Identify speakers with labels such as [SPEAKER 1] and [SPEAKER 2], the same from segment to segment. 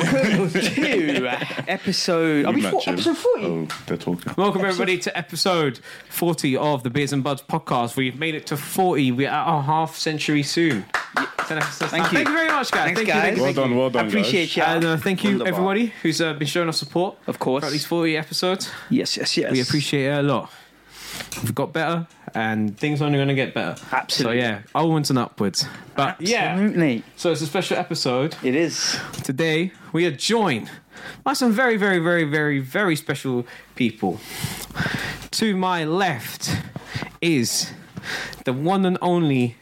[SPEAKER 1] Criminal 2 episode. Are we four,
[SPEAKER 2] Matches.
[SPEAKER 1] episode 40?
[SPEAKER 2] Oh, they're talking.
[SPEAKER 3] Welcome everybody to episode 40 of the Beers and Buds podcast. We've made it to 40. We're at our half century soon. Ten episodes
[SPEAKER 1] Thank
[SPEAKER 3] now.
[SPEAKER 1] you.
[SPEAKER 3] Thank you very much, guys.
[SPEAKER 1] Thanks,
[SPEAKER 3] thank
[SPEAKER 1] guys.
[SPEAKER 3] You,
[SPEAKER 2] Well
[SPEAKER 3] thank you.
[SPEAKER 2] done, well done.
[SPEAKER 1] I appreciate
[SPEAKER 2] guys.
[SPEAKER 1] you.
[SPEAKER 3] And uh, thank you,
[SPEAKER 4] Wunderbar.
[SPEAKER 3] everybody who's uh, been showing us support
[SPEAKER 1] Of course.
[SPEAKER 3] throughout these 40 episodes.
[SPEAKER 1] Yes, yes, yes.
[SPEAKER 3] We appreciate it a lot. We've got better, and things are only going to get better.
[SPEAKER 1] Absolutely.
[SPEAKER 3] So, yeah, onwards and upwards. But, yeah.
[SPEAKER 1] Absolutely.
[SPEAKER 3] So, it's a special episode.
[SPEAKER 1] It is.
[SPEAKER 3] Today we are joined by some very, very, very, very, very special people. To my left is the one and only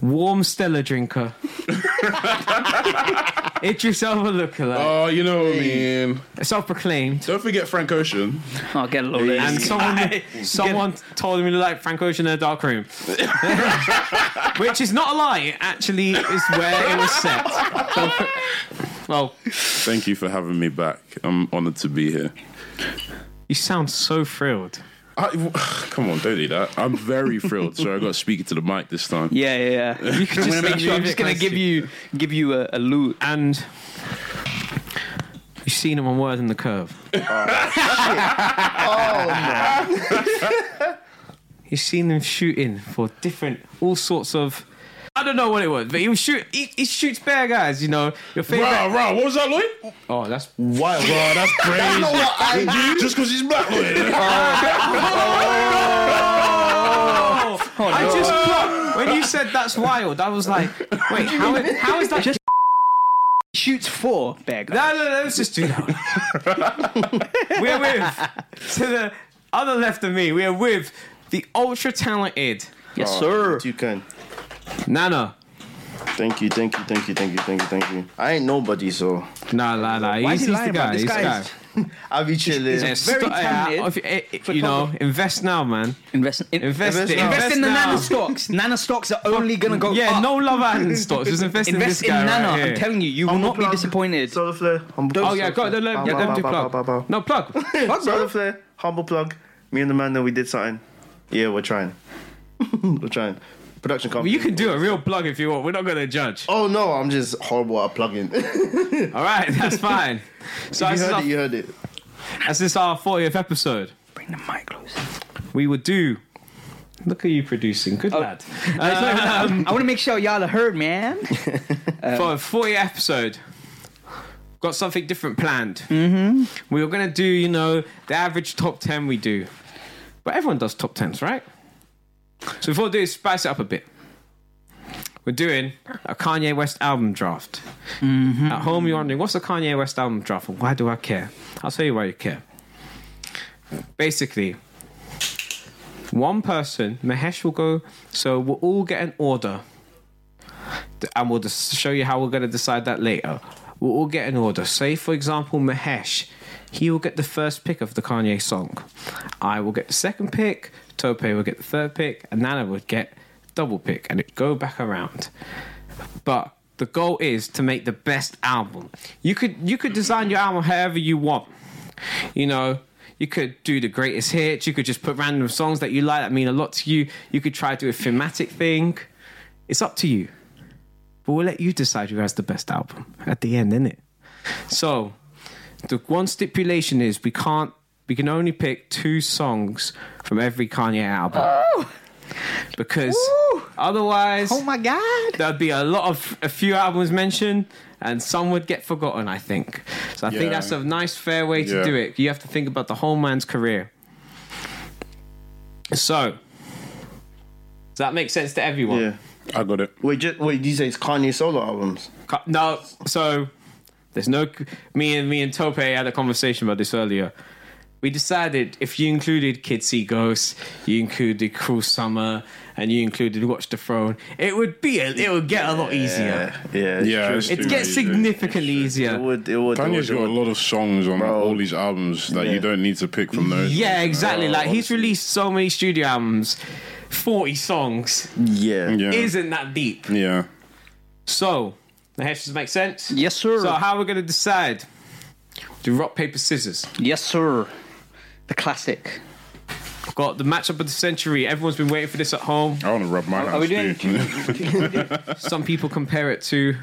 [SPEAKER 3] warm Stella drinker. Idris Elba lookalike,
[SPEAKER 2] Oh, you know what I mean.
[SPEAKER 3] self-proclaimed,
[SPEAKER 2] Don't forget Frank Ocean.
[SPEAKER 1] I'll get a little later.
[SPEAKER 3] and someone someone told him he looked like Frank Ocean in a dark room, which is not a lie. It actually is where it was set. So, well,
[SPEAKER 2] Thank you for having me back. I'm honored to be here.
[SPEAKER 3] you sound so thrilled.
[SPEAKER 2] I, come on, don't do that. I'm very thrilled. So I got to speak to the mic this time.
[SPEAKER 1] Yeah, yeah, yeah.
[SPEAKER 3] You could
[SPEAKER 1] I'm
[SPEAKER 3] just
[SPEAKER 1] gonna make
[SPEAKER 3] move
[SPEAKER 1] sure. I'm
[SPEAKER 3] it
[SPEAKER 1] just gonna
[SPEAKER 3] close
[SPEAKER 1] give
[SPEAKER 3] to
[SPEAKER 1] you give you a, a loot.
[SPEAKER 3] And you've seen him on Word in the Curve. oh, You've seen him shooting for different, all sorts of. I don't know what it was, but he was shoot. He, he shoots bear guys, you know. Your favorite.
[SPEAKER 2] Rah, rah, what was that, Lloyd?
[SPEAKER 3] Oh, that's.
[SPEAKER 2] Why, rah, that's crazy. you, just because he's black, Lloyd.
[SPEAKER 3] I just clocked- when you said that's wild. I was like, wait, how, how is that?
[SPEAKER 1] Just shoots four bear guys.
[SPEAKER 3] No, no, no, let's just do that. one. we're with, to the other left of me, we're with the ultra talented
[SPEAKER 1] yes, sir.
[SPEAKER 4] Oh, You can.
[SPEAKER 3] Nana.
[SPEAKER 4] Thank you, thank you, thank you, thank you, thank you, thank you. I ain't nobody, so
[SPEAKER 3] No, no, no.
[SPEAKER 1] Why
[SPEAKER 3] He's,
[SPEAKER 1] is he
[SPEAKER 3] he's the
[SPEAKER 1] lying about
[SPEAKER 3] guy.
[SPEAKER 1] this
[SPEAKER 3] He's the
[SPEAKER 1] guy?
[SPEAKER 3] guy.
[SPEAKER 4] I'll be
[SPEAKER 3] Yeah,
[SPEAKER 4] chilling.
[SPEAKER 3] stop- yeah,
[SPEAKER 1] talented
[SPEAKER 3] if you- eh, eh, you know, invest now, man.
[SPEAKER 1] Invest in,
[SPEAKER 3] Invest it.
[SPEAKER 1] invest in the
[SPEAKER 3] now.
[SPEAKER 1] nano stocks. Nano stocks are only gonna go
[SPEAKER 3] Yeah,
[SPEAKER 1] up.
[SPEAKER 3] no love and stocks. Just invest,
[SPEAKER 1] Invest
[SPEAKER 3] in this
[SPEAKER 1] in,
[SPEAKER 3] guy
[SPEAKER 1] Nano.
[SPEAKER 3] right
[SPEAKER 1] I'm
[SPEAKER 3] here.
[SPEAKER 1] telling you, you will not be disappointed.
[SPEAKER 4] Solar flare, humble
[SPEAKER 3] Oh yeah, go. Let, let, let them do plug. No plug. plug
[SPEAKER 4] Solar
[SPEAKER 3] bro.
[SPEAKER 4] flare, humble plug. Me and the man that we did something. Yeah, we're trying. we're trying. Production company.
[SPEAKER 3] You can do a real plug if you want. We're not gonna judge.
[SPEAKER 4] Oh no, I'm just horrible at plugging. you
[SPEAKER 3] All right, that's fine. So this is,
[SPEAKER 4] heard
[SPEAKER 3] our,
[SPEAKER 4] it. You heard it.
[SPEAKER 3] this is our 40th episode.
[SPEAKER 1] Bring the mic closer.
[SPEAKER 3] we would do. Look at you producing,
[SPEAKER 1] Oh.
[SPEAKER 3] good lad. Uh,
[SPEAKER 1] I want to make sure y'all are heard, man.
[SPEAKER 3] For a 40 episode, got something different planned. We were gonna do, you know, the average top 10 we do, but everyone does top 10s, right? So before we do is spice it up a bit. We're doing a Kanye West album draft. At home, you're wondering what's a Kanye West album draft, and why do I care? I'll tell you why you care. Basically, one person, Mahesh will go, so we'll all get an order. D- And we'll just show you how we're going to decide that later. We'll all get an order. Say, for example, Mahesh, he will get the first pick of the Kanye song. I will get the second pick, Tope will get the third pick, and Nana would get double pick, and it go back around. But the goal is to make the best album. You could you could design your album however you want. You know, you could do the greatest hits. You could just put random songs that you like that mean a lot to you. You could try to do a thematic thing. It's up to you. But we'll let you decide who has the best album at the end, innit? So, the one stipulation is we can't, we can only pick two songs from every Kanye album. Because otherwise,
[SPEAKER 1] Oh my god.
[SPEAKER 3] there'd be a lot of a few albums mentioned and some would get forgotten i think so i
[SPEAKER 2] Yeah.
[SPEAKER 3] think that's a nice fair way to
[SPEAKER 2] Yeah.
[SPEAKER 3] do it you have to think about the whole man's career so does that make sense to everyone
[SPEAKER 4] Yeah.
[SPEAKER 2] I got it.
[SPEAKER 4] Wait, just, wait. You say it's Kanye solo albums?
[SPEAKER 3] Co- no so there's no me and me and tope had a conversation about this earlier we decided if you included Kids See Ghosts, you included Cruel Summer, and you included Watch the Throne, it would be a, it would get a lot easier.
[SPEAKER 4] Yeah. Yeah. it's
[SPEAKER 2] Yeah,
[SPEAKER 4] true.
[SPEAKER 2] it's
[SPEAKER 4] it
[SPEAKER 3] It gets
[SPEAKER 2] Easier.
[SPEAKER 3] significantly easier.
[SPEAKER 4] would. It would. it would,
[SPEAKER 2] Kanye's
[SPEAKER 4] it
[SPEAKER 2] got a
[SPEAKER 4] would.
[SPEAKER 2] lot of songs on
[SPEAKER 4] Bro.
[SPEAKER 2] all these albums that
[SPEAKER 4] Yeah.
[SPEAKER 2] you don't need to pick from those.
[SPEAKER 3] Yeah, exactly.
[SPEAKER 2] Uh,
[SPEAKER 3] like he's
[SPEAKER 2] honestly.
[SPEAKER 3] released so many studio albums, forty songs.
[SPEAKER 4] Yeah.
[SPEAKER 2] Yeah.
[SPEAKER 3] Isn't that deep?
[SPEAKER 2] yeah.
[SPEAKER 3] So, the hash does make sense.
[SPEAKER 1] Yes, sir.
[SPEAKER 3] So how are we gonna decide? Do rock paper scissors?
[SPEAKER 1] yes, sir. The classic.
[SPEAKER 3] Got the matchup of the century. Everyone's been waiting for this at home.
[SPEAKER 2] I want to rub my
[SPEAKER 1] Are
[SPEAKER 2] house
[SPEAKER 1] we doing
[SPEAKER 2] too.
[SPEAKER 3] Some people compare it to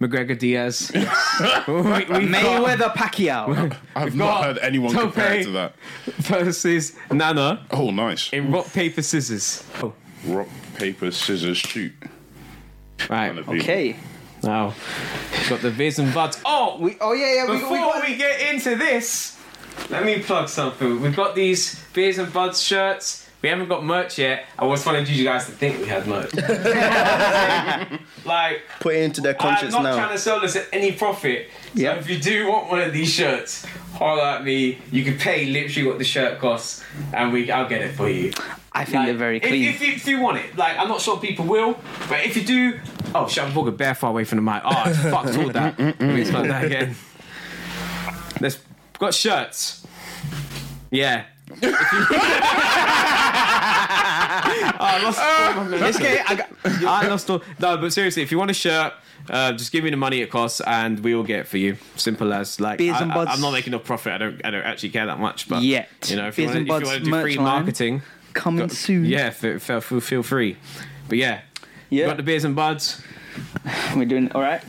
[SPEAKER 3] McGregor Diaz. we, we got
[SPEAKER 1] Mayweather Pacquiao?
[SPEAKER 2] I've not
[SPEAKER 3] got
[SPEAKER 2] heard anyone
[SPEAKER 3] Tope.
[SPEAKER 2] compare it to that.
[SPEAKER 3] versus Nana
[SPEAKER 2] Oh, nice.
[SPEAKER 3] in rock paper scissors. Oh,
[SPEAKER 2] Rock, paper, scissors, shoot.
[SPEAKER 3] right
[SPEAKER 2] Kind of people.
[SPEAKER 1] okay.
[SPEAKER 3] now got the Viz and Buds. Oh,
[SPEAKER 1] We, oh yeah, yeah. We, we
[SPEAKER 3] Before
[SPEAKER 1] got,
[SPEAKER 3] we get into this, let me plug something. We've got these beers and buds shirts. We haven't got merch yet. I was wanted you guys to think we had merch. like,
[SPEAKER 4] Put it into their
[SPEAKER 3] I'm
[SPEAKER 4] conscience
[SPEAKER 3] not
[SPEAKER 4] now.
[SPEAKER 3] trying to sell this at any profit. So
[SPEAKER 1] Yeah.
[SPEAKER 3] if you do want one of these shirts, holler at me. You can pay literally what the shirt costs, and we I'll get it for you.
[SPEAKER 1] I think they're very
[SPEAKER 3] If-
[SPEAKER 1] clean.
[SPEAKER 3] If, you, if you want it, like I'm not sure people will, but if you do, oh shit, I'm walking bare far away from the mic. Oh, it's fucked all that. Let me start that again. Let's got shirts. Yeah. If you- Oh, I lost all my
[SPEAKER 1] This guy, I got,
[SPEAKER 3] I lost all. No, but seriously, if you want a shirt, uh, just give me the money it costs, and we will get it for you. Simple as like.
[SPEAKER 1] Beers and
[SPEAKER 3] I,
[SPEAKER 1] buds.
[SPEAKER 3] I, am not making a profit. I don't. I don't actually care that much. But
[SPEAKER 1] Yet.
[SPEAKER 3] you know, if
[SPEAKER 1] Beers
[SPEAKER 3] you
[SPEAKER 1] and
[SPEAKER 3] want
[SPEAKER 1] buds
[SPEAKER 3] to do
[SPEAKER 1] merch
[SPEAKER 3] free
[SPEAKER 1] line.
[SPEAKER 3] marketing,
[SPEAKER 1] coming soon.
[SPEAKER 3] yeah, f- f- f- feel free. But yeah,
[SPEAKER 1] Yeah.
[SPEAKER 3] you got the beers and buds.
[SPEAKER 1] We're doing all right.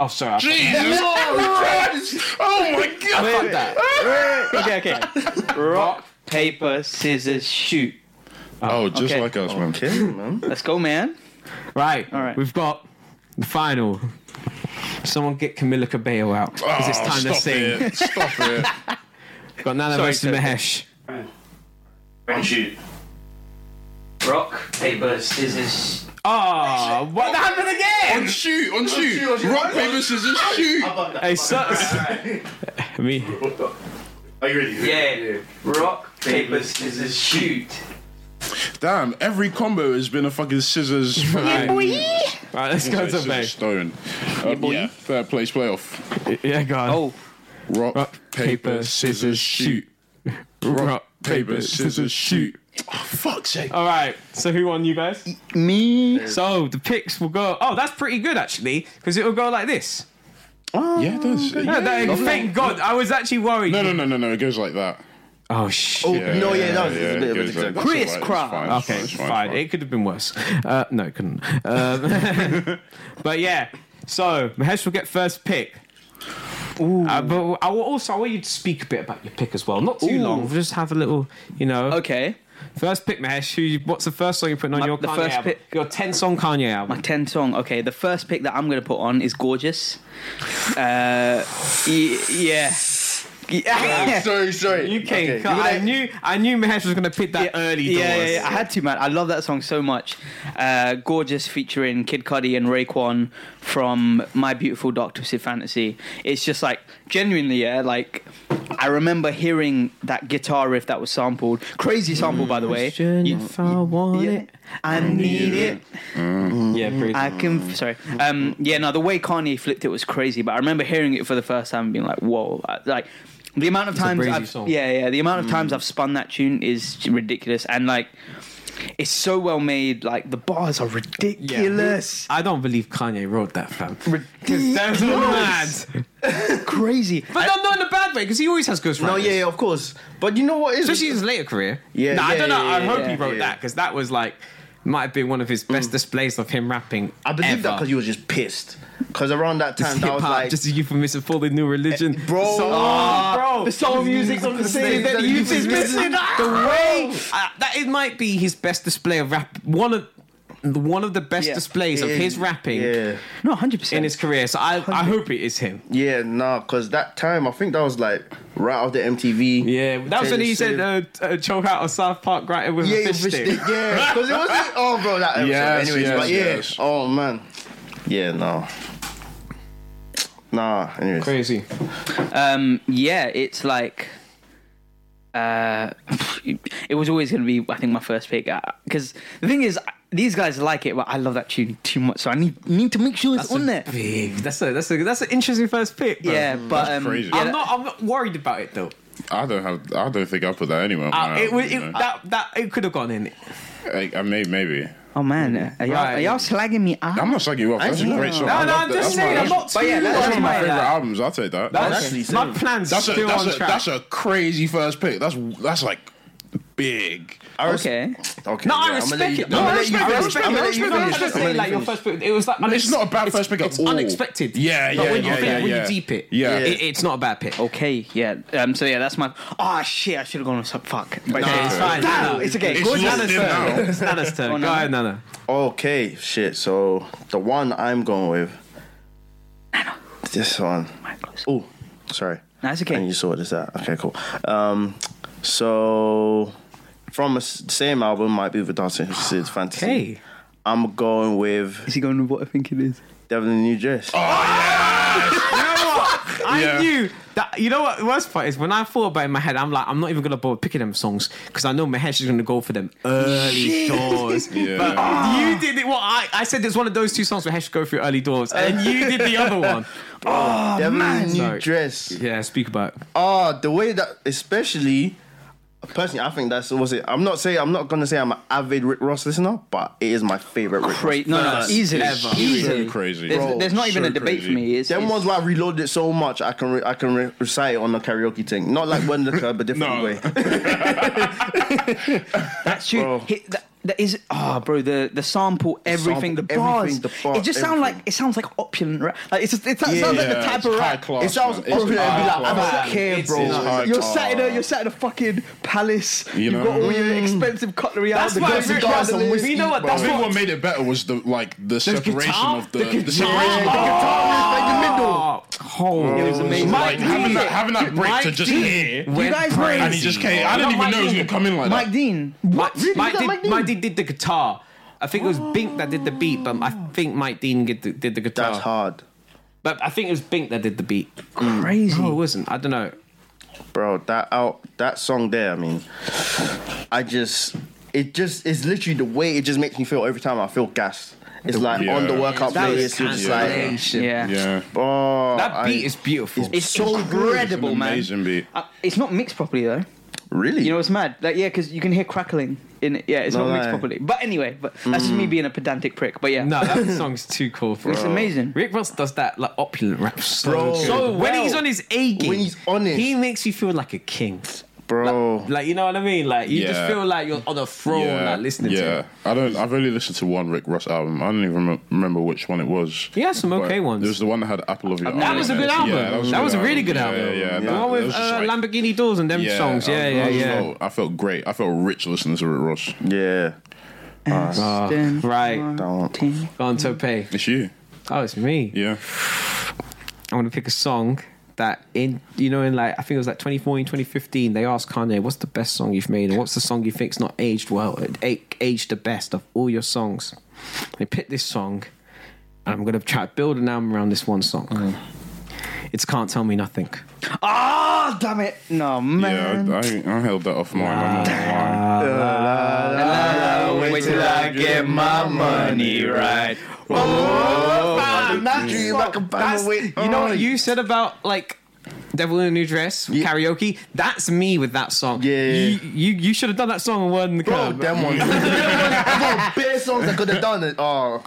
[SPEAKER 3] Oh, sorry. I
[SPEAKER 2] Jesus Christ! Oh my god!
[SPEAKER 3] fucked that.
[SPEAKER 1] okay, okay. Rock, paper, scissors, shoot.
[SPEAKER 2] Oh, just
[SPEAKER 1] Okay.
[SPEAKER 2] like us, man.
[SPEAKER 4] Okay, man.
[SPEAKER 1] Let's go, man.
[SPEAKER 3] Right.
[SPEAKER 1] All right.
[SPEAKER 3] We've got the final. Someone get Camilla Cabello out because it's
[SPEAKER 2] Oh,
[SPEAKER 3] time to
[SPEAKER 2] stop
[SPEAKER 3] sing.
[SPEAKER 2] It. Stop it.
[SPEAKER 3] Got Nana
[SPEAKER 1] Sorry,
[SPEAKER 3] versus
[SPEAKER 1] Ted.
[SPEAKER 3] Mahesh.
[SPEAKER 1] Rock, paper, scissors.
[SPEAKER 3] Oh, what happened
[SPEAKER 2] on
[SPEAKER 3] again?
[SPEAKER 2] shoot, on shoot. Rock, paper, scissors, shoot.
[SPEAKER 3] Hey, sucks. Me.
[SPEAKER 5] Are you ready?
[SPEAKER 1] Yeah. Rock, paper, scissors, shoot.
[SPEAKER 2] Damn, every combo has been a fucking scissors. Yeah,
[SPEAKER 3] Right, let's go to bed.
[SPEAKER 2] Stone. Uh, yeah, third place playoff.
[SPEAKER 3] Yeah, God.
[SPEAKER 1] Oh,
[SPEAKER 2] Rock,
[SPEAKER 3] Rock, paper,
[SPEAKER 2] paper, scissors,
[SPEAKER 3] scissors,
[SPEAKER 2] shoot. Rock, paper, scissors, shoot. Oh, fuck's sake.
[SPEAKER 3] All right. So who won, you guys?
[SPEAKER 1] me.
[SPEAKER 3] So the picks will go. Oh, that's pretty good actually, because it will go like this.
[SPEAKER 2] Yeah, it does.
[SPEAKER 3] No, that-
[SPEAKER 2] Lovely.
[SPEAKER 3] thank God. I was actually worried.
[SPEAKER 2] No, no, no, no, no. It goes like that.
[SPEAKER 3] Oh shit.
[SPEAKER 4] no, yeah, that was-
[SPEAKER 2] yeah,
[SPEAKER 4] it's a bit of
[SPEAKER 2] it
[SPEAKER 4] a
[SPEAKER 2] goes like-
[SPEAKER 4] zigzag.
[SPEAKER 2] that's all right, it's
[SPEAKER 1] Crisscross.
[SPEAKER 2] fine, it's
[SPEAKER 3] Okay,
[SPEAKER 2] it's
[SPEAKER 3] fine. It could have been worse. Uh, no, it couldn't. Um, but yeah, so Mahesh will get first pick. Uh, but I will also I want you to speak a bit about your pick as well. Not too
[SPEAKER 1] Ooh.
[SPEAKER 3] long. We'll just have a little, you know.
[SPEAKER 1] Okay.
[SPEAKER 3] First pick, Mahesh. Who? What's the first song you're putting on
[SPEAKER 1] My-
[SPEAKER 3] your
[SPEAKER 1] the
[SPEAKER 3] Kanye
[SPEAKER 1] first
[SPEAKER 3] album?
[SPEAKER 1] pick-
[SPEAKER 3] Your ten song Kanye
[SPEAKER 1] My
[SPEAKER 3] album.
[SPEAKER 1] 10 song. Okay, the first pick that I'm going to put on is Gorgeous. Uh, y- yeah. Yeah.
[SPEAKER 4] Sorry, sorry.
[SPEAKER 3] you came.
[SPEAKER 4] Okay,
[SPEAKER 3] cut.
[SPEAKER 4] you're
[SPEAKER 3] I
[SPEAKER 4] gonna-
[SPEAKER 3] knew. I knew Mahesh was going to pick that early.
[SPEAKER 1] yeah, yeah,
[SPEAKER 3] doors.
[SPEAKER 1] yeah, I had to, man. I love that song so much. Uh, Gorgeous featuring Kid Cudi and Raekwon from My Beautiful Dark Twisted Fantasy. It's just like genuinely, yeah. Like I remember hearing that guitar riff that was sampled. Crazy sample, by the
[SPEAKER 3] Mm.
[SPEAKER 1] way. You-
[SPEAKER 3] If I want
[SPEAKER 1] yeah,
[SPEAKER 3] it.
[SPEAKER 1] I need it.
[SPEAKER 3] Yeah, pretty.
[SPEAKER 1] I can. Sorry. Um, yeah. No, the way Kanye flipped it was crazy. But I remember hearing it for the first time and being like, "Whoa!" I- Like the amount of
[SPEAKER 3] a
[SPEAKER 1] times.
[SPEAKER 3] breezy
[SPEAKER 1] I've,
[SPEAKER 3] song. Mm.
[SPEAKER 1] Yeah, yeah. The amount of times I've spun that tune is ridiculous, and like, it's so well made. Like the bars are ridiculous,
[SPEAKER 3] I don't believe Kanye wrote that, fam.
[SPEAKER 1] Ridiculous.
[SPEAKER 3] That's mad.
[SPEAKER 1] crazy.
[SPEAKER 3] But not, not in a bad way, because he always has ghostwriters.
[SPEAKER 4] No, yeah, yeah, of course. But you know what is?
[SPEAKER 3] Especially his later career.
[SPEAKER 4] Yeah,
[SPEAKER 3] Nah, I
[SPEAKER 4] yeah,
[SPEAKER 3] don't know.
[SPEAKER 4] yeah,
[SPEAKER 3] I
[SPEAKER 4] yeah,
[SPEAKER 3] hope
[SPEAKER 4] yeah,
[SPEAKER 3] he wrote
[SPEAKER 4] yeah. Mm.
[SPEAKER 3] that, because that was like, might have been one of his best displays of him rapping.
[SPEAKER 4] I believe that
[SPEAKER 3] ever.
[SPEAKER 4] because you was just pissed. Because around that time, that
[SPEAKER 3] hip
[SPEAKER 4] was
[SPEAKER 3] hop,
[SPEAKER 4] like, Eh,
[SPEAKER 3] just a euphemism for the new religion.
[SPEAKER 4] bro,
[SPEAKER 3] So-
[SPEAKER 4] Ah,
[SPEAKER 3] bro,
[SPEAKER 4] the soul music's on the stage,
[SPEAKER 3] That
[SPEAKER 4] that
[SPEAKER 3] you
[SPEAKER 4] youth
[SPEAKER 3] just
[SPEAKER 4] is
[SPEAKER 3] missing.
[SPEAKER 4] missing.
[SPEAKER 3] The way uh, that it might be his best display of rap. One of one of the best
[SPEAKER 1] Yeah.
[SPEAKER 3] displays of
[SPEAKER 4] Yeah.
[SPEAKER 3] his rapping
[SPEAKER 4] yeah,
[SPEAKER 1] No, hundred
[SPEAKER 3] in
[SPEAKER 1] percent.
[SPEAKER 3] his career. So I, I hope it is him.
[SPEAKER 4] yeah, nah. Because that time, I think that was like right after MTV.
[SPEAKER 3] Yeah, that was when he said
[SPEAKER 4] Taylor
[SPEAKER 3] uh, uh, choke out of South Park right with
[SPEAKER 4] Yeah,
[SPEAKER 3] a
[SPEAKER 4] yeah,
[SPEAKER 3] fish
[SPEAKER 4] fish
[SPEAKER 3] stick.
[SPEAKER 4] stick, yeah. Because it wasn't. Oh, bro, that episode.
[SPEAKER 2] Yes,
[SPEAKER 4] Anyways,
[SPEAKER 2] yes,
[SPEAKER 4] but yeah.
[SPEAKER 2] yes.
[SPEAKER 4] Oh man. Yeah, no. Nah. Anyways.
[SPEAKER 3] Crazy.
[SPEAKER 1] Um, yeah, it's like. Uh, it was always going to be, I think, my first pick. Because the thing is, these guys like it, but I love that tune too much, so I need need to make sure it's on there.
[SPEAKER 3] Big. That's a that's a that's an interesting first pick. Bro.
[SPEAKER 1] Yeah, but um,
[SPEAKER 2] crazy.
[SPEAKER 1] yeah,
[SPEAKER 3] I'm not I'm not worried about it though.
[SPEAKER 2] I don't have. I don't think I put that anywhere. on
[SPEAKER 3] Uh,
[SPEAKER 2] my
[SPEAKER 3] it,
[SPEAKER 2] album,
[SPEAKER 3] was
[SPEAKER 2] you
[SPEAKER 3] it,
[SPEAKER 2] know.
[SPEAKER 3] that that it could have gone in.
[SPEAKER 2] Like, I may, maybe.
[SPEAKER 1] Oh man, are y'all, are y'all slagging me out?
[SPEAKER 2] I'm not slagging you off. That's a
[SPEAKER 4] Yeah.
[SPEAKER 2] great song.
[SPEAKER 3] No,
[SPEAKER 2] I
[SPEAKER 3] no,
[SPEAKER 2] love
[SPEAKER 3] I'm
[SPEAKER 2] that. That's
[SPEAKER 3] just
[SPEAKER 2] my-
[SPEAKER 3] saying, I'm not
[SPEAKER 1] But yeah,
[SPEAKER 3] too
[SPEAKER 1] that's
[SPEAKER 2] That's
[SPEAKER 1] That's
[SPEAKER 2] one of
[SPEAKER 1] my
[SPEAKER 2] my favorite
[SPEAKER 1] like-
[SPEAKER 2] albums. I'll take that.
[SPEAKER 3] That's-
[SPEAKER 4] Actually,
[SPEAKER 3] my
[SPEAKER 4] same.
[SPEAKER 3] plan's
[SPEAKER 2] That's a
[SPEAKER 3] still on
[SPEAKER 2] that's a
[SPEAKER 3] track.
[SPEAKER 2] that's a crazy first pick. That's that's like big.
[SPEAKER 1] okay.
[SPEAKER 4] Okay.
[SPEAKER 3] no,
[SPEAKER 4] yeah,
[SPEAKER 3] I
[SPEAKER 4] I'ma let
[SPEAKER 3] respect
[SPEAKER 4] you-
[SPEAKER 3] it. No,
[SPEAKER 4] I'ma
[SPEAKER 3] I
[SPEAKER 4] let you
[SPEAKER 3] respect it. I
[SPEAKER 4] finish.
[SPEAKER 3] respect it.
[SPEAKER 4] I'ma
[SPEAKER 3] I
[SPEAKER 4] let you
[SPEAKER 3] respect it. I'm just
[SPEAKER 4] finish. I'ma let
[SPEAKER 3] saying,
[SPEAKER 4] you
[SPEAKER 3] like, your
[SPEAKER 4] finish.
[SPEAKER 3] first pick, it was like,
[SPEAKER 2] it's not a bad first pick at
[SPEAKER 3] it's
[SPEAKER 2] all.
[SPEAKER 3] unexpected.
[SPEAKER 2] Yeah,
[SPEAKER 3] But
[SPEAKER 2] yeah,
[SPEAKER 3] when you
[SPEAKER 2] yeah,
[SPEAKER 3] think,
[SPEAKER 2] yeah,
[SPEAKER 3] when
[SPEAKER 2] yeah.
[SPEAKER 3] you deep it,
[SPEAKER 2] Yeah.
[SPEAKER 3] it, it's not a bad pick.
[SPEAKER 1] Okay, yeah. Um, so yeah, that's my. Oh shit! I should have gone with some- fuck. But
[SPEAKER 3] Okay, it's fine.
[SPEAKER 1] Damn,
[SPEAKER 3] Nana.
[SPEAKER 1] it's okay.
[SPEAKER 2] It's
[SPEAKER 1] Gorgeous.
[SPEAKER 2] locked in now.
[SPEAKER 3] It's Nana's turn. Go ahead, Nana.
[SPEAKER 4] Okay, shit. So the one I'm going with, this one. Oh, sorry.
[SPEAKER 1] That's okay.
[SPEAKER 4] And you saw this out. Okay, cool. Um, so from the s- same album, might be with Dancing Sid Fantasy.
[SPEAKER 3] Okay.
[SPEAKER 4] I'm going with
[SPEAKER 1] Is he going with what I think it is?
[SPEAKER 4] Devil in the New Dress.
[SPEAKER 3] You know what? I
[SPEAKER 2] Yeah.
[SPEAKER 3] knew that. You know what? The worst part is when I thought about it in my head, I'm like, I'm not even gonna bother picking them songs because I know Mahesh is gonna go for them early doors.
[SPEAKER 2] Yeah.
[SPEAKER 3] But you did it. Well, I, I said it's one of those two songs Mahesh should go through early doors, and you did the other one.
[SPEAKER 4] Devil in the New
[SPEAKER 3] Sorry.
[SPEAKER 4] Dress.
[SPEAKER 3] Yeah, speak about. It.
[SPEAKER 4] Oh, the way that, especially. Personally, I think that's was it. I'm not saying I'm not gonna say I'm an avid Rick Ross listener, but it is my favorite Rick Ross.
[SPEAKER 1] Great. No, no,
[SPEAKER 2] First
[SPEAKER 1] easily,
[SPEAKER 2] is so
[SPEAKER 1] easily.
[SPEAKER 2] crazy.
[SPEAKER 1] There's,
[SPEAKER 2] Bro,
[SPEAKER 1] there's not even
[SPEAKER 2] so
[SPEAKER 1] a debate
[SPEAKER 2] crazy.
[SPEAKER 1] for me. It's,
[SPEAKER 4] Them
[SPEAKER 1] it's-
[SPEAKER 4] ones like reloaded so much I can re- I can re- recite it on the karaoke thing. Not like when the club, a different
[SPEAKER 2] No.
[SPEAKER 4] way.
[SPEAKER 1] That's true.
[SPEAKER 4] Bro.
[SPEAKER 1] He- that, that is ah, bro. The the sample, everything, the
[SPEAKER 4] sample,
[SPEAKER 1] bars.
[SPEAKER 4] everything, the bar-
[SPEAKER 1] it just sounds like
[SPEAKER 4] everything.
[SPEAKER 1] it sounds like opulent rap. Like it's just it sounds,
[SPEAKER 4] Yeah.
[SPEAKER 1] sounds like the
[SPEAKER 2] Yeah,
[SPEAKER 1] type
[SPEAKER 2] it's
[SPEAKER 1] of
[SPEAKER 2] high
[SPEAKER 1] rap.
[SPEAKER 2] class,
[SPEAKER 4] It sounds
[SPEAKER 2] man. It's
[SPEAKER 4] popular and be
[SPEAKER 2] high
[SPEAKER 4] like, I
[SPEAKER 2] class.
[SPEAKER 4] don't care,
[SPEAKER 3] It's-
[SPEAKER 4] bro.
[SPEAKER 3] it's
[SPEAKER 2] high
[SPEAKER 1] You're
[SPEAKER 2] class.
[SPEAKER 1] sat in a you're sat in a fucking palace.
[SPEAKER 2] ah. You
[SPEAKER 1] You have got
[SPEAKER 2] know? Mm.
[SPEAKER 1] all your expensive cutlery out.
[SPEAKER 3] That's why
[SPEAKER 1] golden
[SPEAKER 3] Rick Ross-
[SPEAKER 1] chandelier.
[SPEAKER 3] we know what-
[SPEAKER 2] I
[SPEAKER 3] that's
[SPEAKER 2] think
[SPEAKER 3] what-
[SPEAKER 2] what made it better was the like the separation
[SPEAKER 3] guitar?
[SPEAKER 2] of the
[SPEAKER 3] The
[SPEAKER 2] the,
[SPEAKER 3] guitar?
[SPEAKER 2] separation.
[SPEAKER 3] Oh.
[SPEAKER 4] Oh,
[SPEAKER 3] Oh, oh.
[SPEAKER 1] It was amazing.
[SPEAKER 2] Like having
[SPEAKER 1] Dean.
[SPEAKER 2] that having that break to just hear,
[SPEAKER 1] You guys were
[SPEAKER 2] and he just came. I
[SPEAKER 3] Not
[SPEAKER 2] didn't even
[SPEAKER 3] Mike
[SPEAKER 2] know he was
[SPEAKER 3] Dean.
[SPEAKER 2] gonna come in like
[SPEAKER 1] Mike
[SPEAKER 2] that.
[SPEAKER 1] Dean.
[SPEAKER 3] Mike,
[SPEAKER 1] Really?
[SPEAKER 3] Mike,
[SPEAKER 1] Is that
[SPEAKER 3] did, Mike, Dean? did the guitar. I think it was Bink that did the beat, but I think Mike Dean did the, did the guitar.
[SPEAKER 4] That's hard.
[SPEAKER 3] But I think it was Bink that did the beat.
[SPEAKER 1] Crazy.
[SPEAKER 3] No, it wasn't. I don't know.
[SPEAKER 4] Bro, that out that song there, I mean I just it just it's literally the way it just makes me feel every time I feel gassed. It's like
[SPEAKER 2] Yeah.
[SPEAKER 4] on the workout
[SPEAKER 3] That
[SPEAKER 4] playlist,
[SPEAKER 3] was
[SPEAKER 4] you're just like
[SPEAKER 3] cancellation.
[SPEAKER 1] Yeah.
[SPEAKER 2] Yeah,
[SPEAKER 4] oh
[SPEAKER 3] That
[SPEAKER 4] I-
[SPEAKER 3] beat is beautiful.
[SPEAKER 1] It's
[SPEAKER 4] So good.
[SPEAKER 1] incredible,
[SPEAKER 2] It's an
[SPEAKER 1] man.
[SPEAKER 2] amazing beat.
[SPEAKER 1] Uh, it's not mixed properly though.
[SPEAKER 4] really
[SPEAKER 1] You know, it's mad. Like, yeah, because you can hear crackling in it. Yeah, it's
[SPEAKER 4] No
[SPEAKER 1] not mixed
[SPEAKER 4] lie.
[SPEAKER 1] properly. But anyway, but that's just me being a pedantic prick. But yeah,
[SPEAKER 3] no, that song's too cool for
[SPEAKER 1] it's
[SPEAKER 3] it.
[SPEAKER 1] amazing.
[SPEAKER 3] Rick Ross does that like opulent rap so
[SPEAKER 4] Bro.
[SPEAKER 3] good.
[SPEAKER 4] So
[SPEAKER 3] when
[SPEAKER 4] well.
[SPEAKER 3] he's on his A game,
[SPEAKER 4] When he's on it.
[SPEAKER 3] he makes you feel like a king.
[SPEAKER 4] bro.
[SPEAKER 3] Like you know what I mean? Like you
[SPEAKER 2] Yeah.
[SPEAKER 3] just feel like you're on a throne, like listening
[SPEAKER 2] yeah.
[SPEAKER 3] to him.
[SPEAKER 2] I don't. I've only listened to one Rick Ross album. I don't even remem- remember which one it was.
[SPEAKER 3] He had some
[SPEAKER 2] But
[SPEAKER 3] okay ones.
[SPEAKER 2] It was the one that had Apple of Your Eye.
[SPEAKER 3] That was a good album.
[SPEAKER 2] Yeah,
[SPEAKER 3] that was a
[SPEAKER 2] good
[SPEAKER 3] really good
[SPEAKER 2] Yeah,
[SPEAKER 3] album.
[SPEAKER 2] Yeah, yeah.
[SPEAKER 3] The
[SPEAKER 2] That-
[SPEAKER 3] one
[SPEAKER 2] it
[SPEAKER 3] with
[SPEAKER 2] was just
[SPEAKER 3] uh,
[SPEAKER 2] like-
[SPEAKER 3] Lamborghini doors and them songs.
[SPEAKER 2] I-
[SPEAKER 3] Yeah,
[SPEAKER 2] I
[SPEAKER 3] yeah,
[SPEAKER 2] just
[SPEAKER 3] yeah.
[SPEAKER 2] Felt, I felt great. I felt rich listening to Rick Ross.
[SPEAKER 4] Yeah.
[SPEAKER 1] Aston
[SPEAKER 3] right.
[SPEAKER 1] Martin.
[SPEAKER 3] Go on, Tope.
[SPEAKER 2] It's you.
[SPEAKER 3] Oh, it's me.
[SPEAKER 2] Yeah.
[SPEAKER 3] I'm gonna pick a song that in you know in like I think it was like 2014, 2015. They asked Kanye, "What's the best song you've made, and what's the song you think's not aged well, it a- aged the best of all your songs?" They picked this song, and I'm gonna try to build an album around this one song. It's "Can't Tell Me Nothing."
[SPEAKER 1] Ah, damn it! No man.
[SPEAKER 2] Yeah, I, I, I held that off mine. I'm not gonna lie.
[SPEAKER 1] wait till I get my money right.
[SPEAKER 4] That dream I can buy
[SPEAKER 3] That's-
[SPEAKER 4] my way-
[SPEAKER 3] you know
[SPEAKER 4] Oh,
[SPEAKER 3] what you said about like Devil in a New Dress karaoke. That's me with that song.
[SPEAKER 4] Yeah.
[SPEAKER 3] you you, you should have done that song and word in the
[SPEAKER 4] Bro,
[SPEAKER 3] club.
[SPEAKER 4] them ones. them ones bare songs I could have done it. Oh,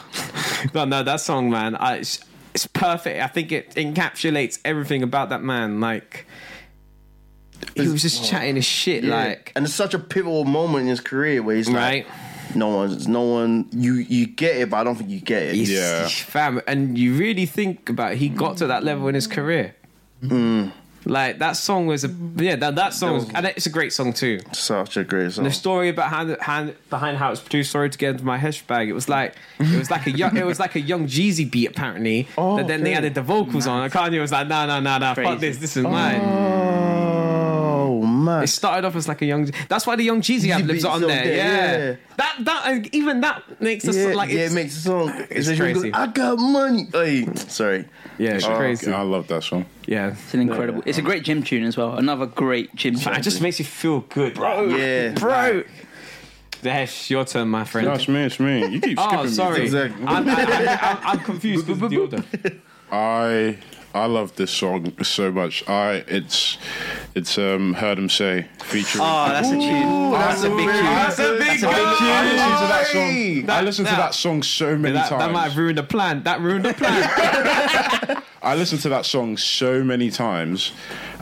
[SPEAKER 3] No, no, that song, man. I, it's, it's perfect. I think it encapsulates everything about that man. Like he was just chatting his shit. Like
[SPEAKER 4] and it's such a pivotal moment in his career where he's
[SPEAKER 3] right.
[SPEAKER 4] like, no one's, no one. You you get it, but I don't think you get it.
[SPEAKER 3] He's-
[SPEAKER 2] Yeah.
[SPEAKER 3] fam. And you really think about it, he got to that level in his career. Like that song was a yeah that that song was, and it's a great song too.
[SPEAKER 4] Such a great song.
[SPEAKER 3] the story behind hand, behind how it's produced sorry to get into my hash bag it was like it was like a young it was like a young Jeezy beat apparently
[SPEAKER 4] Oh,
[SPEAKER 3] that then they
[SPEAKER 4] okay.
[SPEAKER 3] added the vocals on and Kanye was like nah nah nah nah
[SPEAKER 1] Crazy.
[SPEAKER 3] fuck this this is mine
[SPEAKER 4] Oh man,
[SPEAKER 3] it started off as like a young that's why the young Jeezy ad libs
[SPEAKER 4] beats
[SPEAKER 3] are on
[SPEAKER 4] on
[SPEAKER 3] there
[SPEAKER 4] there,
[SPEAKER 3] yeah.
[SPEAKER 4] yeah.
[SPEAKER 3] that that and even that makes us
[SPEAKER 4] yeah,
[SPEAKER 3] like
[SPEAKER 4] yeah,
[SPEAKER 3] it's,
[SPEAKER 4] it makes the song. It's,
[SPEAKER 3] crazy.
[SPEAKER 4] I got money. Hey, sorry.
[SPEAKER 3] yeah it's crazy
[SPEAKER 2] I love that song.
[SPEAKER 3] yeah
[SPEAKER 1] It's an incredible. It's a great gym tune as well. Another great gym tune.
[SPEAKER 3] it just makes you feel good bro
[SPEAKER 4] Yeah.
[SPEAKER 3] bro the hash your turn my friend
[SPEAKER 2] No, it's me. It's me. You keep skipping
[SPEAKER 3] oh sorry
[SPEAKER 2] me.
[SPEAKER 4] Exactly.
[SPEAKER 3] I'm, I, I, I'm, I'm confused 'cause of the order
[SPEAKER 2] I I love this song so much. I it's it's um heard him say featuring.
[SPEAKER 3] Ah,
[SPEAKER 1] Oh, that's a tune. That's a big tune.
[SPEAKER 3] a big
[SPEAKER 2] I listen to that
[SPEAKER 4] Hey!
[SPEAKER 2] song. I listened to
[SPEAKER 3] that-
[SPEAKER 2] that song so many
[SPEAKER 3] That,
[SPEAKER 2] times.
[SPEAKER 3] that might have ruined the plan. That ruined the plan.
[SPEAKER 2] I listen to that song so many times,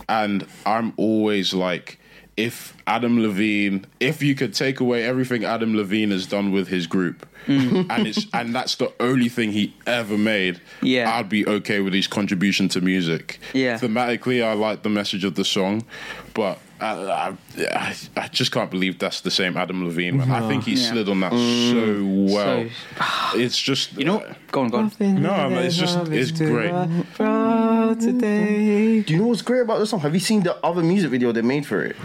[SPEAKER 2] and I'm always like, if Adam Levine, if you could take away everything Adam Levine has done with his group,
[SPEAKER 1] Mm.
[SPEAKER 2] and it's and that's the only thing he ever made,
[SPEAKER 1] Yeah.
[SPEAKER 2] I'd be okay with his contribution to music.
[SPEAKER 1] Yeah.
[SPEAKER 2] thematically, I like the message of the song, but. I, I, I just can't believe that's the same Adam Levine. Man. I think he
[SPEAKER 1] Yeah. Mm.
[SPEAKER 2] slid on that so well. it's just
[SPEAKER 1] You know, go on, go on.
[SPEAKER 2] No, I'm like, it's just- it's great.
[SPEAKER 3] Today.
[SPEAKER 4] Do you know what's great about this song? Have you seen the other music video they made for it?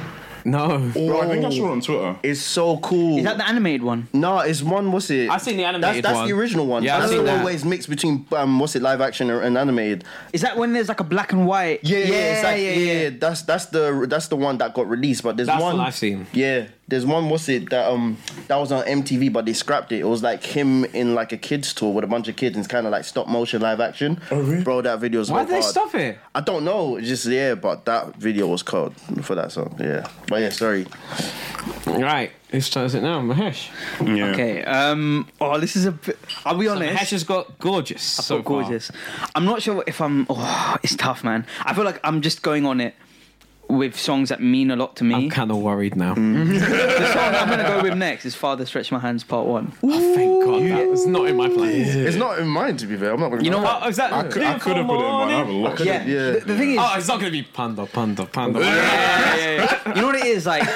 [SPEAKER 3] No.
[SPEAKER 2] Bro, I think I saw it on Twitter.
[SPEAKER 4] It's so cool.
[SPEAKER 1] Is that the animated one?
[SPEAKER 4] no, it's one. What's it?
[SPEAKER 3] I've seen the animated
[SPEAKER 4] That's, that's
[SPEAKER 3] one.
[SPEAKER 4] the original one.
[SPEAKER 3] Yeah, I've
[SPEAKER 4] that's
[SPEAKER 3] seen
[SPEAKER 4] the
[SPEAKER 3] that.
[SPEAKER 4] one where it's mixed between um, what's it, live action and, and animated.
[SPEAKER 1] Is that when there's like a black and white?
[SPEAKER 4] Yeah, yeah, yeah, it's like, yeah, That's that's the that's the one that got released. But there's
[SPEAKER 3] That's the
[SPEAKER 4] one
[SPEAKER 3] one I've seen.
[SPEAKER 4] Yeah, there's one. What's it that um that was on MTV, but they scrapped it. It was like him in like a kids tour with a bunch of kids, and it's kind of like stop motion live action. Oh really? Bro, that video's.
[SPEAKER 3] Why
[SPEAKER 4] hard.
[SPEAKER 3] did they stop it?
[SPEAKER 4] I don't know. It's just yeah, but that video was cold for that song. Yeah, but yeah, sorry.
[SPEAKER 3] Right. Whose turn is it now? Mahesh.
[SPEAKER 2] Yeah.
[SPEAKER 1] Okay. Um. Oh, this is a. bit- I'll be honest.
[SPEAKER 3] Mahesh has got gorgeous. so
[SPEAKER 1] so
[SPEAKER 3] far.
[SPEAKER 1] gorgeous. I'm not sure if I'm. Oh, it's tough, man. I feel like I'm just going on it with songs that mean a lot to me.
[SPEAKER 3] I'm kind of worried now.
[SPEAKER 2] Mm.
[SPEAKER 1] The song I'm gonna go with next is "Father Stretch My Hands" Part One.
[SPEAKER 3] Oh, thank God. That was not in my plan.
[SPEAKER 4] It's not in mine to be fair. I'm not gonna.
[SPEAKER 1] You know
[SPEAKER 3] Oh,
[SPEAKER 1] what?
[SPEAKER 3] is that?
[SPEAKER 2] I could, I could have put it in mine. I have a lot.
[SPEAKER 1] Yeah.
[SPEAKER 4] yeah.
[SPEAKER 1] The, the thing is,
[SPEAKER 3] Oh, it's not going to be panda, panda, panda.
[SPEAKER 1] Yeah, yeah, yeah. you know what it is like.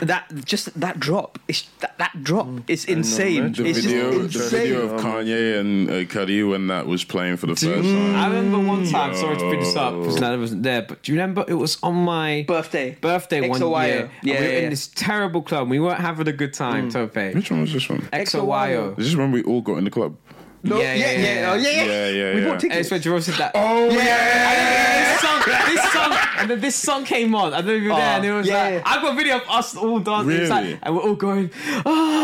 [SPEAKER 1] That just that drop, it's that, that drop is insane.
[SPEAKER 2] Mm. The
[SPEAKER 1] it's
[SPEAKER 2] video,
[SPEAKER 1] just
[SPEAKER 2] the
[SPEAKER 1] insane.
[SPEAKER 2] video of Kanye and uh, Cudi when that was playing for the first
[SPEAKER 3] I
[SPEAKER 2] time.
[SPEAKER 3] remember one time, sorry to bring this up, because Nana wasn't there, but do you remember it was on my
[SPEAKER 1] Birthday.
[SPEAKER 3] birthday one
[SPEAKER 1] XOYO.
[SPEAKER 3] year? and
[SPEAKER 1] Yeah,
[SPEAKER 3] we were
[SPEAKER 1] yeah, yeah.
[SPEAKER 3] in this terrible club. We weren't having a good
[SPEAKER 2] Mm.
[SPEAKER 3] time, Tope.
[SPEAKER 2] Which one was this one?
[SPEAKER 3] XOYO.
[SPEAKER 2] Is this when we all got in the club?
[SPEAKER 3] yeah, yeah, yeah, yeah.
[SPEAKER 1] oh, yeah,
[SPEAKER 2] Yeah, yeah,
[SPEAKER 1] We
[SPEAKER 2] yeah.
[SPEAKER 1] bought
[SPEAKER 3] And it's
[SPEAKER 1] tickets.
[SPEAKER 3] where Jerome said that. Oh yeah! This song, this song, and then this song came on. I don't know if you were there, and it was
[SPEAKER 1] Ah, yeah,
[SPEAKER 3] like,
[SPEAKER 1] yeah.
[SPEAKER 3] I've got a video of us all dancing, It's like-
[SPEAKER 2] Really?
[SPEAKER 3] and we're all going,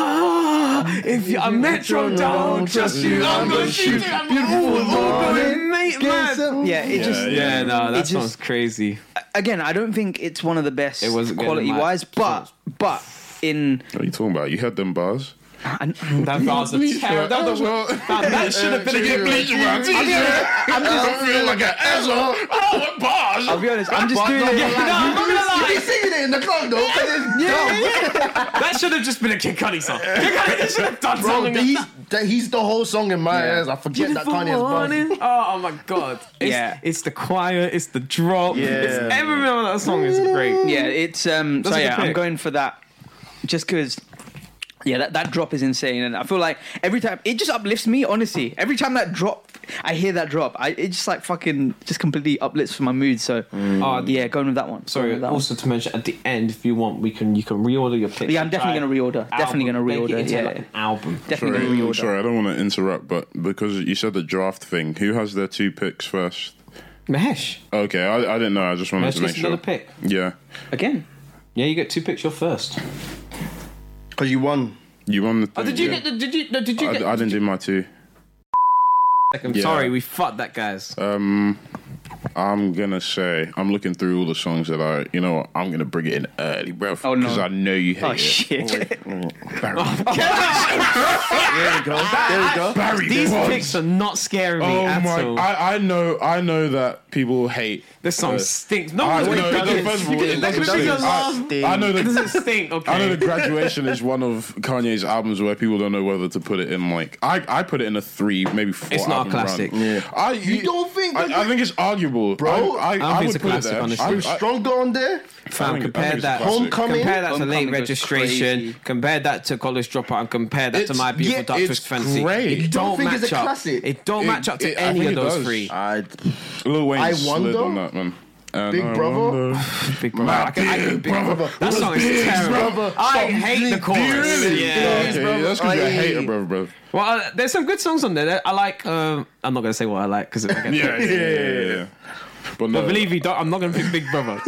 [SPEAKER 3] ah! If you're a metro don't trust you, I'm gonna shoot you. And we're all, all going, mate, man.
[SPEAKER 1] Yeah, it just
[SPEAKER 2] Yeah,
[SPEAKER 3] Uh, Yeah, no, that
[SPEAKER 1] It just-
[SPEAKER 3] sounds crazy.
[SPEAKER 1] again, I don't think it's one of the best
[SPEAKER 3] It wasn't good in
[SPEAKER 1] quality
[SPEAKER 3] my-
[SPEAKER 1] wise, but but in
[SPEAKER 2] What are you talking about? You had them bars.
[SPEAKER 1] I,
[SPEAKER 3] That bars are terrible. That, was- that- that should have been a good
[SPEAKER 2] bleach around t-shirt. I'm just I feel like an asshole. I don't want bars.
[SPEAKER 1] will be honest, I'm just doing it.
[SPEAKER 3] I'm not gonna lie.
[SPEAKER 4] You be singing it in the club though. 'cause it's dumb.
[SPEAKER 3] That should have just been a Kid Cudi song. Kid Cudi should have done
[SPEAKER 4] Bro,
[SPEAKER 3] something. like
[SPEAKER 4] he's,
[SPEAKER 3] that.
[SPEAKER 4] that, he's the whole song in my ass. I forget that
[SPEAKER 3] Beautiful
[SPEAKER 4] Kanye's
[SPEAKER 3] morning.
[SPEAKER 4] buzz.
[SPEAKER 3] Oh, oh my god. It's,
[SPEAKER 1] Yeah.
[SPEAKER 3] It's the choir, it's the drop. It's
[SPEAKER 4] Yeah.
[SPEAKER 3] everything on that song is great.
[SPEAKER 1] Yeah, it's um.
[SPEAKER 3] That's
[SPEAKER 1] so
[SPEAKER 3] a
[SPEAKER 1] yeah,
[SPEAKER 3] good
[SPEAKER 1] I'm
[SPEAKER 3] pick.
[SPEAKER 1] going for that, just because. Yeah, that, that drop is insane, and I feel like every time it just uplifts me. Honestly, every time that drop, I hear that drop, I it just like fucking just completely uplifts for my mood. So
[SPEAKER 3] Oh, d-
[SPEAKER 1] yeah, going with that one. Going
[SPEAKER 3] Sorry,
[SPEAKER 1] with
[SPEAKER 2] Mm.
[SPEAKER 1] that
[SPEAKER 3] also to mention at the end, if you want, we can you can reorder your picture.
[SPEAKER 1] Yeah, I'm definitely
[SPEAKER 3] Try
[SPEAKER 1] gonna reorder. Definitely gonna
[SPEAKER 3] make it
[SPEAKER 1] reorder,
[SPEAKER 3] into,
[SPEAKER 1] yeah.
[SPEAKER 3] like, an album.
[SPEAKER 1] one. definitely gonna
[SPEAKER 2] Sorry,
[SPEAKER 1] reorder.
[SPEAKER 2] sorry, I don't want to interrupt, but because you said the draft thing, who has their two picks first?
[SPEAKER 3] Mahesh,
[SPEAKER 2] Okay, I, I didn't know. I just wanted
[SPEAKER 3] Mahesh
[SPEAKER 2] to make
[SPEAKER 3] gets
[SPEAKER 2] sure.
[SPEAKER 3] another pick.
[SPEAKER 2] Yeah,
[SPEAKER 1] Again,
[SPEAKER 3] Yeah, you get two picks. You're first.
[SPEAKER 4] Because you won.
[SPEAKER 2] you won the. Thing,
[SPEAKER 3] Oh, did you
[SPEAKER 2] yeah.
[SPEAKER 3] get? The, did you? No, did you get?
[SPEAKER 2] I, I didn't do my two.
[SPEAKER 3] second?
[SPEAKER 2] yeah.
[SPEAKER 3] Sorry, we fucked that, guys.
[SPEAKER 2] Um, I'm gonna say I'm looking through all the songs that I, you know, what, I'm gonna bring it in early, bro, because
[SPEAKER 1] Oh, no.
[SPEAKER 2] I know you hate
[SPEAKER 1] oh
[SPEAKER 2] it.
[SPEAKER 1] shit,
[SPEAKER 4] There we go.
[SPEAKER 1] Ah,
[SPEAKER 4] There we go.
[SPEAKER 2] Barry
[SPEAKER 3] These
[SPEAKER 2] Bonds.
[SPEAKER 3] picks are not scaring me
[SPEAKER 2] Oh
[SPEAKER 3] at
[SPEAKER 2] my!
[SPEAKER 3] all.
[SPEAKER 2] I, I know I know that people hate
[SPEAKER 3] this song
[SPEAKER 2] uh,
[SPEAKER 3] stinks. No
[SPEAKER 2] I
[SPEAKER 3] one's
[SPEAKER 2] know.
[SPEAKER 3] gonna
[SPEAKER 2] no,
[SPEAKER 3] pick this.
[SPEAKER 2] first of all, it
[SPEAKER 3] That could
[SPEAKER 2] doesn't
[SPEAKER 3] be your
[SPEAKER 2] stink.
[SPEAKER 3] last.
[SPEAKER 2] I, I know
[SPEAKER 3] It doesn't
[SPEAKER 2] the.
[SPEAKER 3] stink. Okay.
[SPEAKER 2] I know the graduation is one of Kanye's albums where people don't know whether to put it in like I, I put it in a three maybe four.
[SPEAKER 3] It's not a
[SPEAKER 2] album
[SPEAKER 3] classic.
[SPEAKER 2] Run.
[SPEAKER 4] Yeah.
[SPEAKER 2] I you
[SPEAKER 4] don't think that-
[SPEAKER 2] I, I think it's arguable,
[SPEAKER 4] Bro,
[SPEAKER 2] I, I,
[SPEAKER 3] don't
[SPEAKER 2] I
[SPEAKER 3] think
[SPEAKER 2] would
[SPEAKER 3] it's a
[SPEAKER 2] put
[SPEAKER 3] classic,
[SPEAKER 2] it there.
[SPEAKER 3] honestly.
[SPEAKER 2] I, I,
[SPEAKER 4] Stronger on there.
[SPEAKER 2] I
[SPEAKER 3] Fam,
[SPEAKER 2] think- I
[SPEAKER 3] compare
[SPEAKER 2] think it's a
[SPEAKER 3] that.
[SPEAKER 2] classic.
[SPEAKER 4] Homecoming?
[SPEAKER 3] Compare that to late
[SPEAKER 1] Homecoming was
[SPEAKER 3] registration.
[SPEAKER 1] crazy.
[SPEAKER 3] Compare that to college dropout, and compare that to
[SPEAKER 2] It's-
[SPEAKER 3] my beautiful
[SPEAKER 2] yeah,
[SPEAKER 3] doctor's
[SPEAKER 2] it's
[SPEAKER 3] fancy.
[SPEAKER 2] great.
[SPEAKER 3] It
[SPEAKER 2] You
[SPEAKER 4] don't
[SPEAKER 3] don't
[SPEAKER 4] think
[SPEAKER 3] match
[SPEAKER 4] it's a
[SPEAKER 3] up.
[SPEAKER 4] classic?
[SPEAKER 3] It don't
[SPEAKER 2] It-
[SPEAKER 3] match up to
[SPEAKER 2] it- I
[SPEAKER 3] any
[SPEAKER 2] think
[SPEAKER 3] of
[SPEAKER 2] it
[SPEAKER 3] those
[SPEAKER 2] does.
[SPEAKER 3] three.
[SPEAKER 4] I,
[SPEAKER 2] Lil Wayne
[SPEAKER 4] I
[SPEAKER 2] slid
[SPEAKER 4] wonder-
[SPEAKER 2] on that man. And
[SPEAKER 4] Big
[SPEAKER 2] I
[SPEAKER 4] Brother?
[SPEAKER 2] wonder-
[SPEAKER 3] Big brother.
[SPEAKER 2] My
[SPEAKER 3] I can, I can
[SPEAKER 2] big
[SPEAKER 3] big brother.
[SPEAKER 2] brother.
[SPEAKER 3] That song is terrible. I hate the
[SPEAKER 2] Do
[SPEAKER 3] chorus.
[SPEAKER 2] you really?
[SPEAKER 3] Yeah.
[SPEAKER 2] Okay, that's because you're a
[SPEAKER 4] Aye.
[SPEAKER 2] hater, brother, brother.
[SPEAKER 3] Well, uh, there's some good songs on there. that I like. Um, I'm not gonna say what I like because I get
[SPEAKER 2] Yeah, yeah, yeah, yeah. But no,
[SPEAKER 3] But believe me, don't, I'm not going to pick Big Brother.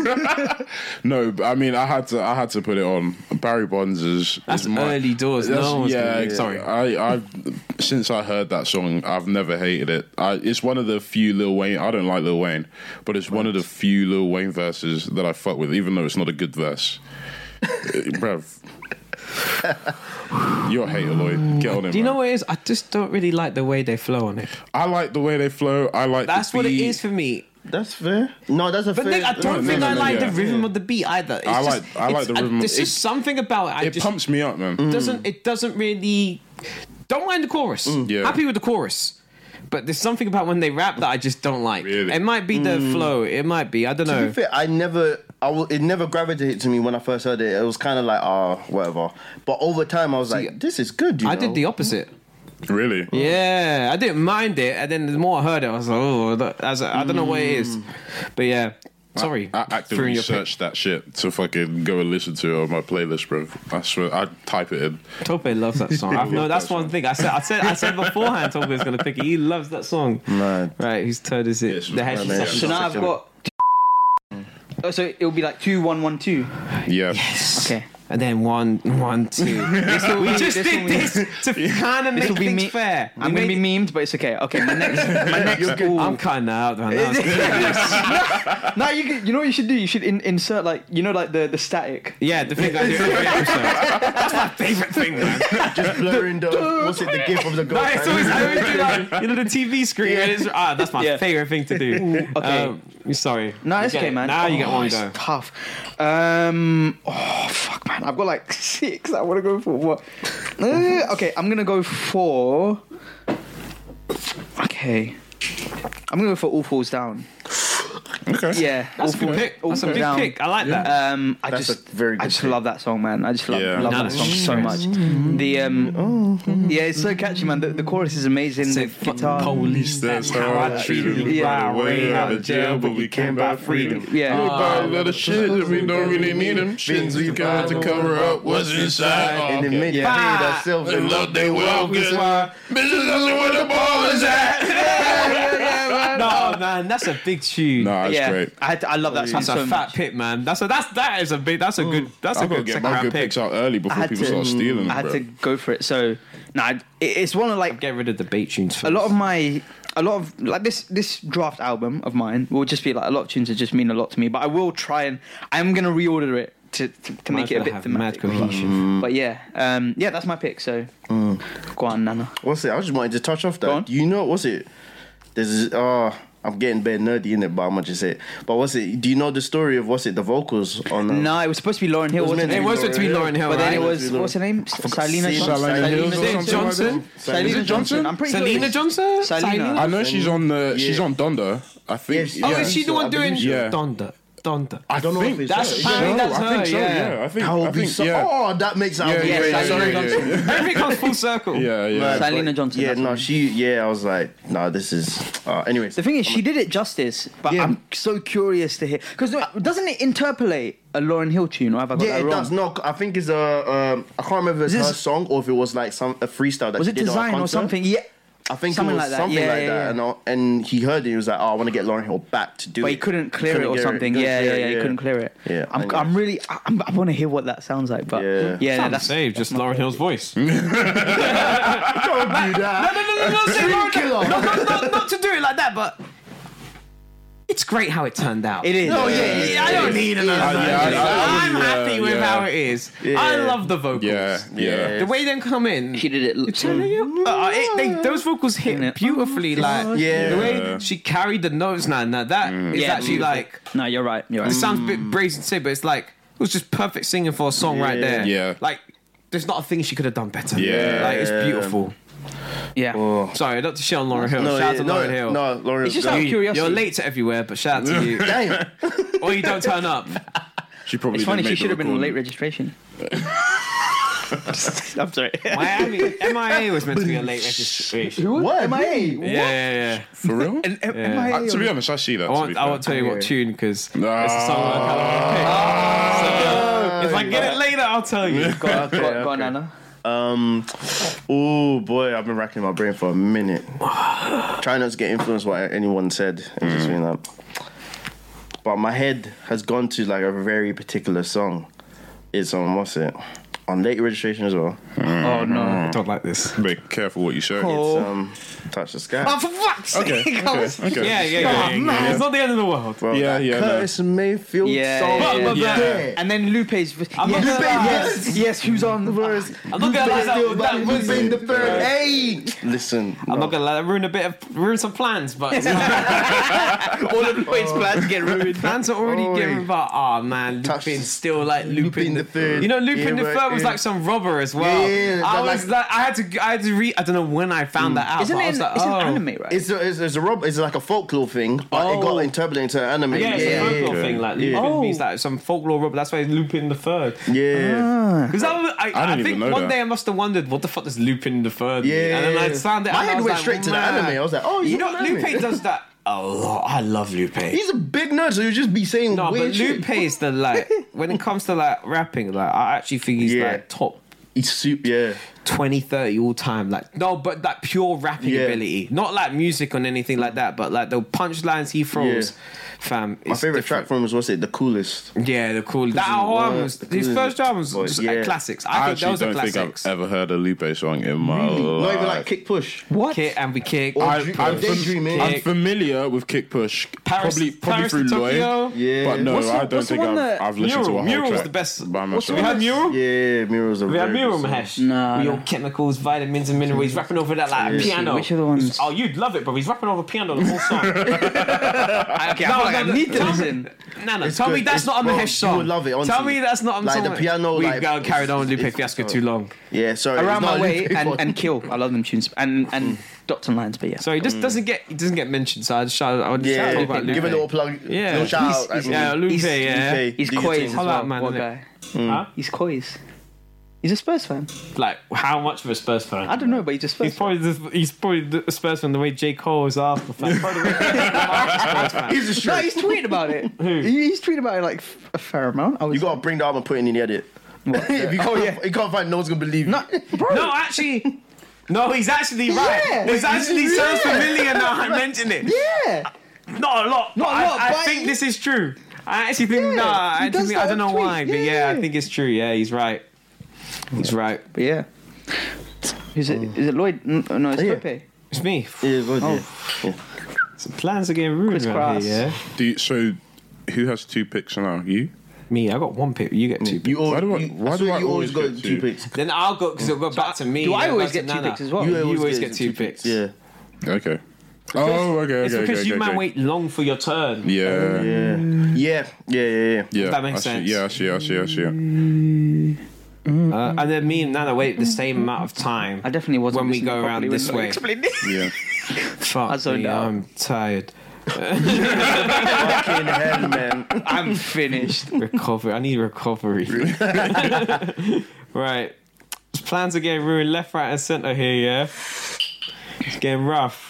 [SPEAKER 2] no. but I mean, I had to, I had to put it on. Barry Bonds is
[SPEAKER 3] That's
[SPEAKER 2] is my,
[SPEAKER 3] early doors.
[SPEAKER 2] That's-
[SPEAKER 3] no one's
[SPEAKER 2] yeah,
[SPEAKER 3] gonna, sorry.
[SPEAKER 2] I, I've since I heard that song, I've never hated it. I, it's one of the few Lil Wayne. I don't like Lil Wayne, but it's one of the few Lil Wayne verses that I fuck with, even though it's not a good verse. Uh, Bruv, you're a hater, Lloyd. Get on it.
[SPEAKER 3] Do you know
[SPEAKER 2] man.
[SPEAKER 3] what it is? I just don't really like the way they flow on it.
[SPEAKER 2] I like the way they flow. I like. the
[SPEAKER 3] That's what it
[SPEAKER 2] beat.
[SPEAKER 3] is for me.
[SPEAKER 4] That's fair. No, that's a
[SPEAKER 3] But
[SPEAKER 4] fair.
[SPEAKER 3] Nick, I don't
[SPEAKER 2] no,
[SPEAKER 3] think
[SPEAKER 2] no,
[SPEAKER 3] I
[SPEAKER 2] no,
[SPEAKER 3] like
[SPEAKER 2] yeah.
[SPEAKER 3] the rhythm of the beat either. It's
[SPEAKER 2] I
[SPEAKER 3] just-
[SPEAKER 2] like- I like
[SPEAKER 3] it's-
[SPEAKER 2] the rhythm.
[SPEAKER 3] There's
[SPEAKER 2] It-
[SPEAKER 3] just something about it. I
[SPEAKER 2] It
[SPEAKER 3] just Mm.
[SPEAKER 2] pumps me up, man.
[SPEAKER 3] doesn't. It doesn't really. Don't mind the chorus.
[SPEAKER 2] Mm. Yeah.
[SPEAKER 3] Happy with the chorus. But there's something about when they rap that I just don't like.
[SPEAKER 2] Really? Mm.
[SPEAKER 3] It might be the flow. It might be. I don't
[SPEAKER 4] To
[SPEAKER 3] know.
[SPEAKER 4] be fair, I never, I will, it never gravitated to me when I first heard it. It was kind of like, ah, whatever. But over time, I was like, this is good. You
[SPEAKER 3] I
[SPEAKER 4] know?
[SPEAKER 3] did the opposite.
[SPEAKER 2] Really?
[SPEAKER 3] Yeah, I didn't mind it, and then the more I heard it, I was like, "Oh, that- that's I don't know what it is," but yeah, sorry.
[SPEAKER 2] Mm. I
[SPEAKER 3] Threw
[SPEAKER 2] actively
[SPEAKER 3] in your
[SPEAKER 2] search that shit to fucking go and listen to it on my playlist, bro. I swear, I type it in.
[SPEAKER 3] pick. Tope loves that song. I
[SPEAKER 2] love
[SPEAKER 3] know that's
[SPEAKER 2] that
[SPEAKER 3] one thing I said. I said I said beforehand. Tope was gonna pick it. He loves that song.
[SPEAKER 4] Mad.
[SPEAKER 3] Right, whose turn is it?
[SPEAKER 2] Yes,
[SPEAKER 3] the Heshy
[SPEAKER 4] man,
[SPEAKER 3] Sessions.
[SPEAKER 1] So now I've got. Oh, so it'll be like two one one two.
[SPEAKER 2] Yeah.
[SPEAKER 1] Okay.
[SPEAKER 3] And then one, one, two. we just
[SPEAKER 1] this will
[SPEAKER 3] did
[SPEAKER 1] be-
[SPEAKER 3] this to kind of
[SPEAKER 1] This
[SPEAKER 3] make
[SPEAKER 1] will be
[SPEAKER 3] things
[SPEAKER 1] me-
[SPEAKER 3] fair.
[SPEAKER 1] I'm
[SPEAKER 3] We
[SPEAKER 1] gonna be
[SPEAKER 3] made-
[SPEAKER 1] memed, but it's okay. Okay, my next, my next.
[SPEAKER 3] I'm cutting that out, man. That was-
[SPEAKER 1] No, you can- you know what you should do? You should in, insert like you know like the the static.
[SPEAKER 3] yeah, the thing I do every episode. That's my favorite thing, man.
[SPEAKER 4] Just blurring the, what's it, the gif of the girl.
[SPEAKER 3] No, it's always, I always do like, you know, the TV screen. and it's- ah, that's my
[SPEAKER 1] Yeah.
[SPEAKER 3] favorite thing to do.
[SPEAKER 1] Okay.
[SPEAKER 3] Um, you're sorry.
[SPEAKER 1] No,
[SPEAKER 3] You
[SPEAKER 1] it's
[SPEAKER 3] get
[SPEAKER 1] okay,
[SPEAKER 3] it.
[SPEAKER 1] man.
[SPEAKER 3] Now you get
[SPEAKER 1] Oh,
[SPEAKER 3] one
[SPEAKER 1] it's
[SPEAKER 3] go.
[SPEAKER 1] Tough. Um. Oh fuck, man. I've got like six. I want to go for what? Uh, okay, I'm gonna go for. Okay. I'm gonna go for all falls down.
[SPEAKER 2] Okay.
[SPEAKER 1] Yeah,
[SPEAKER 3] That's a
[SPEAKER 1] all
[SPEAKER 3] good
[SPEAKER 1] Falls-
[SPEAKER 3] pick.
[SPEAKER 1] All
[SPEAKER 3] That's a
[SPEAKER 1] Falls
[SPEAKER 3] big
[SPEAKER 1] down.
[SPEAKER 3] pick. I like that.
[SPEAKER 1] Um, I
[SPEAKER 4] That's
[SPEAKER 1] just
[SPEAKER 4] a very
[SPEAKER 1] I
[SPEAKER 4] good
[SPEAKER 1] just
[SPEAKER 4] pick.
[SPEAKER 1] love that song, man. I just love,
[SPEAKER 2] Yeah. Mm-hmm.
[SPEAKER 1] love
[SPEAKER 3] Now
[SPEAKER 1] that
[SPEAKER 3] the
[SPEAKER 1] song so much.
[SPEAKER 3] chorus.
[SPEAKER 1] The um, yeah, it's so catchy, man. The, the chorus is amazing. The
[SPEAKER 3] Fuck
[SPEAKER 1] guitar,
[SPEAKER 3] police,
[SPEAKER 2] That's how I treated you.
[SPEAKER 1] Yeah.
[SPEAKER 2] Yeah. Way out of jail, but we came by freedom.
[SPEAKER 1] Yeah.
[SPEAKER 2] We bought a lot of shit that we don't really need them. Shins we got to cover up what's inside. Oh,
[SPEAKER 4] And it
[SPEAKER 2] okay.
[SPEAKER 4] made
[SPEAKER 1] Yeah.
[SPEAKER 4] yeah.
[SPEAKER 3] Bah.
[SPEAKER 4] ourselves.
[SPEAKER 2] They love they well good. Bitches doesn't where the ball is at.
[SPEAKER 3] no, man, that's a big tune.
[SPEAKER 2] Nah, it's
[SPEAKER 1] yeah,
[SPEAKER 2] great.
[SPEAKER 1] I, I love that song
[SPEAKER 3] That's
[SPEAKER 1] so
[SPEAKER 3] a fat
[SPEAKER 1] much.
[SPEAKER 3] pick, man. That's a that's that is a big. That's a good. That's a
[SPEAKER 2] I'm gonna
[SPEAKER 3] good
[SPEAKER 2] Mm. get
[SPEAKER 3] second
[SPEAKER 2] my
[SPEAKER 3] round
[SPEAKER 2] good
[SPEAKER 3] pick.
[SPEAKER 2] picks out early
[SPEAKER 1] I
[SPEAKER 2] before
[SPEAKER 1] had
[SPEAKER 2] people
[SPEAKER 1] to,
[SPEAKER 2] start stealing
[SPEAKER 1] I
[SPEAKER 2] them,
[SPEAKER 1] had to
[SPEAKER 2] bro.
[SPEAKER 1] go for it. So, nah, it, it's one of like
[SPEAKER 3] Get rid of the bait tunes. First.
[SPEAKER 1] a lot of my a lot of like this this draft album of mine will just be like a lot of tunes that just mean a lot to me. But I will try and I'm gonna reorder it to to, to make it a
[SPEAKER 3] gonna
[SPEAKER 1] bit
[SPEAKER 3] have mad
[SPEAKER 1] thematic.
[SPEAKER 3] cohesion.
[SPEAKER 1] But yeah, um, yeah, that's my pick. So,
[SPEAKER 2] Mm.
[SPEAKER 1] go on, Nana.
[SPEAKER 4] What's it? I just wanted to touch off
[SPEAKER 1] Go on.
[SPEAKER 4] that. Do you know what's it? There's this- oh, I'm getting bad nerdy in it, but I'm gonna just say it. But what's it? Do you know the story of what's it? The vocals on um,
[SPEAKER 1] No, it was supposed to be Lauren Hill.
[SPEAKER 4] was
[SPEAKER 1] wasn't
[SPEAKER 4] meant
[SPEAKER 3] Mm. It was meant to be Lauren Hill,
[SPEAKER 1] But then it
[SPEAKER 3] right?
[SPEAKER 1] was
[SPEAKER 4] Lauren.
[SPEAKER 1] what's her name? Selena
[SPEAKER 4] Selena
[SPEAKER 1] Johnson.
[SPEAKER 4] Johnson.
[SPEAKER 2] Hills or
[SPEAKER 3] Selena
[SPEAKER 2] something like that?
[SPEAKER 3] Johnson?
[SPEAKER 1] Selena
[SPEAKER 2] Is it Johnson?
[SPEAKER 1] I'm pretty sure.
[SPEAKER 3] Selena
[SPEAKER 1] it's-
[SPEAKER 3] Johnson.
[SPEAKER 1] Selena.
[SPEAKER 2] I know she's on the. She's
[SPEAKER 4] Yeah.
[SPEAKER 2] on Donda. I think.
[SPEAKER 4] Yes. Oh,
[SPEAKER 3] Oh,
[SPEAKER 2] yeah.
[SPEAKER 3] is she the one
[SPEAKER 4] I
[SPEAKER 3] doing?
[SPEAKER 4] believe
[SPEAKER 2] so. Yeah.
[SPEAKER 3] Donda. Donda.
[SPEAKER 2] I
[SPEAKER 4] don't know
[SPEAKER 2] think
[SPEAKER 4] if it's
[SPEAKER 3] That's
[SPEAKER 4] her.
[SPEAKER 3] apparently
[SPEAKER 2] No,
[SPEAKER 3] that's
[SPEAKER 2] I
[SPEAKER 3] her.
[SPEAKER 2] think so.
[SPEAKER 3] yeah.
[SPEAKER 2] Yeah, I think.
[SPEAKER 4] I will
[SPEAKER 2] I
[SPEAKER 4] be
[SPEAKER 2] think.
[SPEAKER 4] so.
[SPEAKER 2] yeah.
[SPEAKER 4] Oh, that makes out.
[SPEAKER 2] Yeah, yeah,
[SPEAKER 1] Yes,
[SPEAKER 2] yeah,
[SPEAKER 1] Selena
[SPEAKER 2] yeah, yeah,
[SPEAKER 1] Johnson.
[SPEAKER 2] yeah.
[SPEAKER 3] Everything comes full circle.
[SPEAKER 2] Yeah, Uh, yeah.
[SPEAKER 1] Selena Johnson,
[SPEAKER 4] Yeah,
[SPEAKER 1] that's
[SPEAKER 4] no,
[SPEAKER 1] what-
[SPEAKER 4] she. Yeah, I was like, no, this is. Uh, anyways,
[SPEAKER 1] The thing is, she did it justice, but
[SPEAKER 4] Yeah.
[SPEAKER 1] I'm so curious to hear because doesn't it interpolate a Lauren Hill tune? Or have I got
[SPEAKER 4] yeah,
[SPEAKER 1] that
[SPEAKER 4] it
[SPEAKER 1] wrong?
[SPEAKER 4] does. No, I think it's a. Um, I can't remember if it's
[SPEAKER 1] Is
[SPEAKER 4] her
[SPEAKER 1] this-
[SPEAKER 4] song or if it was like some a freestyle that
[SPEAKER 1] Was
[SPEAKER 4] she
[SPEAKER 1] it
[SPEAKER 4] did on a
[SPEAKER 1] design or
[SPEAKER 4] concert.
[SPEAKER 1] something? Yeah.
[SPEAKER 4] I think
[SPEAKER 1] Something
[SPEAKER 4] it was
[SPEAKER 1] like that.
[SPEAKER 4] something
[SPEAKER 1] Yeah,
[SPEAKER 4] like
[SPEAKER 1] yeah, yeah.
[SPEAKER 4] that, and, I, and he heard it. He was like, "Oh, I want to get Lauren Hill back to do
[SPEAKER 1] But
[SPEAKER 4] it."
[SPEAKER 1] he couldn't clear
[SPEAKER 4] Couldn't
[SPEAKER 1] it or
[SPEAKER 4] get
[SPEAKER 1] something.
[SPEAKER 4] couldn't
[SPEAKER 1] yeah, yeah,
[SPEAKER 4] clear
[SPEAKER 1] yeah, He couldn't clear it.
[SPEAKER 4] Yeah, I
[SPEAKER 1] I'm,
[SPEAKER 4] know.
[SPEAKER 1] I'm really. I'm, I want to hear what that sounds like, but yeah,
[SPEAKER 4] Yeah.
[SPEAKER 1] yeah
[SPEAKER 3] Sounds
[SPEAKER 1] that's
[SPEAKER 3] safe. Just Lauren Hill's voice.
[SPEAKER 4] Don't do that.
[SPEAKER 3] No, no, no, no, say Lauren Hill.
[SPEAKER 4] killer.
[SPEAKER 3] No, no, no, not to do it like that, but it's great how it turned out. Oh,
[SPEAKER 1] it is.
[SPEAKER 4] No, yeah,
[SPEAKER 3] Yeah,
[SPEAKER 4] yeah,
[SPEAKER 3] I don't need another
[SPEAKER 2] Yeah,
[SPEAKER 3] version.
[SPEAKER 2] yeah, I- I-
[SPEAKER 3] I'm happy
[SPEAKER 2] yeah,
[SPEAKER 3] with
[SPEAKER 2] yeah.
[SPEAKER 3] how it is. I love the vocals.
[SPEAKER 2] Yeah, yeah.
[SPEAKER 3] The way them come in.
[SPEAKER 1] She did it.
[SPEAKER 3] Tell you, uh, it- they- those vocals hit
[SPEAKER 1] Innit?
[SPEAKER 3] beautifully. Like
[SPEAKER 4] Yeah.
[SPEAKER 3] the way she carried the notes now. Now that is
[SPEAKER 1] Yeah.
[SPEAKER 3] actually like
[SPEAKER 1] No, you're right. You're
[SPEAKER 3] it
[SPEAKER 1] right.
[SPEAKER 3] sounds a bit brazen to say, but it's like it was just perfect singing for a song right there.
[SPEAKER 2] Yeah.
[SPEAKER 3] like there's not a thing she could have done better.
[SPEAKER 2] Yeah.
[SPEAKER 3] like it's beautiful.
[SPEAKER 1] Yeah.
[SPEAKER 4] Oh.
[SPEAKER 3] Sorry, not to shit on Lauren Hill.
[SPEAKER 4] No,
[SPEAKER 3] shout out
[SPEAKER 4] yeah,
[SPEAKER 3] to
[SPEAKER 4] no,
[SPEAKER 3] Lauren Hill.
[SPEAKER 4] No, Lauren
[SPEAKER 1] It's
[SPEAKER 4] Hill.
[SPEAKER 1] just out of curiosity.
[SPEAKER 3] You're late to everywhere, but shout out to you.
[SPEAKER 4] Damn.
[SPEAKER 3] or you don't turn up.
[SPEAKER 2] She probably.
[SPEAKER 1] It's funny.
[SPEAKER 2] didn't
[SPEAKER 1] She should
[SPEAKER 2] make the
[SPEAKER 1] have been on late
[SPEAKER 2] recording.
[SPEAKER 1] registration. I'm sorry.
[SPEAKER 3] Miami, MIA was meant to be a late registration.
[SPEAKER 4] What?
[SPEAKER 3] Yeah,
[SPEAKER 1] MIA.
[SPEAKER 3] yeah, yeah.
[SPEAKER 2] For real?
[SPEAKER 1] An M-
[SPEAKER 3] Yeah.
[SPEAKER 1] MIA.
[SPEAKER 2] Uh, to be honest, I see that.
[SPEAKER 3] I
[SPEAKER 2] to
[SPEAKER 3] won't,
[SPEAKER 2] be
[SPEAKER 3] I
[SPEAKER 2] fair. Ah,
[SPEAKER 3] won't tell you what tune because
[SPEAKER 2] Nah.
[SPEAKER 3] it's a song I kind of want to pick. So, if I get it later, I'll tell you.
[SPEAKER 1] Go on, go on, go on, Anna.
[SPEAKER 4] Um. Oh boy, I've been racking my brain for a minute. Trying not to get influenced by what anyone said. And just being like, but my head has gone to like a very particular song. It's on what's it? On late registration as well.
[SPEAKER 1] Oh no.
[SPEAKER 3] Don't like this.
[SPEAKER 2] Be careful what you say.
[SPEAKER 1] Oh.
[SPEAKER 4] Um, touch the sky.
[SPEAKER 1] Oh, for fuck's
[SPEAKER 2] Okay,
[SPEAKER 1] sake! I was-
[SPEAKER 2] okay, okay.
[SPEAKER 3] Yeah, yeah, yeah. yeah, yeah,
[SPEAKER 1] man.
[SPEAKER 3] It's not the end of the world.
[SPEAKER 4] Bro,
[SPEAKER 2] Yeah,
[SPEAKER 4] that
[SPEAKER 2] yeah, no.
[SPEAKER 4] Curtis Mayfield
[SPEAKER 1] Yeah,
[SPEAKER 4] song.
[SPEAKER 1] yeah,
[SPEAKER 3] But- but-
[SPEAKER 2] yeah.
[SPEAKER 4] Yeah.
[SPEAKER 1] And then Lupe's.
[SPEAKER 3] I'm not
[SPEAKER 1] yes,
[SPEAKER 3] gonna lie.
[SPEAKER 1] yes, yes, who's on the verse?
[SPEAKER 3] I'm not gonna lie, that, that
[SPEAKER 4] Lupe
[SPEAKER 3] was.
[SPEAKER 4] in
[SPEAKER 3] I'm
[SPEAKER 4] the third. Hey, listen.
[SPEAKER 3] not gonna lie, that ruined a bit of ruined some plans, but
[SPEAKER 1] All of Lupe's plans get ruined.
[SPEAKER 3] plans are already
[SPEAKER 4] Oi.
[SPEAKER 3] getting about. Oh man,
[SPEAKER 4] Touch-
[SPEAKER 3] Lupin still like
[SPEAKER 4] Lupin
[SPEAKER 3] Lupin
[SPEAKER 4] the Third.
[SPEAKER 3] You know, Lupin the
[SPEAKER 4] Yeah,
[SPEAKER 3] Third was
[SPEAKER 4] yeah.
[SPEAKER 3] like some robber as well.
[SPEAKER 4] Yeah, Mm. yeah,
[SPEAKER 3] I
[SPEAKER 4] they're
[SPEAKER 3] was like, I had to, I had to read. I don't know when I found that out.
[SPEAKER 1] Isn't
[SPEAKER 3] but I
[SPEAKER 1] it?
[SPEAKER 3] was
[SPEAKER 1] An,
[SPEAKER 3] like,
[SPEAKER 1] it's an
[SPEAKER 3] oh.
[SPEAKER 1] anime, right?
[SPEAKER 4] It's a, it's, it's a rob. It's like a folklore thing, but it got
[SPEAKER 3] Oh.
[SPEAKER 4] interpreted into an anime.
[SPEAKER 3] Yeah, it's
[SPEAKER 4] yeah,
[SPEAKER 3] a folklore
[SPEAKER 4] yeah.
[SPEAKER 3] thing. Like
[SPEAKER 4] Yeah.
[SPEAKER 3] Lupin
[SPEAKER 1] Oh.
[SPEAKER 3] means like some folklore robber. That's why it's Lupin the Third.
[SPEAKER 4] Yeah.
[SPEAKER 3] Because I, was- I, I,
[SPEAKER 2] even
[SPEAKER 3] think
[SPEAKER 2] know
[SPEAKER 3] one
[SPEAKER 2] that.
[SPEAKER 3] day I must have wondered what the fuck does Lupin the Third mean?
[SPEAKER 4] Yeah.
[SPEAKER 3] and then I found it.
[SPEAKER 4] My
[SPEAKER 3] out and I
[SPEAKER 4] head
[SPEAKER 3] was
[SPEAKER 4] went
[SPEAKER 3] like,
[SPEAKER 4] straight to the
[SPEAKER 3] man.
[SPEAKER 4] anime. I was like, oh, he's
[SPEAKER 3] you
[SPEAKER 4] an
[SPEAKER 3] know,
[SPEAKER 4] anime.
[SPEAKER 3] Lupin does that a lot. I love Lupin.
[SPEAKER 4] He's a big nerd, so he'll just be saying
[SPEAKER 3] No,
[SPEAKER 4] weird
[SPEAKER 3] but
[SPEAKER 4] shit.
[SPEAKER 3] Lupe is the like when it comes to like rapping, like I actually think he's
[SPEAKER 4] Yeah.
[SPEAKER 3] like top
[SPEAKER 4] He's soup. Yeah.
[SPEAKER 3] 20, 30 all time. Like no, but that pure rapping
[SPEAKER 4] Yeah.
[SPEAKER 3] ability, not like music or anything like that, but like the punchlines he throws, fam.
[SPEAKER 4] My favorite track from him was what's it? The coolest.
[SPEAKER 3] Yeah, the coolest. That whole
[SPEAKER 4] Word,
[SPEAKER 3] album, was-
[SPEAKER 4] the
[SPEAKER 3] his
[SPEAKER 4] coolest.
[SPEAKER 3] first albums,
[SPEAKER 4] Boy,
[SPEAKER 3] was,
[SPEAKER 4] yeah.
[SPEAKER 3] like, classics. I,
[SPEAKER 2] I
[SPEAKER 3] think those
[SPEAKER 2] actually
[SPEAKER 3] are
[SPEAKER 2] don't think I've
[SPEAKER 3] classics.
[SPEAKER 2] ever heard a Lupe song in my life.
[SPEAKER 4] Not even like kick push.
[SPEAKER 1] what?
[SPEAKER 3] Kick and we kick.
[SPEAKER 4] Or
[SPEAKER 2] I,
[SPEAKER 4] Dream-
[SPEAKER 2] I'm,
[SPEAKER 4] or Daydream,
[SPEAKER 2] fam-
[SPEAKER 4] eh?
[SPEAKER 2] I'm familiar with Kick Push,
[SPEAKER 3] Paris-
[SPEAKER 2] probably probably
[SPEAKER 3] Paris to
[SPEAKER 2] through
[SPEAKER 3] Tokyo?
[SPEAKER 2] Lloyd,
[SPEAKER 4] Yeah.
[SPEAKER 2] but no,
[SPEAKER 1] What's the-
[SPEAKER 2] I don't
[SPEAKER 1] what's the
[SPEAKER 2] think
[SPEAKER 1] one
[SPEAKER 2] I've,
[SPEAKER 1] that-
[SPEAKER 2] I've listened
[SPEAKER 3] Mural-
[SPEAKER 2] to a whole
[SPEAKER 3] Mural was
[SPEAKER 2] track
[SPEAKER 3] the best-
[SPEAKER 2] by
[SPEAKER 3] what's the
[SPEAKER 2] myself.
[SPEAKER 3] one had Mural?
[SPEAKER 4] Yeah, Murals of
[SPEAKER 3] We had Mural Mahesh.
[SPEAKER 1] No,
[SPEAKER 3] We
[SPEAKER 1] no.
[SPEAKER 3] all chemicals, vitamins, and minerals. He's rapping over that like
[SPEAKER 4] Yeah.
[SPEAKER 3] piano.
[SPEAKER 1] Which other ones?
[SPEAKER 3] Oh, you'd love it, bro. He's rapping over piano the whole song.
[SPEAKER 1] I, okay, I
[SPEAKER 3] No,
[SPEAKER 1] feel like
[SPEAKER 3] no,
[SPEAKER 1] I
[SPEAKER 3] no,
[SPEAKER 1] need to
[SPEAKER 3] tell me-
[SPEAKER 1] listen.
[SPEAKER 3] No, no.
[SPEAKER 4] It's
[SPEAKER 3] Tell
[SPEAKER 4] good.
[SPEAKER 3] me that's
[SPEAKER 4] It's-
[SPEAKER 3] not a
[SPEAKER 4] bro,
[SPEAKER 3] Mahesh
[SPEAKER 4] you
[SPEAKER 3] song.
[SPEAKER 4] would love it,
[SPEAKER 3] Tell
[SPEAKER 4] honestly.
[SPEAKER 3] me that's not a
[SPEAKER 4] Like,
[SPEAKER 3] song.
[SPEAKER 4] the piano,
[SPEAKER 3] We
[SPEAKER 4] like,
[SPEAKER 3] got carried on with
[SPEAKER 4] it's-
[SPEAKER 3] Lupe
[SPEAKER 4] it's-
[SPEAKER 3] Fiasco too long.
[SPEAKER 4] Yeah, sorry.
[SPEAKER 1] Around
[SPEAKER 4] it's not
[SPEAKER 1] my way
[SPEAKER 4] Lupe
[SPEAKER 1] and,
[SPEAKER 4] one.
[SPEAKER 1] and kill. I love them tunes and and dots and lines, but yeah.
[SPEAKER 3] So he just doesn't get he doesn't get mentioned. So I just shouted. I would just
[SPEAKER 4] Yeah,
[SPEAKER 3] talk
[SPEAKER 4] give
[SPEAKER 3] about
[SPEAKER 4] it
[SPEAKER 3] Lupe.
[SPEAKER 4] a little plug.
[SPEAKER 3] Yeah.
[SPEAKER 4] Little shout out.
[SPEAKER 1] He's-
[SPEAKER 4] I
[SPEAKER 3] Yeah,
[SPEAKER 4] mean,
[SPEAKER 3] Lupe.
[SPEAKER 1] He's-
[SPEAKER 3] yeah,
[SPEAKER 4] oh, Lupe.
[SPEAKER 1] He's
[SPEAKER 4] Do your
[SPEAKER 1] coy
[SPEAKER 4] thing.
[SPEAKER 1] as
[SPEAKER 3] How
[SPEAKER 1] well.
[SPEAKER 3] about man,
[SPEAKER 1] what
[SPEAKER 3] innit?
[SPEAKER 1] guy?
[SPEAKER 3] Huh?
[SPEAKER 1] He's coy. as- He's a Spurs fan.
[SPEAKER 4] Mm.
[SPEAKER 3] Like how much of a Spurs fan?
[SPEAKER 1] I don't know, but he's a Spurs.
[SPEAKER 3] He's
[SPEAKER 1] fan.
[SPEAKER 3] probably the, he's probably the Spurs fan the way J Cole is Arsenal fan. Probably the way Spurs fan.
[SPEAKER 4] He's a
[SPEAKER 1] No,
[SPEAKER 4] shirt.
[SPEAKER 1] he's tweeted about it. He- He's tweeted about it like f- a fair amount. I was
[SPEAKER 4] You gotta bring the album and put it in the edit. if you
[SPEAKER 1] oh,
[SPEAKER 4] can't,
[SPEAKER 1] yeah.
[SPEAKER 4] you can't find, no one's gonna believe. you.
[SPEAKER 1] No, bro.
[SPEAKER 3] No, actually. No, he's actually right.
[SPEAKER 1] Yeah.
[SPEAKER 3] This actually sounds
[SPEAKER 1] Yeah.
[SPEAKER 3] familiar now I mention it.
[SPEAKER 1] Yeah.
[SPEAKER 3] Not a lot.
[SPEAKER 1] Not
[SPEAKER 3] but
[SPEAKER 1] a lot,
[SPEAKER 3] I, I
[SPEAKER 1] but
[SPEAKER 3] think
[SPEAKER 1] he-
[SPEAKER 3] this is true. I actually think
[SPEAKER 1] Yeah,
[SPEAKER 3] nah,
[SPEAKER 1] he
[SPEAKER 3] I, actually
[SPEAKER 1] does
[SPEAKER 3] think-
[SPEAKER 1] that
[SPEAKER 3] I don't know
[SPEAKER 1] on tweet,
[SPEAKER 3] why, but yeah, I
[SPEAKER 1] yeah.
[SPEAKER 3] think it's true. Yeah, he's right. He's right.
[SPEAKER 1] But yeah. Is it is it Lloyd? N- No, it's
[SPEAKER 4] Yeah.
[SPEAKER 1] Pepe.
[SPEAKER 3] It's me.
[SPEAKER 4] Yeah, good, yeah.
[SPEAKER 1] Oh.
[SPEAKER 3] Some plans are getting ruined around
[SPEAKER 1] Crisscross.
[SPEAKER 3] here. Yeah,
[SPEAKER 2] Do you, so, who has two picks now? You?
[SPEAKER 3] me. I got one pick. You get two. Picks.
[SPEAKER 4] You, al-
[SPEAKER 2] Why do I-
[SPEAKER 4] you-
[SPEAKER 2] why
[SPEAKER 4] saw
[SPEAKER 2] do I
[SPEAKER 4] you
[SPEAKER 2] always
[SPEAKER 4] always
[SPEAKER 2] get
[SPEAKER 4] got
[SPEAKER 2] two?
[SPEAKER 4] two picks?
[SPEAKER 3] Then I'll go because it'll go back to me.
[SPEAKER 1] Do I
[SPEAKER 3] then
[SPEAKER 1] always
[SPEAKER 3] back to
[SPEAKER 1] get two
[SPEAKER 3] Nana.
[SPEAKER 1] picks as well?
[SPEAKER 3] Oh, You,
[SPEAKER 4] You
[SPEAKER 3] always,
[SPEAKER 4] always
[SPEAKER 3] get, two picks.
[SPEAKER 4] Yeah.
[SPEAKER 2] Okay. Oh, okay, okay,
[SPEAKER 3] It's
[SPEAKER 2] okay,
[SPEAKER 3] because
[SPEAKER 2] okay,
[SPEAKER 3] you man
[SPEAKER 2] okay.
[SPEAKER 3] wait long for your turn.
[SPEAKER 2] Yeah. yeah.
[SPEAKER 4] Yeah. Yeah. Yeah. Yeah. yeah.
[SPEAKER 3] that makes
[SPEAKER 2] I see-
[SPEAKER 3] sense.
[SPEAKER 2] Yeah, I see, I see, I see.
[SPEAKER 3] Uh, and then me and Nana wait the same amount of time.
[SPEAKER 1] I definitely wasn't
[SPEAKER 3] When we
[SPEAKER 1] listening
[SPEAKER 3] go around
[SPEAKER 1] properly when
[SPEAKER 3] this
[SPEAKER 1] Lloyd
[SPEAKER 3] way.
[SPEAKER 1] explained it.
[SPEAKER 2] Yeah.
[SPEAKER 3] Fuck
[SPEAKER 1] I zoned
[SPEAKER 3] me,
[SPEAKER 1] out.
[SPEAKER 3] I'm tired.
[SPEAKER 4] Fucking hell, man.
[SPEAKER 1] I'm finished.
[SPEAKER 3] Recovery. I need recovery. right. Plans are getting ruined left, right, and centre here, yeah? It's getting rough.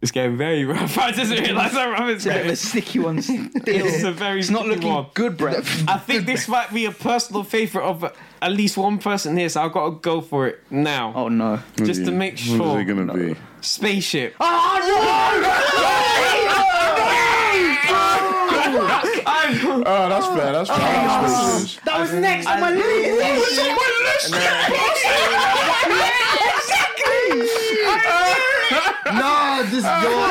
[SPEAKER 3] It's getting very rough. I just realised how rough it's
[SPEAKER 1] It's a bit of
[SPEAKER 3] getting.
[SPEAKER 1] a sticky one.
[SPEAKER 3] It's
[SPEAKER 1] It's,
[SPEAKER 3] a very
[SPEAKER 1] it's not
[SPEAKER 3] sticky
[SPEAKER 1] looking
[SPEAKER 3] one.
[SPEAKER 1] good, Brett.
[SPEAKER 3] I think this might be a personal favourite of at least one person here, so I've got to go for it now.
[SPEAKER 1] Oh no.
[SPEAKER 3] Just to make
[SPEAKER 2] What
[SPEAKER 3] sure.
[SPEAKER 2] is it going to be?
[SPEAKER 3] Spaceship.
[SPEAKER 1] Ah,
[SPEAKER 2] Oh, that's fair, that's fair. That's fair.
[SPEAKER 1] That was next on my list. That was on my list.
[SPEAKER 4] Nah, this is your.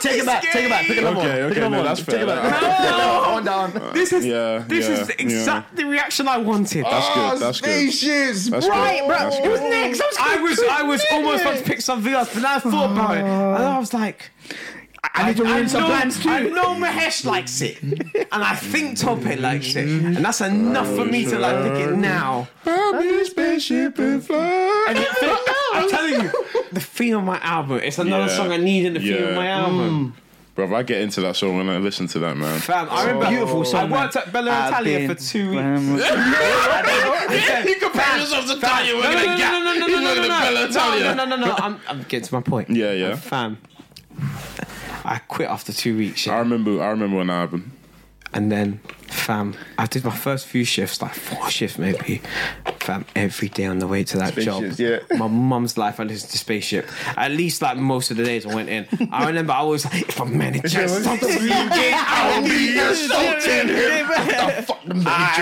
[SPEAKER 4] Take it back. Take it back. Pick another one.
[SPEAKER 2] Okay,
[SPEAKER 4] Pick
[SPEAKER 2] okay,
[SPEAKER 4] another
[SPEAKER 2] no,
[SPEAKER 4] one.
[SPEAKER 2] that's
[SPEAKER 4] Take
[SPEAKER 2] fair.
[SPEAKER 4] it back.
[SPEAKER 2] That-
[SPEAKER 4] One down.
[SPEAKER 3] This is
[SPEAKER 2] Yeah,
[SPEAKER 3] this
[SPEAKER 2] yeah, Oh.
[SPEAKER 3] is the exact the reaction I wanted.
[SPEAKER 2] That's good, that's good.
[SPEAKER 4] Spaceships,
[SPEAKER 2] That's right, bro. That's good.
[SPEAKER 1] next.
[SPEAKER 3] I was I was almost about to pick something else, but then I thought about it, and I was like, Oh. I, need to ruin
[SPEAKER 1] some plans too.
[SPEAKER 3] I know Mahesh likes it, and I think Tope likes it, and that's enough for me to like pick it now.
[SPEAKER 2] Bobby, spaceship and fly.
[SPEAKER 3] And the thing- I'm telling you, the theme of my album. It's another
[SPEAKER 2] Yeah.
[SPEAKER 3] song I need in the theme of
[SPEAKER 2] Yeah.
[SPEAKER 3] my album.
[SPEAKER 2] Bro, if I get into that song when I listen to that, man.
[SPEAKER 3] Fam, I remember
[SPEAKER 1] beautiful
[SPEAKER 3] I
[SPEAKER 1] song,
[SPEAKER 3] worked at Bella Italia for two weeks.
[SPEAKER 2] You compare yourself to Tanya.
[SPEAKER 3] No, no, no, no, no, no, no, no, no, no, no, no, no, I'm, I'm getting to my point.
[SPEAKER 2] Yeah, yeah.
[SPEAKER 3] Fam, I quit after two weeks,
[SPEAKER 2] I
[SPEAKER 3] yeah.
[SPEAKER 2] remember. I remember when that happened.
[SPEAKER 3] and then, fam, I did my first few shifts, like four shifts maybe. fam, every day on the way to that
[SPEAKER 4] Spaceships,
[SPEAKER 3] job.
[SPEAKER 4] yeah.
[SPEAKER 3] My mum's life, I listened to Spaceship. At least like most of the days I went in. I remember I was like, if I manage to stop the weekend, I'll be insulted.
[SPEAKER 4] Ah,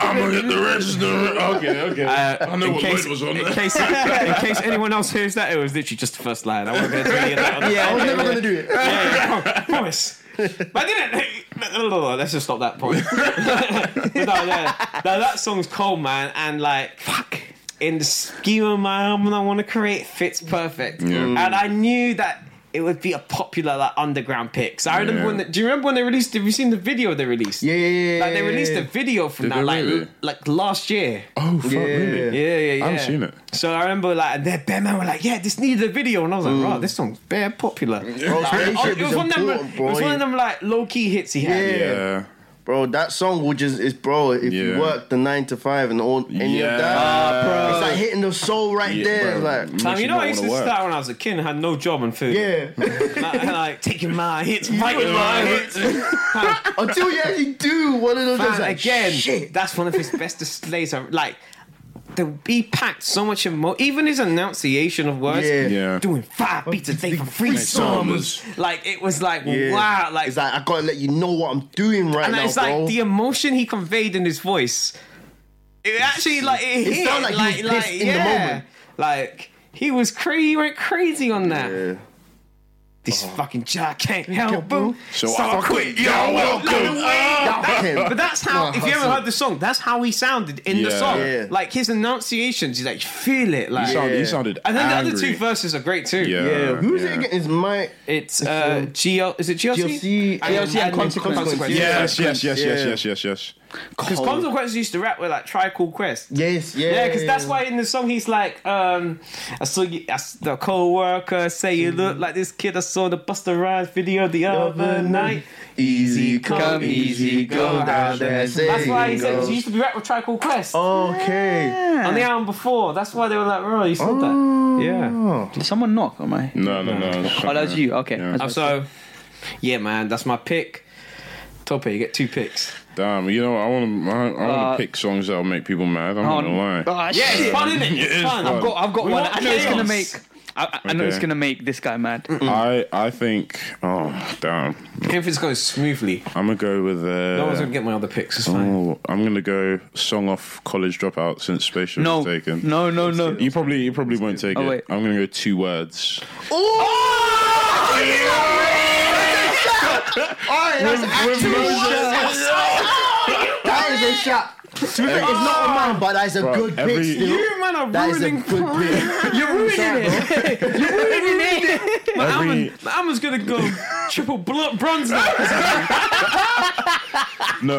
[SPEAKER 2] I'm gonna get the register. Okay, okay. I know
[SPEAKER 3] uh, in
[SPEAKER 2] what
[SPEAKER 3] case-
[SPEAKER 2] Lloyd was on
[SPEAKER 3] in
[SPEAKER 2] there.
[SPEAKER 3] case, in case anyone else hears that, it was literally just the first line. I wasn't going to do any of that. On
[SPEAKER 4] I
[SPEAKER 3] yeah,
[SPEAKER 4] was never gonna do it.
[SPEAKER 3] yeah, yeah, promise. But I didn't. Let's just stop that point. But no, yeah, no, that song's cold, man, and like fuck. In the scheme of my album I want to create, fits perfect. And I knew that it would be a popular like underground pick. So I remember
[SPEAKER 2] Yeah.
[SPEAKER 3] when. The, do you remember when they released? Have you seen the video they released?
[SPEAKER 4] Yeah, yeah, yeah.
[SPEAKER 3] Like they released a video from
[SPEAKER 2] Did
[SPEAKER 3] that,
[SPEAKER 2] they
[SPEAKER 3] like
[SPEAKER 2] really?
[SPEAKER 3] like last year.
[SPEAKER 2] Oh, fuck,
[SPEAKER 4] Yeah.
[SPEAKER 2] really?
[SPEAKER 3] Yeah, yeah, yeah.
[SPEAKER 2] I haven't seen it.
[SPEAKER 3] So I remember like and their bare man were like, yeah, this needed a video, and I was
[SPEAKER 2] Mm.
[SPEAKER 3] like, right, this song's bare popular.
[SPEAKER 4] Bro,
[SPEAKER 3] Like,
[SPEAKER 4] Spaceship
[SPEAKER 3] Oh, it, was
[SPEAKER 4] is
[SPEAKER 3] one of them,
[SPEAKER 4] important,
[SPEAKER 3] it was
[SPEAKER 4] boy.
[SPEAKER 3] one of them like low key hits he had.
[SPEAKER 4] Yeah.
[SPEAKER 2] Yeah.
[SPEAKER 4] Bro, that song would just is bro. If
[SPEAKER 2] Yeah.
[SPEAKER 4] you work the nine to five and all any
[SPEAKER 2] Yeah.
[SPEAKER 4] of that,
[SPEAKER 2] Ah,
[SPEAKER 3] bro.
[SPEAKER 4] it's like hitting the soul right
[SPEAKER 2] Yeah, bro.
[SPEAKER 4] there. Like,
[SPEAKER 3] Fam,
[SPEAKER 2] Makes
[SPEAKER 3] you
[SPEAKER 2] you
[SPEAKER 3] know,
[SPEAKER 2] not
[SPEAKER 3] I used to
[SPEAKER 2] wanna
[SPEAKER 3] do
[SPEAKER 2] work.
[SPEAKER 3] that when I was a kid and had no job and food.
[SPEAKER 4] yeah.
[SPEAKER 3] Like, like, taking my hits, fighting my hits.
[SPEAKER 4] Until you actually do one of those,
[SPEAKER 3] Man,
[SPEAKER 4] just like,
[SPEAKER 3] again,
[SPEAKER 4] shit.
[SPEAKER 3] that's one of his best displays. Of, like, the he packed so much emo. Even his enunciation of words.
[SPEAKER 4] Yeah.
[SPEAKER 2] Yeah.
[SPEAKER 3] Doing five beats a day for free
[SPEAKER 2] summers.
[SPEAKER 3] summers. Like it was like
[SPEAKER 4] Yeah.
[SPEAKER 3] wow. Like
[SPEAKER 4] it's like I gotta let you know what I'm doing right
[SPEAKER 3] and
[SPEAKER 4] now,
[SPEAKER 3] it's like
[SPEAKER 4] bro.
[SPEAKER 3] the emotion he conveyed in his voice. It actually like it,
[SPEAKER 4] It
[SPEAKER 3] hit,
[SPEAKER 4] sound like he was pissed in the moment.
[SPEAKER 3] Like he was crazy, he went crazy on that.
[SPEAKER 4] Yeah. Uh-huh.
[SPEAKER 3] This fucking jack can't help him.
[SPEAKER 2] So I quit. Y'all welcome.
[SPEAKER 3] Ah.
[SPEAKER 4] Y'all can-
[SPEAKER 3] But that's how, if you ever
[SPEAKER 4] Ah. hustle.
[SPEAKER 3] heard the song, that's how he sounded in the
[SPEAKER 2] Yeah.
[SPEAKER 3] song.
[SPEAKER 4] Yeah.
[SPEAKER 3] Like his enunciations, you like feel it. Like,
[SPEAKER 2] He sounded, he
[SPEAKER 4] Yeah.
[SPEAKER 2] sounded
[SPEAKER 3] and then
[SPEAKER 2] angry.
[SPEAKER 3] the other two verses are great too.
[SPEAKER 2] Yeah.
[SPEAKER 4] yeah, who's
[SPEAKER 2] yeah.
[SPEAKER 4] it again? It's my
[SPEAKER 3] It's uh, GL, is it GLC?
[SPEAKER 4] GLC,
[SPEAKER 3] And-
[SPEAKER 4] GLC and Consequence.
[SPEAKER 3] Consequence.
[SPEAKER 4] Yeah.
[SPEAKER 2] Yes, yes, yes, yes,
[SPEAKER 4] Yeah.
[SPEAKER 2] yes, yes, yes.
[SPEAKER 3] Because Consequence used to rap with like Tri Cool Quest.
[SPEAKER 4] yes, yeah,
[SPEAKER 3] Yeah, because that's why in the song he's like, um, I saw you, I s the co-worker say you look like this kid I saw in the Buster Rhymes video the other uh, night.
[SPEAKER 4] easy
[SPEAKER 3] come, easy go, how
[SPEAKER 1] they say
[SPEAKER 3] That's why he said he used to be rap with Tribe Called Quest
[SPEAKER 4] Oh. Okay.
[SPEAKER 3] on the album before. That's why they were like, "Bro, you said
[SPEAKER 4] Oh.
[SPEAKER 3] that." Yeah.
[SPEAKER 1] Did someone knock on my?
[SPEAKER 2] No, no, no.
[SPEAKER 1] Oh, that was you. Okay. That's
[SPEAKER 3] Uh, So, yeah, man, that's my pick. Tope, you get two picks.
[SPEAKER 2] Damn, you know, what, I want to I, I wanna
[SPEAKER 1] Uh,
[SPEAKER 2] pick songs that'll make people mad. I'm
[SPEAKER 1] Oh,
[SPEAKER 2] not gonna lie.
[SPEAKER 1] oh,
[SPEAKER 3] Yeah, it's
[SPEAKER 1] shit.
[SPEAKER 3] fun, isn't it? It's
[SPEAKER 2] is
[SPEAKER 3] fun.
[SPEAKER 2] fun.
[SPEAKER 3] I've got,
[SPEAKER 1] I've got
[SPEAKER 3] We
[SPEAKER 1] one.
[SPEAKER 3] want
[SPEAKER 1] I know it's gonna
[SPEAKER 3] chaos.
[SPEAKER 1] make. I, I know it's
[SPEAKER 2] Okay.
[SPEAKER 1] gonna make this guy mad.
[SPEAKER 2] I, I think, oh, damn.
[SPEAKER 3] everything's going smoothly.
[SPEAKER 2] I'm gonna go with,
[SPEAKER 3] No one's gonna
[SPEAKER 2] uh,
[SPEAKER 3] get my other picks. It's fine.
[SPEAKER 2] oh, I'm gonna go song off College Dropout since Spaceship
[SPEAKER 1] No,
[SPEAKER 2] was taken.
[SPEAKER 1] no, no, no.
[SPEAKER 2] You probably, you probably won't take
[SPEAKER 1] Oh,
[SPEAKER 2] it.
[SPEAKER 1] wait.
[SPEAKER 2] I'm gonna go two words.
[SPEAKER 4] Alright,
[SPEAKER 2] With Moses.
[SPEAKER 4] that is a shot. To be fair, it's not a man, but that's a
[SPEAKER 2] Bro,
[SPEAKER 4] good
[SPEAKER 2] every-
[SPEAKER 4] pick still.
[SPEAKER 3] You man are
[SPEAKER 4] that is a
[SPEAKER 3] ruining
[SPEAKER 4] good pick.
[SPEAKER 1] You're ruining it.
[SPEAKER 2] Every,
[SPEAKER 3] Alman's gonna go triple bl- bronze now.
[SPEAKER 2] no,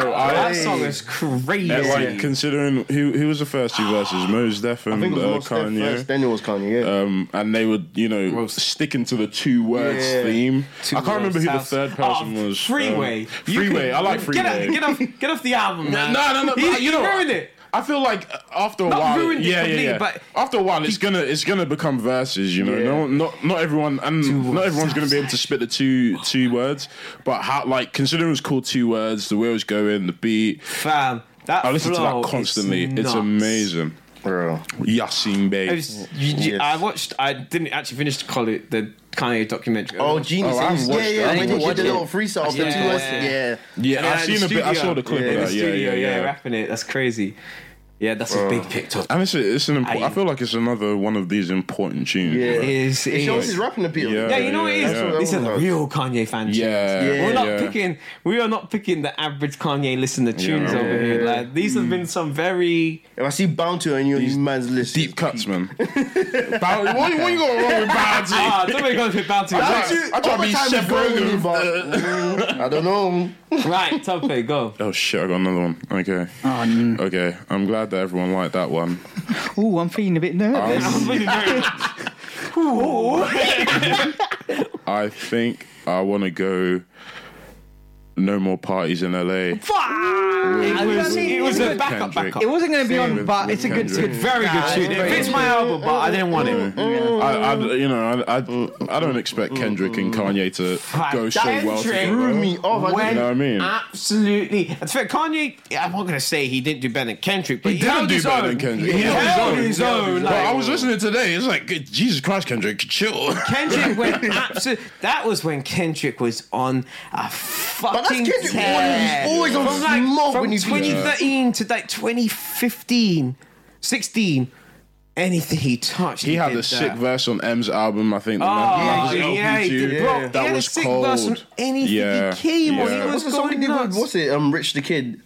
[SPEAKER 2] I.
[SPEAKER 3] that song is crazy.
[SPEAKER 2] And like considering who who was the first two verses, Mos Def and
[SPEAKER 4] I think it
[SPEAKER 2] uh,
[SPEAKER 4] was Kanye.
[SPEAKER 2] Kanye,
[SPEAKER 4] First, then it was Kanye. Yeah.
[SPEAKER 2] um, and they were you know sticking to the two words
[SPEAKER 4] Yeah.
[SPEAKER 2] theme.
[SPEAKER 3] Two
[SPEAKER 2] I can't remember who the
[SPEAKER 3] words,
[SPEAKER 2] third person
[SPEAKER 3] oh,
[SPEAKER 2] was. um,
[SPEAKER 3] Freeway. You
[SPEAKER 2] freeway.
[SPEAKER 3] can-
[SPEAKER 2] I like
[SPEAKER 3] Get
[SPEAKER 2] Freeway.
[SPEAKER 3] off, get off, get off the album, man.
[SPEAKER 2] No, no, no.
[SPEAKER 3] He,
[SPEAKER 2] but, you know,
[SPEAKER 3] ruined it.
[SPEAKER 2] I feel like after a
[SPEAKER 3] Not
[SPEAKER 2] while,
[SPEAKER 3] ruined it
[SPEAKER 2] yeah, yeah,
[SPEAKER 3] completely,
[SPEAKER 2] yeah.
[SPEAKER 3] but-
[SPEAKER 2] after a while, it's gonna it's gonna become verses. You know,
[SPEAKER 4] Yeah.
[SPEAKER 2] no, not not everyone and not everyone's gonna be able to spit the two two words. But how like considering it was called two words, the way it was going, the beat.
[SPEAKER 3] Fam, that
[SPEAKER 2] I listen to
[SPEAKER 3] flow
[SPEAKER 2] that
[SPEAKER 3] is
[SPEAKER 2] constantly. It's,
[SPEAKER 3] nuts.
[SPEAKER 2] amazing.
[SPEAKER 4] Bro.
[SPEAKER 2] Yasin
[SPEAKER 3] It
[SPEAKER 2] Bey.
[SPEAKER 3] was- you- you-
[SPEAKER 4] Yes.
[SPEAKER 3] I watched. I didn't actually finish the college, the Kanye documentary.
[SPEAKER 4] Oh, genius.
[SPEAKER 2] Oh, I
[SPEAKER 4] And
[SPEAKER 2] haven't
[SPEAKER 4] yeah,
[SPEAKER 2] watched it. I
[SPEAKER 4] yeah. When
[SPEAKER 1] haven't
[SPEAKER 4] they did
[SPEAKER 1] watched
[SPEAKER 4] the
[SPEAKER 1] it.
[SPEAKER 4] little freestyle of the
[SPEAKER 3] Yeah.
[SPEAKER 4] two words. Yeah.
[SPEAKER 2] Yeah,
[SPEAKER 3] Yeah,
[SPEAKER 2] I've
[SPEAKER 3] in
[SPEAKER 2] seen
[SPEAKER 3] the
[SPEAKER 2] a bit. I
[SPEAKER 3] studio.
[SPEAKER 2] saw the clip
[SPEAKER 3] in
[SPEAKER 2] of
[SPEAKER 3] the
[SPEAKER 2] that. Yeah,
[SPEAKER 3] studio,
[SPEAKER 2] yeah, yeah.
[SPEAKER 3] rapping it. That's crazy. Yeah, that's a big pick top.
[SPEAKER 2] And it's a, it's an important. I,
[SPEAKER 3] I-
[SPEAKER 2] feel like it's another one of these important tunes.
[SPEAKER 4] Yeah.
[SPEAKER 2] bro.
[SPEAKER 3] It is.
[SPEAKER 4] It
[SPEAKER 3] it
[SPEAKER 4] shows
[SPEAKER 3] is.
[SPEAKER 4] his rapping appeal.
[SPEAKER 2] Yeah.
[SPEAKER 3] Yeah, you know what it is.
[SPEAKER 2] Yeah.
[SPEAKER 3] These are the real Kanye fans.
[SPEAKER 2] Yeah,
[SPEAKER 4] Yeah.
[SPEAKER 3] We're not
[SPEAKER 2] yeah.
[SPEAKER 3] picking. We are not picking the average Kanye listener tunes
[SPEAKER 2] Yeah.
[SPEAKER 3] over here. Like these have been some very.
[SPEAKER 4] If I see Bounty on you, you man's list.
[SPEAKER 2] Deep cuts, man. Bow- what, what you got wrong with Bounty?
[SPEAKER 3] Ah, somebody goes with bounty.
[SPEAKER 2] Bounty-
[SPEAKER 3] Right,
[SPEAKER 2] I try to be
[SPEAKER 4] Overtime is
[SPEAKER 2] Chef
[SPEAKER 4] going
[SPEAKER 2] Rogan.
[SPEAKER 4] in, but, mm, I don't know.
[SPEAKER 3] right, Tope, go.
[SPEAKER 2] Oh shit! I got another one. Okay,
[SPEAKER 1] Oh, no.
[SPEAKER 2] okay. I'm glad that everyone liked that one.
[SPEAKER 1] Ooh, I'm feeling a bit
[SPEAKER 2] Um,
[SPEAKER 1] nervous.
[SPEAKER 3] I'm really very- Ooh.
[SPEAKER 2] I think I want to go no more parties in LA.
[SPEAKER 1] Fuck!
[SPEAKER 3] It was, it was a
[SPEAKER 2] Kendrick.
[SPEAKER 3] backup, backup.
[SPEAKER 1] It wasn't going to be
[SPEAKER 2] Same
[SPEAKER 1] on,
[SPEAKER 2] with-
[SPEAKER 1] but
[SPEAKER 2] with
[SPEAKER 1] it's a good,
[SPEAKER 2] Kendrick.
[SPEAKER 1] good,
[SPEAKER 3] Very good tune. It fits my album, but I didn't want it.
[SPEAKER 2] I, I, you know, I, I, I don't expect Kendrick and Kanye to go so
[SPEAKER 3] That
[SPEAKER 2] well
[SPEAKER 3] Kendrick
[SPEAKER 2] together.
[SPEAKER 4] Threw me off. I
[SPEAKER 3] went
[SPEAKER 2] You know what I mean?
[SPEAKER 3] Absolutely. In fact, Kanye, I'm not going to say he didn't do better than Kendrick, but he,
[SPEAKER 2] didn't
[SPEAKER 3] held
[SPEAKER 2] do
[SPEAKER 3] his
[SPEAKER 2] better
[SPEAKER 3] own.
[SPEAKER 2] than Kendrick.
[SPEAKER 3] He
[SPEAKER 2] He held
[SPEAKER 3] held
[SPEAKER 2] his
[SPEAKER 3] his own.
[SPEAKER 2] But I
[SPEAKER 3] Like,
[SPEAKER 2] was listening today. It's like Jesus Christ, Kendrick, chill.
[SPEAKER 3] Kendrick went absolutely. That was when Kendrick was on a fucking.
[SPEAKER 4] that's Kendrick
[SPEAKER 3] tear.
[SPEAKER 4] Warren, he's always on
[SPEAKER 3] from like,
[SPEAKER 4] smoke
[SPEAKER 3] from
[SPEAKER 4] when he's-
[SPEAKER 3] 2013 to like 2015, 16. Anything he touched,
[SPEAKER 2] He had
[SPEAKER 3] did
[SPEAKER 2] a sick
[SPEAKER 3] that.
[SPEAKER 2] verse on M's album, I think. the
[SPEAKER 3] Oh,
[SPEAKER 2] man-
[SPEAKER 3] yeah,
[SPEAKER 2] That was
[SPEAKER 3] he did,
[SPEAKER 2] LP2.
[SPEAKER 3] bro. He
[SPEAKER 2] That
[SPEAKER 3] had a
[SPEAKER 2] was
[SPEAKER 3] sick
[SPEAKER 2] cold.
[SPEAKER 3] verse on anything
[SPEAKER 2] Yeah,
[SPEAKER 3] he came on.
[SPEAKER 2] yeah.
[SPEAKER 3] He was
[SPEAKER 4] What's the song he
[SPEAKER 3] going
[SPEAKER 4] did with-
[SPEAKER 3] nuts.
[SPEAKER 4] What's it? Um, Rich the Kid,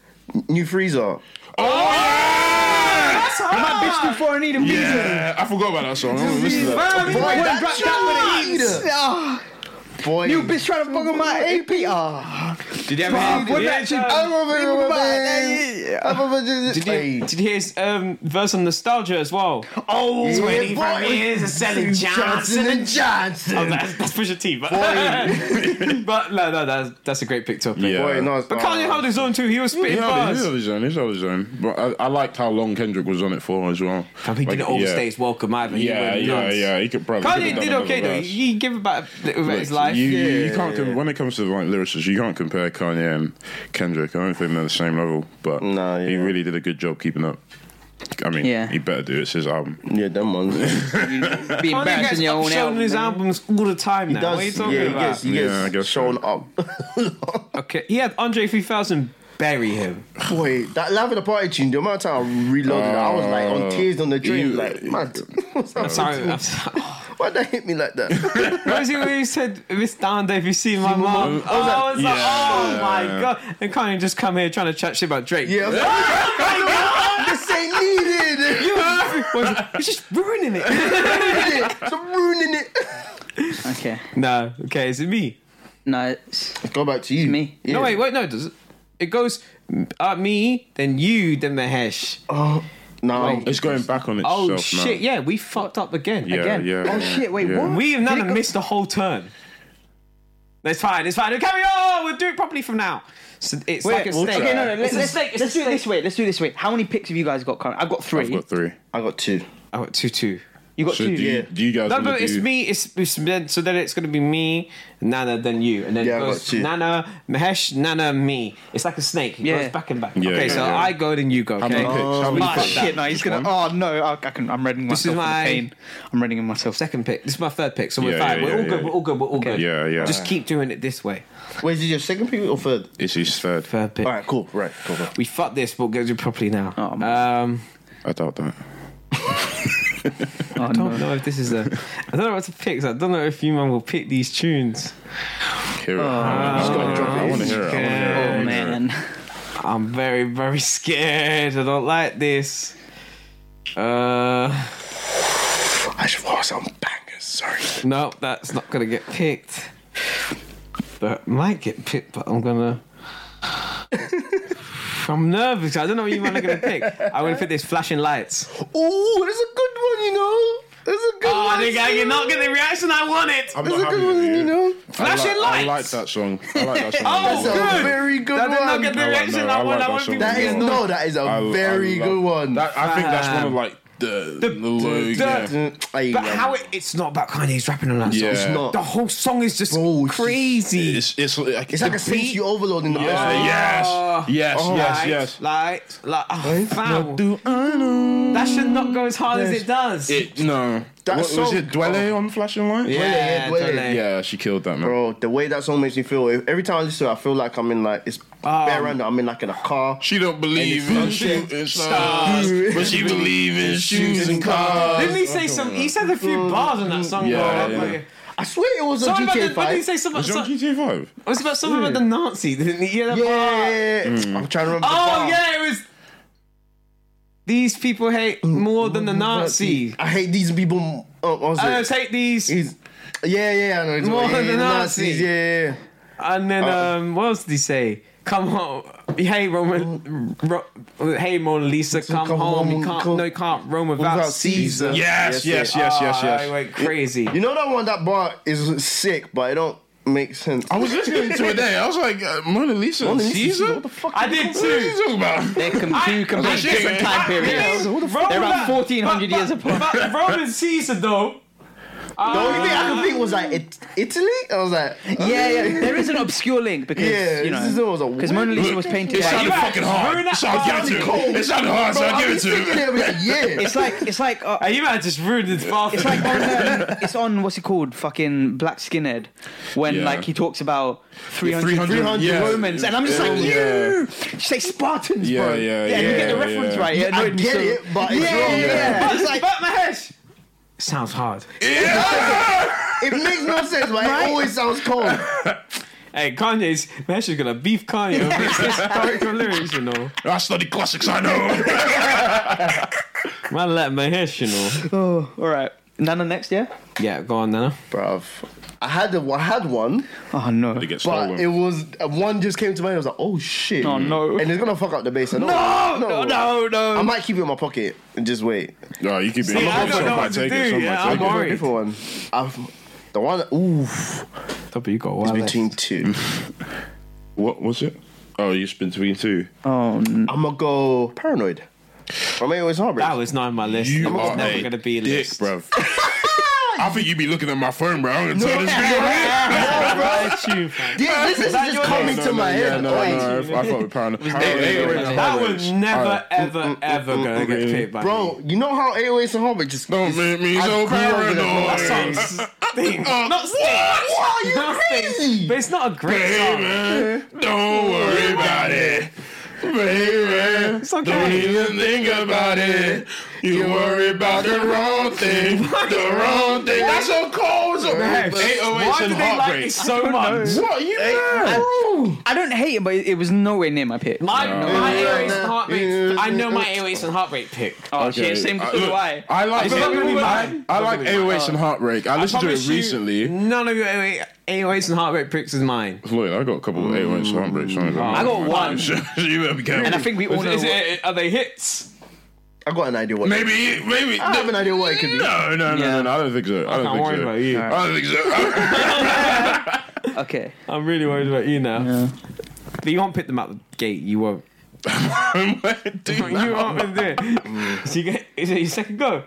[SPEAKER 4] New Freezer.
[SPEAKER 2] Oh,
[SPEAKER 1] That's hard. bitch before I need a reason.
[SPEAKER 2] Yeah, I forgot about that song. I haven't listened to that.
[SPEAKER 1] Boy,
[SPEAKER 4] that
[SPEAKER 1] drop that with a
[SPEAKER 4] shot!
[SPEAKER 1] heat. Ah,
[SPEAKER 4] Boy,
[SPEAKER 1] You bitch trying to fuck on my AP. Ah,
[SPEAKER 3] Did you ever
[SPEAKER 1] fuck,
[SPEAKER 3] hear Oh,
[SPEAKER 1] what
[SPEAKER 3] did
[SPEAKER 1] that
[SPEAKER 3] you-
[SPEAKER 1] shit?
[SPEAKER 4] I'm a bit of a man.
[SPEAKER 1] Yeah.
[SPEAKER 4] I'm a bit of
[SPEAKER 3] Did
[SPEAKER 4] a- Hey.
[SPEAKER 3] you, did you hear his um, verse on nostalgia as well? Oh,
[SPEAKER 4] Yeah,
[SPEAKER 3] 25
[SPEAKER 4] boy.
[SPEAKER 3] years of selling
[SPEAKER 4] Johnson
[SPEAKER 3] Johnson.
[SPEAKER 4] and Johnson.
[SPEAKER 3] Oh, that's, that's Pusha T, but, but no, no, that's, that's a great picture.
[SPEAKER 2] Yeah.
[SPEAKER 4] Boy, no, it's
[SPEAKER 3] But
[SPEAKER 4] not.
[SPEAKER 3] Kanye held his own too. He was
[SPEAKER 2] He
[SPEAKER 3] spitting
[SPEAKER 2] held, he
[SPEAKER 3] bars.
[SPEAKER 2] held his own. He held his own. But I, I liked how long Kendrick was on it for as well.
[SPEAKER 3] He didn't
[SPEAKER 2] Like,
[SPEAKER 3] overstay his welcome either. He
[SPEAKER 2] Yeah, yeah,
[SPEAKER 3] went
[SPEAKER 2] yeah,
[SPEAKER 3] nuts.
[SPEAKER 2] yeah. He could probably. he
[SPEAKER 3] Kanye
[SPEAKER 2] could've
[SPEAKER 3] did
[SPEAKER 2] done
[SPEAKER 3] okay
[SPEAKER 2] another
[SPEAKER 3] though.
[SPEAKER 2] verse.
[SPEAKER 3] He gave about a little bit of his
[SPEAKER 2] Like,
[SPEAKER 3] life.
[SPEAKER 2] You, you can't. com- When it comes to like lyricists, you can't compare Kanye and Kendrick. I don't think they're the same level. But
[SPEAKER 4] No,
[SPEAKER 2] he
[SPEAKER 4] yeah.
[SPEAKER 2] really did a good job keeping up. I mean,
[SPEAKER 1] Yeah.
[SPEAKER 2] he better do. it. It's his album.
[SPEAKER 4] Yeah, them ones.
[SPEAKER 1] Be
[SPEAKER 3] Kanye
[SPEAKER 1] embarrassing
[SPEAKER 3] gets
[SPEAKER 1] your own
[SPEAKER 3] shown his
[SPEAKER 1] album.
[SPEAKER 3] albums all the time now.
[SPEAKER 4] does-
[SPEAKER 3] what are you talking
[SPEAKER 4] yeah,
[SPEAKER 3] about?
[SPEAKER 4] He gets, he
[SPEAKER 2] Yeah,
[SPEAKER 4] gets
[SPEAKER 2] I guess so.
[SPEAKER 4] shown up.
[SPEAKER 3] Okay, he had Andre 3000 bury him.
[SPEAKER 4] Boy, that Live at the Party tune, the amount of time I reloaded, it, I was like on tears on the
[SPEAKER 2] you-
[SPEAKER 4] dream, like, mad.
[SPEAKER 3] I'm sorry. I'm sorry.
[SPEAKER 4] Why'd that hit me like that?
[SPEAKER 3] What was it when you said, Miss Donda, if you see my mom? Oh, I was like, oh my god. And Kanye just come here trying to chat shit about Drake.
[SPEAKER 4] yeah, I was like, this ain't needed.
[SPEAKER 3] You was, was just ruining it.
[SPEAKER 4] I'm ruining it.
[SPEAKER 1] Okay,
[SPEAKER 3] no, okay, is it me?
[SPEAKER 1] no, it's
[SPEAKER 4] Go back to you.
[SPEAKER 1] me.
[SPEAKER 4] Yeah.
[SPEAKER 3] No, wait, wait, no, does it? It goes uh, me, then you, then Mahesh. Oh,
[SPEAKER 4] No.
[SPEAKER 2] It's going back on itself now.
[SPEAKER 3] shit, yeah, we fucked up again.
[SPEAKER 2] Yeah,
[SPEAKER 1] again.
[SPEAKER 2] yeah.
[SPEAKER 1] Oh,
[SPEAKER 2] yeah,
[SPEAKER 1] shit, wait,
[SPEAKER 2] yeah.
[SPEAKER 1] what?
[SPEAKER 3] We have now missed the whole turn. It's fine, it's fine. Carry on, we'll do it properly from now. So it's like a
[SPEAKER 1] Wait,
[SPEAKER 3] snake.
[SPEAKER 1] okay, no, no, let's,
[SPEAKER 3] It's a
[SPEAKER 1] let's,
[SPEAKER 3] snake, it's
[SPEAKER 1] let's
[SPEAKER 3] a
[SPEAKER 1] do it
[SPEAKER 3] snake.
[SPEAKER 1] this way. Let's do it this way. How many picks have you guys got current? I've got
[SPEAKER 2] I've
[SPEAKER 1] three.
[SPEAKER 2] got three.
[SPEAKER 4] I got two.
[SPEAKER 3] I got Oh, two, two.
[SPEAKER 1] you got
[SPEAKER 2] So do
[SPEAKER 1] two.
[SPEAKER 2] you, do you guys?
[SPEAKER 3] No,
[SPEAKER 2] wanna
[SPEAKER 3] but it's
[SPEAKER 2] do-
[SPEAKER 3] me. It's, it's then, so then it's gonna be me, Nana, then you, and then
[SPEAKER 4] Yeah,
[SPEAKER 3] it
[SPEAKER 4] I
[SPEAKER 3] goes
[SPEAKER 4] got you.
[SPEAKER 3] Nana, Mahesh, Nana, me. It's like a snake. It
[SPEAKER 1] Yeah.
[SPEAKER 3] goes back and back.
[SPEAKER 2] Yeah,
[SPEAKER 3] okay,
[SPEAKER 2] yeah,
[SPEAKER 3] so
[SPEAKER 2] yeah.
[SPEAKER 3] I go, then you go.
[SPEAKER 2] How many
[SPEAKER 3] Okay. Oh,
[SPEAKER 2] picks? How many
[SPEAKER 1] Ah,
[SPEAKER 2] picks?
[SPEAKER 1] shit, no, he's
[SPEAKER 2] Just
[SPEAKER 1] gonna.
[SPEAKER 2] one?
[SPEAKER 1] Oh, no, I, I can, I'm reading myself
[SPEAKER 3] This is
[SPEAKER 1] from
[SPEAKER 3] my-
[SPEAKER 1] the pain. I'm reading myself.
[SPEAKER 3] Second pick. This is my third pick, so we're
[SPEAKER 2] Yeah,
[SPEAKER 3] fine.
[SPEAKER 2] yeah,
[SPEAKER 3] we're, all
[SPEAKER 2] yeah,
[SPEAKER 3] good,
[SPEAKER 2] yeah.
[SPEAKER 3] we're all good. We're all good.
[SPEAKER 2] Yeah, yeah.
[SPEAKER 3] Just keep doing it this way.
[SPEAKER 4] Wait, is this your second pick or third?
[SPEAKER 2] It's his third.
[SPEAKER 3] Third pick.
[SPEAKER 4] All right, cool. Right, cool. cool.
[SPEAKER 3] We fucked this, but we're gonna do it properly now.
[SPEAKER 1] Oh, man.
[SPEAKER 3] um,
[SPEAKER 2] I doubt that.
[SPEAKER 1] Oh,
[SPEAKER 3] I don't know if this is a. I don't know what to pick. So I don't know if you man will pick these tunes.
[SPEAKER 2] Hear it.
[SPEAKER 3] Oh,
[SPEAKER 2] I want to hear it. I want to hear it.
[SPEAKER 1] Oh,
[SPEAKER 2] I wanna hear it.
[SPEAKER 1] man.
[SPEAKER 3] I'm very, very scared. I don't like this. Uh.
[SPEAKER 4] I should watch some bangers. Sorry.
[SPEAKER 3] No, that's not gonna get picked. That might get picked, but I'm gonna. I'm nervous. I don't know what you man are gonna pick. I'm gonna pick this flashing lights.
[SPEAKER 4] Ooh, that's a good one, you know. That's a good one.
[SPEAKER 3] Oh, nigga, you're not getting the reaction I wanted.
[SPEAKER 2] I'm
[SPEAKER 4] That's
[SPEAKER 2] not
[SPEAKER 4] a
[SPEAKER 2] happy
[SPEAKER 4] good
[SPEAKER 2] with
[SPEAKER 4] one, you
[SPEAKER 2] you.
[SPEAKER 4] know.
[SPEAKER 3] Flashing
[SPEAKER 2] I like,
[SPEAKER 3] lights.
[SPEAKER 2] I like that song. I like that song.
[SPEAKER 3] Oh,
[SPEAKER 4] That's a
[SPEAKER 3] Good.
[SPEAKER 4] very good
[SPEAKER 3] I did not
[SPEAKER 4] one.
[SPEAKER 3] get the
[SPEAKER 2] I like
[SPEAKER 3] reaction
[SPEAKER 2] that.
[SPEAKER 3] I
[SPEAKER 2] I
[SPEAKER 3] wanted.
[SPEAKER 2] like
[SPEAKER 3] I
[SPEAKER 2] that
[SPEAKER 3] wanted
[SPEAKER 2] song.
[SPEAKER 3] people
[SPEAKER 4] that
[SPEAKER 3] to
[SPEAKER 4] is
[SPEAKER 3] get
[SPEAKER 2] no-
[SPEAKER 4] no, that is a
[SPEAKER 2] I- I
[SPEAKER 4] very
[SPEAKER 2] love-
[SPEAKER 4] good one.
[SPEAKER 2] That, I think that's one of
[SPEAKER 3] Fam.
[SPEAKER 2] like the
[SPEAKER 3] The-
[SPEAKER 2] the, low.
[SPEAKER 3] the-
[SPEAKER 2] yeah.
[SPEAKER 4] Mm, aye,
[SPEAKER 3] But
[SPEAKER 4] man.
[SPEAKER 3] how it, it's not about Kanye's rapping on that
[SPEAKER 2] Yeah.
[SPEAKER 3] song.
[SPEAKER 2] It's
[SPEAKER 4] not.
[SPEAKER 3] The whole song is just
[SPEAKER 4] Bro, it's
[SPEAKER 3] crazy.
[SPEAKER 2] It's it's like,
[SPEAKER 4] it's like a
[SPEAKER 2] beat.
[SPEAKER 4] sensory overload in the
[SPEAKER 2] Yeah,
[SPEAKER 4] first one.
[SPEAKER 3] Ah.
[SPEAKER 2] yes, yes, yes, yes.
[SPEAKER 3] Like, like, oh, fam,
[SPEAKER 2] Do I know?
[SPEAKER 3] that should not go as hard as it does.
[SPEAKER 2] It no.
[SPEAKER 4] That
[SPEAKER 2] what, was
[SPEAKER 4] song-
[SPEAKER 2] it Dwele on Flashing Lights?
[SPEAKER 4] yeah, yeah,
[SPEAKER 3] don't
[SPEAKER 4] yeah.
[SPEAKER 3] know.
[SPEAKER 2] Yeah, she killed that man.
[SPEAKER 4] Bro, the way that song makes me feel, if- every time I listen to it, I feel like I'm in like, it's bare random. I'm in like in a car.
[SPEAKER 2] She don't believe in shooting stars, but she believe in shoes and cars.
[SPEAKER 3] Didn't he say some? He said a few bars on that song.
[SPEAKER 2] Yeah,
[SPEAKER 3] bro.
[SPEAKER 2] yeah.
[SPEAKER 3] Like,
[SPEAKER 4] I swear it was on
[SPEAKER 3] Something about the,
[SPEAKER 4] GTA
[SPEAKER 3] what did he
[SPEAKER 4] 5.
[SPEAKER 3] say? Something,
[SPEAKER 2] Was it on
[SPEAKER 3] some,
[SPEAKER 2] GTA Five?
[SPEAKER 3] it was about something about the Nazi, didn't he? Yeah. that bar.
[SPEAKER 4] Yeah, Mm. I'm trying to remember. the
[SPEAKER 3] Oh
[SPEAKER 4] bar.
[SPEAKER 3] yeah, it was. These people hate more than the Nazi.
[SPEAKER 4] I hate these people. Oh, what was
[SPEAKER 3] I'm gonna
[SPEAKER 4] it?
[SPEAKER 3] take these,
[SPEAKER 4] He's, yeah, yeah, I know. He's
[SPEAKER 3] Uh, More
[SPEAKER 4] yeah,
[SPEAKER 3] than
[SPEAKER 4] yeah,
[SPEAKER 3] a Nazi.
[SPEAKER 4] Nazis, yeah, yeah.
[SPEAKER 3] and then um, what else did he say? Come home, hey Roman, ro, hey Mona Lisa, come,
[SPEAKER 4] come
[SPEAKER 3] home.
[SPEAKER 4] home,
[SPEAKER 3] You can't,
[SPEAKER 4] come-
[SPEAKER 3] no, you can't roam without,
[SPEAKER 4] Without
[SPEAKER 3] Caesar.
[SPEAKER 4] Caesar.
[SPEAKER 2] Yes, yes, yes, yes,
[SPEAKER 3] I
[SPEAKER 2] yes.
[SPEAKER 3] went crazy.
[SPEAKER 4] You know that one, that bar is sick, but I don't. makes sense.
[SPEAKER 2] I was listening to it there. I was like, uh, Mona Lisa,
[SPEAKER 4] Mona Lisa,
[SPEAKER 2] Caesar?
[SPEAKER 4] what the fuck?
[SPEAKER 1] I did
[SPEAKER 2] What are you
[SPEAKER 1] too.
[SPEAKER 2] talking about?
[SPEAKER 1] They're com- two completely
[SPEAKER 2] shit,
[SPEAKER 1] different
[SPEAKER 2] man.
[SPEAKER 1] time periods. They're around 1400 years apart.
[SPEAKER 3] But Roman Caesar, though.
[SPEAKER 4] The only thing
[SPEAKER 1] Uh.
[SPEAKER 4] I could think was like it- Italy. I was like,
[SPEAKER 1] Yeah, yeah. There is an obscure link because
[SPEAKER 4] Yeah,
[SPEAKER 1] you
[SPEAKER 4] this is always a
[SPEAKER 1] know because Mona Lisa was painted.
[SPEAKER 2] It
[SPEAKER 1] by-
[SPEAKER 2] sounded
[SPEAKER 3] Yeah.
[SPEAKER 2] fucking hard.
[SPEAKER 3] Ruin that
[SPEAKER 2] So I'll give it to
[SPEAKER 4] cold.
[SPEAKER 2] you. It sounded hard, so I'll
[SPEAKER 4] I
[SPEAKER 2] give it
[SPEAKER 4] was
[SPEAKER 2] to
[SPEAKER 4] thinking
[SPEAKER 2] you.
[SPEAKER 4] it, I was like, yeah.
[SPEAKER 1] It's like it's like uh,
[SPEAKER 3] Hey, you might have just ruined his bathroom.
[SPEAKER 1] It's like on, um, it's on what's it called? Fucking Black Skinhead. When
[SPEAKER 2] Yeah.
[SPEAKER 1] like he talks about 300,
[SPEAKER 2] 300,
[SPEAKER 1] 300
[SPEAKER 2] yeah.
[SPEAKER 1] Romans, and I'm just like,
[SPEAKER 2] Yeah.
[SPEAKER 1] you say Spartans,
[SPEAKER 2] Yeah,
[SPEAKER 1] bro.
[SPEAKER 2] yeah,
[SPEAKER 1] you get the
[SPEAKER 2] yeah,
[SPEAKER 1] reference
[SPEAKER 2] yeah.
[SPEAKER 1] right. Yeah,
[SPEAKER 4] I get it, but it's
[SPEAKER 1] yeah,
[SPEAKER 4] wrong.
[SPEAKER 1] yeah,
[SPEAKER 4] Yeah.
[SPEAKER 1] It's like,
[SPEAKER 3] but Mahesh. Sounds hard.
[SPEAKER 4] It makes no sense, but it always sounds cold.
[SPEAKER 3] Hey, Kanye's Mahesh is gonna beef Kanye over his historical lyrics, you know.
[SPEAKER 2] I study classics, I know.
[SPEAKER 3] Man, let Mahesh, you know.
[SPEAKER 1] oh, all right. Nana next, yeah.
[SPEAKER 3] Yeah, go on, Nana.
[SPEAKER 4] Bruv. I had a, I had one,
[SPEAKER 1] Oh no.
[SPEAKER 2] It gets
[SPEAKER 4] but it
[SPEAKER 2] stolen.
[SPEAKER 4] was uh, one just came to mind. I was like, "Oh shit!"
[SPEAKER 1] Oh, no.
[SPEAKER 4] And it's gonna fuck up the bass. I know.
[SPEAKER 1] No, no, no, no.
[SPEAKER 4] I might keep it in my pocket and just wait.
[SPEAKER 2] No, you keep it.
[SPEAKER 3] I
[SPEAKER 2] Someone
[SPEAKER 3] don't know
[SPEAKER 2] might
[SPEAKER 3] what to
[SPEAKER 2] take
[SPEAKER 3] do,
[SPEAKER 2] it. Someone
[SPEAKER 3] yeah,
[SPEAKER 2] might
[SPEAKER 3] I'm
[SPEAKER 2] take it.
[SPEAKER 3] all
[SPEAKER 4] Alright.
[SPEAKER 3] right.
[SPEAKER 4] Different one. I've, the one. Oof.
[SPEAKER 3] Top you got one.
[SPEAKER 4] Between two.
[SPEAKER 2] What was it? Oh, you spin between two.
[SPEAKER 1] Oh no.
[SPEAKER 4] I'm gonna go paranoid. Or maybe it was Harbour.
[SPEAKER 3] That was not in my list.
[SPEAKER 2] You
[SPEAKER 3] that was
[SPEAKER 2] are
[SPEAKER 3] never
[SPEAKER 2] a
[SPEAKER 3] gonna be a
[SPEAKER 2] dick,
[SPEAKER 3] list.
[SPEAKER 2] bruv. I think you be looking at my phone, bro. I'm gonna tell this nigga.
[SPEAKER 4] Yeah, this is
[SPEAKER 3] That
[SPEAKER 4] just
[SPEAKER 3] your
[SPEAKER 4] coming
[SPEAKER 3] name?
[SPEAKER 4] to my
[SPEAKER 2] yeah,
[SPEAKER 4] head.
[SPEAKER 2] no,
[SPEAKER 4] Like,
[SPEAKER 2] no, I I fuck with paranoid.
[SPEAKER 1] Nate, Nate, Nate.
[SPEAKER 3] That was never,
[SPEAKER 2] Alright.
[SPEAKER 4] Mm,
[SPEAKER 3] ever, ever gonna get picked by
[SPEAKER 4] Bro, you know how 808s and Harbour just
[SPEAKER 2] Don't make me
[SPEAKER 4] I
[SPEAKER 2] so
[SPEAKER 4] grew up with that
[SPEAKER 2] paranoid.
[SPEAKER 3] me. Songs stink.
[SPEAKER 2] Uh,
[SPEAKER 3] Not stink.
[SPEAKER 4] What? Are you
[SPEAKER 3] Not stink.
[SPEAKER 4] crazy?
[SPEAKER 3] But it's not a great
[SPEAKER 2] Hey,
[SPEAKER 3] song.
[SPEAKER 2] man, don't worry about it. Hey, man,
[SPEAKER 3] okay.
[SPEAKER 2] don't even think about it. You worry about the wrong thing. the wrong thing. That's so cold. So
[SPEAKER 3] Mahesh,
[SPEAKER 2] 808s
[SPEAKER 3] Why do
[SPEAKER 2] and
[SPEAKER 3] they like it
[SPEAKER 2] heartbreak.
[SPEAKER 3] so much?
[SPEAKER 2] What you mean?
[SPEAKER 1] I don't hate it, but it was nowhere near my pick.
[SPEAKER 3] My, my
[SPEAKER 4] Yeah.
[SPEAKER 3] airways
[SPEAKER 4] Yeah.
[SPEAKER 3] and heartbreak.
[SPEAKER 4] Yeah.
[SPEAKER 3] I know my airways and heartbreak pick.
[SPEAKER 1] oh shit, same
[SPEAKER 2] Uh,
[SPEAKER 1] so do
[SPEAKER 2] look,
[SPEAKER 1] I.
[SPEAKER 2] I like
[SPEAKER 3] It's not gonna be
[SPEAKER 2] I
[SPEAKER 3] mine.
[SPEAKER 2] I like 808s and heartbreak. I listened to it
[SPEAKER 3] Promise you,
[SPEAKER 2] recently.
[SPEAKER 3] None of your airway- airways and heartbreak picks is mine.
[SPEAKER 2] Floyd, I got a couple of 808s and heartbreak songs.
[SPEAKER 1] I got one.
[SPEAKER 2] you better be careful.
[SPEAKER 1] and I think we all
[SPEAKER 3] Is,
[SPEAKER 1] know.
[SPEAKER 3] is
[SPEAKER 1] what-
[SPEAKER 3] it, are they hits?
[SPEAKER 4] I got an idea what.
[SPEAKER 2] Maybe, maybe.
[SPEAKER 4] I have an idea what it could be.
[SPEAKER 2] No, no, no,
[SPEAKER 1] Yeah.
[SPEAKER 2] no, no. I don't think so. I don't
[SPEAKER 3] I'm
[SPEAKER 2] think
[SPEAKER 3] worried
[SPEAKER 2] so.
[SPEAKER 3] about you.
[SPEAKER 2] I don't think so.
[SPEAKER 1] Okay. Uh,
[SPEAKER 3] I'm really worried about you now. But you won't pick them out the gate. You won't.
[SPEAKER 2] Dude,
[SPEAKER 3] You won't do it. So you get is it your second go?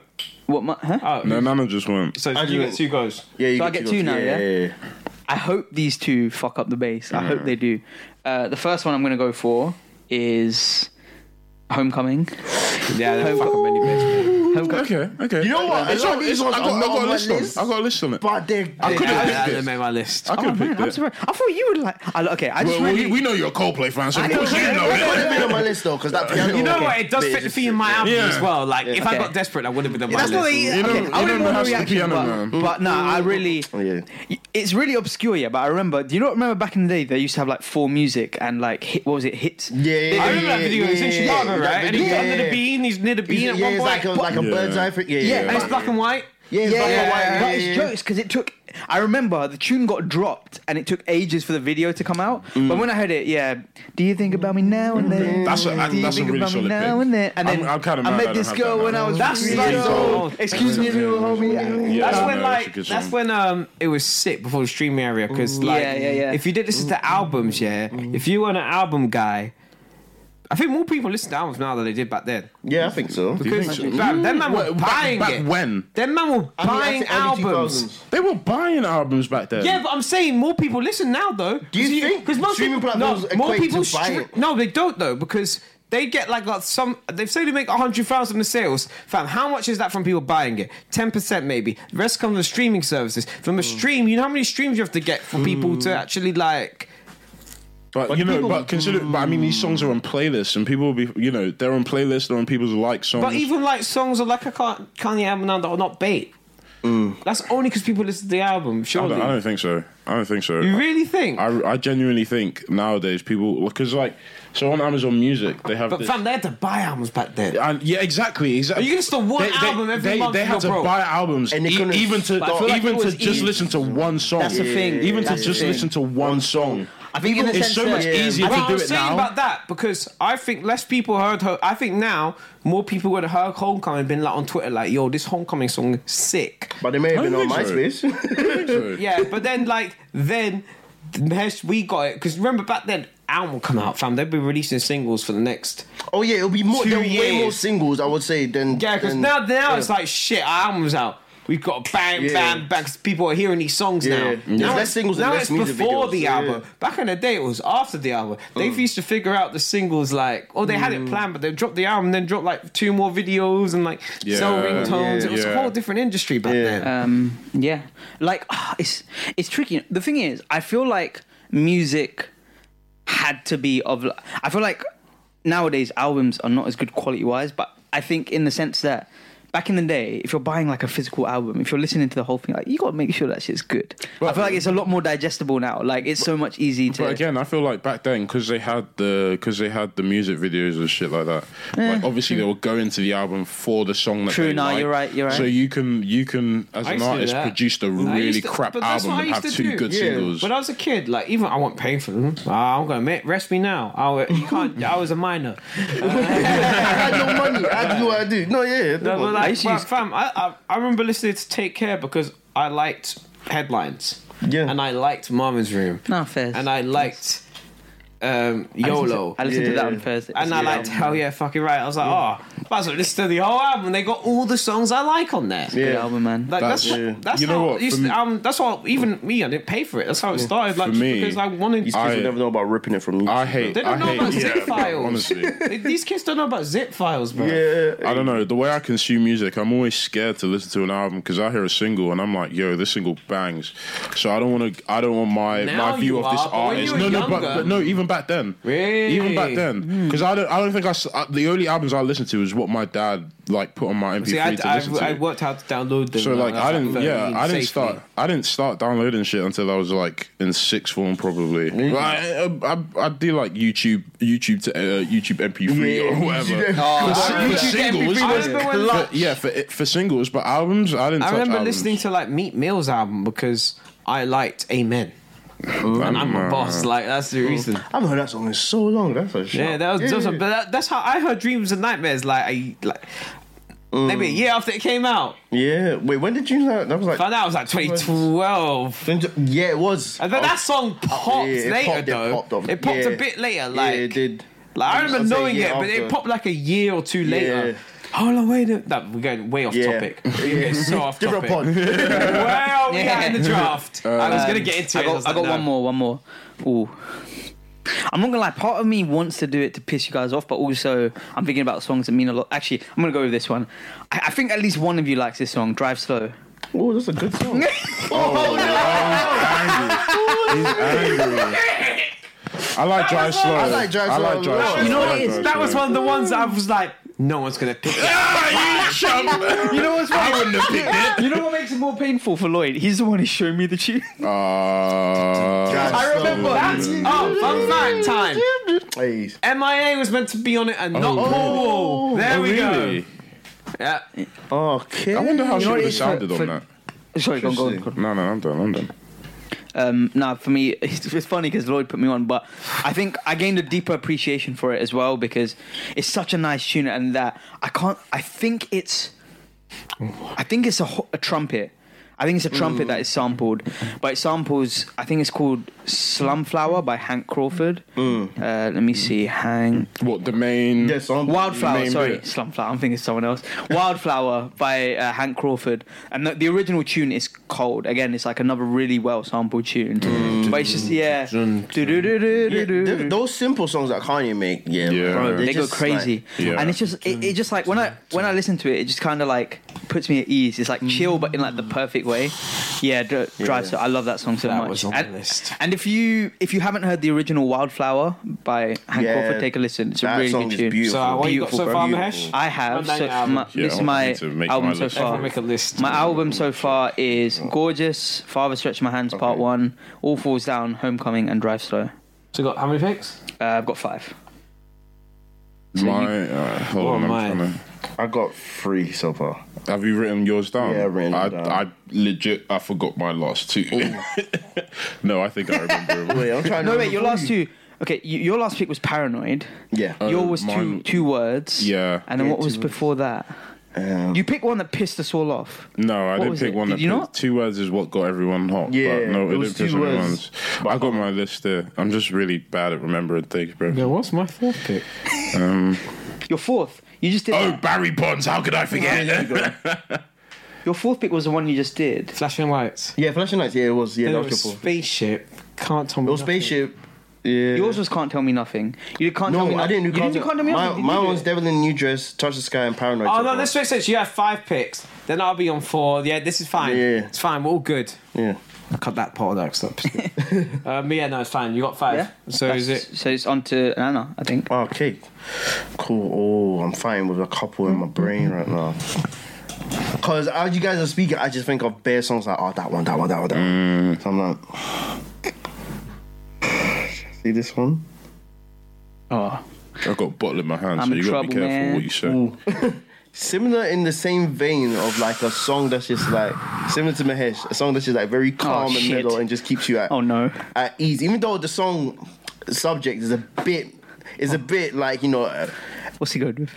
[SPEAKER 1] What? My, huh?
[SPEAKER 3] Oh,
[SPEAKER 2] No, Nana just went.
[SPEAKER 3] so you
[SPEAKER 4] do
[SPEAKER 3] get
[SPEAKER 4] it.
[SPEAKER 3] two goes.
[SPEAKER 4] Yeah, you
[SPEAKER 1] So I
[SPEAKER 4] to
[SPEAKER 1] get
[SPEAKER 4] go
[SPEAKER 1] two
[SPEAKER 4] to-
[SPEAKER 1] now, yeah?
[SPEAKER 4] yeah.
[SPEAKER 1] I hope these two fuck up the base. I hope they do. Uh, the first one I'm going to go for is Homecoming.
[SPEAKER 3] Yeah, they're fucking many bits.
[SPEAKER 1] Homecoming.
[SPEAKER 2] Okay, okay. You
[SPEAKER 4] know what?
[SPEAKER 2] It's
[SPEAKER 4] A lot
[SPEAKER 2] on,
[SPEAKER 4] of these
[SPEAKER 2] it's on,
[SPEAKER 4] ones
[SPEAKER 2] I got,
[SPEAKER 4] are
[SPEAKER 2] I
[SPEAKER 4] not
[SPEAKER 2] got
[SPEAKER 4] on
[SPEAKER 2] a
[SPEAKER 4] my
[SPEAKER 2] list on.
[SPEAKER 4] list.
[SPEAKER 2] I got a list on it.
[SPEAKER 4] But they
[SPEAKER 2] I could
[SPEAKER 3] Yeah,
[SPEAKER 2] have
[SPEAKER 3] yeah, they
[SPEAKER 2] picked
[SPEAKER 3] made
[SPEAKER 2] it.
[SPEAKER 3] my list.
[SPEAKER 2] I could
[SPEAKER 1] Oh,
[SPEAKER 2] have
[SPEAKER 1] man,
[SPEAKER 2] picked
[SPEAKER 1] I'm
[SPEAKER 2] it.
[SPEAKER 1] sorry. I thought you would like. I, okay, I just
[SPEAKER 2] Well,
[SPEAKER 1] really.
[SPEAKER 2] we, we know you're a Coldplay fan, so of course you know
[SPEAKER 4] It would have been
[SPEAKER 2] that.
[SPEAKER 4] on my list though, because that piano.
[SPEAKER 3] You know what? It does
[SPEAKER 4] bit
[SPEAKER 3] fit the
[SPEAKER 4] is-
[SPEAKER 3] theme in my album
[SPEAKER 2] Yeah.
[SPEAKER 3] as well. Like, if I
[SPEAKER 1] Okay.
[SPEAKER 3] got desperate, I would have been on my
[SPEAKER 1] that's
[SPEAKER 3] list.
[SPEAKER 1] not the. e-
[SPEAKER 2] You don't-
[SPEAKER 1] okay,
[SPEAKER 2] you
[SPEAKER 1] I
[SPEAKER 2] don't
[SPEAKER 1] wouldn't
[SPEAKER 2] know
[SPEAKER 1] want
[SPEAKER 2] how to
[SPEAKER 1] the
[SPEAKER 2] do
[SPEAKER 1] reaction,
[SPEAKER 2] piano,
[SPEAKER 1] but,
[SPEAKER 2] man.
[SPEAKER 1] but no, I really.
[SPEAKER 4] Yeah.
[SPEAKER 1] It's really obscure, yeah. But I remember. Do you not remember back in the day they used to have like four music and like hit, what was it hits?
[SPEAKER 4] Yeah, yeah, yeah.
[SPEAKER 3] I remember that video. It's in
[SPEAKER 4] yeah,
[SPEAKER 3] Chicago,
[SPEAKER 4] yeah,
[SPEAKER 3] right?
[SPEAKER 4] that
[SPEAKER 3] And he's
[SPEAKER 4] video,
[SPEAKER 3] under
[SPEAKER 4] yeah.
[SPEAKER 3] the bean. He's near the bean
[SPEAKER 4] Yeah,
[SPEAKER 3] at
[SPEAKER 4] yeah,
[SPEAKER 3] one
[SPEAKER 4] it's
[SPEAKER 3] point.
[SPEAKER 4] like a, like a
[SPEAKER 2] Yeah.
[SPEAKER 4] bird's eye. fi- Yeah, yeah,
[SPEAKER 1] Yeah,
[SPEAKER 3] and it's black and white.
[SPEAKER 4] Yeah, it's black and white.
[SPEAKER 1] But
[SPEAKER 4] yeah, yeah,
[SPEAKER 1] it's
[SPEAKER 4] yeah.
[SPEAKER 1] jokes because it took. I remember the tune got dropped and it took ages for the video to come out. But when I heard it, yeah, do you think about me now and then?
[SPEAKER 2] That's a-
[SPEAKER 1] Do
[SPEAKER 2] that's
[SPEAKER 1] you
[SPEAKER 2] a
[SPEAKER 1] think
[SPEAKER 2] really
[SPEAKER 1] about me
[SPEAKER 2] solid
[SPEAKER 1] now
[SPEAKER 2] pick.
[SPEAKER 1] and then? And
[SPEAKER 2] I'm-
[SPEAKER 1] then
[SPEAKER 2] I'm kinda
[SPEAKER 1] I
[SPEAKER 2] mad I
[SPEAKER 1] met
[SPEAKER 2] don't
[SPEAKER 1] this
[SPEAKER 2] have
[SPEAKER 1] girl
[SPEAKER 2] that
[SPEAKER 1] when
[SPEAKER 2] now.
[SPEAKER 1] I was
[SPEAKER 3] That's
[SPEAKER 1] really
[SPEAKER 3] like-
[SPEAKER 1] old.
[SPEAKER 3] Yeah.
[SPEAKER 1] Excuse me, little homie.
[SPEAKER 2] Yeah,
[SPEAKER 3] That's
[SPEAKER 2] I
[SPEAKER 3] when
[SPEAKER 2] know, it's
[SPEAKER 3] like
[SPEAKER 2] a good
[SPEAKER 3] that's
[SPEAKER 2] song.
[SPEAKER 3] when um it was sick before the streaming area because like
[SPEAKER 1] Yeah, yeah, yeah.
[SPEAKER 3] if you did listen to albums yeah if you were an album guy I think more people listen to albums now than they did back then
[SPEAKER 4] Yeah, I think so.
[SPEAKER 3] because fam, them man were
[SPEAKER 2] Back-
[SPEAKER 3] buying
[SPEAKER 2] back
[SPEAKER 3] it
[SPEAKER 2] when?
[SPEAKER 3] them man were
[SPEAKER 4] I mean, I
[SPEAKER 3] buying
[SPEAKER 4] think early
[SPEAKER 3] albums
[SPEAKER 4] 2000s.
[SPEAKER 2] They were buying albums back then.
[SPEAKER 3] yeah but I'm saying more people listen now though do
[SPEAKER 4] you think streaming platforms
[SPEAKER 3] no, more
[SPEAKER 4] equate
[SPEAKER 3] people
[SPEAKER 4] to buying?
[SPEAKER 3] no they don't though because they get like, like some they say they make 100,000 in sales fam how much is that from people buying it 10% maybe the rest comes from streaming services from a
[SPEAKER 4] Hmm.
[SPEAKER 3] stream you know how many streams you have to get for people to actually like
[SPEAKER 2] But, you know, but consider, but I mean, these songs are on playlists, and people will be, you know, they're on playlists, they're on people's like songs.
[SPEAKER 3] but even like songs are like I can't Kanye album now that are not bait
[SPEAKER 4] Hmm.
[SPEAKER 3] that's only because people listen to the album
[SPEAKER 2] I
[SPEAKER 3] surely
[SPEAKER 2] don't, I don't think so. I don't think so.
[SPEAKER 3] you really think
[SPEAKER 2] I, I genuinely think nowadays people because like so on Amazon Music they have
[SPEAKER 3] but
[SPEAKER 2] this,
[SPEAKER 3] fam they had to buy albums back then
[SPEAKER 2] and yeah exactly exactly.
[SPEAKER 3] Are you gonna store one album every
[SPEAKER 2] they,
[SPEAKER 3] month
[SPEAKER 2] They
[SPEAKER 3] and
[SPEAKER 2] had
[SPEAKER 3] you're
[SPEAKER 2] to
[SPEAKER 3] broke?
[SPEAKER 2] buy albums
[SPEAKER 4] And they
[SPEAKER 2] e-
[SPEAKER 4] couldn't
[SPEAKER 2] even to
[SPEAKER 4] stop. I feel
[SPEAKER 1] like
[SPEAKER 2] even
[SPEAKER 1] it
[SPEAKER 2] to
[SPEAKER 1] was
[SPEAKER 2] just
[SPEAKER 1] easy.
[SPEAKER 2] listen to one song.
[SPEAKER 1] That's the thing.
[SPEAKER 2] Even
[SPEAKER 1] That's
[SPEAKER 2] to
[SPEAKER 1] the
[SPEAKER 2] just
[SPEAKER 1] thing.
[SPEAKER 2] listen to one song.
[SPEAKER 1] I think in a
[SPEAKER 2] It's
[SPEAKER 1] sense
[SPEAKER 2] so much
[SPEAKER 1] that-
[SPEAKER 2] easier
[SPEAKER 3] I
[SPEAKER 2] to
[SPEAKER 3] think
[SPEAKER 2] do
[SPEAKER 3] I'm
[SPEAKER 2] it
[SPEAKER 3] saying
[SPEAKER 2] now.
[SPEAKER 3] about that because I think less people heard her. I think now more people would have heard Homecoming been like on Twitter like, "Yo, this Homecoming song is sick."
[SPEAKER 4] But they may have
[SPEAKER 2] I
[SPEAKER 4] been on
[SPEAKER 2] don't think
[SPEAKER 4] MySpace.
[SPEAKER 3] Yeah, but then like then Mahesh, we got it because remember back then album will come out, fam. They'd be releasing singles for the next.
[SPEAKER 4] oh yeah, it'll be more.
[SPEAKER 3] Two
[SPEAKER 4] There were way more
[SPEAKER 3] years.
[SPEAKER 4] singles, I would say, than
[SPEAKER 3] Yeah, because
[SPEAKER 4] than-
[SPEAKER 3] now now
[SPEAKER 4] yeah.
[SPEAKER 3] it's like shit. Our album's out. We've got bang,
[SPEAKER 4] Yeah.
[SPEAKER 3] bang, bang. 'cause People are hearing these songs
[SPEAKER 4] Yeah.
[SPEAKER 3] now.
[SPEAKER 4] Yeah. There's
[SPEAKER 3] Now
[SPEAKER 4] less
[SPEAKER 3] it's-
[SPEAKER 4] singles and
[SPEAKER 3] now
[SPEAKER 4] less
[SPEAKER 3] it's
[SPEAKER 4] music
[SPEAKER 3] before
[SPEAKER 4] videos.
[SPEAKER 3] the
[SPEAKER 4] Yeah. Mm.
[SPEAKER 3] album. Back in the day, it was after the album. They used to figure out the singles like, oh, they had it planned, but they dropped the album, then dropped like two more videos and like sell
[SPEAKER 2] Yeah.
[SPEAKER 3] ringtones. It was a
[SPEAKER 2] Yeah. Uh,
[SPEAKER 3] whole different industry back then.
[SPEAKER 1] Um, yeah, like ah, it's it's tricky. The thing is, I feel like music had to be of. I feel like nowadays albums are not as good quality wise, but I think in the sense that back in the day, if you're buying like a physical album, if you're listening to the whole thing, like you got to make sure that shit's good. I feel like it's a lot more digestible now. Like it's so much easy to.
[SPEAKER 2] But again, I feel like back then because they had the because they had the music videos and shit like that. like obviously they will go into the album for the song that.
[SPEAKER 1] True,
[SPEAKER 2] They
[SPEAKER 1] no,
[SPEAKER 2] like.
[SPEAKER 1] you're right, you're right.
[SPEAKER 2] So you can you can as
[SPEAKER 3] I
[SPEAKER 2] an
[SPEAKER 3] used to do
[SPEAKER 2] artist
[SPEAKER 3] that.
[SPEAKER 2] produce a
[SPEAKER 3] I
[SPEAKER 2] really
[SPEAKER 3] used to-
[SPEAKER 2] crap
[SPEAKER 3] but that's
[SPEAKER 2] album
[SPEAKER 3] what I
[SPEAKER 2] and
[SPEAKER 3] used
[SPEAKER 2] have
[SPEAKER 3] to
[SPEAKER 2] two
[SPEAKER 3] do.
[SPEAKER 2] good
[SPEAKER 3] Yeah.
[SPEAKER 2] singles.
[SPEAKER 3] When I was a kid, like even I wasn't paying for them. Ah, I'm gonna admit, rest me now. I, wa- you can't, I was a minor.
[SPEAKER 4] I had no money. I had no idea. No, yeah.
[SPEAKER 3] No, but like,
[SPEAKER 1] I used to
[SPEAKER 3] but
[SPEAKER 1] use-
[SPEAKER 3] fam, I, I I remember listening to Take Care because I liked headlines.
[SPEAKER 4] Yeah.
[SPEAKER 3] And I liked Marvin's Room.
[SPEAKER 1] No, fair.
[SPEAKER 3] And I liked um,
[SPEAKER 1] I listened to-
[SPEAKER 3] YOLO.
[SPEAKER 1] I listened to that on
[SPEAKER 4] Yeah.
[SPEAKER 1] Thursday.
[SPEAKER 3] and I liked Hell Yeah, fucking right. I was like, oh, might as well listen to the whole album. They got all the songs I like on there.
[SPEAKER 1] Good
[SPEAKER 4] Yeah.
[SPEAKER 1] album, man.
[SPEAKER 3] Like that's
[SPEAKER 2] That's-
[SPEAKER 3] that's,
[SPEAKER 4] yeah.
[SPEAKER 2] You know
[SPEAKER 3] how
[SPEAKER 2] what,
[SPEAKER 3] I used
[SPEAKER 2] for
[SPEAKER 3] to-
[SPEAKER 2] me-
[SPEAKER 3] um, that's why even me I didn't pay for it. That's how it started. Like
[SPEAKER 2] For
[SPEAKER 3] just
[SPEAKER 2] me,
[SPEAKER 3] because I wanted.
[SPEAKER 4] These kids
[SPEAKER 2] I-
[SPEAKER 4] will never know about ripping it from you.
[SPEAKER 2] I hate.
[SPEAKER 3] They don't
[SPEAKER 2] I
[SPEAKER 3] know
[SPEAKER 2] hate,
[SPEAKER 3] about zip
[SPEAKER 2] yeah,
[SPEAKER 3] files.
[SPEAKER 2] Honestly,
[SPEAKER 3] They- These kids don't know about zip files, bro.
[SPEAKER 4] yeah.
[SPEAKER 2] I don't know. The way I consume music, I'm always scared to listen to an album because I hear a single and I'm like, "Yo, this single bangs." So I don't want to. I don't want my
[SPEAKER 3] Now
[SPEAKER 2] my view
[SPEAKER 3] you
[SPEAKER 2] of this
[SPEAKER 3] are, but when
[SPEAKER 2] artist.
[SPEAKER 3] you
[SPEAKER 2] No,
[SPEAKER 3] were
[SPEAKER 2] no, but,
[SPEAKER 3] younger-
[SPEAKER 2] but no. Even back then,
[SPEAKER 3] Really? Hmm.
[SPEAKER 2] even back then, because I don't. I don't think I, s- I- The only albums I listened to is what my dad like put on my MP3
[SPEAKER 3] See, I,
[SPEAKER 2] to
[SPEAKER 3] I,
[SPEAKER 2] listen to.
[SPEAKER 3] I worked out to download them.
[SPEAKER 2] so like
[SPEAKER 3] That's
[SPEAKER 2] I didn't,
[SPEAKER 3] like
[SPEAKER 2] yeah, I didn't
[SPEAKER 3] safely.
[SPEAKER 2] start. I didn't start downloading shit until I was like in sixth form, probably. But I, I, I, I do like YouTube, YouTube to uh, YouTube MP3
[SPEAKER 4] Yeah,
[SPEAKER 2] or whatever.
[SPEAKER 4] YouTube.
[SPEAKER 2] For
[SPEAKER 1] Oh, I
[SPEAKER 2] sing-
[SPEAKER 1] remember
[SPEAKER 2] for
[SPEAKER 1] that.
[SPEAKER 2] singles,
[SPEAKER 3] I remember when,
[SPEAKER 2] for-
[SPEAKER 3] like-
[SPEAKER 2] yeah, for for singles, but albums, I didn't.
[SPEAKER 3] I
[SPEAKER 2] touch
[SPEAKER 3] remember
[SPEAKER 2] albums.
[SPEAKER 3] listening to like Meat Mill's album because I liked Amen. and I'm a boss.
[SPEAKER 4] Mm.
[SPEAKER 3] Like that's the reason.
[SPEAKER 4] I haven't heard that song in so long. That's a shock.
[SPEAKER 3] Yeah, that was just.
[SPEAKER 4] yeah.
[SPEAKER 3] But that, that's how I heard Dreams and Nightmares. Like I like. Maybe a year after it came out.
[SPEAKER 4] Mm. Yeah. Wait, when did you know? That was like.
[SPEAKER 3] Found out it was like 2012.
[SPEAKER 4] Yeah, it was.
[SPEAKER 3] And then that song popped
[SPEAKER 4] Yeah, it
[SPEAKER 3] later,
[SPEAKER 4] popped- it
[SPEAKER 3] though. It
[SPEAKER 4] popped
[SPEAKER 3] popped,
[SPEAKER 4] up. Yeah.
[SPEAKER 3] a bit later.
[SPEAKER 4] yeah,
[SPEAKER 3] Like,
[SPEAKER 4] it did.
[SPEAKER 3] Like, I
[SPEAKER 4] I'd
[SPEAKER 3] remember
[SPEAKER 4] say
[SPEAKER 3] knowing
[SPEAKER 4] year
[SPEAKER 3] it, but
[SPEAKER 4] after.
[SPEAKER 3] it popped like a year or two
[SPEAKER 4] Yeah.
[SPEAKER 3] later. Hold on, wait. a- That, we're going way off
[SPEAKER 4] Yeah.
[SPEAKER 3] topic. We're getting so off
[SPEAKER 4] Different
[SPEAKER 3] topic.
[SPEAKER 4] pod.
[SPEAKER 3] well, we
[SPEAKER 1] Yeah.
[SPEAKER 3] had in the draft. I was gonna
[SPEAKER 1] Um,
[SPEAKER 3] get into
[SPEAKER 1] I
[SPEAKER 3] it.
[SPEAKER 1] got,
[SPEAKER 3] I, was
[SPEAKER 1] I
[SPEAKER 3] like,
[SPEAKER 1] got
[SPEAKER 3] no.
[SPEAKER 1] one more, one more. Ooh. I'm not gonna lie. Part of me wants to do it to piss you guys off, but also I'm thinking about songs that mean a lot. Actually, I'm gonna go with this one. I, I think at least one of you likes this song, "Drive Slow."
[SPEAKER 4] Oh, that's a good song.
[SPEAKER 2] I like Drive Slow.
[SPEAKER 4] I like Drive
[SPEAKER 2] I like
[SPEAKER 4] Slow a lot.
[SPEAKER 2] Drive Slow.
[SPEAKER 1] You know
[SPEAKER 2] I
[SPEAKER 1] what
[SPEAKER 2] like
[SPEAKER 1] it is?
[SPEAKER 2] Drive
[SPEAKER 3] That was
[SPEAKER 2] Slow.
[SPEAKER 3] one of the ones I was like, no one's gonna pick. It.
[SPEAKER 2] Ah, you chump.
[SPEAKER 1] You know what's
[SPEAKER 2] I wouldn't have picked
[SPEAKER 1] You know what makes it more painful for Lloyd? He's the one who showed me the tune.
[SPEAKER 2] it. Uh,
[SPEAKER 4] I remember.
[SPEAKER 3] That's oh, fun fact time.
[SPEAKER 4] Please.
[SPEAKER 3] MIA was meant to be on it and not
[SPEAKER 2] Oh.
[SPEAKER 3] Paul. There
[SPEAKER 2] oh,
[SPEAKER 3] we
[SPEAKER 2] really?
[SPEAKER 3] go. Yeah.
[SPEAKER 4] Okay.
[SPEAKER 2] I wonder how she
[SPEAKER 1] know
[SPEAKER 2] would
[SPEAKER 1] what it
[SPEAKER 2] have
[SPEAKER 1] is for-
[SPEAKER 2] sounded
[SPEAKER 1] for-
[SPEAKER 2] on that.
[SPEAKER 1] Sorry, go on, go on. go on.
[SPEAKER 2] No, no, I'm done. I'm done.
[SPEAKER 1] Um, nah, for me, it's, it's funny because Lloyd put me on, but I think I gained a deeper appreciation for it as well because it's such a nice tune, and that I can't. I think it's, I think it's a, ho- a trumpet. I think it's a trumpet that is sampled, but it samples. I think it's called "Slumflower" by Hank Crawford. Uh, let me see, Hank.
[SPEAKER 2] What the main?
[SPEAKER 4] Yes, on
[SPEAKER 1] Wildflower,
[SPEAKER 2] Name
[SPEAKER 1] sorry,
[SPEAKER 2] it.
[SPEAKER 1] Slumflower. I'm thinking of someone else. Wildflower by uh, Hank Crawford, and the, the original tune is Cold. Again, it's like another really well sampled tune, but it's just yeah.
[SPEAKER 4] Yeah, th-
[SPEAKER 1] Do-do-do-do-do-do.
[SPEAKER 4] those simple songs that Kanye make, yeah,
[SPEAKER 2] Yeah.
[SPEAKER 4] bro,
[SPEAKER 1] They go
[SPEAKER 4] just
[SPEAKER 1] crazy,
[SPEAKER 2] like- Yeah.
[SPEAKER 1] and it's just it, it just like when I when I listen to it, it just kind of like puts me at ease. It's like chill, but in like the perfect way. Yeah, dr- drive. So I love that song so
[SPEAKER 3] That
[SPEAKER 1] much.
[SPEAKER 3] was on the
[SPEAKER 1] and,
[SPEAKER 3] list.
[SPEAKER 1] and if you if you haven't heard the original Wildflower by Hank
[SPEAKER 4] Yeah,
[SPEAKER 1] Crawford, take a listen. It's a
[SPEAKER 4] that
[SPEAKER 1] really
[SPEAKER 4] song
[SPEAKER 1] good
[SPEAKER 4] is
[SPEAKER 1] tune.
[SPEAKER 4] beautiful.
[SPEAKER 3] So uh, what you got so
[SPEAKER 1] Beautiful,
[SPEAKER 3] far,
[SPEAKER 4] bro.
[SPEAKER 3] Mahesh?
[SPEAKER 1] I have.
[SPEAKER 3] Run down
[SPEAKER 1] So
[SPEAKER 3] your album.
[SPEAKER 1] my, this
[SPEAKER 2] Yeah, I
[SPEAKER 1] is
[SPEAKER 2] want
[SPEAKER 1] my
[SPEAKER 2] you to make
[SPEAKER 1] album
[SPEAKER 2] my
[SPEAKER 1] so
[SPEAKER 2] list.
[SPEAKER 1] far.
[SPEAKER 3] Everyone make a list.
[SPEAKER 1] My album so far is Gorgeous, Father Stretch My Hands Part 1, All Falls Down, Homecoming, and Drive Slow.
[SPEAKER 3] So you got how many picks?
[SPEAKER 1] Uh, I've got five.
[SPEAKER 2] My, uh, hold
[SPEAKER 3] Oh,
[SPEAKER 2] on, I'm
[SPEAKER 3] mine.
[SPEAKER 2] trying to-
[SPEAKER 4] I got three so far.
[SPEAKER 2] Have you written yours down?
[SPEAKER 4] Yeah, I've written
[SPEAKER 2] I,
[SPEAKER 4] it down.
[SPEAKER 2] I legit, I forgot my last two. No, I think I remember.
[SPEAKER 4] Wait,
[SPEAKER 2] it.
[SPEAKER 4] I'm trying. to
[SPEAKER 1] No, wait,
[SPEAKER 4] remember
[SPEAKER 1] your
[SPEAKER 4] who
[SPEAKER 1] last
[SPEAKER 4] you-
[SPEAKER 1] two. Okay, y- your last pick was paranoid.
[SPEAKER 4] Yeah.
[SPEAKER 1] Your was two
[SPEAKER 2] mine-
[SPEAKER 1] two words.
[SPEAKER 2] Yeah.
[SPEAKER 1] And then
[SPEAKER 4] Yeah,
[SPEAKER 1] what was
[SPEAKER 4] two
[SPEAKER 1] before that?
[SPEAKER 4] Um,
[SPEAKER 1] You picked one that pissed us all off.
[SPEAKER 2] No, I
[SPEAKER 1] What
[SPEAKER 2] didn't
[SPEAKER 1] was
[SPEAKER 2] pick
[SPEAKER 1] it?
[SPEAKER 2] one.
[SPEAKER 1] Did
[SPEAKER 2] that
[SPEAKER 1] you
[SPEAKER 2] picked-
[SPEAKER 1] not?
[SPEAKER 2] Two words is what got everyone hot.
[SPEAKER 4] Yeah,
[SPEAKER 2] but no,
[SPEAKER 4] it
[SPEAKER 2] it,
[SPEAKER 4] was
[SPEAKER 2] didn't piss
[SPEAKER 4] two
[SPEAKER 2] everyone
[SPEAKER 4] words.
[SPEAKER 2] off. I got my list there. I'm just really bad at remembering things, bro.
[SPEAKER 3] Yeah, what's my fourth pick?
[SPEAKER 1] Your fourth. You just did.
[SPEAKER 2] Oh,
[SPEAKER 1] that.
[SPEAKER 2] Barry Bonds! How could I forget?
[SPEAKER 1] Your fourth pick was the one you just did.
[SPEAKER 3] Flashing lights.
[SPEAKER 4] yeah, flashing lights. Yeah, it was. Yeah,
[SPEAKER 3] Then
[SPEAKER 4] that
[SPEAKER 3] it
[SPEAKER 4] was
[SPEAKER 3] was
[SPEAKER 4] your four.
[SPEAKER 3] spaceship. Can't tell me.
[SPEAKER 4] It was
[SPEAKER 3] nothing.
[SPEAKER 4] spaceship. Yeah.
[SPEAKER 1] Yours was can't tell me nothing. You did can't tell
[SPEAKER 4] no,
[SPEAKER 1] me.
[SPEAKER 4] I
[SPEAKER 1] Nothing.
[SPEAKER 4] didn't. Do
[SPEAKER 1] you didn't do can't tell me
[SPEAKER 4] my,
[SPEAKER 1] nothing. did
[SPEAKER 4] my
[SPEAKER 1] you?
[SPEAKER 4] one's Devil in a New Dress, Touch the Sky, and Paranoid.
[SPEAKER 3] Oh
[SPEAKER 4] so
[SPEAKER 3] no,
[SPEAKER 4] far.
[SPEAKER 3] this makes sense. You have five picks. Then I'll be on four. Yeah, this is fine.
[SPEAKER 4] Yeah.
[SPEAKER 3] It's fine. We're all good.
[SPEAKER 4] Yeah.
[SPEAKER 3] I cut that part of that stuff. um, yeah, no, it's fine. You got five.
[SPEAKER 1] Yeah.
[SPEAKER 3] So is
[SPEAKER 1] That's-
[SPEAKER 3] it?
[SPEAKER 1] So it's on to Anna, I think.
[SPEAKER 4] Okay. Cool. Oh, I'm fighting with a couple in my brain right now. Cause as you guys are speaking, I just think of bare songs like, oh, that one, that one, that one, that one.
[SPEAKER 1] Mm.
[SPEAKER 4] So I'm like, see this one?
[SPEAKER 1] Oh,
[SPEAKER 2] I've got a bottle in my hand,
[SPEAKER 1] I'm
[SPEAKER 2] so
[SPEAKER 1] in
[SPEAKER 2] you got to be
[SPEAKER 1] trouble,
[SPEAKER 2] careful
[SPEAKER 1] man.
[SPEAKER 2] what you say.
[SPEAKER 4] Similar in the same vein of like a song that's just like similar to Mahesh, a song that's just like very calm and
[SPEAKER 1] Oh, shit.
[SPEAKER 4] middle and just keeps you at
[SPEAKER 1] oh no.
[SPEAKER 4] at ease. Even though the song subject is a bit is a bit like you know uh,
[SPEAKER 1] What's he going with?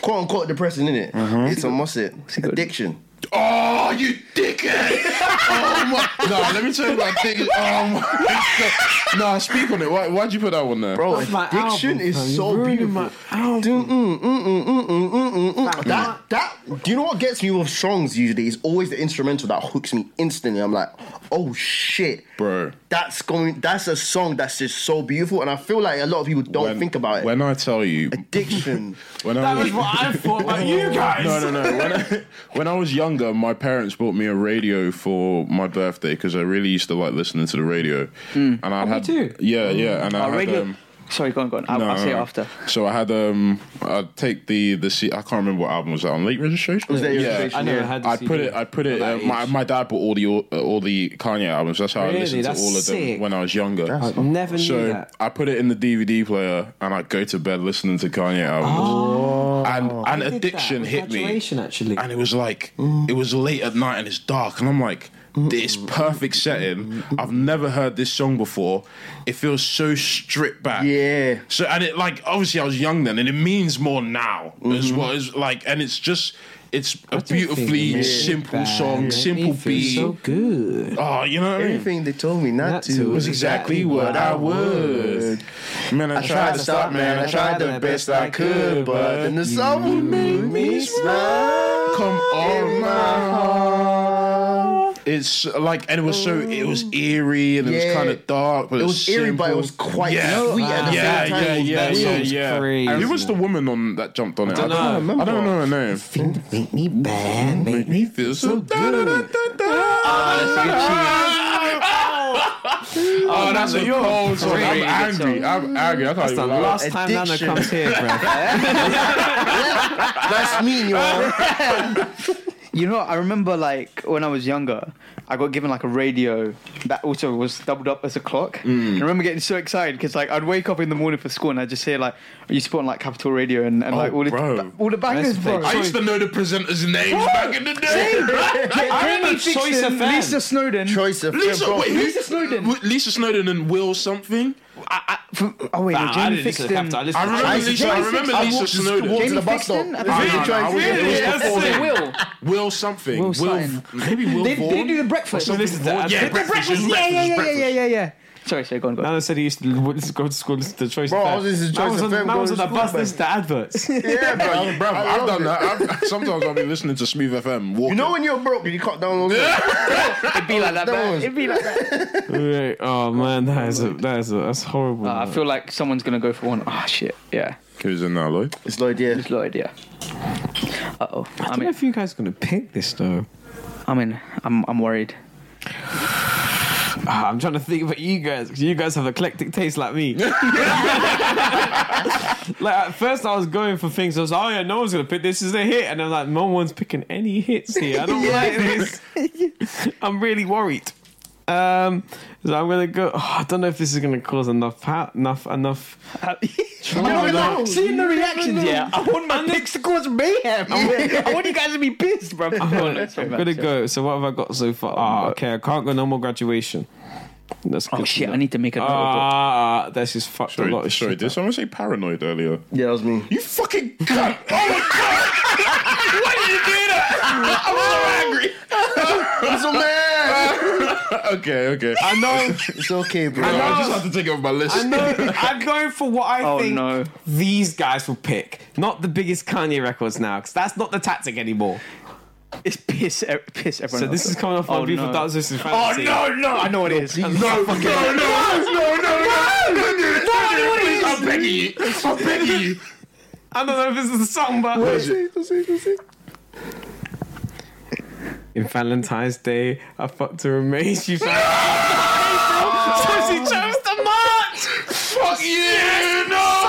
[SPEAKER 4] quote unquote depressing, isn't it?
[SPEAKER 1] Uh-huh.
[SPEAKER 4] It's a what's it?
[SPEAKER 1] he got?
[SPEAKER 4] Addiction.
[SPEAKER 2] Oh, you dickhead! oh my! No, let me tell you about dickhead. Oh my! No, no, speak on it. Why? Why'd you put that one there?
[SPEAKER 4] Bro,
[SPEAKER 3] That's my
[SPEAKER 4] addiction
[SPEAKER 3] album,
[SPEAKER 4] is
[SPEAKER 3] fam. You
[SPEAKER 4] so
[SPEAKER 3] ruined
[SPEAKER 4] beautiful.
[SPEAKER 3] my album.
[SPEAKER 4] Do- mm, mm, mm, mm, mm, mm, mm, mm.
[SPEAKER 3] Fam,
[SPEAKER 4] That that do you know what gets me with songs usually is always the instrumental that hooks me instantly. I'm like, oh shit,
[SPEAKER 2] Bro.
[SPEAKER 4] That's going. That's a song that's just so beautiful, and I feel like a lot of people don't
[SPEAKER 2] When-
[SPEAKER 4] think about it.
[SPEAKER 2] When I tell you,
[SPEAKER 4] addiction.
[SPEAKER 2] when I
[SPEAKER 3] That was what I thought about you guys.
[SPEAKER 2] No, no, no. When I, when I was younger, my parents bought me a radio for my birthday because I really used to like listening to the radio. And I had,
[SPEAKER 3] Hmm. Oh, too.
[SPEAKER 2] yeah, yeah. And I
[SPEAKER 1] Oh,
[SPEAKER 2] had,
[SPEAKER 1] radio.
[SPEAKER 2] um,
[SPEAKER 1] Sorry, go on, go on. I'll,
[SPEAKER 2] no,
[SPEAKER 1] I'll
[SPEAKER 2] no,
[SPEAKER 1] say it
[SPEAKER 2] no.
[SPEAKER 1] after.
[SPEAKER 2] So I had um, I'd take the the C- I can't remember what album was that on. Late registration.
[SPEAKER 4] Was that your
[SPEAKER 2] yeah.
[SPEAKER 4] registration?
[SPEAKER 3] I never
[SPEAKER 4] Yeah.
[SPEAKER 3] had. the
[SPEAKER 2] I put
[SPEAKER 3] CD.
[SPEAKER 2] it. I put it.
[SPEAKER 3] Not
[SPEAKER 2] Uh,
[SPEAKER 3] that
[SPEAKER 2] my
[SPEAKER 3] age.
[SPEAKER 2] my dad bought all the uh, all the Kanye albums. That's how
[SPEAKER 3] Really?
[SPEAKER 2] I listened to
[SPEAKER 3] That's
[SPEAKER 2] all of them
[SPEAKER 3] sick.
[SPEAKER 2] when I was younger.
[SPEAKER 3] I never knew
[SPEAKER 2] so
[SPEAKER 3] that.
[SPEAKER 2] I put it in the DVD player and I go to bed listening to Kanye albums. and and
[SPEAKER 3] I Oh. did
[SPEAKER 2] addiction
[SPEAKER 3] that.
[SPEAKER 2] hit me.
[SPEAKER 3] Graduation, actually.
[SPEAKER 2] And it was like it was late at night and it's dark and I'm like. This perfect setting. I've never heard this song before. It feels so stripped back.
[SPEAKER 4] Yeah.
[SPEAKER 2] So and it like obviously I was young then, and it means more now as well. It's like and it's just it's a
[SPEAKER 3] Don't think it
[SPEAKER 2] beautifully
[SPEAKER 3] made
[SPEAKER 2] simple
[SPEAKER 3] me bad. It
[SPEAKER 2] song,
[SPEAKER 3] made
[SPEAKER 2] simple
[SPEAKER 3] me feel
[SPEAKER 2] beat.
[SPEAKER 3] So good.
[SPEAKER 2] oh, you know what I mean?
[SPEAKER 4] Everything they told me not,
[SPEAKER 3] Not
[SPEAKER 4] to,
[SPEAKER 3] to.
[SPEAKER 2] was exactly what I would. Man, I, tried to stop, man. I tried the best I could, but
[SPEAKER 4] in the summer made me smile.
[SPEAKER 2] come on, my heart. It's like, and it was so, it was eerie and it
[SPEAKER 4] Yeah.
[SPEAKER 2] was kind of dark, but it
[SPEAKER 4] It
[SPEAKER 2] was,
[SPEAKER 4] was eerie, but it was
[SPEAKER 2] simple.
[SPEAKER 4] quite
[SPEAKER 2] yeah.
[SPEAKER 4] sweet at the
[SPEAKER 2] Yeah,
[SPEAKER 4] same time.
[SPEAKER 2] yeah, yeah,
[SPEAKER 3] That
[SPEAKER 2] yeah,
[SPEAKER 3] song's
[SPEAKER 2] yeah.
[SPEAKER 3] crazy.
[SPEAKER 2] And Who was the woman on that jumped on it? I
[SPEAKER 3] don't know.
[SPEAKER 2] I don't know her name.
[SPEAKER 4] Make me bad.
[SPEAKER 2] Make me feel so good. Oh, that's a cold song. I'm
[SPEAKER 1] Crazy
[SPEAKER 2] angry. I'm angry. I can't
[SPEAKER 3] That's the
[SPEAKER 2] even lie.
[SPEAKER 3] last time Nana
[SPEAKER 4] Addiction.
[SPEAKER 3] comes here, bro.
[SPEAKER 4] That's me, y'all.
[SPEAKER 1] You know, I remember like when I was younger, I got given like a radio that also was doubled up as a clock. And I remember getting so excited because like I'd wake up in the morning for school and I'd just hear like you spot on like Capital Radio and, and
[SPEAKER 2] Oh,
[SPEAKER 1] like all the
[SPEAKER 2] bro.
[SPEAKER 1] all the backers,
[SPEAKER 3] That's
[SPEAKER 1] bro.
[SPEAKER 3] fake.
[SPEAKER 2] I used to know the presenters' names back in the day.
[SPEAKER 1] I remember
[SPEAKER 3] Jamie Choice
[SPEAKER 1] Fixon,
[SPEAKER 3] FM.
[SPEAKER 1] Lisa Snowden.
[SPEAKER 4] Choice of
[SPEAKER 2] Lisa,
[SPEAKER 4] bro.
[SPEAKER 2] wait, who-
[SPEAKER 1] Lisa Snowden.
[SPEAKER 2] w- Lisa Snowden and Will something.
[SPEAKER 1] I, I, for, oh wait,
[SPEAKER 3] Nah,
[SPEAKER 1] no,
[SPEAKER 3] I
[SPEAKER 1] Jamie
[SPEAKER 3] didn't listen to
[SPEAKER 1] Fixon.
[SPEAKER 3] Capital. I
[SPEAKER 2] I
[SPEAKER 3] listened to
[SPEAKER 2] remember Lisa. I remember
[SPEAKER 4] Lisa I
[SPEAKER 2] Lisa
[SPEAKER 4] walked to school
[SPEAKER 2] Snowden.
[SPEAKER 4] to
[SPEAKER 1] Jamie
[SPEAKER 4] the bus
[SPEAKER 1] Fixton?
[SPEAKER 4] stop.
[SPEAKER 1] I
[SPEAKER 2] Really?
[SPEAKER 4] Really trying
[SPEAKER 2] I
[SPEAKER 4] to-
[SPEAKER 2] was- it was
[SPEAKER 1] That's
[SPEAKER 2] before
[SPEAKER 1] it.
[SPEAKER 2] then.
[SPEAKER 1] Will.
[SPEAKER 2] Will something.
[SPEAKER 1] Will
[SPEAKER 2] Will,
[SPEAKER 1] something.
[SPEAKER 2] maybe Will
[SPEAKER 1] They,
[SPEAKER 2] Vaughn.
[SPEAKER 1] they do the breakfast.
[SPEAKER 3] So listen to
[SPEAKER 2] Oh, Yeah,
[SPEAKER 3] Adam.
[SPEAKER 2] breakfast. it
[SPEAKER 1] yeah,
[SPEAKER 2] was
[SPEAKER 1] yeah, yeah, yeah,
[SPEAKER 2] breakfast.
[SPEAKER 1] yeah, yeah, yeah. Sorry, sorry, go on, go on.
[SPEAKER 3] Nana said he used to l- listen- go to school, listen to Choice
[SPEAKER 4] Bro, I
[SPEAKER 3] FM.
[SPEAKER 4] was listening to
[SPEAKER 3] Man
[SPEAKER 4] Choice
[SPEAKER 3] was on,
[SPEAKER 4] FM
[SPEAKER 3] man
[SPEAKER 4] going
[SPEAKER 3] was
[SPEAKER 4] to
[SPEAKER 3] on the
[SPEAKER 4] school,
[SPEAKER 3] bus
[SPEAKER 4] man.
[SPEAKER 3] listening to adverts.
[SPEAKER 4] Yeah, bro.
[SPEAKER 2] Bro, bruv,
[SPEAKER 4] I
[SPEAKER 2] I've
[SPEAKER 4] love
[SPEAKER 2] done
[SPEAKER 4] it.
[SPEAKER 2] that. I've, sometimes I'll be listening to Smooth FM. Walking.
[SPEAKER 4] You know when you're broke and you can't download it?
[SPEAKER 1] It'd be like that,
[SPEAKER 4] That
[SPEAKER 1] man.
[SPEAKER 4] was-
[SPEAKER 1] It'd be like that.
[SPEAKER 3] Right. Oh man, that is a, that is a, that's horrible.
[SPEAKER 1] Uh, I
[SPEAKER 3] man.
[SPEAKER 1] feel like someone's gonna go for one. Ah, shit. Yeah,
[SPEAKER 2] who's in that, Lloyd?
[SPEAKER 4] It's Lloyd, yeah.
[SPEAKER 1] it's Lloyd. Yeah. Uh oh.
[SPEAKER 3] I
[SPEAKER 1] I
[SPEAKER 3] don't know
[SPEAKER 1] mean,
[SPEAKER 3] if you guys are gonna pick this though.
[SPEAKER 1] I mean, I'm I'm worried.
[SPEAKER 3] Ah, I'm trying to think about you guys 'cause you guys have eclectic taste like me. like at first, I was going for things. I was like, oh yeah, no one's gonna pick this. this is a hit, and I'm like, no one's picking any hits here. I don't like this. I'm really worried. Um, so I'm gonna go. oh, I don't know if this is gonna cause enough ha- enough enough.
[SPEAKER 1] No,
[SPEAKER 3] no.
[SPEAKER 1] no. Seeing the reactions, yeah. I want my picks to cause mayhem. I want you guys to be pissed, bro.
[SPEAKER 3] I'm gonna go. So what have I got so far? Ah, okay, I can't go no more graduation. That's
[SPEAKER 1] Oh
[SPEAKER 3] good to
[SPEAKER 1] shit!
[SPEAKER 3] know.
[SPEAKER 1] I need to make a note of it.
[SPEAKER 3] Ah, that's just fucked a lot
[SPEAKER 2] Sorry,
[SPEAKER 3] of
[SPEAKER 2] sorry
[SPEAKER 3] shit.
[SPEAKER 2] did someone say paranoid earlier?
[SPEAKER 4] Yeah, that was me.
[SPEAKER 2] You fucking cunt! Oh my god! Why did you do that? I'm so angry.
[SPEAKER 4] I'm so mad.
[SPEAKER 2] Okay, okay.
[SPEAKER 3] I know.
[SPEAKER 4] It's okay, bro.
[SPEAKER 2] I, just have to take it off my list.
[SPEAKER 3] I know. I'm going for what I
[SPEAKER 1] Oh,
[SPEAKER 3] think
[SPEAKER 1] no.
[SPEAKER 3] these guys will pick, not the biggest Kanye records now, because that's not the tactic anymore.
[SPEAKER 1] It's piss, e- piss everyone.
[SPEAKER 3] So this
[SPEAKER 1] off.
[SPEAKER 3] is coming off
[SPEAKER 1] Oh,
[SPEAKER 3] my beautiful
[SPEAKER 1] no.
[SPEAKER 3] dark sisters
[SPEAKER 2] Oh
[SPEAKER 3] fantasy.
[SPEAKER 2] no, no!
[SPEAKER 1] I know what it is.
[SPEAKER 2] No, no, no, no, no, no, no, Please, I'm begging you. I'm begging you.
[SPEAKER 3] I don't know if this is a song, but in Valentine's Day, I fucked to remain. She found so she chose the march.
[SPEAKER 2] Fuck you! No!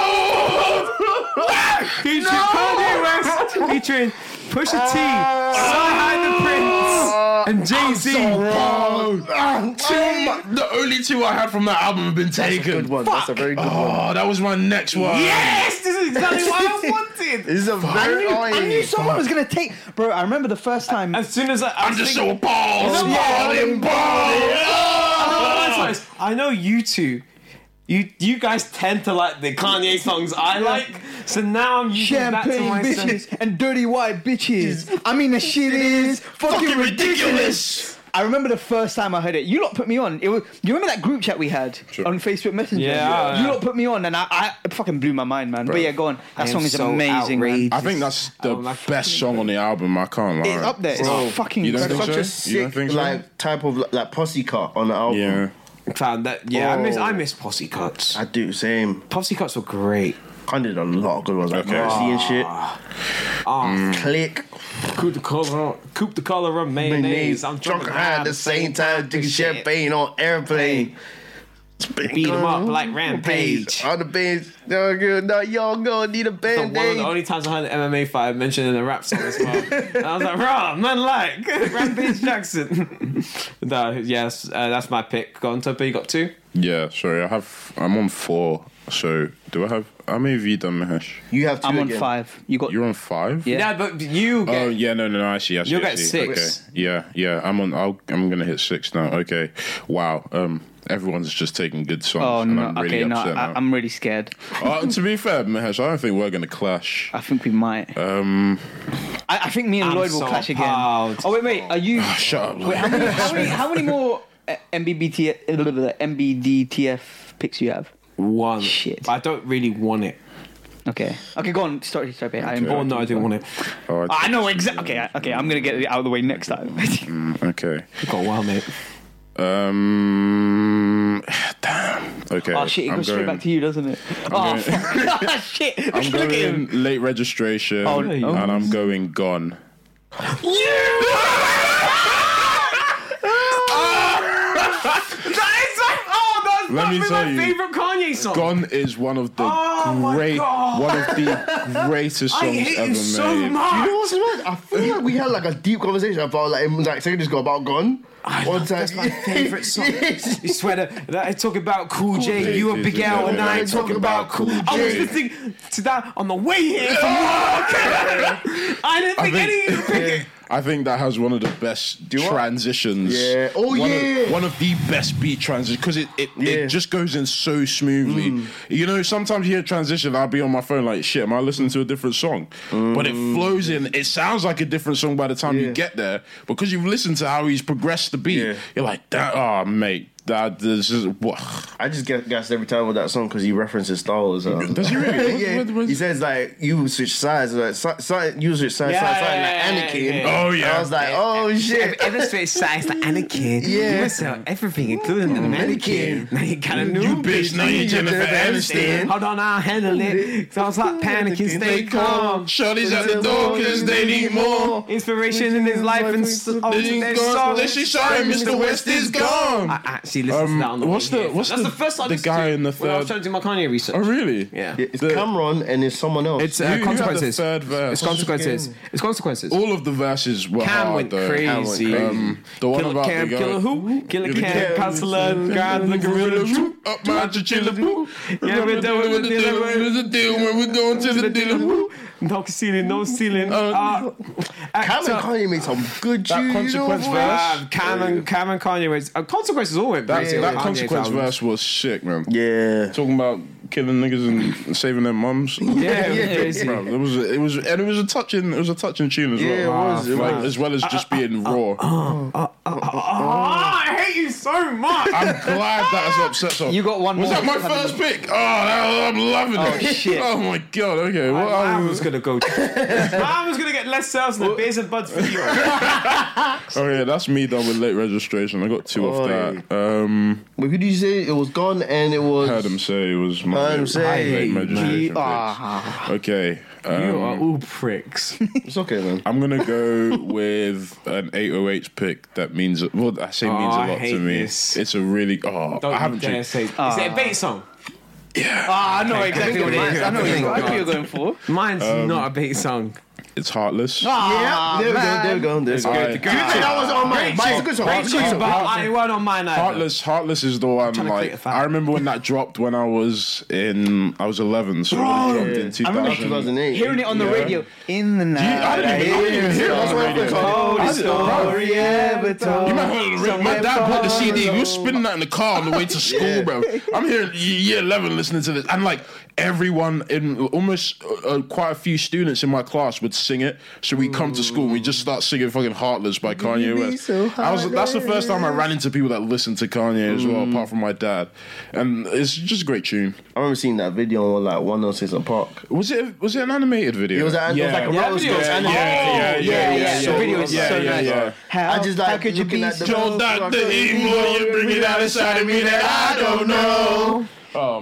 [SPEAKER 3] Featuring Kanye West, featuring Pusha T, Sly High the Prince, and Jay Z.
[SPEAKER 2] Oh, ah, two of my- the only two I had from that album have been taken.
[SPEAKER 4] Good one. That's a very good one.
[SPEAKER 2] Oh, that was my next one.
[SPEAKER 3] Yes, this is exactly what I wanted.
[SPEAKER 4] This is a very.
[SPEAKER 1] I knew someone was gonna take, bro. I remember the first time.
[SPEAKER 3] As soon as I, I
[SPEAKER 2] I'm
[SPEAKER 3] was
[SPEAKER 2] just so
[SPEAKER 3] thinking-
[SPEAKER 2] appalled.
[SPEAKER 3] No, yeah.
[SPEAKER 2] Appalled, appalled.
[SPEAKER 3] Oh, that's nice. I know you two. You you guys tend to like the Kanye songs I like, so now I'm using
[SPEAKER 1] Champagne
[SPEAKER 3] that to myself.
[SPEAKER 1] bitches and dirty white bitches. I mean, the shit is fucking,
[SPEAKER 2] Fucking
[SPEAKER 1] ridiculous.
[SPEAKER 2] ridiculous.
[SPEAKER 1] I remember the first time I heard it. You lot put me on. It was, you remember that group chat we had on Facebook Messenger?
[SPEAKER 3] Yeah.
[SPEAKER 1] You lot put me on, and I, I it fucking blew my mind, man. But yeah, go on. That
[SPEAKER 3] am
[SPEAKER 1] song is
[SPEAKER 3] so
[SPEAKER 1] amazing, man.
[SPEAKER 3] outraged.
[SPEAKER 2] I think that's the
[SPEAKER 3] Oh, my
[SPEAKER 2] best song on the album. I can't lie.
[SPEAKER 1] It's up there. It's
[SPEAKER 4] Bro,
[SPEAKER 1] fucking.
[SPEAKER 2] you don't
[SPEAKER 1] incredible.
[SPEAKER 2] think
[SPEAKER 4] such
[SPEAKER 2] so?
[SPEAKER 4] a
[SPEAKER 2] You don't
[SPEAKER 4] sick
[SPEAKER 2] think so?
[SPEAKER 4] like type of like posse cut on the album.
[SPEAKER 2] Yeah.
[SPEAKER 3] Found that yeah, I miss
[SPEAKER 4] Oh.
[SPEAKER 3] I miss posse cuts.
[SPEAKER 4] I do same.
[SPEAKER 3] Posse cuts were great.
[SPEAKER 4] Kanye did a lot of good ones like
[SPEAKER 2] Okay.
[SPEAKER 4] Mercy and shit.
[SPEAKER 3] Ah,
[SPEAKER 4] Click.
[SPEAKER 3] coop the color, coop the color of mayonnaise.
[SPEAKER 4] Mayonnaise.
[SPEAKER 3] I'm
[SPEAKER 4] drunk high at the same time, drinking champagne on airplane.
[SPEAKER 3] Beat 'em up like rampage.
[SPEAKER 4] On the bench, no good, no y'all gonna need a
[SPEAKER 3] So one of the
[SPEAKER 4] band-aid.
[SPEAKER 3] only times I heard an MMA fight mentioned in a rap song as well. and I was like, rah, man, like Rampage Jackson. no, yes, uh, that's my pick. Go on, Topo, you got two?
[SPEAKER 2] Yeah, sorry, I have. I'm on four. So do I have? How many have you done, Mahesh?
[SPEAKER 4] You have to.
[SPEAKER 1] I'm on
[SPEAKER 4] again.
[SPEAKER 1] five. You got.
[SPEAKER 2] You're on five.
[SPEAKER 1] Yeah.
[SPEAKER 3] Yeah, but you get.
[SPEAKER 2] Oh yeah, no, no, no. Actually, actually,
[SPEAKER 3] You'll get
[SPEAKER 2] actually.
[SPEAKER 3] six.
[SPEAKER 2] Okay. Yeah, yeah. I'm on. I'll, I'm gonna hit six now. Okay. Wow. Um. Everyone's just taking good songs.
[SPEAKER 1] oh
[SPEAKER 2] and
[SPEAKER 1] no.
[SPEAKER 2] I'm really
[SPEAKER 1] okay, no.
[SPEAKER 2] upset
[SPEAKER 1] I,
[SPEAKER 2] now.
[SPEAKER 1] I'm really scared.
[SPEAKER 2] Uh, to be fair, Mahesh, I don't think we're gonna clash.
[SPEAKER 1] I think we might.
[SPEAKER 2] Um.
[SPEAKER 1] I, I think me and
[SPEAKER 3] I'm
[SPEAKER 1] Lloyd will
[SPEAKER 3] so
[SPEAKER 1] clash
[SPEAKER 3] proud.
[SPEAKER 1] again. Oh wait, wait. Are you?
[SPEAKER 2] Ah, Shut up.
[SPEAKER 1] Wait, how many, how many, how many more uh, MBBT, uh, blah, blah, blah, MBDTF picks you have?
[SPEAKER 3] One.
[SPEAKER 1] Shit.
[SPEAKER 3] I don't really want it.
[SPEAKER 1] Okay. Okay, go on. Sorry, sorry, babe. I am.
[SPEAKER 3] Oh, no, I do want it.
[SPEAKER 2] Oh,
[SPEAKER 1] I know exactly. Okay, I- okay. I'm gonna get it out of the way next time.
[SPEAKER 2] mm, okay.
[SPEAKER 3] You've got a while, mate.
[SPEAKER 2] Um. Damn. Okay.
[SPEAKER 1] oh shit! It
[SPEAKER 2] I'm
[SPEAKER 1] goes
[SPEAKER 2] going,
[SPEAKER 1] straight back to you, doesn't it? oh
[SPEAKER 2] going-
[SPEAKER 1] fuck. shit!
[SPEAKER 2] I'm
[SPEAKER 1] Look at
[SPEAKER 2] going
[SPEAKER 1] him.
[SPEAKER 2] late registration,
[SPEAKER 1] Oh,
[SPEAKER 2] and
[SPEAKER 1] no.
[SPEAKER 2] I'm going gone.
[SPEAKER 3] That is like, oh, that's
[SPEAKER 2] Let me
[SPEAKER 3] probably
[SPEAKER 2] tell
[SPEAKER 3] my
[SPEAKER 2] you.
[SPEAKER 3] favorite Kanye song.
[SPEAKER 2] Gone is one of the
[SPEAKER 3] Oh my
[SPEAKER 2] great,
[SPEAKER 3] God.
[SPEAKER 2] one of the greatest
[SPEAKER 3] I
[SPEAKER 2] songs
[SPEAKER 3] hate
[SPEAKER 2] ever
[SPEAKER 3] you so
[SPEAKER 2] made.
[SPEAKER 4] You
[SPEAKER 3] much.
[SPEAKER 4] know what's mad? I feel like we had like a deep conversation about like in, like second school about gone.
[SPEAKER 3] I
[SPEAKER 4] One
[SPEAKER 3] love-
[SPEAKER 4] time.
[SPEAKER 3] That's my favorite song.
[SPEAKER 4] Yes.
[SPEAKER 3] You swear that, that I talk about Cool J,
[SPEAKER 2] J,
[SPEAKER 3] you and
[SPEAKER 2] dude,
[SPEAKER 3] Big
[SPEAKER 2] dude,
[SPEAKER 3] L,
[SPEAKER 2] dude,
[SPEAKER 3] and I
[SPEAKER 2] dude,
[SPEAKER 3] ain't
[SPEAKER 2] dude,
[SPEAKER 3] talking
[SPEAKER 2] dude,
[SPEAKER 3] about Cool
[SPEAKER 2] Cool
[SPEAKER 3] J. I was
[SPEAKER 2] J.
[SPEAKER 3] listening to that on the way here from work. I didn't think,
[SPEAKER 2] think-
[SPEAKER 3] any of you pick it.
[SPEAKER 2] I think that has one of the best
[SPEAKER 4] what?
[SPEAKER 2] transitions.
[SPEAKER 4] Yeah. Oh,
[SPEAKER 2] One of-
[SPEAKER 4] yeah.
[SPEAKER 2] one of the best beat transitions because it, it,
[SPEAKER 4] Yeah. Mm.
[SPEAKER 2] it just goes in so smoothly. You know, sometimes you hear transition, I'll be on my phone like, shit, am I listening to a different song? But it flows in. It sounds like a different song by the time
[SPEAKER 4] Mm. Yeah.
[SPEAKER 2] you get there because you've listened to how he's progressed the beat.
[SPEAKER 4] Yeah.
[SPEAKER 2] You're like, that, oh, mate, that this is what.
[SPEAKER 4] I just get gassed every time with that song because he references Star Wars. uh,
[SPEAKER 2] Does he really? What-
[SPEAKER 4] yeah,
[SPEAKER 2] what- what-
[SPEAKER 4] he says like you switch sides, like si- si- you switch sides,
[SPEAKER 3] Yeah,
[SPEAKER 4] sides, sides,
[SPEAKER 3] yeah,
[SPEAKER 4] like
[SPEAKER 3] yeah,
[SPEAKER 4] Anakin.
[SPEAKER 3] yeah.
[SPEAKER 2] Oh, yeah.
[SPEAKER 4] I was like, oh shit.
[SPEAKER 3] Ever straight size the Anakin.
[SPEAKER 4] Yeah.
[SPEAKER 3] You must sell everything, including the mannequin.
[SPEAKER 4] Mannequin.
[SPEAKER 3] Now you got a new
[SPEAKER 2] You bitch, now you Jennifer Aniston.
[SPEAKER 3] Hold on, I'll handle it. Sounds like panicking, stay calm.
[SPEAKER 2] Shorty's at the door because they need more.
[SPEAKER 3] Inspiration in his life and s- oh,
[SPEAKER 2] They
[SPEAKER 3] their
[SPEAKER 2] ain't gone.
[SPEAKER 3] songs.
[SPEAKER 2] They should sorry, Mr. West is gone.
[SPEAKER 3] I actually listened
[SPEAKER 2] Um,
[SPEAKER 3] to that on the
[SPEAKER 2] what's
[SPEAKER 3] way
[SPEAKER 2] the-
[SPEAKER 3] here.
[SPEAKER 2] what's
[SPEAKER 3] That's the,
[SPEAKER 2] the-
[SPEAKER 3] first time I
[SPEAKER 2] the
[SPEAKER 3] listened
[SPEAKER 2] guy
[SPEAKER 3] to
[SPEAKER 2] in the
[SPEAKER 3] when I was
[SPEAKER 2] third-
[SPEAKER 3] trying to do my Kanye research.
[SPEAKER 2] oh, really?
[SPEAKER 3] Yeah.
[SPEAKER 4] Yeah, It's
[SPEAKER 2] The-
[SPEAKER 4] Cameron and it's someone else.
[SPEAKER 3] It's
[SPEAKER 2] You-
[SPEAKER 3] uh,
[SPEAKER 2] you had the
[SPEAKER 3] consequences.
[SPEAKER 2] third verse.
[SPEAKER 3] It's consequences. It's consequences.
[SPEAKER 2] All of the verses were
[SPEAKER 3] Cam
[SPEAKER 2] hard,
[SPEAKER 3] went
[SPEAKER 2] though.
[SPEAKER 3] crazy.
[SPEAKER 2] Um, the one
[SPEAKER 3] Killer
[SPEAKER 2] about
[SPEAKER 3] Cam,
[SPEAKER 2] the guy-
[SPEAKER 3] killer who?
[SPEAKER 2] Killer
[SPEAKER 3] Killer Cam,
[SPEAKER 2] Cam,
[SPEAKER 3] counselor, God, the gorilla. who?
[SPEAKER 2] Up my chinchilla, boo.
[SPEAKER 3] Yeah, we're doing the dealer,
[SPEAKER 2] There's a deal when we're going to the dealer, boo.
[SPEAKER 3] No ceiling, no ceiling. Uh,
[SPEAKER 4] Oh, Cameron
[SPEAKER 3] actor-
[SPEAKER 4] Kanye made some good juice.
[SPEAKER 2] consequence
[SPEAKER 4] boy.
[SPEAKER 2] verse.
[SPEAKER 3] Um, Cam and Cam and Kanye West. Uh, consequences all went
[SPEAKER 2] That,
[SPEAKER 3] back to
[SPEAKER 2] that
[SPEAKER 3] Kanye
[SPEAKER 2] consequence
[SPEAKER 3] albums.
[SPEAKER 2] verse was sick, man.
[SPEAKER 4] Yeah.
[SPEAKER 2] Talking about killing niggas and saving their mums.
[SPEAKER 3] Yeah, it was
[SPEAKER 4] Yeah, yeah,
[SPEAKER 3] crazy.
[SPEAKER 2] Bro, it was it was and it was a touching it was a touching tune as
[SPEAKER 4] Yeah, it
[SPEAKER 2] well,
[SPEAKER 4] was. It
[SPEAKER 2] Like,
[SPEAKER 4] was.
[SPEAKER 2] as well as just being raw.
[SPEAKER 3] Uh, Ah, I hate you so much.
[SPEAKER 2] I'm glad that has upset someone.
[SPEAKER 1] You got one
[SPEAKER 2] Was
[SPEAKER 1] more.
[SPEAKER 2] that my first pick? Oh, that- I'm loving
[SPEAKER 1] Oh,
[SPEAKER 2] it.
[SPEAKER 1] shit.
[SPEAKER 2] Oh my god. Okay. What
[SPEAKER 3] My
[SPEAKER 2] album-
[SPEAKER 3] album's gonna go. My album's gonna get less sales than the Bears and Buds video.
[SPEAKER 2] Oh yeah, that's me done with late registration. I got two
[SPEAKER 4] Oi.
[SPEAKER 2] off that. Um,
[SPEAKER 4] Wait, who did you say it was gone and it was?
[SPEAKER 2] heard him say it was my
[SPEAKER 4] Heard him
[SPEAKER 2] favorite
[SPEAKER 4] say.
[SPEAKER 2] late
[SPEAKER 4] Hey,
[SPEAKER 2] registration. picks.
[SPEAKER 4] Ah,
[SPEAKER 2] Okay,
[SPEAKER 3] You
[SPEAKER 2] um,
[SPEAKER 3] are all pricks.
[SPEAKER 4] it's okay then.
[SPEAKER 2] I'm gonna go with an 808 pick. That means well, I say means
[SPEAKER 3] Oh,
[SPEAKER 2] a
[SPEAKER 3] I
[SPEAKER 2] lot
[SPEAKER 3] hate
[SPEAKER 2] to me.
[SPEAKER 3] this.
[SPEAKER 2] It's a really oh,
[SPEAKER 3] Don't
[SPEAKER 2] I haven't
[SPEAKER 3] dare
[SPEAKER 2] changed.
[SPEAKER 3] say. Is it a bait song?
[SPEAKER 1] Ah, I know exactly what it is. I know what you're- I know what you're going for. Ah,
[SPEAKER 3] Mine's not a bait song.
[SPEAKER 2] It's heartless.
[SPEAKER 4] yeah,
[SPEAKER 1] man.
[SPEAKER 4] there we go. There we go. There we go.
[SPEAKER 2] I-
[SPEAKER 4] That was on mine. But Oh, it's a good song.
[SPEAKER 3] Great
[SPEAKER 4] It's a
[SPEAKER 3] tune,
[SPEAKER 4] good
[SPEAKER 3] but
[SPEAKER 4] song.
[SPEAKER 3] I ain't one on mine either.
[SPEAKER 2] Heartless, Heartless is the one.
[SPEAKER 3] trying to create a
[SPEAKER 2] Like
[SPEAKER 3] fact.
[SPEAKER 2] I remember when that dropped when I was in, I was 11, so it dropped in
[SPEAKER 1] I
[SPEAKER 2] 2000.
[SPEAKER 1] remember Hearing
[SPEAKER 4] 2008.
[SPEAKER 1] it on the radio in the night.
[SPEAKER 2] I didn't even, I didn't even hear it
[SPEAKER 4] That's
[SPEAKER 2] on the
[SPEAKER 4] why I
[SPEAKER 2] radio.
[SPEAKER 4] put on-
[SPEAKER 2] I didn't- bro,
[SPEAKER 4] ever told.
[SPEAKER 2] You might have heard it. My dad bought the CD. We were spinning that in the car on the way to school, bro. I'm here in year 11 listening to this. And like everyone in almost uh, quite a few students in my class would sing it. So we come to school and we just start singing fucking Heartless by Kanye
[SPEAKER 4] be
[SPEAKER 2] West.
[SPEAKER 4] so
[SPEAKER 2] I was, that's the first time I ran into people that listened to Kanye as well, apart from my dad. And it's just a great tune.
[SPEAKER 4] I remember seeing that video on like 106 and Park.
[SPEAKER 2] Was it was it an animated video?
[SPEAKER 4] It was, an, it was like a
[SPEAKER 3] Yeah,
[SPEAKER 4] roller
[SPEAKER 3] video was
[SPEAKER 4] skate.
[SPEAKER 3] animated.
[SPEAKER 2] Yeah, yeah,
[SPEAKER 1] yeah,
[SPEAKER 2] yeah, yeah,
[SPEAKER 1] yeah.
[SPEAKER 2] yeah.
[SPEAKER 1] The video is
[SPEAKER 2] Yeah,
[SPEAKER 1] so
[SPEAKER 2] yeah,
[SPEAKER 1] nice.
[SPEAKER 2] yeah.
[SPEAKER 1] How,
[SPEAKER 4] I just like
[SPEAKER 1] how could you
[SPEAKER 4] looking
[SPEAKER 1] be
[SPEAKER 4] at the-
[SPEAKER 1] so-
[SPEAKER 2] Don't doubt the evil, you bring it out inside of me that I don't know.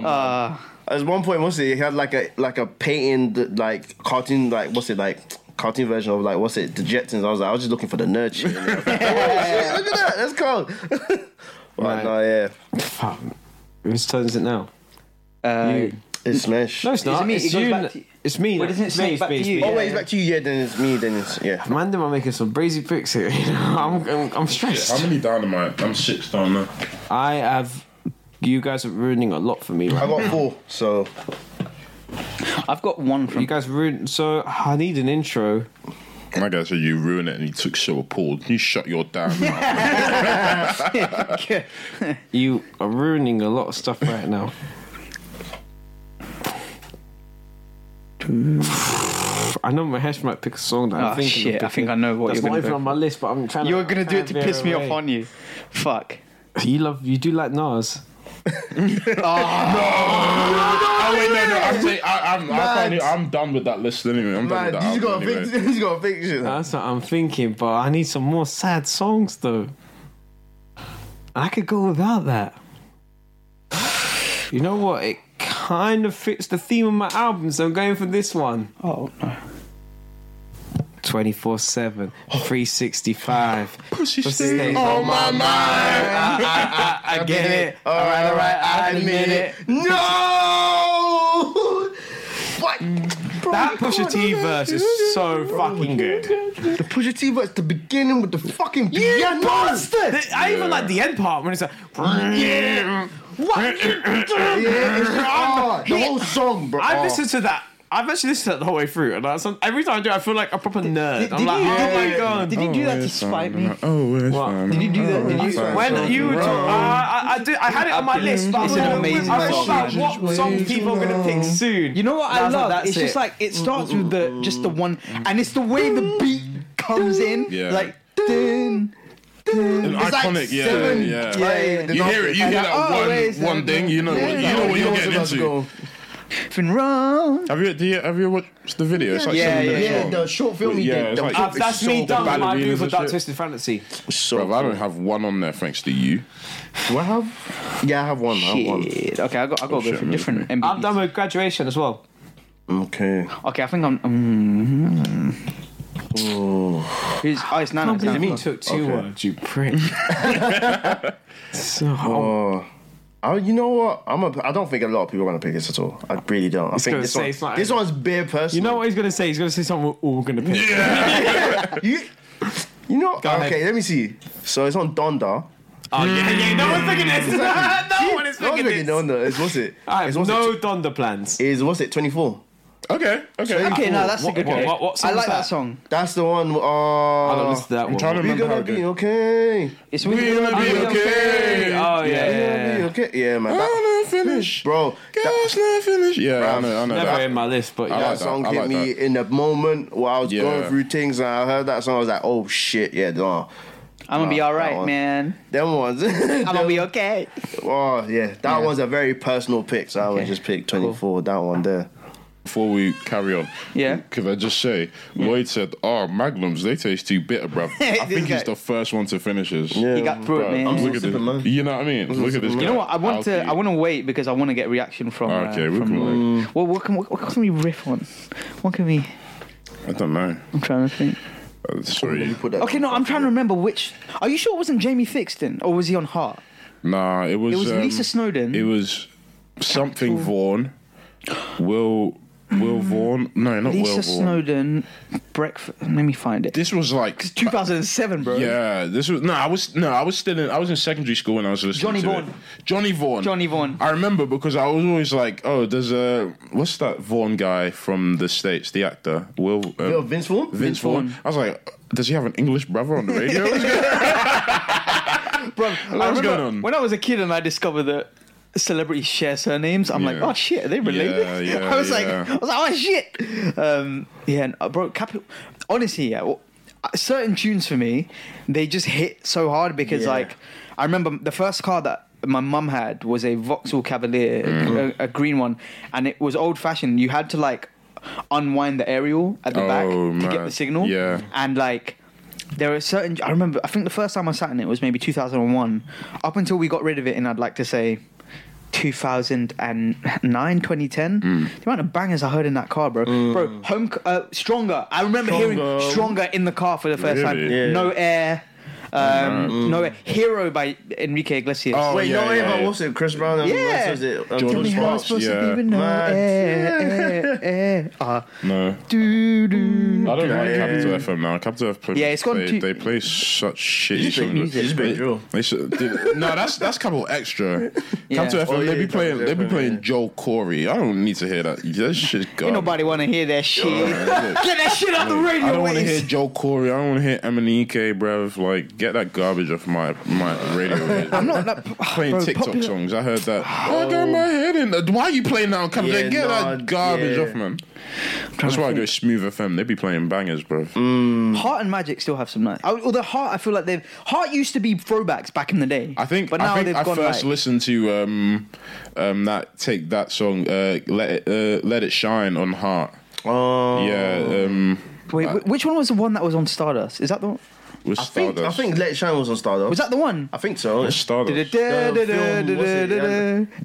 [SPEAKER 4] At one point, what's it? He had like a like a painted like cartoon like what's it like cartoon version of like what's it the Jetsons. I was like, I was just looking for the nerd shit. Look at that, that's cold. right,
[SPEAKER 3] Right.
[SPEAKER 4] no, yeah,
[SPEAKER 3] Fuck. Whose turn is it now?
[SPEAKER 1] Uh,
[SPEAKER 4] it's smash.
[SPEAKER 3] No, it's not.
[SPEAKER 1] me. It
[SPEAKER 3] It's,
[SPEAKER 1] goes
[SPEAKER 3] you.
[SPEAKER 1] back
[SPEAKER 3] n-
[SPEAKER 1] to you.
[SPEAKER 3] It's me.
[SPEAKER 1] Well, doesn't it
[SPEAKER 3] It's
[SPEAKER 1] snake
[SPEAKER 3] me, it's
[SPEAKER 1] back
[SPEAKER 3] me,
[SPEAKER 1] to
[SPEAKER 3] it's
[SPEAKER 1] you?
[SPEAKER 3] me.
[SPEAKER 4] Oh wait, it's back to you. Yeah, then it's me. Then it's yeah.
[SPEAKER 3] Man, them are making some brazy pricks here. You know? I'm, I'm, I'm stressed.
[SPEAKER 2] How many dynamite? I'm six down now.
[SPEAKER 3] I have. You guys are ruining a lot for me. Right?
[SPEAKER 4] I
[SPEAKER 3] now.
[SPEAKER 4] got four. So
[SPEAKER 1] I've got one
[SPEAKER 3] You
[SPEAKER 1] from.
[SPEAKER 3] guys ruined. So I need an intro.
[SPEAKER 2] My guy said you ruined it and you took so appalled. You shut your damn mouth.
[SPEAKER 3] You are ruining a lot of stuff right now. I know Mahesh might pick a song that I'm
[SPEAKER 1] Oh,
[SPEAKER 3] thinking. of
[SPEAKER 1] shit, I
[SPEAKER 3] picking.
[SPEAKER 1] think I know what
[SPEAKER 3] That's
[SPEAKER 1] you're gonna
[SPEAKER 3] not even
[SPEAKER 1] go
[SPEAKER 3] on my list, but I'm trying.
[SPEAKER 1] You
[SPEAKER 3] to
[SPEAKER 1] were gonna do it to
[SPEAKER 3] hand
[SPEAKER 1] piss me
[SPEAKER 3] bear
[SPEAKER 1] off
[SPEAKER 3] away.
[SPEAKER 1] on you. Fuck.
[SPEAKER 3] You love. You do like Nas.
[SPEAKER 2] oh wait, no, no. I'm, saying, I, I'm, I can't, even- I'm done with that list anyway. I'm done
[SPEAKER 4] man,
[SPEAKER 2] with that.
[SPEAKER 4] he's got
[SPEAKER 2] album
[SPEAKER 4] fix.
[SPEAKER 2] anyway.
[SPEAKER 4] He's got fix shit.
[SPEAKER 3] That's what I'm thinking. But I need some more sad songs though. I could go without that. You know what? It kind of fits the theme of my album, so I'm going for this one.
[SPEAKER 1] Oh no.
[SPEAKER 3] 24 7, 365.
[SPEAKER 2] Pussy
[SPEAKER 3] Pussy
[SPEAKER 2] stays
[SPEAKER 3] stays
[SPEAKER 4] Oh,
[SPEAKER 2] on
[SPEAKER 3] on
[SPEAKER 2] my mind.
[SPEAKER 3] I, I, I get it. All right, all right, I admit it.
[SPEAKER 4] No. What?
[SPEAKER 3] That Pusha T verse is so fucking good.
[SPEAKER 4] The Pusha T verse, the beginning with the fucking piano.
[SPEAKER 3] The- I even like the end part when it's like, yeah.
[SPEAKER 4] Yeah, it's hard. The whole song, bro. Oh,
[SPEAKER 3] I've listened to that. I've actually listened to that the whole way through, and I, some, every time I do, I feel like a proper nerd. I'm like, oh my god.
[SPEAKER 1] Did you do that to
[SPEAKER 2] it's
[SPEAKER 1] spite
[SPEAKER 2] fine.
[SPEAKER 1] me?
[SPEAKER 2] Oh, it's
[SPEAKER 3] What?
[SPEAKER 2] fine.
[SPEAKER 1] Did you do that? Did you?
[SPEAKER 2] fine.
[SPEAKER 3] When
[SPEAKER 2] Something
[SPEAKER 3] you were talking,
[SPEAKER 2] wrong.
[SPEAKER 3] I, I, I, did, I had it on my list, but
[SPEAKER 1] It's
[SPEAKER 3] I
[SPEAKER 1] an
[SPEAKER 3] thought-
[SPEAKER 1] amazing
[SPEAKER 3] I thought
[SPEAKER 1] song,
[SPEAKER 3] about
[SPEAKER 1] man.
[SPEAKER 3] what song people are gonna pick soon.
[SPEAKER 1] You know what I
[SPEAKER 3] And was like,
[SPEAKER 1] love?
[SPEAKER 3] that's
[SPEAKER 1] it's
[SPEAKER 3] it.
[SPEAKER 1] just like it starts with the just the one, and it's the way the beat comes in,
[SPEAKER 2] Yeah.
[SPEAKER 1] like. Dun,
[SPEAKER 2] An
[SPEAKER 4] It's like
[SPEAKER 2] iconic, yeah,
[SPEAKER 4] seven-
[SPEAKER 1] yeah,
[SPEAKER 2] yeah.
[SPEAKER 1] yeah.
[SPEAKER 4] the
[SPEAKER 2] You hear
[SPEAKER 4] nothing.
[SPEAKER 2] it. You hear
[SPEAKER 4] And
[SPEAKER 2] that
[SPEAKER 1] oh,
[SPEAKER 2] one
[SPEAKER 1] wait, it's
[SPEAKER 2] one
[SPEAKER 1] that-
[SPEAKER 2] thing. You know what. You know what
[SPEAKER 4] You
[SPEAKER 2] you're
[SPEAKER 4] know
[SPEAKER 2] getting
[SPEAKER 4] what's about
[SPEAKER 2] into.
[SPEAKER 4] to go.
[SPEAKER 1] Been wrong.
[SPEAKER 2] Have you? Do you? Have you watched the video? It's like
[SPEAKER 1] Yeah,
[SPEAKER 2] seven
[SPEAKER 1] yeah,
[SPEAKER 2] minutes
[SPEAKER 4] Yeah,
[SPEAKER 2] long.
[SPEAKER 4] the short film he
[SPEAKER 2] Yeah,
[SPEAKER 4] did.
[SPEAKER 2] it's
[SPEAKER 4] the
[SPEAKER 2] like-
[SPEAKER 3] Uh,
[SPEAKER 4] short-
[SPEAKER 2] It's
[SPEAKER 3] that's me
[SPEAKER 2] so
[SPEAKER 3] done with my
[SPEAKER 2] ballerinas
[SPEAKER 3] beautiful
[SPEAKER 2] and
[SPEAKER 3] dark
[SPEAKER 2] shit.
[SPEAKER 3] twisted fantasy.
[SPEAKER 2] Bro, I don't have one on there thanks to you.
[SPEAKER 4] Do I have? Yeah, I have one. I have one.
[SPEAKER 1] Shit. Okay, I got I got to
[SPEAKER 2] shit,
[SPEAKER 1] go for
[SPEAKER 2] maybe.
[SPEAKER 1] different
[SPEAKER 3] I'm done
[SPEAKER 1] MVPs.
[SPEAKER 3] with graduation as well.
[SPEAKER 4] Okay.
[SPEAKER 1] Okay, I think I'm. um, Mm, Who's, oh, it's Nana. It's Nana.
[SPEAKER 3] You took two words, you Oh, prick. so,
[SPEAKER 4] Uh, I, you know what? I'm a. I don't think a lot of people are gonna pick this at all. I really don't. I think
[SPEAKER 3] gonna
[SPEAKER 4] this
[SPEAKER 3] say
[SPEAKER 4] one.
[SPEAKER 3] it's not-
[SPEAKER 4] This one's bare personal.
[SPEAKER 3] you know what he's gonna say? He's gonna say something we're all gonna pick.
[SPEAKER 4] You, you know.
[SPEAKER 3] ahead.
[SPEAKER 4] okay, let me see. So it's on Donda.
[SPEAKER 3] Oh yeah, yeah. No one's picking this. no one is
[SPEAKER 4] No one's
[SPEAKER 3] picking
[SPEAKER 4] picking
[SPEAKER 3] this.
[SPEAKER 4] Donda. It's what's it?
[SPEAKER 3] I
[SPEAKER 4] It's
[SPEAKER 3] have
[SPEAKER 4] what's
[SPEAKER 3] no
[SPEAKER 4] it?
[SPEAKER 3] Donda plans.
[SPEAKER 4] Is what's it? Twenty four.
[SPEAKER 2] Okay, okay.
[SPEAKER 1] Okay, no, that's a
[SPEAKER 3] What-
[SPEAKER 1] good
[SPEAKER 3] what-
[SPEAKER 1] one.
[SPEAKER 3] what- what song
[SPEAKER 1] I like
[SPEAKER 3] is
[SPEAKER 1] that?
[SPEAKER 3] that?
[SPEAKER 1] song.
[SPEAKER 4] That's the one. Uh,
[SPEAKER 3] I don't listen to that one.
[SPEAKER 2] trying to
[SPEAKER 4] we
[SPEAKER 2] remember how
[SPEAKER 4] gonna
[SPEAKER 2] it
[SPEAKER 4] be
[SPEAKER 2] goes.
[SPEAKER 4] okay.
[SPEAKER 1] It's
[SPEAKER 2] We're gonna be
[SPEAKER 3] Are we
[SPEAKER 2] okay.
[SPEAKER 3] Oh yeah,
[SPEAKER 4] Yeah.
[SPEAKER 3] yeah.
[SPEAKER 4] Be okay. Yeah, man. That,
[SPEAKER 2] I'm not finished.
[SPEAKER 4] bro, that,
[SPEAKER 2] Guys, not finished. Yeah, I know, I know.
[SPEAKER 3] Never
[SPEAKER 2] that.
[SPEAKER 3] in my list, but
[SPEAKER 2] I
[SPEAKER 3] yeah.
[SPEAKER 4] that
[SPEAKER 2] like that.
[SPEAKER 4] song
[SPEAKER 2] I
[SPEAKER 4] hit
[SPEAKER 2] like
[SPEAKER 4] me
[SPEAKER 2] that.
[SPEAKER 4] in the moment where I was
[SPEAKER 2] Yeah.
[SPEAKER 4] going through things, and I heard that song. I was like, oh shit, yeah, no.
[SPEAKER 1] I'm gonna be
[SPEAKER 4] Uh,
[SPEAKER 1] all
[SPEAKER 4] that
[SPEAKER 1] right,
[SPEAKER 4] one.
[SPEAKER 1] man.
[SPEAKER 4] Them ones.
[SPEAKER 1] I'm gonna be okay.
[SPEAKER 4] oh yeah, that one's a very personal pick. So I would just pick twenty four. That one there.
[SPEAKER 2] Before we carry on,
[SPEAKER 1] Yeah.
[SPEAKER 2] could I just say, Lloyd said, "Oh, Magnums, they taste too bitter, bruv." I
[SPEAKER 1] This
[SPEAKER 2] think he's
[SPEAKER 1] guy-
[SPEAKER 2] the first one to finish his.
[SPEAKER 1] He got through it,
[SPEAKER 4] Bro,
[SPEAKER 1] man.
[SPEAKER 2] Look at
[SPEAKER 4] Superman.
[SPEAKER 2] this. You know what I mean? Look at this.
[SPEAKER 1] You know what? I want to. I want to wait because I want to get reaction from. uh,
[SPEAKER 2] Ah, Okay, we
[SPEAKER 1] from
[SPEAKER 2] can
[SPEAKER 1] Lloyd. Well, what can what, what can we riff on? What can we?
[SPEAKER 2] I don't know.
[SPEAKER 1] I'm trying to think.
[SPEAKER 2] Uh, Sorry.
[SPEAKER 4] Put that
[SPEAKER 1] Okay, no, I'm trying to remember which. Are you sure it wasn't Jamie Fixton or was he on Heart?
[SPEAKER 2] Nah, it was.
[SPEAKER 1] It was
[SPEAKER 2] um,
[SPEAKER 1] Lisa Snowden.
[SPEAKER 2] It was something Vaughn. Will Will Vaughn? No, not Will
[SPEAKER 1] Hmm. Lisa
[SPEAKER 2] Vaughn.
[SPEAKER 1] Snowden. Breakfast. Let me find it.
[SPEAKER 2] This was like
[SPEAKER 1] 2007, bro.
[SPEAKER 2] Yeah, this was no. I was no. I was still in. I was in secondary school when I was listening.
[SPEAKER 1] Johnny
[SPEAKER 2] to
[SPEAKER 1] Vaughan.
[SPEAKER 2] it. Johnny Vaughn.
[SPEAKER 1] Johnny Vaughan.
[SPEAKER 2] I remember because I was always like, oh, there's a what's that Vaughn guy from the states, the actor Will um,
[SPEAKER 4] Yo, Vince Vaughn.
[SPEAKER 2] Vince Vaughn.
[SPEAKER 1] Vaughn.
[SPEAKER 2] I was like, does he have an English brother on the radio?
[SPEAKER 1] Bro, I
[SPEAKER 2] What's
[SPEAKER 1] remember
[SPEAKER 2] going on?
[SPEAKER 1] When I was a kid and I discovered that celebrities share surnames, I'm like,
[SPEAKER 2] Yeah.
[SPEAKER 1] oh shit, are they related?
[SPEAKER 2] Yeah, yeah,
[SPEAKER 1] I was like,
[SPEAKER 2] yeah.
[SPEAKER 1] I was like, oh shit. Um, yeah, and, uh, bro, capital. Honestly, yeah. Well, uh, certain tunes for me, they just hit so hard because
[SPEAKER 4] Yeah.
[SPEAKER 1] like, I remember the first car that. My mum had was a Vauxhall Cavalier,
[SPEAKER 2] Mm.
[SPEAKER 1] a, a green one, and it was old fashioned. You had to like unwind the aerial at the back
[SPEAKER 2] Oh,
[SPEAKER 1] to get
[SPEAKER 2] man.
[SPEAKER 1] the signal.
[SPEAKER 2] Yeah.
[SPEAKER 1] And like, there are certain. I remember. I think the first time I sat in it was maybe 2001. Up until we got rid of it, and I'd like to say. 2009 2010
[SPEAKER 2] Hmm.
[SPEAKER 1] the amount of bangers i heard in that car bro bro home uh, stronger i remember hearing
[SPEAKER 4] Stronger.
[SPEAKER 1] stronger in the car for the first time
[SPEAKER 2] Really?
[SPEAKER 4] Yeah.
[SPEAKER 1] no air um no air. hero by enrique iglesias
[SPEAKER 2] Hmm. Oh,
[SPEAKER 4] Wait,
[SPEAKER 2] yeah,
[SPEAKER 4] no,
[SPEAKER 2] yeah,
[SPEAKER 4] yeah, but
[SPEAKER 2] yeah.
[SPEAKER 4] what's it? Chris Brown and
[SPEAKER 1] Yeah.
[SPEAKER 4] what's it? Um,
[SPEAKER 2] Jordan
[SPEAKER 4] Jordan
[SPEAKER 2] Sparks.
[SPEAKER 4] Sparks.
[SPEAKER 1] supposed
[SPEAKER 2] yeah.
[SPEAKER 1] to even know
[SPEAKER 4] Man.
[SPEAKER 1] air, air, Ah. air.
[SPEAKER 2] no,
[SPEAKER 1] Do, do.
[SPEAKER 2] I don't like Capital FM now. Capital FM.
[SPEAKER 1] Yeah, it's gone
[SPEAKER 2] They,
[SPEAKER 1] too-
[SPEAKER 2] they play such shitty
[SPEAKER 4] He's big
[SPEAKER 2] songs.
[SPEAKER 4] music. He's big drill.
[SPEAKER 2] They should, dude, no, that's that's Capital Extra.
[SPEAKER 1] Yeah.
[SPEAKER 2] Capital FM.
[SPEAKER 4] Oh, yeah,
[SPEAKER 2] they be
[SPEAKER 4] Capital
[SPEAKER 2] playing. They be
[SPEAKER 4] FM,
[SPEAKER 2] playing
[SPEAKER 4] yeah.
[SPEAKER 2] Joel Corey. I don't need to hear that. That shit's gone.
[SPEAKER 1] Ain't nobody want to hear that shit.
[SPEAKER 2] man, look.
[SPEAKER 1] Get that shit off the radio.
[SPEAKER 2] I don't want to
[SPEAKER 1] waves.
[SPEAKER 2] hear Joe Corey. I don't want to hear Emanike, bruv. Like, get that garbage off my my radio.
[SPEAKER 1] I'm not that
[SPEAKER 2] playing
[SPEAKER 1] bro,
[SPEAKER 2] TikTok
[SPEAKER 1] popular-
[SPEAKER 2] songs. I heard that. I got my head in. the- Why are you playing that? on Come
[SPEAKER 4] Yeah,
[SPEAKER 2] yeah, get
[SPEAKER 4] nah,
[SPEAKER 2] that garbage
[SPEAKER 4] yeah.
[SPEAKER 2] off, man. That's why I go Smooth FM. They be playing bangers, bruv.
[SPEAKER 1] Heart and Magic still have some nice. I- Although Heart, I feel like they've Heart used to be throwbacks back in the day.
[SPEAKER 2] I think.
[SPEAKER 1] but now
[SPEAKER 2] I think
[SPEAKER 1] they've
[SPEAKER 2] I
[SPEAKER 1] gone
[SPEAKER 2] first
[SPEAKER 1] like.
[SPEAKER 2] listened to um, um, that take that song. Uh, let it, uh, let it shine on heart.
[SPEAKER 4] Oh.
[SPEAKER 2] Yeah. Um,
[SPEAKER 1] Wait, wh- which one was the one that was on Stardust? Is that the
[SPEAKER 2] with
[SPEAKER 4] I think, I
[SPEAKER 2] Stardust.
[SPEAKER 4] think Let It Shine was on Stardust.
[SPEAKER 1] was that the one?
[SPEAKER 4] I think so.
[SPEAKER 2] Stardust.
[SPEAKER 4] The film, what's it,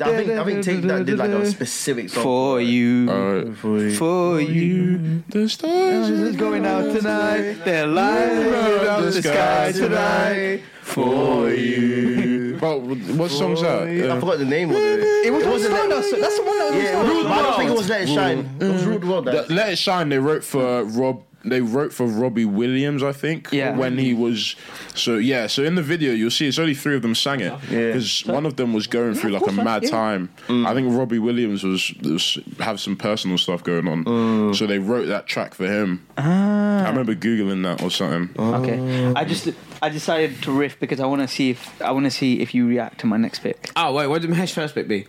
[SPEAKER 4] yeah. I think I think Take That did like a specific song
[SPEAKER 1] for you,
[SPEAKER 2] Uh,
[SPEAKER 1] for you.
[SPEAKER 2] the stars
[SPEAKER 1] It's going out tonight. They're lighting up the sky tonight.
[SPEAKER 2] for you. Well, what song's that?
[SPEAKER 4] I
[SPEAKER 2] Uh,
[SPEAKER 4] forgot the name of it.
[SPEAKER 1] It was on
[SPEAKER 4] wasn't that-
[SPEAKER 1] Stardust. That's the one that was.
[SPEAKER 4] Yeah, it was, but I don't think it was Let It Shine. It was Rude World.
[SPEAKER 2] that-
[SPEAKER 4] That.
[SPEAKER 2] Let It Shine. They wrote for Rob. They wrote for Robbie Williams, I think.
[SPEAKER 1] Yeah.
[SPEAKER 2] When he was, so yeah. So in the video, you'll see it's only three of them sang it
[SPEAKER 4] Yeah.
[SPEAKER 2] because one of them was going through like a
[SPEAKER 1] course, man.
[SPEAKER 2] mad
[SPEAKER 1] Yeah.
[SPEAKER 2] time. I think Robbie Williams was, was have some personal stuff going on, so they wrote that track for him.
[SPEAKER 1] Ah.
[SPEAKER 2] I remember googling that or something.
[SPEAKER 4] Mm.
[SPEAKER 1] Okay, I just I decided to riff because I want to see if I want to see if you react to my next pick.
[SPEAKER 3] Oh wait, what did Mahesh first pick be?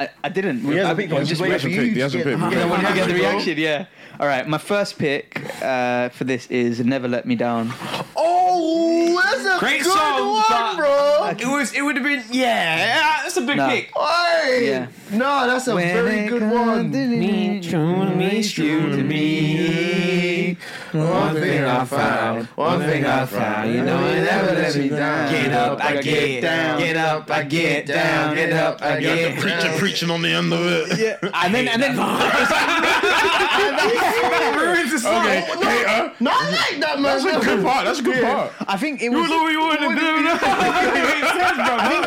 [SPEAKER 1] I, I didn't.
[SPEAKER 4] He
[SPEAKER 1] I,
[SPEAKER 4] hasn't picked
[SPEAKER 1] I
[SPEAKER 4] one.
[SPEAKER 1] just
[SPEAKER 4] He's waiting
[SPEAKER 1] riffed.
[SPEAKER 4] for
[SPEAKER 2] picked,
[SPEAKER 4] you
[SPEAKER 2] he
[SPEAKER 4] to
[SPEAKER 2] hasn't
[SPEAKER 4] get-
[SPEAKER 2] picked.
[SPEAKER 4] Yeah,
[SPEAKER 1] I want to
[SPEAKER 4] yeah,
[SPEAKER 1] get the
[SPEAKER 4] bro.
[SPEAKER 1] reaction. Yeah. All right, my first pick uh, for this is "Never Let Me Down."
[SPEAKER 4] Oh, that's a
[SPEAKER 3] Great
[SPEAKER 4] good
[SPEAKER 3] song, but-
[SPEAKER 4] one, bro.
[SPEAKER 3] It was. It would have been. Yeah, that's a big
[SPEAKER 1] Nah.
[SPEAKER 3] pick.
[SPEAKER 4] Oi.
[SPEAKER 1] Yeah.
[SPEAKER 4] No, that's a very good one.
[SPEAKER 1] Me,
[SPEAKER 3] true to me, true to me.
[SPEAKER 4] One
[SPEAKER 3] thing I found, one thing I found, you know, it never let me
[SPEAKER 1] down.
[SPEAKER 3] Get up, I get down. Get up, I get down. Get up, I get down.
[SPEAKER 2] Preacher preaching on the end of it.
[SPEAKER 1] Yeah. And then and then
[SPEAKER 3] Ruins the song.
[SPEAKER 2] Okay, hater.
[SPEAKER 4] No, I like that, man.
[SPEAKER 2] That's a good part. That's a good part.
[SPEAKER 1] I think it
[SPEAKER 3] You
[SPEAKER 1] was.
[SPEAKER 3] know what you want to do.
[SPEAKER 1] I think,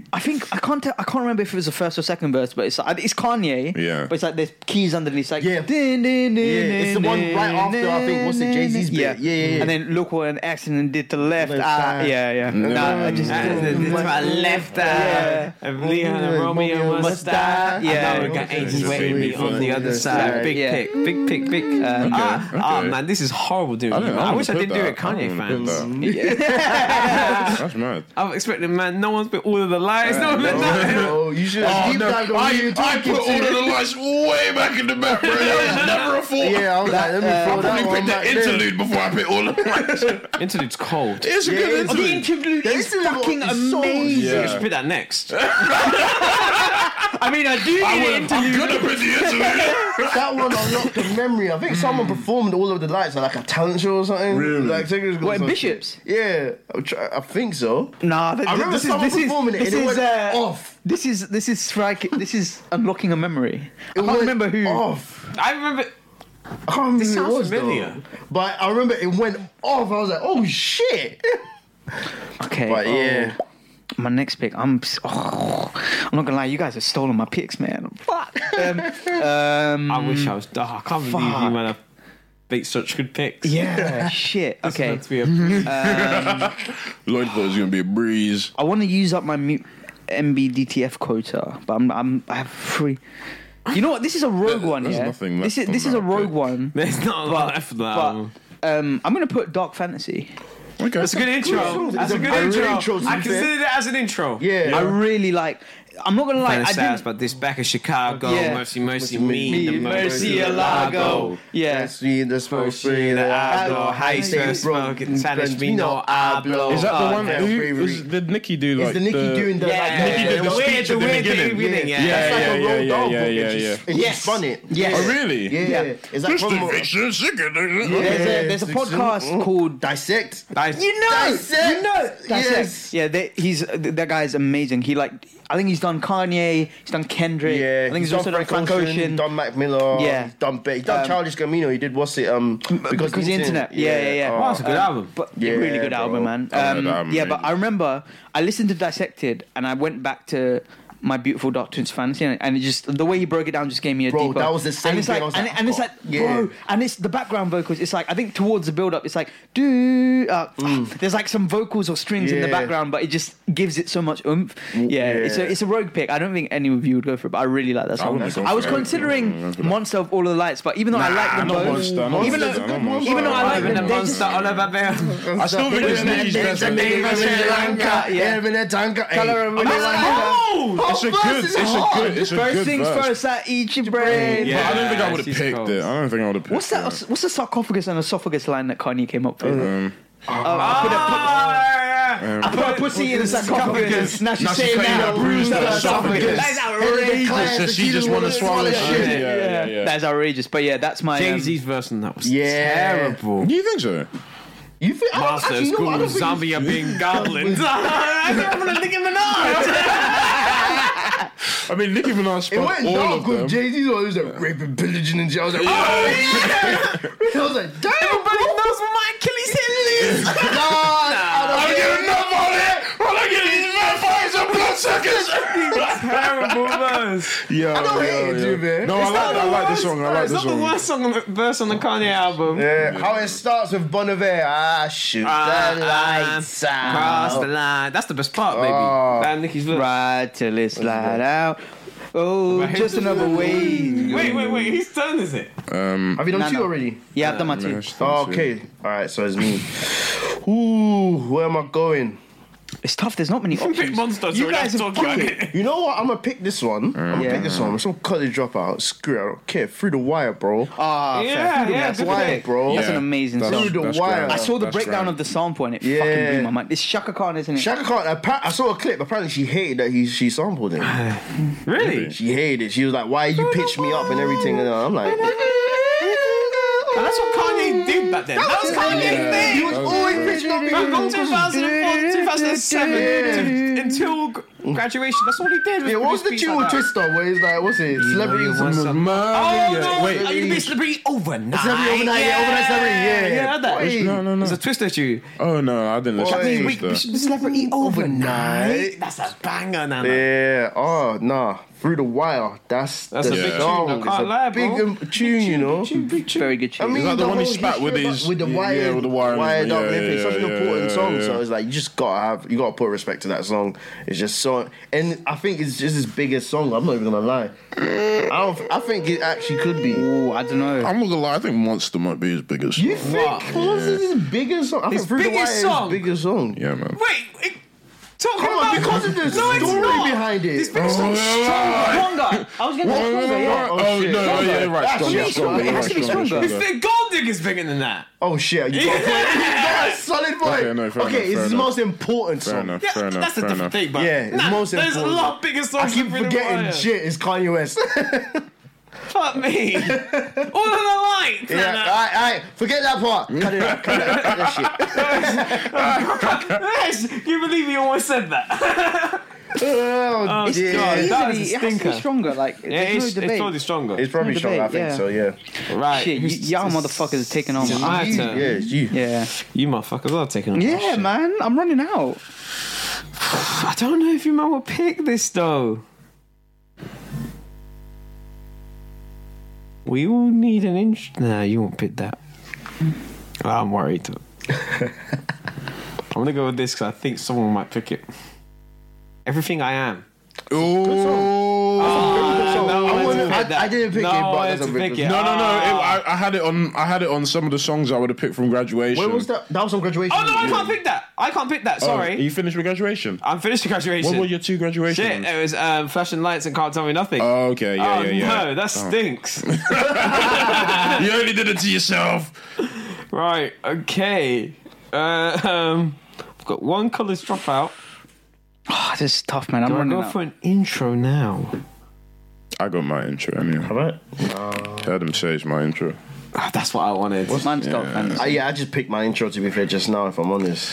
[SPEAKER 1] it, I think I can't. Tell, I can't remember if it was the first or second verse, but it's like, it's Kanye.
[SPEAKER 2] Yeah.
[SPEAKER 1] But it's like there's keys underneath. It's like
[SPEAKER 4] Yeah.
[SPEAKER 1] Din, din, din,
[SPEAKER 4] Yeah, it's the one right after, I think, what's it, Jay-Z's bit. Yeah, yeah, yeah.
[SPEAKER 1] And then look what an accident did to left.
[SPEAKER 4] Left
[SPEAKER 1] Ah,
[SPEAKER 4] eye.
[SPEAKER 1] yeah, yeah. No, I just.
[SPEAKER 3] my left
[SPEAKER 1] Yeah.
[SPEAKER 3] eye. Leon and Romeo must die.
[SPEAKER 1] Yeah.
[SPEAKER 3] Yeah, we got Angels waiting on the other
[SPEAKER 4] Yeah.
[SPEAKER 3] side.
[SPEAKER 1] Yeah,
[SPEAKER 3] big
[SPEAKER 1] yeah.
[SPEAKER 3] pick, big pick, big. ah,
[SPEAKER 2] okay.
[SPEAKER 3] ah, man, this is horrible, dude. I,
[SPEAKER 2] don't- I wanna
[SPEAKER 3] wish I
[SPEAKER 2] put
[SPEAKER 3] didn't do
[SPEAKER 2] that.
[SPEAKER 3] it, Kanye
[SPEAKER 2] I wanna put
[SPEAKER 3] fans.
[SPEAKER 2] that. That's mad.
[SPEAKER 3] I was expecting, man, no one's put all of the lies. No, no,
[SPEAKER 4] Oh, you should have deep dived on who
[SPEAKER 2] I,
[SPEAKER 4] you
[SPEAKER 2] I
[SPEAKER 4] talking
[SPEAKER 2] put all of
[SPEAKER 4] to.
[SPEAKER 2] the lights way back in the back, bro. That was never a thought.
[SPEAKER 4] Yeah, I was like, let me throw
[SPEAKER 2] I
[SPEAKER 4] that
[SPEAKER 2] probably
[SPEAKER 4] one
[SPEAKER 2] picked
[SPEAKER 4] back
[SPEAKER 2] the
[SPEAKER 4] there.
[SPEAKER 2] interlude before I picked all of the lights.
[SPEAKER 3] Interlude's cold.
[SPEAKER 2] It's a
[SPEAKER 4] Yeah,
[SPEAKER 2] good
[SPEAKER 4] it's-
[SPEAKER 1] The
[SPEAKER 2] interlude.
[SPEAKER 1] interlude
[SPEAKER 4] That
[SPEAKER 1] is
[SPEAKER 4] interlude
[SPEAKER 1] fucking
[SPEAKER 4] is so-
[SPEAKER 1] amazing.
[SPEAKER 3] You should put that next.
[SPEAKER 1] I mean, I do
[SPEAKER 2] I
[SPEAKER 1] need an
[SPEAKER 2] would,
[SPEAKER 1] interlude.
[SPEAKER 2] I'm gonna put the interlude.
[SPEAKER 4] That one unlocked the memory. I think someone performed all of the lights at like a talent show or something.
[SPEAKER 2] Really?
[SPEAKER 4] Like Tigger's got
[SPEAKER 1] What,
[SPEAKER 4] some
[SPEAKER 1] Bishops?
[SPEAKER 4] shit. Yeah, I'm try- I think so.
[SPEAKER 1] Nah,
[SPEAKER 4] I remember
[SPEAKER 1] this is
[SPEAKER 4] someone
[SPEAKER 1] this is
[SPEAKER 4] performing it
[SPEAKER 1] this
[SPEAKER 4] and it
[SPEAKER 1] is
[SPEAKER 4] went
[SPEAKER 1] uh,
[SPEAKER 4] off.
[SPEAKER 1] This is this is strike. This is unlocking a memory. I can't
[SPEAKER 4] went
[SPEAKER 1] remember who.
[SPEAKER 4] Off.
[SPEAKER 3] I remember.
[SPEAKER 4] I can't remember
[SPEAKER 3] This
[SPEAKER 4] who it
[SPEAKER 3] sounds
[SPEAKER 4] was
[SPEAKER 3] familiar.
[SPEAKER 4] though. But I remember it went off. I was like, oh shit.
[SPEAKER 1] Okay.
[SPEAKER 4] But
[SPEAKER 1] oh,
[SPEAKER 4] yeah.
[SPEAKER 1] My next pick, I'm s- oh, I'm not gonna lie, you guys have stolen my picks, man. Fuck. Um, um,
[SPEAKER 3] I wish I was. Oh, I can't believe you,
[SPEAKER 1] Fuck.
[SPEAKER 3] man. I've made such good picks.
[SPEAKER 1] yeah. Shit. Okay.
[SPEAKER 3] That's weird.
[SPEAKER 2] Lloyd thought it was gonna be a breeze.
[SPEAKER 1] I want to use up my mute MBDTF quota, but I'm, I'm I have three. You know what? This is a rogue
[SPEAKER 2] There-
[SPEAKER 1] one.
[SPEAKER 2] there's
[SPEAKER 1] Yeah.
[SPEAKER 2] nothing
[SPEAKER 1] This is
[SPEAKER 2] left on
[SPEAKER 1] this is a
[SPEAKER 2] that
[SPEAKER 1] rogue
[SPEAKER 2] pick.
[SPEAKER 1] one.
[SPEAKER 3] There's not a lot left for that.
[SPEAKER 1] But
[SPEAKER 3] one.
[SPEAKER 1] um, I'm gonna put dark fantasy.
[SPEAKER 2] Okay.
[SPEAKER 3] That's a good intro. That's a good
[SPEAKER 4] I really
[SPEAKER 3] intro.
[SPEAKER 4] intro, to
[SPEAKER 3] I
[SPEAKER 4] be fair.
[SPEAKER 3] considered it as an intro.
[SPEAKER 4] Yeah.
[SPEAKER 1] I really like. I'm not gonna lie.
[SPEAKER 3] Kind
[SPEAKER 1] I
[SPEAKER 3] of sad,
[SPEAKER 1] didn't.
[SPEAKER 3] but this back of Chicago,
[SPEAKER 1] Yeah.
[SPEAKER 3] mercy, mercy, me,
[SPEAKER 1] Me,
[SPEAKER 3] the mercy, a lago.
[SPEAKER 1] Yeah.
[SPEAKER 4] That's me, that's my
[SPEAKER 3] In
[SPEAKER 4] spring,
[SPEAKER 3] the
[SPEAKER 4] I
[SPEAKER 3] hablo,
[SPEAKER 4] blow,
[SPEAKER 3] high
[SPEAKER 4] say
[SPEAKER 3] smoke,
[SPEAKER 4] bro,
[SPEAKER 3] smoking, Spanish, me no hablo.
[SPEAKER 2] Is that
[SPEAKER 4] Oh,
[SPEAKER 2] the one?
[SPEAKER 4] yeah,
[SPEAKER 2] Who
[SPEAKER 4] bravery.
[SPEAKER 2] is, did Nikki do
[SPEAKER 4] Is
[SPEAKER 2] like
[SPEAKER 4] the Nikki doing the
[SPEAKER 3] Yeah,
[SPEAKER 4] like
[SPEAKER 2] Nikki did
[SPEAKER 3] the
[SPEAKER 2] the
[SPEAKER 3] weird,
[SPEAKER 2] speech
[SPEAKER 3] the
[SPEAKER 2] at the
[SPEAKER 3] weird thing
[SPEAKER 2] beginning.
[SPEAKER 3] we did,
[SPEAKER 4] Yeah,
[SPEAKER 3] yeah.
[SPEAKER 4] that's
[SPEAKER 2] yeah,
[SPEAKER 4] like
[SPEAKER 2] yeah,
[SPEAKER 4] a rolled
[SPEAKER 2] yeah,
[SPEAKER 4] doll
[SPEAKER 2] yeah,
[SPEAKER 4] book.
[SPEAKER 2] yeah,
[SPEAKER 4] and
[SPEAKER 2] yeah.
[SPEAKER 4] she- and she
[SPEAKER 1] Yes.
[SPEAKER 4] spun it.
[SPEAKER 1] Yes.
[SPEAKER 2] Oh, really?
[SPEAKER 4] Yeah.
[SPEAKER 1] Yeah.
[SPEAKER 4] Is that
[SPEAKER 2] Just
[SPEAKER 4] from-
[SPEAKER 2] eviction, sick of it.
[SPEAKER 1] There's a there's a
[SPEAKER 4] Did you-
[SPEAKER 1] podcast called
[SPEAKER 4] Dissect.
[SPEAKER 3] Nice.
[SPEAKER 1] You know,
[SPEAKER 4] Dissect.
[SPEAKER 1] you know.
[SPEAKER 4] Yes.
[SPEAKER 1] Yeah, they, he's th- that guy is amazing. He like, I think he's done Kanye, he's done Kendrick. I think he's, also done Frank Ocean.
[SPEAKER 4] Don Mac Miller.
[SPEAKER 1] Yeah.
[SPEAKER 4] he's done Beck. He's done
[SPEAKER 1] Um,
[SPEAKER 4] Childish Gambino. He did what's it? Um,
[SPEAKER 1] because the internet. Yeah, yeah, yeah. Um,
[SPEAKER 4] Oh,
[SPEAKER 3] Wow, that's a good album.
[SPEAKER 1] But
[SPEAKER 4] Yeah,
[SPEAKER 1] really good
[SPEAKER 4] bro.
[SPEAKER 1] album, man.
[SPEAKER 2] I heard
[SPEAKER 1] Um,
[SPEAKER 2] that album,
[SPEAKER 1] yeah, but
[SPEAKER 2] really.
[SPEAKER 1] I remember I listened to Dissected and I went back to my beautiful doctor's fantasy and and it just the way he broke it down just gave me a
[SPEAKER 4] Bro,
[SPEAKER 1] deeper
[SPEAKER 4] that was the same
[SPEAKER 1] and it's
[SPEAKER 4] thing.
[SPEAKER 1] like,
[SPEAKER 4] I was
[SPEAKER 1] and,
[SPEAKER 4] like,
[SPEAKER 1] and it's like
[SPEAKER 4] yeah.
[SPEAKER 1] bro and it's the background vocals it's like I think towards the build up it's like do uh, there's like some vocals or strings in the
[SPEAKER 4] Yeah.
[SPEAKER 1] background but it just gives it so much oomph yeah, it's a
[SPEAKER 4] yeah.
[SPEAKER 1] it's a rogue pick I don't think any of you would go for it but I really like that song
[SPEAKER 2] wouldn't go
[SPEAKER 1] I was
[SPEAKER 2] for it.
[SPEAKER 1] considering
[SPEAKER 2] Yeah, I would.
[SPEAKER 1] Monster of All of the Lights but even though I like them
[SPEAKER 2] not
[SPEAKER 1] both
[SPEAKER 2] Monster, not
[SPEAKER 1] even
[SPEAKER 2] Monster,
[SPEAKER 1] though
[SPEAKER 2] not Monster.
[SPEAKER 1] even though I like
[SPEAKER 3] Even the
[SPEAKER 1] them they're just-
[SPEAKER 3] monster on a baby.
[SPEAKER 2] I still think it's Nikki's best.
[SPEAKER 1] Yeah. Oh,
[SPEAKER 2] It's a good. It's a good. It's a
[SPEAKER 1] First
[SPEAKER 2] good
[SPEAKER 1] things
[SPEAKER 2] verse.
[SPEAKER 1] first, I eat your brain.
[SPEAKER 2] But I don't think I
[SPEAKER 3] Yeah,
[SPEAKER 2] would have
[SPEAKER 3] she's
[SPEAKER 2] picked
[SPEAKER 3] cold.
[SPEAKER 2] it. I don't think I would have picked
[SPEAKER 1] What's
[SPEAKER 2] it.
[SPEAKER 1] that? What's the sarcophagus and esophagus line that Kanye came up with?
[SPEAKER 2] Um,
[SPEAKER 1] Oh, I put a pu- I put a pussy in a Ah, sarcophagus. Now she's
[SPEAKER 2] Now she's
[SPEAKER 1] saying
[SPEAKER 2] claiming
[SPEAKER 1] that
[SPEAKER 2] I bruised her esophagus.
[SPEAKER 1] That is outrageous.
[SPEAKER 2] So she just want to swallow shit. Yeah, yeah,
[SPEAKER 1] That
[SPEAKER 2] yeah.
[SPEAKER 1] is outrageous. But yeah, that's my.
[SPEAKER 3] Jay
[SPEAKER 1] Um,
[SPEAKER 3] Z's verse on that was
[SPEAKER 4] Yeah.
[SPEAKER 3] terrible.
[SPEAKER 2] Do you think so?
[SPEAKER 4] You think? I don't-
[SPEAKER 3] Master of
[SPEAKER 4] actually, you know what? I
[SPEAKER 3] School
[SPEAKER 4] don't
[SPEAKER 3] of
[SPEAKER 4] think-
[SPEAKER 3] Zombie are being goblins. I'm gonna lick him in the nose.
[SPEAKER 2] I mean, Nicki Minaj
[SPEAKER 4] It
[SPEAKER 2] spun
[SPEAKER 4] went
[SPEAKER 2] all
[SPEAKER 4] dark
[SPEAKER 2] of
[SPEAKER 4] with
[SPEAKER 2] them.
[SPEAKER 4] Jay Z. I was like raping, pillaging, and shit. I was like, oh yeah. I was like, damn.
[SPEAKER 3] Everybody knows where my Achilles heel is.
[SPEAKER 2] I'm getting enough on it. All I get is mad fires and bloodsuckers.
[SPEAKER 3] Terrible verse.
[SPEAKER 2] Yo, I
[SPEAKER 4] don't hate it, dude, man.
[SPEAKER 2] No, I
[SPEAKER 3] It's
[SPEAKER 2] like.
[SPEAKER 3] not
[SPEAKER 2] I
[SPEAKER 3] the
[SPEAKER 2] like this
[SPEAKER 3] worst-
[SPEAKER 2] song. I like this
[SPEAKER 3] it's not the
[SPEAKER 2] song.
[SPEAKER 3] worst song on the, verse on the Kanye album.
[SPEAKER 4] Yeah, Uh, how it starts with Bon Iver. I shoot
[SPEAKER 3] Ah,
[SPEAKER 4] the lights out.
[SPEAKER 3] Cross the line. That's the best part, baby.
[SPEAKER 4] Oh.
[SPEAKER 3] That and Nicki's verse.
[SPEAKER 1] ride till it slide out. Oh,
[SPEAKER 3] Right.
[SPEAKER 1] just another way.
[SPEAKER 3] Wait, wait, wait. Whose turn is it?
[SPEAKER 2] Um,
[SPEAKER 4] Have you done
[SPEAKER 1] No,
[SPEAKER 4] two
[SPEAKER 1] no.
[SPEAKER 4] already?
[SPEAKER 1] Yeah, I've done my two.
[SPEAKER 4] okay. All right, so it's me. Ooh, where am I going?
[SPEAKER 1] It's tough. There's not many
[SPEAKER 3] Big
[SPEAKER 1] options.
[SPEAKER 3] monster.
[SPEAKER 1] You guys have fucking-
[SPEAKER 4] You know what? I'm gonna pick this one. I'm gonna
[SPEAKER 1] Mm. Yeah.
[SPEAKER 4] pick this one. I'm some college dropout. Screw it, I don't care. Through the wire, bro.
[SPEAKER 1] Ah, fair.
[SPEAKER 3] Yeah, yeah,
[SPEAKER 1] That's
[SPEAKER 3] good
[SPEAKER 1] why,
[SPEAKER 3] pick.
[SPEAKER 4] bro.
[SPEAKER 1] That's an amazing
[SPEAKER 2] That's-
[SPEAKER 1] song.
[SPEAKER 4] Dude, the
[SPEAKER 2] that's
[SPEAKER 4] wire.
[SPEAKER 2] grand.
[SPEAKER 1] I saw the
[SPEAKER 2] That's
[SPEAKER 1] breakdown
[SPEAKER 2] grand.
[SPEAKER 1] of the sample and it
[SPEAKER 4] Yeah.
[SPEAKER 1] fucking blew my mind. It's Shaka Khan, isn't it?
[SPEAKER 4] Shaka Khan. appa- I saw a clip. Apparently, she hated that he she sampled it.
[SPEAKER 3] Really?
[SPEAKER 4] She hated it. She was like, "Why you pitched me up and everything?" And I'm like,
[SPEAKER 3] And that's what Kanye did back then. That was Kanye's
[SPEAKER 2] Yeah.
[SPEAKER 3] thing.
[SPEAKER 4] "You was always pitching up."
[SPEAKER 3] From
[SPEAKER 4] because-
[SPEAKER 3] 2004 2007 to- until g- graduation, that's all he did.
[SPEAKER 4] Yeah, what was the
[SPEAKER 3] produce
[SPEAKER 4] tune with
[SPEAKER 3] beats like that.
[SPEAKER 4] Twister? Where he's like, "What's it? Celebrity."
[SPEAKER 3] you want some- Oh, no. Are you
[SPEAKER 2] Wait.
[SPEAKER 3] going to be a celebrity overnight?
[SPEAKER 4] Celebrity overnight, yeah, overnight celebrity, yeah.
[SPEAKER 3] Ah, You heard that?
[SPEAKER 4] Wait.
[SPEAKER 2] No, no,
[SPEAKER 3] It was
[SPEAKER 2] no.
[SPEAKER 3] a Twister tune.
[SPEAKER 2] Oh no, I didn't listen
[SPEAKER 4] Wait.
[SPEAKER 2] to
[SPEAKER 3] We, we
[SPEAKER 2] this.
[SPEAKER 3] should be celebrity overnight.
[SPEAKER 4] Overnight.
[SPEAKER 3] That's a banger, Nana.
[SPEAKER 4] Yeah. Oh nah. Through the wire. That's
[SPEAKER 3] That's a
[SPEAKER 4] the
[SPEAKER 3] big
[SPEAKER 2] Yeah.
[SPEAKER 3] tune. I
[SPEAKER 4] song.
[SPEAKER 3] can't
[SPEAKER 4] It's a
[SPEAKER 3] lie, bro.
[SPEAKER 4] big um, tune, you know.
[SPEAKER 3] Big tune, big tune.
[SPEAKER 1] Very good tune.
[SPEAKER 4] I mean,
[SPEAKER 2] that the
[SPEAKER 4] the
[SPEAKER 2] one he
[SPEAKER 4] whole
[SPEAKER 2] back with
[SPEAKER 4] straight up-
[SPEAKER 2] his
[SPEAKER 4] with the
[SPEAKER 2] yeah,
[SPEAKER 4] wired,
[SPEAKER 2] with the wiring,
[SPEAKER 4] wired up
[SPEAKER 2] yeah,
[SPEAKER 4] and everything.
[SPEAKER 2] yeah,
[SPEAKER 4] such an
[SPEAKER 2] yeah,
[SPEAKER 4] important
[SPEAKER 2] yeah,
[SPEAKER 4] song.
[SPEAKER 2] yeah.
[SPEAKER 4] So it's like you just gotta have you gotta put respect to that song. It's just so, and I think it's just his biggest song. I'm not even gonna lie. I don't. I think it actually could be.
[SPEAKER 1] Ooh, I don't know.
[SPEAKER 2] I'm not gonna lie, I think Monster might be his biggest.
[SPEAKER 4] You
[SPEAKER 2] song.
[SPEAKER 4] think what's his biggest song? I
[SPEAKER 3] His
[SPEAKER 4] think Through the
[SPEAKER 3] biggest
[SPEAKER 4] Wire is
[SPEAKER 3] song?
[SPEAKER 4] His biggest song.
[SPEAKER 2] Yeah, man.
[SPEAKER 3] Wait, it, talk
[SPEAKER 4] Come on,
[SPEAKER 3] about
[SPEAKER 4] because of the
[SPEAKER 3] no, it's
[SPEAKER 4] story
[SPEAKER 3] not.
[SPEAKER 4] behind it.
[SPEAKER 3] This big song
[SPEAKER 1] Stronger. I was gonna say stronger. Yeah.
[SPEAKER 2] Oh,
[SPEAKER 4] Oh,
[SPEAKER 2] no,
[SPEAKER 4] shit.
[SPEAKER 2] no, yeah, right.
[SPEAKER 4] That's
[SPEAKER 2] Stronger,
[SPEAKER 4] really
[SPEAKER 1] strong.
[SPEAKER 2] stronger,
[SPEAKER 1] It has to be
[SPEAKER 2] right, stronger,
[SPEAKER 1] stronger.
[SPEAKER 3] This big gold digger's bigger than that.
[SPEAKER 4] Oh shit! You got a point. You got a solid
[SPEAKER 2] Okay, no,
[SPEAKER 4] point.
[SPEAKER 2] fair enough,
[SPEAKER 4] okay,
[SPEAKER 2] fair
[SPEAKER 4] it's his
[SPEAKER 2] enough.
[SPEAKER 4] most important
[SPEAKER 2] Fair
[SPEAKER 4] song.
[SPEAKER 2] enough,
[SPEAKER 3] Yeah,
[SPEAKER 2] fair enough,
[SPEAKER 3] that's a
[SPEAKER 2] fair
[SPEAKER 3] different
[SPEAKER 2] enough.
[SPEAKER 3] thing, man.
[SPEAKER 4] Yeah, it's
[SPEAKER 3] Nah,
[SPEAKER 4] most
[SPEAKER 3] There's a
[SPEAKER 4] important.
[SPEAKER 3] lot bigger
[SPEAKER 4] I
[SPEAKER 3] songs.
[SPEAKER 4] keep
[SPEAKER 3] than Freedom
[SPEAKER 4] forgetting
[SPEAKER 3] Rider.
[SPEAKER 4] shit. It's Kanye West.
[SPEAKER 3] Fuck me. All of the lights.
[SPEAKER 4] Yeah, all
[SPEAKER 3] Yeah,
[SPEAKER 4] right, all right. Forget that part. Cut it out. Cut it out. Cut that shit.
[SPEAKER 3] yes, you believe me almost said that.
[SPEAKER 4] Oh,
[SPEAKER 1] It's
[SPEAKER 4] dear.
[SPEAKER 1] God,
[SPEAKER 3] that was a
[SPEAKER 1] easily, it has to
[SPEAKER 3] stinker.
[SPEAKER 1] be stronger. Like there's no debate.
[SPEAKER 3] stronger.
[SPEAKER 4] It's probably
[SPEAKER 1] No
[SPEAKER 4] short. I
[SPEAKER 1] debate,
[SPEAKER 4] think
[SPEAKER 1] yeah.
[SPEAKER 4] so. Yeah.
[SPEAKER 3] right.
[SPEAKER 1] Shit, y- y'all motherfuckers are taking on.
[SPEAKER 3] It's
[SPEAKER 1] my-
[SPEAKER 3] my
[SPEAKER 4] You-
[SPEAKER 3] turn.
[SPEAKER 4] Yeah, it's you.
[SPEAKER 1] Yeah, Oh,
[SPEAKER 3] You motherfuckers are taking on. my
[SPEAKER 1] yeah,
[SPEAKER 3] shit.
[SPEAKER 1] man. I'm running out.
[SPEAKER 3] I don't know if you man will pick this though. We all need an inch. Nah, you won't pick that. I'm worried. I'm gonna go with this because I think someone might pick it. Everything I am.
[SPEAKER 2] Ooh.
[SPEAKER 3] no,
[SPEAKER 4] I,
[SPEAKER 3] one's
[SPEAKER 4] wouldn't-
[SPEAKER 3] picked
[SPEAKER 4] I-
[SPEAKER 3] that.
[SPEAKER 4] I didn't pick
[SPEAKER 3] No
[SPEAKER 4] it, but
[SPEAKER 3] one
[SPEAKER 4] that's a
[SPEAKER 3] to
[SPEAKER 4] big-
[SPEAKER 3] pick it.
[SPEAKER 2] No, no, no. It, I, I had it on. I had it on some of the songs I would have picked from graduation.
[SPEAKER 4] Where was that? That was on graduation.
[SPEAKER 3] Oh no, I can't pick that. I can't pick that.
[SPEAKER 2] Oh,
[SPEAKER 3] Sorry,
[SPEAKER 2] you finished with graduation.
[SPEAKER 3] I'm finished with graduation.
[SPEAKER 2] What were your two graduation?
[SPEAKER 3] Shit,
[SPEAKER 2] ones?
[SPEAKER 3] it was um, flashing lights and can't tell me nothing.
[SPEAKER 2] Oh, okay, yeah,
[SPEAKER 3] oh
[SPEAKER 2] yeah, yeah.
[SPEAKER 3] no, that stinks.
[SPEAKER 2] You only did it to yourself.
[SPEAKER 3] Right. Okay. Uh, um, I've got one colours dropout.
[SPEAKER 1] Ah, this is tough, man. I'm
[SPEAKER 3] Do I
[SPEAKER 1] running
[SPEAKER 3] go
[SPEAKER 1] out.
[SPEAKER 3] for an intro now?
[SPEAKER 2] I got my intro. Anyway, Uh,
[SPEAKER 4] All right.
[SPEAKER 2] heard him say it's my intro.
[SPEAKER 3] Ah, that's what I wanted.
[SPEAKER 1] Mine's Dark Fantasy.
[SPEAKER 4] Uh, yeah, I just picked my intro to be fair just now, if I'm honest.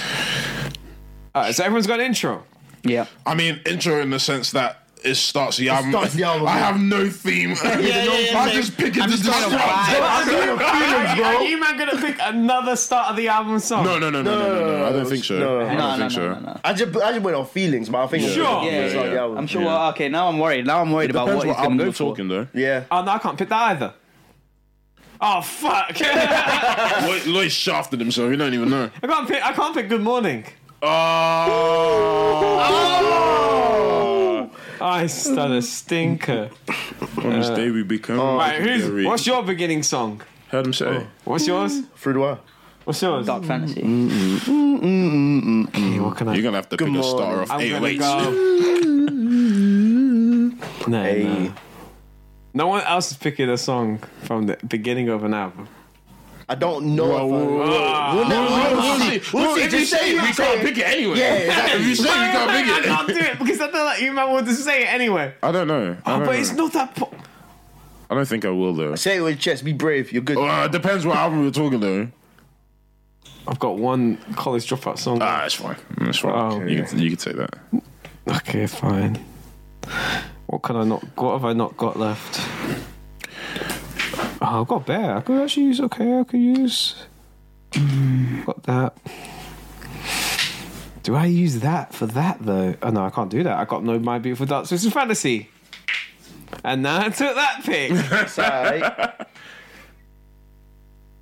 [SPEAKER 3] Alright, so everyone's got an intro.
[SPEAKER 1] Yeah.
[SPEAKER 2] I mean, intro in the sense that it starts the album.
[SPEAKER 4] starts the album,
[SPEAKER 2] I
[SPEAKER 4] yeah.
[SPEAKER 2] have no theme. I just pick it to
[SPEAKER 3] Are you man gonna pick another start of the album song?
[SPEAKER 2] No, no, no, no, no, no, no, I don't think so.
[SPEAKER 4] No, no,
[SPEAKER 2] I
[SPEAKER 4] no.
[SPEAKER 2] don't
[SPEAKER 1] No, no,
[SPEAKER 2] think so.
[SPEAKER 1] no, no, no.
[SPEAKER 4] I just, I just went on feelings, but I think
[SPEAKER 3] Sure.
[SPEAKER 1] Yeah,
[SPEAKER 4] yeah,
[SPEAKER 1] yeah, I'm sure. well, okay, now I'm worried. Now I'm worried about
[SPEAKER 2] Depends
[SPEAKER 1] what he's
[SPEAKER 2] what
[SPEAKER 1] going
[SPEAKER 2] album
[SPEAKER 1] to
[SPEAKER 2] we're
[SPEAKER 1] go for.
[SPEAKER 2] talking though.
[SPEAKER 4] Yeah.
[SPEAKER 3] Oh no, I can't pick that either. Oh fuck! I
[SPEAKER 2] Lloyd, Lloyd shafted himself. You don't even know.
[SPEAKER 3] can't pick. I can't pick Good Morning.
[SPEAKER 2] Oh.
[SPEAKER 3] I stud a stinker.
[SPEAKER 2] On this day we become.
[SPEAKER 3] Right, who's,
[SPEAKER 2] legendary.
[SPEAKER 3] what's your beginning song?
[SPEAKER 2] Heard him say.
[SPEAKER 3] What's yours?
[SPEAKER 4] Through the wire.
[SPEAKER 3] What's yours?
[SPEAKER 1] Dark Fantasy.
[SPEAKER 3] Okay, what can I?
[SPEAKER 2] You're gonna have to pick a starter off
[SPEAKER 3] I'm
[SPEAKER 2] eight
[SPEAKER 3] gonna
[SPEAKER 2] weights.
[SPEAKER 3] go. no, no.
[SPEAKER 4] Hey.
[SPEAKER 3] No one else is picking a song from the beginning of an album.
[SPEAKER 4] I don't know. if I- We'll never-
[SPEAKER 2] We'll
[SPEAKER 4] we'll
[SPEAKER 2] see.
[SPEAKER 4] see.
[SPEAKER 2] We'll see.
[SPEAKER 4] Just
[SPEAKER 2] If you say it, we
[SPEAKER 4] say
[SPEAKER 2] can't pick it anyway.
[SPEAKER 4] Yeah, exactly.
[SPEAKER 2] If you say you
[SPEAKER 3] I
[SPEAKER 2] can't pick
[SPEAKER 3] can't
[SPEAKER 2] it.
[SPEAKER 3] do it because I feel like you might want to say it anyway.
[SPEAKER 2] I don't know. I
[SPEAKER 3] Oh,
[SPEAKER 2] don't,
[SPEAKER 3] but it's
[SPEAKER 2] know.
[SPEAKER 3] not that. Po-
[SPEAKER 2] I don't think I will though.
[SPEAKER 4] Say it with your chest. Be brave. You're good.
[SPEAKER 2] Uh, it depends what album we're talking though.
[SPEAKER 3] I've got one college dropout song.
[SPEAKER 2] Ah, it's fine. It's fine.
[SPEAKER 3] Oh, okay.
[SPEAKER 2] you, can, you can take that.
[SPEAKER 3] okay, fine. What can I not? What have I not got left? Oh, I've got bear. I could actually use. Okay, I could use. Got that. Do I use that for that though? Oh no, I can't do that. I got no my beautiful dark twisted fantasy. And now I took that pick.
[SPEAKER 4] It's all right.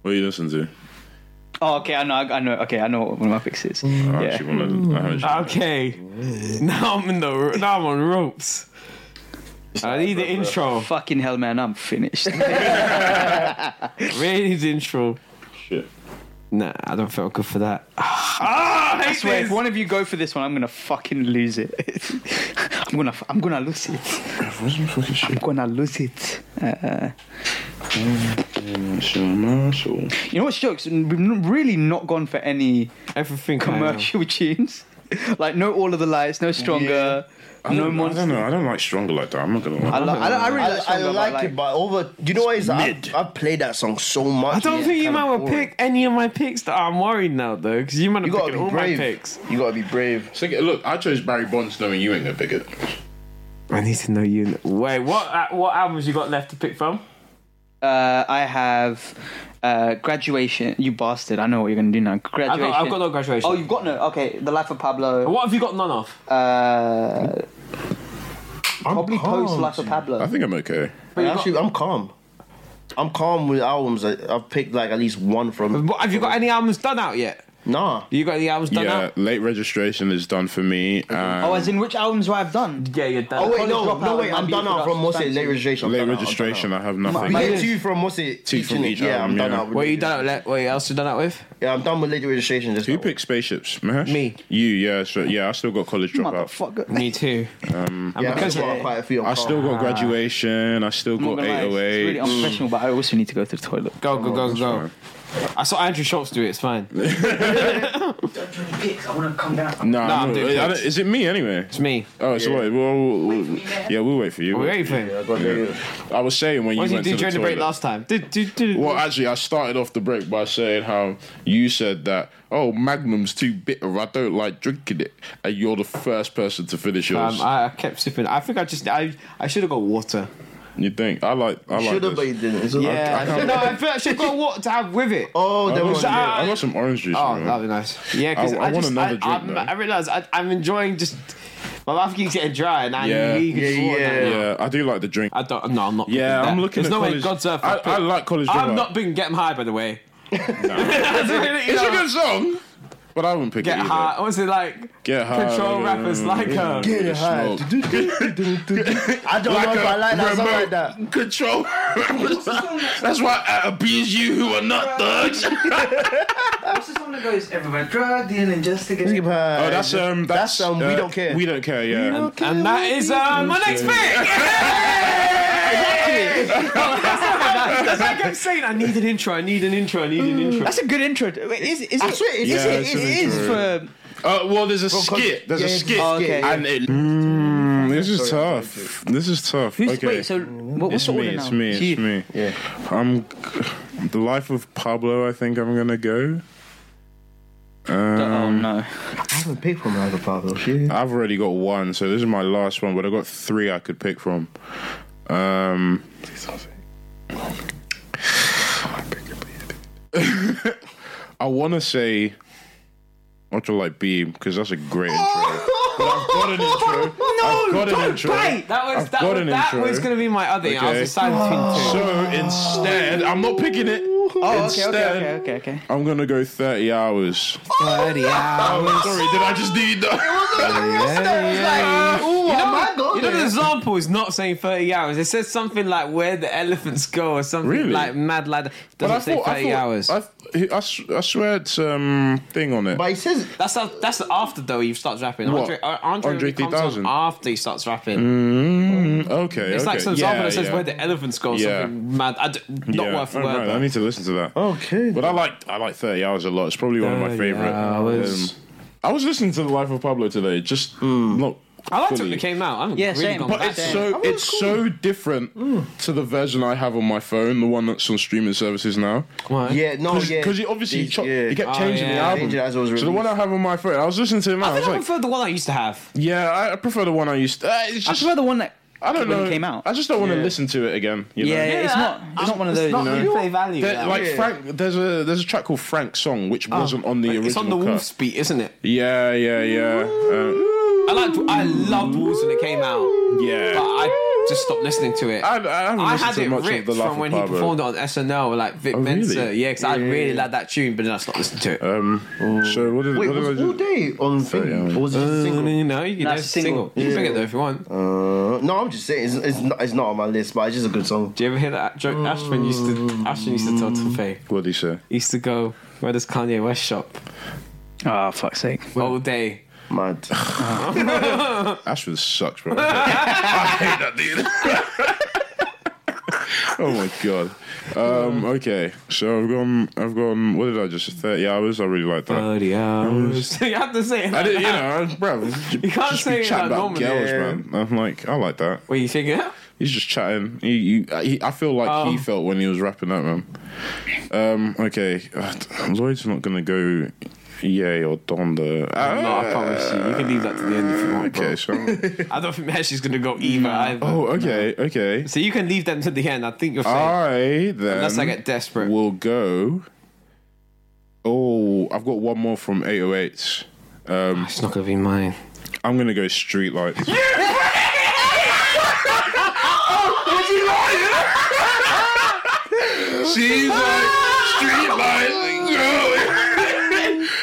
[SPEAKER 2] What you listen to?
[SPEAKER 1] Oh, okay, I know, I know. Okay, I know what one of my picks is.
[SPEAKER 2] I
[SPEAKER 1] yeah.
[SPEAKER 2] Mm. actually wanna- I actually-
[SPEAKER 3] Okay. Now I'm in the ro- now I'm on ropes. I need the intro.
[SPEAKER 1] Fucking hell, man, I'm finished.
[SPEAKER 3] Really need the intro.
[SPEAKER 2] Shit.
[SPEAKER 3] Nah, I don't feel good for that. Ah, I hate
[SPEAKER 1] I swear, if
[SPEAKER 3] this.
[SPEAKER 1] one of you go for this one, I'm gonna fucking lose it. I'm gonna, I'm gonna lose it.
[SPEAKER 2] Where's my fucking shit?
[SPEAKER 1] I'm gonna lose it. Uh,
[SPEAKER 2] It's in my soul.
[SPEAKER 1] you know what's jokes? We've n- really not gone for any
[SPEAKER 3] Everything I know.
[SPEAKER 1] commercial tunes. Like no, all of the lights, no stronger,
[SPEAKER 2] I
[SPEAKER 1] no
[SPEAKER 2] don't- I
[SPEAKER 1] monster.
[SPEAKER 2] don't know. I don't like stronger like that. I'm not gonna lie.
[SPEAKER 1] I, lo- I, I really
[SPEAKER 4] I,
[SPEAKER 1] like
[SPEAKER 4] I
[SPEAKER 1] stronger.
[SPEAKER 4] like
[SPEAKER 1] but,
[SPEAKER 4] it, but over. You know what is?
[SPEAKER 2] mid.
[SPEAKER 4] I've, I've played that song so much.
[SPEAKER 3] I don't
[SPEAKER 4] it's
[SPEAKER 3] think you
[SPEAKER 4] kinda
[SPEAKER 3] might will
[SPEAKER 4] boring.
[SPEAKER 3] pick any of my picks. That I'm worried now though, because you might
[SPEAKER 4] You
[SPEAKER 3] have
[SPEAKER 4] gotta
[SPEAKER 3] picked all
[SPEAKER 4] be
[SPEAKER 3] my
[SPEAKER 4] brave.
[SPEAKER 3] picks.
[SPEAKER 4] You gotta be brave.
[SPEAKER 2] Take it- Look, I chose Barry Bonds knowing you ain't gonna pick it.
[SPEAKER 3] I need to know you. Wait, what? Uh, what albums you got left to pick from?
[SPEAKER 1] uh, I have uh, graduation. You bastard! I know what you're gonna do now.
[SPEAKER 3] I've
[SPEAKER 1] Graduation.
[SPEAKER 3] got, I've got no graduation.
[SPEAKER 1] Oh, you've got no. Okay, the life of Pablo.
[SPEAKER 3] what have you got none of?
[SPEAKER 1] Uh, probably post life of
[SPEAKER 2] I
[SPEAKER 1] Pablo.
[SPEAKER 3] Oh,
[SPEAKER 2] think I'm okay.
[SPEAKER 3] But you got-
[SPEAKER 4] Actually, I'm calm. I'm calm with albums. I, I've picked like at least one from.
[SPEAKER 3] But have you got any albums done out yet?
[SPEAKER 4] Nah.
[SPEAKER 3] You got any albums done
[SPEAKER 2] yeah,
[SPEAKER 3] out?
[SPEAKER 2] late registration is done for me. Um,
[SPEAKER 1] oh, as in which albums do I have done?
[SPEAKER 3] Yeah, you're done.
[SPEAKER 4] Oh wait,
[SPEAKER 1] College
[SPEAKER 4] no,
[SPEAKER 1] dropout
[SPEAKER 4] no wait.
[SPEAKER 1] and
[SPEAKER 4] I'm
[SPEAKER 1] Mandy
[SPEAKER 4] done out from
[SPEAKER 1] production
[SPEAKER 4] most late
[SPEAKER 1] fantasy.
[SPEAKER 4] registration.
[SPEAKER 2] late registration, I have nothing.
[SPEAKER 4] We
[SPEAKER 1] My-
[SPEAKER 4] get two from what's it?
[SPEAKER 2] Two from
[SPEAKER 4] innit?
[SPEAKER 2] each
[SPEAKER 4] Yeah,
[SPEAKER 2] album,
[SPEAKER 4] I'm done
[SPEAKER 2] yeah.
[SPEAKER 4] out. with
[SPEAKER 3] What you
[SPEAKER 4] late
[SPEAKER 3] done out? Le- what else you done out with?
[SPEAKER 4] Yeah, I'm done with late registration. Just
[SPEAKER 2] Who
[SPEAKER 4] now.
[SPEAKER 2] picked spaceships, Mahesh?
[SPEAKER 3] Me.
[SPEAKER 2] You, yeah. So yeah, I still got college dropout.
[SPEAKER 1] Motherfucker.
[SPEAKER 3] Me too. and
[SPEAKER 4] Yeah,
[SPEAKER 3] because
[SPEAKER 4] because quite a few. I'm
[SPEAKER 2] I
[SPEAKER 4] calm.
[SPEAKER 2] still got graduation. I still
[SPEAKER 1] I'm not
[SPEAKER 2] got
[SPEAKER 1] gonna lie, It's really
[SPEAKER 2] 808.
[SPEAKER 1] unprofessional, but I also need to go to the toilet.
[SPEAKER 3] go go go go. I saw Andrew Schultz do it. It's fine. It's
[SPEAKER 1] I want to come down.
[SPEAKER 2] Nah,
[SPEAKER 3] Nah,
[SPEAKER 2] no,
[SPEAKER 3] I'm doing
[SPEAKER 2] I don't-
[SPEAKER 3] picks.
[SPEAKER 2] is it me anyway?
[SPEAKER 3] me.
[SPEAKER 2] Oh, so wait. Well, we'll- we'll- yeah, we'll wait for you.
[SPEAKER 3] Are we ready for him?
[SPEAKER 4] I got late-
[SPEAKER 2] I was saying when you
[SPEAKER 3] What did you
[SPEAKER 2] went
[SPEAKER 3] do
[SPEAKER 2] to
[SPEAKER 3] during the,
[SPEAKER 2] the
[SPEAKER 3] break
[SPEAKER 2] toilet-
[SPEAKER 3] last time? Did, did, did,
[SPEAKER 2] Well, actually, I started off the break by saying how you said that, oh, Magnum's too bitter. I don't like drinking it. And you're the first person to finish yours.
[SPEAKER 3] um, I, I kept sipping. I think I just I I should have got water.
[SPEAKER 2] you think? I like. I like
[SPEAKER 4] Should
[SPEAKER 2] this.
[SPEAKER 4] have, but you didn't. It's all right.
[SPEAKER 3] Yeah, I should, no, I feel I should have got water to have with it.
[SPEAKER 4] Oh, there
[SPEAKER 2] I
[SPEAKER 4] was.
[SPEAKER 2] got,
[SPEAKER 3] yeah.
[SPEAKER 2] I got some orange juice.
[SPEAKER 3] Oh,
[SPEAKER 2] man.
[SPEAKER 3] that'd be nice. Yeah, because
[SPEAKER 2] I-
[SPEAKER 3] I,
[SPEAKER 2] I want
[SPEAKER 3] just,
[SPEAKER 2] another drink,
[SPEAKER 3] I, I'm-
[SPEAKER 2] though.
[SPEAKER 3] I realize I, I'm enjoying just my mouth keeps getting dry, and I
[SPEAKER 2] Yeah.
[SPEAKER 3] need
[SPEAKER 4] Yeah,
[SPEAKER 3] water.
[SPEAKER 4] yeah.
[SPEAKER 2] yeah, I do like the drink.
[SPEAKER 3] I don't. No, I'm not. picking
[SPEAKER 2] Yeah,
[SPEAKER 3] that.
[SPEAKER 2] I'm looking
[SPEAKER 3] There's
[SPEAKER 2] at
[SPEAKER 3] no way
[SPEAKER 2] college.
[SPEAKER 3] God's earth.
[SPEAKER 2] I, I
[SPEAKER 3] I'd pick-
[SPEAKER 2] like college.
[SPEAKER 3] I'm
[SPEAKER 2] dropout.
[SPEAKER 3] not been getting high, by the way.
[SPEAKER 2] It's a good song, but I wouldn't pick
[SPEAKER 3] Get
[SPEAKER 2] it. either.
[SPEAKER 3] high. Honestly, like
[SPEAKER 2] Get high.
[SPEAKER 3] control rappers like uh,
[SPEAKER 2] Get it
[SPEAKER 4] high.
[SPEAKER 2] high.
[SPEAKER 4] I don't know if I like that. Something like that.
[SPEAKER 2] Control rappers. That's why I abuse you who are not thugs. Oh,
[SPEAKER 1] What's the song that goes, everyone drug dealing just to get...
[SPEAKER 4] Skip high.
[SPEAKER 2] Oh, that's um, that's,
[SPEAKER 4] That's, um, We
[SPEAKER 2] uh,
[SPEAKER 4] Don't Care.
[SPEAKER 2] We don't care. Yeah.
[SPEAKER 3] and that is uh, my next pick. That's like I'm saying. I need an intro. I need an intro. I need an intro.
[SPEAKER 1] That's a good intro. to- Wait, Is, is it? Is it,
[SPEAKER 4] it's-
[SPEAKER 2] yeah,
[SPEAKER 1] it
[SPEAKER 2] it's an
[SPEAKER 1] is
[SPEAKER 2] intro.
[SPEAKER 1] for...
[SPEAKER 2] Uh, well, there's a skit. There's a
[SPEAKER 4] yeah,
[SPEAKER 2] skit.
[SPEAKER 1] Oh, okay.
[SPEAKER 2] And it. Mm, this is tough. This is tough.
[SPEAKER 1] Who's,
[SPEAKER 2] okay.
[SPEAKER 1] Wait, so what, what's
[SPEAKER 2] it's
[SPEAKER 1] the
[SPEAKER 2] me.
[SPEAKER 1] order now?
[SPEAKER 2] It's me. It's
[SPEAKER 1] you.
[SPEAKER 2] me.
[SPEAKER 4] Yeah.
[SPEAKER 2] I'm. The life of Pablo. I think I'm gonna go.
[SPEAKER 1] oh, no.
[SPEAKER 4] I haven't picked from Michael Pablo. Shit.
[SPEAKER 2] I've already got one, so this is my last one. But I got three I could pick from. Um, I want to say Ultralight Beam because that's a great intro.
[SPEAKER 1] Oh!
[SPEAKER 2] But I've got an intro. I've got an intro.
[SPEAKER 3] That was
[SPEAKER 2] I've
[SPEAKER 3] that,
[SPEAKER 2] got
[SPEAKER 3] was,
[SPEAKER 2] an
[SPEAKER 3] that
[SPEAKER 2] intro.
[SPEAKER 3] was gonna be my other. I
[SPEAKER 2] Okay.
[SPEAKER 3] was deciding between two.
[SPEAKER 2] So instead, I'm not picking it.
[SPEAKER 1] Oh, okay,
[SPEAKER 2] instead,
[SPEAKER 1] okay, okay, okay, okay.
[SPEAKER 2] I'm gonna go 30 hours.
[SPEAKER 3] Bloody hell.
[SPEAKER 2] Oh, sorry, did I just need that?
[SPEAKER 3] You know, you know the example is not saying 30 hours. It says something like where the elephants go or something
[SPEAKER 2] Really?
[SPEAKER 3] like mad lad. Doesn't say 30 hours.
[SPEAKER 2] I, I s- I swear it's um thing on it.
[SPEAKER 4] But he says
[SPEAKER 3] that's how, that's after though he starts rapping.
[SPEAKER 2] What?
[SPEAKER 3] Andre, uh, Andre,
[SPEAKER 2] Andre
[SPEAKER 3] only comes
[SPEAKER 2] 3000?
[SPEAKER 3] on after he starts rapping.
[SPEAKER 2] Okay,
[SPEAKER 3] It's
[SPEAKER 2] Mm, okay.
[SPEAKER 3] like some example that says where the elephants go or
[SPEAKER 2] Yeah.
[SPEAKER 3] something mad. I d- not
[SPEAKER 2] Yeah.
[SPEAKER 3] worth Oh, a
[SPEAKER 2] Oh,
[SPEAKER 3] word.
[SPEAKER 2] right,
[SPEAKER 3] though.
[SPEAKER 2] I need to listen to that.
[SPEAKER 4] okay.
[SPEAKER 2] But I like I like Thirty Hours a lot. It's probably one of my
[SPEAKER 3] 30
[SPEAKER 2] favorite. um,
[SPEAKER 3] Hours. Hmm.
[SPEAKER 2] I was listening to the Life of Pablo today. Just not.
[SPEAKER 3] I liked it
[SPEAKER 2] fully.
[SPEAKER 3] when it came out. I haven't
[SPEAKER 1] Yeah,
[SPEAKER 3] really
[SPEAKER 1] same.
[SPEAKER 3] gone
[SPEAKER 1] But
[SPEAKER 2] But
[SPEAKER 3] back
[SPEAKER 2] it's
[SPEAKER 3] there.
[SPEAKER 2] so it's so different
[SPEAKER 3] Hmm.
[SPEAKER 2] to the version I have on my phone, the one that's on streaming services now.
[SPEAKER 3] What?
[SPEAKER 4] Yeah, no,
[SPEAKER 2] Because
[SPEAKER 4] yeah.
[SPEAKER 2] he obviously
[SPEAKER 4] These-
[SPEAKER 2] cho-
[SPEAKER 4] yeah. Ah.
[SPEAKER 2] he kept
[SPEAKER 3] Oh,
[SPEAKER 2] changing
[SPEAKER 3] yeah.
[SPEAKER 2] the album.
[SPEAKER 4] Changed it as it was
[SPEAKER 2] so the one I
[SPEAKER 4] released.
[SPEAKER 2] have on my phone, I was listening to him. now, I,
[SPEAKER 3] I
[SPEAKER 2] was
[SPEAKER 3] think I
[SPEAKER 2] like,
[SPEAKER 3] prefer the one I used to have.
[SPEAKER 2] yeah, I, I prefer the one I used. To, uh, it's
[SPEAKER 1] I
[SPEAKER 2] just
[SPEAKER 1] prefer the one that
[SPEAKER 2] I don't
[SPEAKER 1] when
[SPEAKER 2] know.
[SPEAKER 1] it came out.
[SPEAKER 2] I just don't want to listen to it again. You
[SPEAKER 1] yeah,
[SPEAKER 2] know?
[SPEAKER 1] it's not. It's not one of those.
[SPEAKER 3] It's not
[SPEAKER 1] you know?
[SPEAKER 3] replay value.
[SPEAKER 2] There-
[SPEAKER 3] that.
[SPEAKER 2] like
[SPEAKER 4] Yeah.
[SPEAKER 2] Frank, there's a there's a track called Frank's song which
[SPEAKER 1] Ah,
[SPEAKER 2] wasn't on the original.
[SPEAKER 3] it's on the
[SPEAKER 2] cut.
[SPEAKER 3] Wolf's beat, isn't it?
[SPEAKER 2] Yeah, yeah, yeah. Uh,
[SPEAKER 3] I liked, I loved Wolves when it came out.
[SPEAKER 2] Yeah.
[SPEAKER 3] but I just stopped listening to it.
[SPEAKER 2] I, I
[SPEAKER 3] I,
[SPEAKER 2] haven't listened
[SPEAKER 3] had
[SPEAKER 2] to
[SPEAKER 3] it
[SPEAKER 2] much
[SPEAKER 3] ripped
[SPEAKER 2] of the Life
[SPEAKER 3] from
[SPEAKER 2] of
[SPEAKER 3] when he
[SPEAKER 2] Pablo. Oh,
[SPEAKER 3] performed it on SNL, like Vic
[SPEAKER 2] really?
[SPEAKER 3] Mensa. Yeah, because I really liked that tune, but then I stopped listening to it.
[SPEAKER 2] Um, so what did,
[SPEAKER 4] Wait,
[SPEAKER 2] what did I
[SPEAKER 4] was all
[SPEAKER 2] do?
[SPEAKER 4] day on
[SPEAKER 2] Sorry,
[SPEAKER 4] thing?
[SPEAKER 2] um,
[SPEAKER 4] Or was it just single?
[SPEAKER 3] no, you can
[SPEAKER 1] That's
[SPEAKER 3] that's single.
[SPEAKER 1] single.
[SPEAKER 3] You can sing it though if you want.
[SPEAKER 4] Uh, no, I'm just saying it's, it's not it's not on my list, but it's just a good song.
[SPEAKER 3] Do you ever hear that joke? Ashman used to. Ashman used to tell Tufe.
[SPEAKER 2] What did he say?
[SPEAKER 3] He used to go, "Where does Kanye West shop
[SPEAKER 1] Oh, fuck's sake.
[SPEAKER 3] all day?"
[SPEAKER 4] Mad.
[SPEAKER 2] Ashford sucks, bro. I hate that dude. oh my god. Um, okay, so I've gone. I've gone. What did I just? Thirty hours. I really like that.
[SPEAKER 3] Bloody hours. you have to say it.
[SPEAKER 2] I
[SPEAKER 3] Like
[SPEAKER 2] did, you
[SPEAKER 3] that.
[SPEAKER 2] know, bro. You
[SPEAKER 3] can't
[SPEAKER 2] just
[SPEAKER 3] say
[SPEAKER 2] be
[SPEAKER 3] it
[SPEAKER 2] chatting
[SPEAKER 3] like
[SPEAKER 2] about
[SPEAKER 3] normally,
[SPEAKER 2] girls,
[SPEAKER 3] yeah.
[SPEAKER 2] man. I'm like, I like that.
[SPEAKER 3] What you thinking?
[SPEAKER 2] He's just chatting. He, you, he, I feel like he
[SPEAKER 3] Oh.
[SPEAKER 2] felt when he was rapping that, man. Um, okay, uh, Lloyd's not gonna go. Yay or Donda. Uh,
[SPEAKER 3] no, I promise you. You can leave that to the end if you want.
[SPEAKER 2] Okay, so I'm-
[SPEAKER 3] Bro. I don't think Mesh is gonna go either. either.
[SPEAKER 2] oh, Ah, okay, okay.
[SPEAKER 3] So you can leave them to the end. I think you're safe.
[SPEAKER 2] I then
[SPEAKER 3] Unless I get desperate.
[SPEAKER 2] will go. Oh, I've got one more from 808. Um,
[SPEAKER 3] It's not gonna be mine.
[SPEAKER 2] I'm gonna go Streetlights. She's like street light going.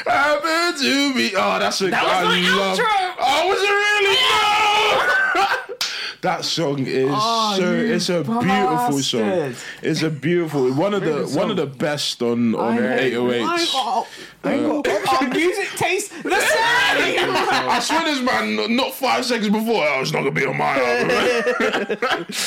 [SPEAKER 2] Happened to me. Oh, that's a that
[SPEAKER 1] was my
[SPEAKER 2] love.
[SPEAKER 1] outro.
[SPEAKER 2] Oh, was it really? No. that song is so.
[SPEAKER 3] you
[SPEAKER 2] It's a beautiful song.
[SPEAKER 3] bastard.
[SPEAKER 2] It's a beautiful one of the
[SPEAKER 3] Favorite
[SPEAKER 2] one of
[SPEAKER 3] song.
[SPEAKER 2] the best on on
[SPEAKER 3] I ain't
[SPEAKER 2] 808s.
[SPEAKER 3] got- I ain't got
[SPEAKER 2] Uh,
[SPEAKER 3] our music taste the same.
[SPEAKER 2] I swear this man, not five seconds before, oh, it's not gonna be on my album.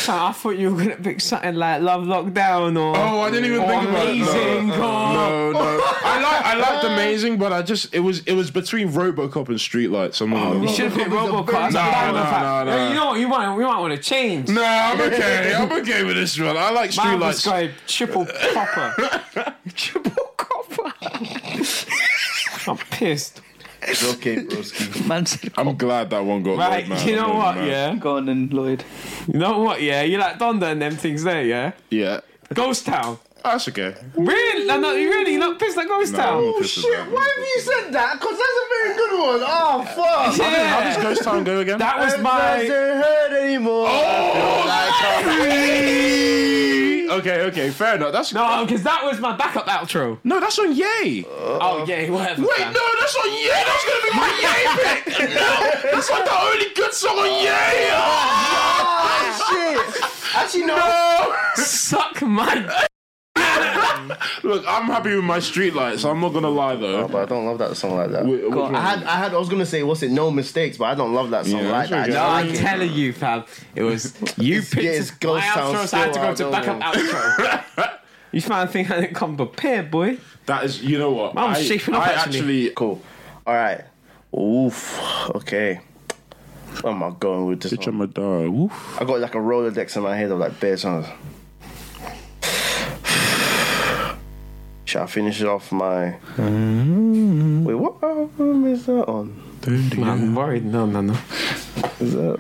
[SPEAKER 3] I thought you were gonna pick something like Love Lockdown or
[SPEAKER 2] Oh, I didn't even
[SPEAKER 3] or
[SPEAKER 2] think about it.
[SPEAKER 3] Amazing
[SPEAKER 2] No,
[SPEAKER 3] or-
[SPEAKER 2] no, no. I like I liked amazing, but I just it was it was between RoboCop and Streetlights. I'm oh,
[SPEAKER 3] You should have picked Robocop.
[SPEAKER 2] No, no, no, no.
[SPEAKER 3] You know what? You might we might want to change.
[SPEAKER 2] Nah, I'm okay. I'm okay with this one. I like
[SPEAKER 3] Man was
[SPEAKER 2] Streetlights.
[SPEAKER 3] going triple copper.
[SPEAKER 1] Triple copper.
[SPEAKER 3] I'm pissed.
[SPEAKER 4] It's okay, broski.
[SPEAKER 1] Man said,
[SPEAKER 2] I'm glad that one got
[SPEAKER 3] Right,
[SPEAKER 2] Lloyd, man.
[SPEAKER 3] you know
[SPEAKER 2] I'm
[SPEAKER 3] what?
[SPEAKER 2] really mad.
[SPEAKER 3] Yeah,
[SPEAKER 1] go on and Lloyd.
[SPEAKER 3] you know what? Yeah, you like Donda and them things there. Yeah,
[SPEAKER 2] Yeah.
[SPEAKER 3] Ghost Town.
[SPEAKER 2] That's okay.
[SPEAKER 3] Really? No, no, you really not pissed at Ghost
[SPEAKER 2] Nah, I'm
[SPEAKER 3] Town.
[SPEAKER 2] not pissed at that.
[SPEAKER 4] have you said that? Because that's a very good one. Oh, fuck.
[SPEAKER 3] Yeah.
[SPEAKER 2] How does Ghost Town go again?
[SPEAKER 3] that was my.
[SPEAKER 4] hurt anymore.
[SPEAKER 2] okay, okay, fair enough. That's
[SPEAKER 4] uh,
[SPEAKER 3] No, because that was my backup outro.
[SPEAKER 2] no, that's on Yay.
[SPEAKER 3] oh yeah, whatever.
[SPEAKER 2] Wait,
[SPEAKER 3] fam.
[SPEAKER 2] no, that's on Yay. That's gonna be my Yay pick. No, that's like the only good song on Yay. Oh,
[SPEAKER 4] Ah, shit. Actually, no.
[SPEAKER 3] Suck my.
[SPEAKER 2] Look, I'm happy with my streetlights. I'm not gonna lie though.
[SPEAKER 4] But I don't love that song like that.
[SPEAKER 2] Wh- which
[SPEAKER 1] on.
[SPEAKER 2] one?
[SPEAKER 4] I had, I had, I was gonna say, what's it? No mistakes, but I don't love that song
[SPEAKER 2] Yeah,
[SPEAKER 4] like that. I
[SPEAKER 2] that's
[SPEAKER 4] just
[SPEAKER 2] okay.
[SPEAKER 4] like
[SPEAKER 3] I'm
[SPEAKER 4] it.
[SPEAKER 3] telling you, fam. It was you picked
[SPEAKER 4] yeah, it's Ghost
[SPEAKER 3] my
[SPEAKER 4] Town
[SPEAKER 3] outro, so I had to go to
[SPEAKER 4] still, I
[SPEAKER 3] backup
[SPEAKER 4] don't
[SPEAKER 3] outro. you might think I didn't come prepared, boy.
[SPEAKER 2] That is, you know what?
[SPEAKER 3] Mine was
[SPEAKER 2] I,
[SPEAKER 3] shaping up,
[SPEAKER 2] I
[SPEAKER 3] actually.
[SPEAKER 2] actually.
[SPEAKER 4] Cool. All right. Oof. Okay. Where am I going with this? One?
[SPEAKER 2] uh,
[SPEAKER 4] I got like a Rolodex in my head of like bare songs. Shall I finish it off my?
[SPEAKER 2] Mm-hmm.
[SPEAKER 4] Wait, what album is that on?
[SPEAKER 3] I'm worried. No, no, no.
[SPEAKER 4] Is that?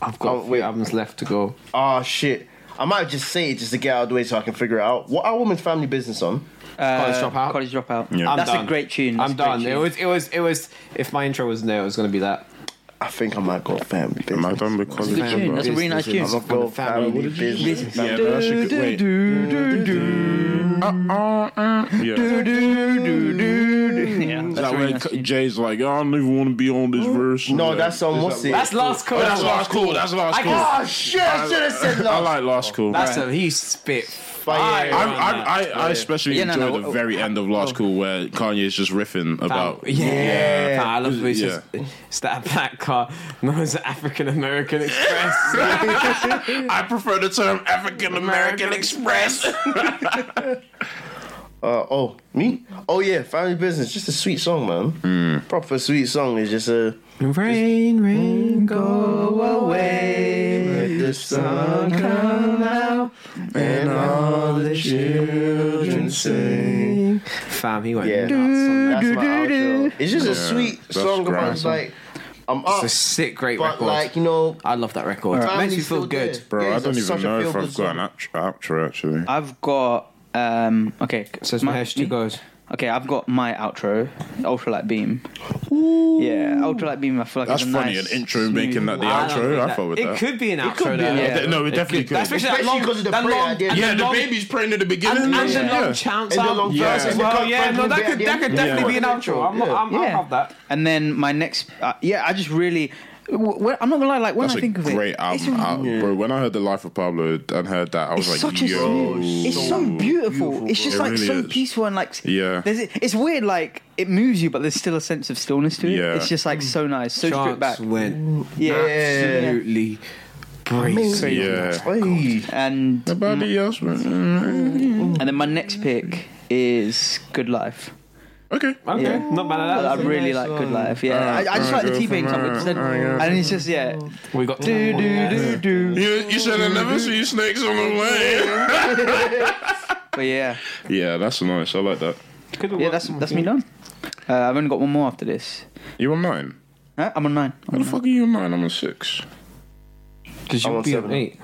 [SPEAKER 3] I've got
[SPEAKER 4] Oh,
[SPEAKER 3] a few
[SPEAKER 4] wait.
[SPEAKER 3] albums left to go.
[SPEAKER 4] Oh shit! I might just say it just to get out of the way so I can figure it out. What album is Family Business on?
[SPEAKER 3] College
[SPEAKER 1] Uh,
[SPEAKER 3] Dropout.
[SPEAKER 1] College dropout.
[SPEAKER 3] I'm
[SPEAKER 1] That's
[SPEAKER 3] done.
[SPEAKER 1] a great tune. That's a
[SPEAKER 3] I'm
[SPEAKER 1] great
[SPEAKER 3] done. It
[SPEAKER 1] tune.
[SPEAKER 3] was, it was, it was. If my intro wasn't there, it was gonna be that.
[SPEAKER 4] I think I might go Family Business.
[SPEAKER 2] Am I done with
[SPEAKER 1] It's a good tune. That's a really nice tune.
[SPEAKER 4] I'm gonna go Family Business.
[SPEAKER 2] Yeah, but that's a good. Wait. Yeah.
[SPEAKER 1] Yeah,
[SPEAKER 2] Is
[SPEAKER 1] that's
[SPEAKER 2] that
[SPEAKER 1] a really
[SPEAKER 2] when
[SPEAKER 1] nice
[SPEAKER 2] K-
[SPEAKER 1] tune.
[SPEAKER 2] Jay's like, I don't even want to be on this verse?
[SPEAKER 4] No,
[SPEAKER 2] Yeah.
[SPEAKER 4] that's on what's it?
[SPEAKER 3] That's last call.
[SPEAKER 2] Oh, that's last call. That's last
[SPEAKER 3] I
[SPEAKER 2] call.
[SPEAKER 3] guess-
[SPEAKER 4] Oh shit! I should have said
[SPEAKER 2] I
[SPEAKER 4] last.
[SPEAKER 2] like last call.
[SPEAKER 3] That's a he spit
[SPEAKER 4] But yeah,
[SPEAKER 3] fire.
[SPEAKER 4] yeah,
[SPEAKER 2] I'm,
[SPEAKER 3] on
[SPEAKER 2] I'm,
[SPEAKER 3] that.
[SPEAKER 2] I, I especially
[SPEAKER 1] Yeah, no,
[SPEAKER 2] enjoy
[SPEAKER 1] no,
[SPEAKER 2] the
[SPEAKER 1] oh,
[SPEAKER 2] very end of Last Call where Kanye's just riffing
[SPEAKER 3] Fam,
[SPEAKER 2] about.
[SPEAKER 3] yeah,
[SPEAKER 4] Yeah.
[SPEAKER 3] Fam, I love it. It's,
[SPEAKER 2] Yeah.
[SPEAKER 3] just, it's that black car known as African American Express.
[SPEAKER 2] I prefer the term African American Express.
[SPEAKER 4] Uh, oh, me? Oh yeah, Family Business. Just a sweet song, man. Proper sweet song. It's just a.
[SPEAKER 3] rain, rain, go
[SPEAKER 4] away. Let the sun come
[SPEAKER 3] out
[SPEAKER 4] And all the children sing.
[SPEAKER 3] Fam, he went
[SPEAKER 4] Yeah,
[SPEAKER 3] nuts on that.
[SPEAKER 4] that's my outro. It's just a sweet
[SPEAKER 2] that's
[SPEAKER 4] song about
[SPEAKER 2] grand.
[SPEAKER 4] it's like I'm up,
[SPEAKER 3] It's a sick, great
[SPEAKER 4] but
[SPEAKER 3] record.
[SPEAKER 4] like you know,
[SPEAKER 3] I love that record.
[SPEAKER 4] Family's
[SPEAKER 3] Makes me feel
[SPEAKER 4] still
[SPEAKER 3] good.
[SPEAKER 4] there.
[SPEAKER 2] Bro, I
[SPEAKER 4] Yeah, it's
[SPEAKER 2] don't
[SPEAKER 4] a-
[SPEAKER 2] even
[SPEAKER 4] such a
[SPEAKER 2] know if
[SPEAKER 4] feel-good
[SPEAKER 2] I've got an
[SPEAKER 4] song.
[SPEAKER 2] act- outro actually.
[SPEAKER 1] I've got um okay.
[SPEAKER 3] So it's
[SPEAKER 1] my-
[SPEAKER 3] Mahesh, two goes.
[SPEAKER 1] Okay, I've got my outro, Ultralight Beam. Yeah, Ultralight Beam. I feel like
[SPEAKER 2] That's
[SPEAKER 1] is a
[SPEAKER 2] funny,
[SPEAKER 1] nice,
[SPEAKER 2] an intro
[SPEAKER 1] smooth-
[SPEAKER 2] making that the
[SPEAKER 3] I don't
[SPEAKER 2] outro.
[SPEAKER 3] think
[SPEAKER 2] I
[SPEAKER 3] that-
[SPEAKER 2] thought with
[SPEAKER 3] it
[SPEAKER 2] that.
[SPEAKER 3] could be an outro.
[SPEAKER 1] could be an
[SPEAKER 3] though.
[SPEAKER 1] outro. Yeah.
[SPEAKER 2] No, it definitely could.
[SPEAKER 3] Especially that
[SPEAKER 4] Especially
[SPEAKER 3] long,
[SPEAKER 4] 'cause of the
[SPEAKER 3] that
[SPEAKER 4] prayer
[SPEAKER 3] long,
[SPEAKER 4] at the end.
[SPEAKER 3] and
[SPEAKER 2] Yeah,
[SPEAKER 3] the
[SPEAKER 2] the
[SPEAKER 3] long-
[SPEAKER 2] baby's praying at the beginning.
[SPEAKER 3] And, and the
[SPEAKER 2] Yeah.
[SPEAKER 3] long chants
[SPEAKER 4] And the
[SPEAKER 3] out
[SPEAKER 4] long
[SPEAKER 3] verses
[SPEAKER 2] verses.
[SPEAKER 3] well,
[SPEAKER 4] Yeah.
[SPEAKER 3] yeah, no, that could, that could
[SPEAKER 2] Yeah.
[SPEAKER 3] definitely be an outro. I'm, I'm, I'll
[SPEAKER 1] Yeah.
[SPEAKER 3] have that.
[SPEAKER 1] And then my next, uh, yeah, I just really, w- w- I'm not gonna lie, like when
[SPEAKER 2] That's
[SPEAKER 1] I
[SPEAKER 2] a
[SPEAKER 1] think of it,
[SPEAKER 2] great
[SPEAKER 1] it's
[SPEAKER 2] album,
[SPEAKER 1] a-
[SPEAKER 2] out, bro. When I heard the Life of Pablo and heard that, I was
[SPEAKER 1] It's
[SPEAKER 2] like,
[SPEAKER 1] such a
[SPEAKER 2] yo,
[SPEAKER 1] smooth. It's so beautiful. it's just
[SPEAKER 2] It
[SPEAKER 1] like
[SPEAKER 2] really
[SPEAKER 1] so
[SPEAKER 2] is.
[SPEAKER 1] peaceful and like
[SPEAKER 2] Yeah.
[SPEAKER 1] There's, it's weird. Like it moves you, but there's still a sense of stillness to it.
[SPEAKER 2] Yeah.
[SPEAKER 1] It's just like so nice, so stripped back.
[SPEAKER 3] Chance went
[SPEAKER 1] Yeah.
[SPEAKER 3] absolutely crazy.
[SPEAKER 2] Yeah.
[SPEAKER 4] Hey.
[SPEAKER 1] And
[SPEAKER 2] Nobody else, man.
[SPEAKER 1] and then my next pick is Good Life.
[SPEAKER 2] Okay.
[SPEAKER 3] Okay, not bad at
[SPEAKER 1] I
[SPEAKER 3] that.
[SPEAKER 1] really like Good Life. Yeah,
[SPEAKER 2] Alright,
[SPEAKER 1] I, I just like
[SPEAKER 2] alright,
[SPEAKER 1] the
[SPEAKER 2] go
[SPEAKER 1] T Pain
[SPEAKER 2] from
[SPEAKER 1] song,
[SPEAKER 2] there.
[SPEAKER 1] which then,
[SPEAKER 2] Alright,
[SPEAKER 1] and it's just yeah.
[SPEAKER 3] We got
[SPEAKER 1] Do
[SPEAKER 3] do,
[SPEAKER 1] do do do.
[SPEAKER 2] You, you said I never see snakes on the lane.
[SPEAKER 1] But yeah,
[SPEAKER 2] yeah, that's nice. I like that.
[SPEAKER 1] yeah, that's that's me done. Uh, I've only got one more after this.
[SPEAKER 2] You on nine?
[SPEAKER 1] Huh? I'm on nine.
[SPEAKER 2] How the fuck are you on nine? I'm on six.
[SPEAKER 3] Because
[SPEAKER 4] I'm
[SPEAKER 3] you'll
[SPEAKER 4] on
[SPEAKER 3] be an
[SPEAKER 4] seven.
[SPEAKER 3] eight.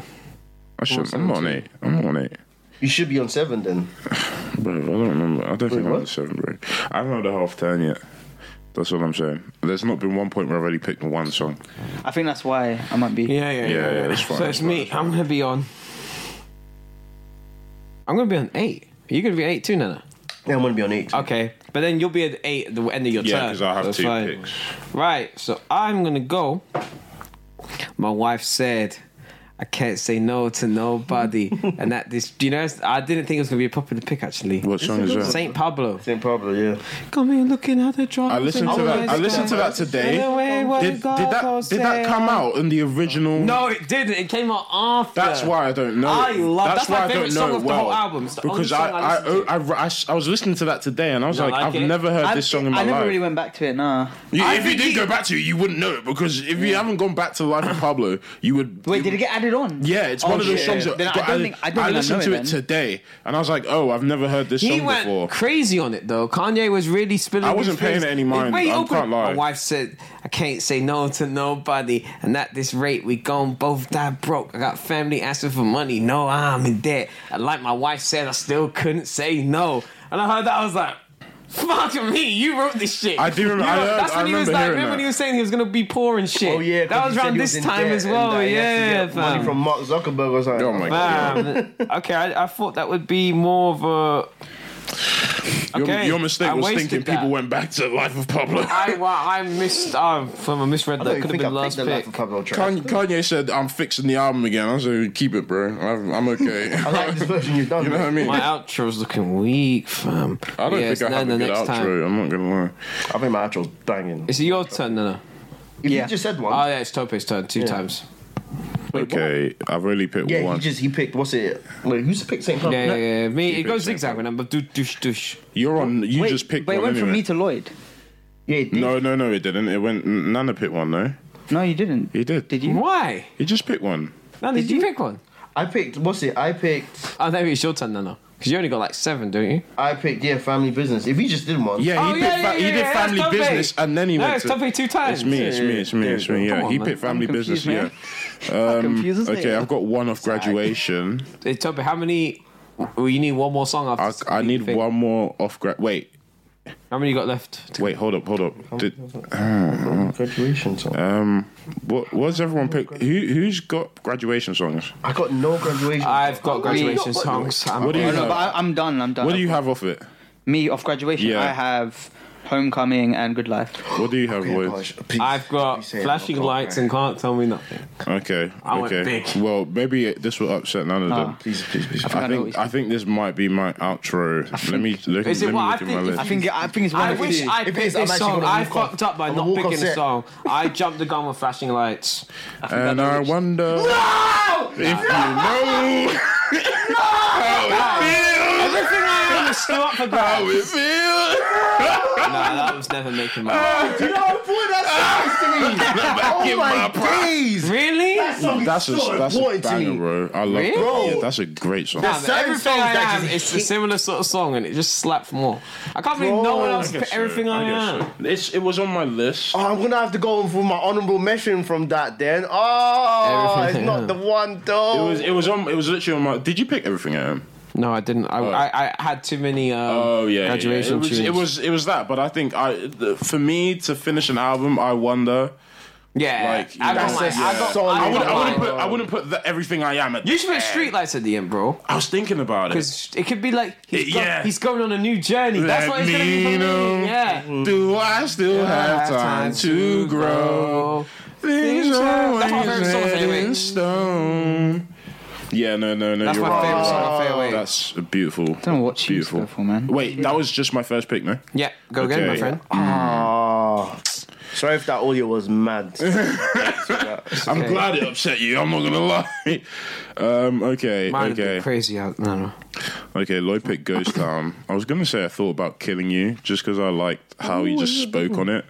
[SPEAKER 2] I shouldn't. I'm not on eight. I'm not on eight.
[SPEAKER 4] You should be on seven then.
[SPEAKER 2] Bro, I don't remember. I don't think I'm
[SPEAKER 4] what?
[SPEAKER 2] on seven, bro. I haven't had a half ten yet. That's what I'm saying. There's not been one point where I've already picked one song.
[SPEAKER 1] I think that's why I might be.
[SPEAKER 3] Yeah, yeah, yeah.
[SPEAKER 2] Yeah, yeah, that's fine.
[SPEAKER 3] So it's me. I'm gonna be on. I'm gonna be on eight. You're gonna be eight too, Nana.
[SPEAKER 4] Yeah, I'm gonna be on eight.
[SPEAKER 3] Okay, but then you'll be at eight at the end of your
[SPEAKER 2] Yeah,
[SPEAKER 3] turn.
[SPEAKER 2] because I have
[SPEAKER 3] That's
[SPEAKER 2] two
[SPEAKER 3] fine.
[SPEAKER 2] picks.
[SPEAKER 3] Right, so I'm gonna go. My wife said, "I can't say no to nobody," and that this, do you know, I didn't think it was gonna be a popular pick actually.
[SPEAKER 2] What song is that?
[SPEAKER 3] Saint Pablo.
[SPEAKER 4] Same problem, yeah.
[SPEAKER 3] Come here looking at the drugs.
[SPEAKER 2] I listened to that. I listened to that today. Did, did that did that come out in the original?
[SPEAKER 3] No, it didn't. It came out after.
[SPEAKER 2] That's why I don't know.
[SPEAKER 3] I
[SPEAKER 2] it.
[SPEAKER 3] love
[SPEAKER 2] That's,
[SPEAKER 3] that's, my
[SPEAKER 2] why I
[SPEAKER 3] favorite
[SPEAKER 2] don't know
[SPEAKER 3] song
[SPEAKER 2] it
[SPEAKER 3] of
[SPEAKER 2] well.
[SPEAKER 3] the whole album. It's the
[SPEAKER 2] because
[SPEAKER 3] only
[SPEAKER 2] I
[SPEAKER 3] song
[SPEAKER 2] I,
[SPEAKER 3] listen to.
[SPEAKER 2] I, I, I was listening to that today and I was
[SPEAKER 3] No,
[SPEAKER 2] like,
[SPEAKER 3] like
[SPEAKER 2] I've
[SPEAKER 3] it.
[SPEAKER 2] never heard this song in my
[SPEAKER 1] I never
[SPEAKER 2] life.
[SPEAKER 1] really went back to it. Nah.
[SPEAKER 2] You-
[SPEAKER 3] I
[SPEAKER 2] if you
[SPEAKER 3] think
[SPEAKER 2] did
[SPEAKER 3] he-
[SPEAKER 2] go back to it, you wouldn't know it because if you haven't gone back to Life of Pablo, you would.
[SPEAKER 1] Wait,
[SPEAKER 2] you-
[SPEAKER 1] did it get added on?
[SPEAKER 2] Yeah, it's
[SPEAKER 1] one
[SPEAKER 2] one of those songs that
[SPEAKER 1] Oh, Then I
[SPEAKER 2] but
[SPEAKER 1] don't think I don't think I
[SPEAKER 2] listened
[SPEAKER 1] know
[SPEAKER 2] to
[SPEAKER 1] it
[SPEAKER 2] it
[SPEAKER 1] then.
[SPEAKER 2] today and I was like, oh, I've never heard this
[SPEAKER 3] He
[SPEAKER 2] song
[SPEAKER 3] went
[SPEAKER 2] before.
[SPEAKER 3] crazy on it though. Kanye was really spilling.
[SPEAKER 2] I wasn't
[SPEAKER 3] his
[SPEAKER 2] paying
[SPEAKER 3] feelings.
[SPEAKER 2] it any mind,
[SPEAKER 3] Wait,
[SPEAKER 2] I
[SPEAKER 3] open-
[SPEAKER 2] can't lie.
[SPEAKER 3] My wife said, "I can't say no to nobody," and at this rate, we gone both die broke. I got family asking for money. No, I'm in debt. And like my wife said, I still couldn't say no. And I heard that I was like. Fuck me! You wrote this shit.
[SPEAKER 2] I do remember-
[SPEAKER 3] You
[SPEAKER 2] I
[SPEAKER 3] know,
[SPEAKER 2] heard-
[SPEAKER 3] that's
[SPEAKER 2] I
[SPEAKER 3] when he was
[SPEAKER 2] remember
[SPEAKER 3] like,
[SPEAKER 2] hearing
[SPEAKER 3] remember when
[SPEAKER 2] that.
[SPEAKER 3] he was saying he was gonna be poor and shit.
[SPEAKER 4] Oh yeah, 'cause
[SPEAKER 3] that
[SPEAKER 4] he
[SPEAKER 3] was
[SPEAKER 4] said
[SPEAKER 3] around
[SPEAKER 4] he
[SPEAKER 3] this
[SPEAKER 4] in
[SPEAKER 3] time
[SPEAKER 4] debt
[SPEAKER 3] as
[SPEAKER 4] and
[SPEAKER 3] well.
[SPEAKER 4] that he had to
[SPEAKER 3] yeah,
[SPEAKER 4] get money
[SPEAKER 3] fam.
[SPEAKER 4] from Mark Zuckerberg or something.
[SPEAKER 2] Oh my god.
[SPEAKER 3] Fam, okay, I, I thought that would be more of a.
[SPEAKER 2] Your,
[SPEAKER 3] Okay,
[SPEAKER 2] your mistake
[SPEAKER 3] I
[SPEAKER 2] was
[SPEAKER 3] wasted
[SPEAKER 2] thinking
[SPEAKER 3] that.
[SPEAKER 2] people went back to Life of Pablo.
[SPEAKER 3] I well, I missed. Uh, from I misread
[SPEAKER 4] I
[SPEAKER 3] that.
[SPEAKER 4] don't
[SPEAKER 3] Could have
[SPEAKER 4] think
[SPEAKER 3] been
[SPEAKER 4] I
[SPEAKER 3] last
[SPEAKER 4] picked the life
[SPEAKER 3] pick.
[SPEAKER 4] of Pablo track.
[SPEAKER 2] Kanye, Kanye said, "I'm fixing the album again." I said, "Keep it, bro. I'm, I'm okay."
[SPEAKER 4] I like this version you've done.
[SPEAKER 2] you know what I
[SPEAKER 4] mate.
[SPEAKER 2] mean?
[SPEAKER 3] My outro's looking weak, fam.
[SPEAKER 2] I don't
[SPEAKER 3] Yes,
[SPEAKER 2] think I have
[SPEAKER 3] Nana,
[SPEAKER 2] a good outro.
[SPEAKER 3] next Time.
[SPEAKER 2] I'm not gonna lie.
[SPEAKER 4] I think my outro's banging.
[SPEAKER 3] It's your turn, no, no.
[SPEAKER 4] If
[SPEAKER 1] Yeah.
[SPEAKER 4] you just said one.
[SPEAKER 3] Oh yeah, it's Tope's turn two
[SPEAKER 4] Yeah.
[SPEAKER 3] times.
[SPEAKER 2] okay, I've only picked
[SPEAKER 4] yeah,
[SPEAKER 2] one.
[SPEAKER 4] he just he picked what's it? Wait, who's picked Saint
[SPEAKER 3] Yeah, yeah,
[SPEAKER 4] Pablo?
[SPEAKER 3] yeah. Me, it
[SPEAKER 2] Oh, Keep it
[SPEAKER 3] goes
[SPEAKER 2] simple.
[SPEAKER 3] zigzag when I'm do douche douche.
[SPEAKER 2] You're on. You
[SPEAKER 1] Wait,
[SPEAKER 2] just picked
[SPEAKER 1] but it
[SPEAKER 2] one.
[SPEAKER 1] went from
[SPEAKER 2] anyway.
[SPEAKER 1] me to Lloyd.
[SPEAKER 4] yeah. he did.
[SPEAKER 2] no, no, no, it didn't. It went. Nana picked one though.
[SPEAKER 1] No, you didn't.
[SPEAKER 2] He did.
[SPEAKER 1] Did you?
[SPEAKER 3] Why?
[SPEAKER 2] He just picked one.
[SPEAKER 3] No, did, you, pick one?
[SPEAKER 4] I picked what's it? I picked
[SPEAKER 3] Oh, maybe it's your turn, no, no. Because you only got like seven, don't you?
[SPEAKER 4] I picked yeah, family business. If you just did one,
[SPEAKER 2] Yeah,
[SPEAKER 3] Oh,
[SPEAKER 2] he,
[SPEAKER 3] yeah,
[SPEAKER 2] picked
[SPEAKER 3] yeah,
[SPEAKER 2] fa- he
[SPEAKER 3] yeah,
[SPEAKER 2] did
[SPEAKER 3] yeah,
[SPEAKER 2] family
[SPEAKER 3] that's Tope.
[SPEAKER 2] business, and then he
[SPEAKER 3] No,
[SPEAKER 2] went.
[SPEAKER 3] it's
[SPEAKER 2] to-
[SPEAKER 3] Tope two times.
[SPEAKER 2] It's me. It's me. It's me. It's me.
[SPEAKER 3] Come
[SPEAKER 2] Yeah,
[SPEAKER 3] on,
[SPEAKER 2] he
[SPEAKER 3] man.
[SPEAKER 2] picked family
[SPEAKER 1] I'm confused,
[SPEAKER 2] business.
[SPEAKER 1] man.
[SPEAKER 2] Yeah. Um,
[SPEAKER 1] confused as
[SPEAKER 2] okay,
[SPEAKER 1] hell.
[SPEAKER 2] I've got one off graduation.
[SPEAKER 3] Hey, Tope, how many? Well, you need one more song
[SPEAKER 2] I,
[SPEAKER 3] after.
[SPEAKER 2] I
[SPEAKER 3] you
[SPEAKER 2] need
[SPEAKER 3] think.
[SPEAKER 2] one more off grad. Wait,
[SPEAKER 3] How many you got left?
[SPEAKER 2] wait, hold up, hold up. Did,
[SPEAKER 4] graduation song.
[SPEAKER 2] um, what what's everyone pick? Who who's got graduation songs?
[SPEAKER 4] I got no graduation.
[SPEAKER 3] I've got graduation
[SPEAKER 1] What-
[SPEAKER 3] songs. I'm
[SPEAKER 2] What do you
[SPEAKER 1] Oh, no, but
[SPEAKER 2] have?
[SPEAKER 1] I, I'm done. I'm done.
[SPEAKER 2] What do you have off it?
[SPEAKER 1] Me off graduation.
[SPEAKER 2] Yeah.
[SPEAKER 1] I have homecoming and good life.
[SPEAKER 2] What do you have,
[SPEAKER 4] song. Yeah,
[SPEAKER 2] boys?
[SPEAKER 4] Oh, gosh, please,
[SPEAKER 3] I've got
[SPEAKER 4] please say it,
[SPEAKER 3] flashing
[SPEAKER 4] I'll talk,
[SPEAKER 3] lights
[SPEAKER 4] man.
[SPEAKER 3] and can't tell me nothing.
[SPEAKER 2] Okay,
[SPEAKER 3] I went
[SPEAKER 2] okay.
[SPEAKER 3] big.
[SPEAKER 2] Well, maybe it, this will upset none of them.
[SPEAKER 4] Please, please, please.
[SPEAKER 1] I
[SPEAKER 2] I
[SPEAKER 1] know what he's
[SPEAKER 2] think I think this might be my outro. Let me look,
[SPEAKER 3] Is it
[SPEAKER 2] let me
[SPEAKER 3] what I
[SPEAKER 2] look at my
[SPEAKER 3] think-
[SPEAKER 2] list.
[SPEAKER 1] I think I think it's one
[SPEAKER 3] I
[SPEAKER 1] of the
[SPEAKER 3] wish
[SPEAKER 1] few.
[SPEAKER 3] I
[SPEAKER 4] If
[SPEAKER 3] picked
[SPEAKER 4] it is, I'm
[SPEAKER 3] this
[SPEAKER 4] actually
[SPEAKER 3] song.
[SPEAKER 4] gonna
[SPEAKER 3] I
[SPEAKER 4] walk off.
[SPEAKER 3] fucked up by
[SPEAKER 4] I'm
[SPEAKER 3] not
[SPEAKER 4] gonna walk
[SPEAKER 3] picking
[SPEAKER 4] off
[SPEAKER 3] the
[SPEAKER 4] set.
[SPEAKER 3] song. I jumped the gun with flashing lights. I think
[SPEAKER 2] and
[SPEAKER 3] I
[SPEAKER 2] I
[SPEAKER 3] know which-
[SPEAKER 2] wonder if you know how it feels.
[SPEAKER 3] I think it's still up for grabs.
[SPEAKER 2] How it feels.
[SPEAKER 3] Nah, that was never making my.
[SPEAKER 2] Back
[SPEAKER 4] Oh,
[SPEAKER 2] in my prime.
[SPEAKER 3] Really?
[SPEAKER 2] That's a that's a
[SPEAKER 4] important to
[SPEAKER 2] banger,
[SPEAKER 4] me.
[SPEAKER 2] bro. I love
[SPEAKER 3] Really?
[SPEAKER 2] that. Yeah, that's a great song.
[SPEAKER 3] Nah,
[SPEAKER 4] There's
[SPEAKER 3] but
[SPEAKER 4] certain
[SPEAKER 3] everything
[SPEAKER 4] songs
[SPEAKER 3] I
[SPEAKER 4] that
[SPEAKER 3] am,
[SPEAKER 4] just
[SPEAKER 3] it's a
[SPEAKER 4] hit-
[SPEAKER 3] similar sort of song, and it just slapped more. I can't believe no one
[SPEAKER 4] Bro.
[SPEAKER 3] else
[SPEAKER 2] I guess
[SPEAKER 3] picked
[SPEAKER 2] so.
[SPEAKER 3] everything I,
[SPEAKER 2] guess
[SPEAKER 3] am.
[SPEAKER 2] so. It's it was on my list.
[SPEAKER 4] Oh, I'm gonna have to go for my honorable mention from that then. Oh,
[SPEAKER 3] Everything
[SPEAKER 4] it's
[SPEAKER 3] I
[SPEAKER 4] not
[SPEAKER 3] am.
[SPEAKER 4] the one though.
[SPEAKER 2] It was it was on it was literally on my. Did you pick everything at him?
[SPEAKER 3] No, I didn't. I,
[SPEAKER 4] Oh.
[SPEAKER 3] I, I had too many. Um,
[SPEAKER 2] Oh yeah, yeah, yeah.
[SPEAKER 3] graduation
[SPEAKER 2] It was,
[SPEAKER 3] tunes.
[SPEAKER 2] it was it was that, but I think I the- for me to finish an album, I wonder.
[SPEAKER 3] yeah.
[SPEAKER 2] Like, you
[SPEAKER 3] I,
[SPEAKER 2] know,
[SPEAKER 3] got mine.
[SPEAKER 4] that's
[SPEAKER 3] I
[SPEAKER 4] a
[SPEAKER 3] got
[SPEAKER 4] solid
[SPEAKER 3] I
[SPEAKER 2] I
[SPEAKER 3] got
[SPEAKER 2] wouldn't, I
[SPEAKER 3] mine.
[SPEAKER 2] wouldn't put I wouldn't put the, everything I am at.
[SPEAKER 3] You should put streetlights at the end, bro.
[SPEAKER 2] I was thinking about it.
[SPEAKER 3] Because it could be like he's,
[SPEAKER 2] It-
[SPEAKER 3] go-
[SPEAKER 2] yeah.
[SPEAKER 3] he's going on a new journey. That's
[SPEAKER 2] Let
[SPEAKER 3] what it's gonna be
[SPEAKER 2] me
[SPEAKER 3] for
[SPEAKER 2] know.
[SPEAKER 3] me. Yeah.
[SPEAKER 2] Do I still have time to grow? Things
[SPEAKER 3] Things are-
[SPEAKER 2] always
[SPEAKER 3] That's my favorite song,
[SPEAKER 2] set
[SPEAKER 3] anyway.
[SPEAKER 2] in stone. Yeah, no, no, no.
[SPEAKER 3] That's
[SPEAKER 2] you're
[SPEAKER 3] my
[SPEAKER 2] right.
[SPEAKER 3] favorite song,
[SPEAKER 2] That's-
[SPEAKER 3] Fade Away.
[SPEAKER 2] That's beautiful. I
[SPEAKER 1] don't know what she used to go
[SPEAKER 2] beautiful.
[SPEAKER 1] for, man.
[SPEAKER 2] Wait, that was just my first pick, no?
[SPEAKER 3] Yeah, go
[SPEAKER 2] Okay.
[SPEAKER 3] again, my friend.
[SPEAKER 4] Oh, sorry if that audio was mad.
[SPEAKER 2] I'm glad it upset you. I'm not gonna lie. Um, okay,
[SPEAKER 3] Mine would be
[SPEAKER 2] okay,
[SPEAKER 3] crazy out. No, no.
[SPEAKER 2] okay. Lloyd picked Ghost Town. I was gonna say I thought about killing you just because I liked how you just spoke on it.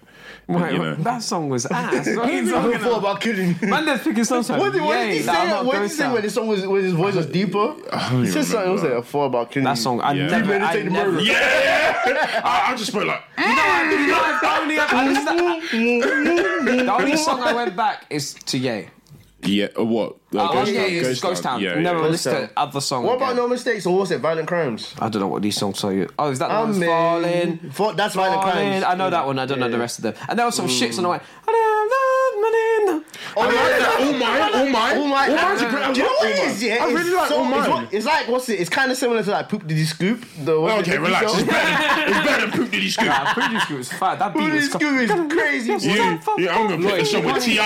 [SPEAKER 2] But,
[SPEAKER 3] Wait,
[SPEAKER 2] you know,
[SPEAKER 3] That song was ass. What are
[SPEAKER 4] I
[SPEAKER 3] you
[SPEAKER 4] even
[SPEAKER 3] talking about?
[SPEAKER 4] thought about killing.
[SPEAKER 3] Man, they're picking songs. like,
[SPEAKER 4] What did, what did he
[SPEAKER 3] yay,
[SPEAKER 4] say?
[SPEAKER 3] nah, I'm not
[SPEAKER 4] What did he
[SPEAKER 3] ghost
[SPEAKER 4] say
[SPEAKER 3] out.
[SPEAKER 4] when his song was when his voice was deeper?
[SPEAKER 2] I don't
[SPEAKER 4] He
[SPEAKER 2] even
[SPEAKER 4] said something. What was
[SPEAKER 2] remember.
[SPEAKER 4] it? A four about killing.
[SPEAKER 3] That
[SPEAKER 4] you.
[SPEAKER 3] song, I
[SPEAKER 2] Yeah.
[SPEAKER 3] never, I
[SPEAKER 4] Premeditated
[SPEAKER 3] never.
[SPEAKER 4] murder.
[SPEAKER 3] You
[SPEAKER 2] Yeah, I, I just spoke like.
[SPEAKER 3] know, I've only ever- I listened to- The only song I went back is to Yay.
[SPEAKER 2] Yeah, uh, what? Uh,
[SPEAKER 3] Oh, yeah, it's Ghost Town.
[SPEAKER 2] Yeah,
[SPEAKER 3] Never
[SPEAKER 2] yeah.
[SPEAKER 3] listened to
[SPEAKER 4] Town.
[SPEAKER 3] other songs.
[SPEAKER 4] What about no mistakes or what's it? Violent crimes.
[SPEAKER 3] I don't know what these songs are. Oh, is that the one
[SPEAKER 4] mean,
[SPEAKER 3] falling?
[SPEAKER 4] Fa- that's violent
[SPEAKER 3] Falling.
[SPEAKER 4] crimes.
[SPEAKER 3] Oh, I know that one. I don't know the rest of them. And there was some shits on the way. I don't love money.
[SPEAKER 4] Oh, yeah, Oh
[SPEAKER 2] All mine, all mine, all mine.
[SPEAKER 4] yeah.
[SPEAKER 2] All mine's a
[SPEAKER 4] Do
[SPEAKER 2] great-
[SPEAKER 4] you know it is, yeah.
[SPEAKER 2] I
[SPEAKER 4] it's
[SPEAKER 2] really like
[SPEAKER 4] so, it's,
[SPEAKER 2] Oman.
[SPEAKER 4] what- it's like what's it? It's kind of similar to like poop did he scoop? The what's
[SPEAKER 2] Okay,
[SPEAKER 4] it,
[SPEAKER 2] relax. It's
[SPEAKER 4] Poop
[SPEAKER 2] better, it's better than poop diddy scoop.
[SPEAKER 3] Nah, Pretty Scoop was fat. That beat
[SPEAKER 4] Diddy
[SPEAKER 3] was
[SPEAKER 4] Scoop is crazy.
[SPEAKER 2] You, yeah, I'm gonna pick this up with Ti.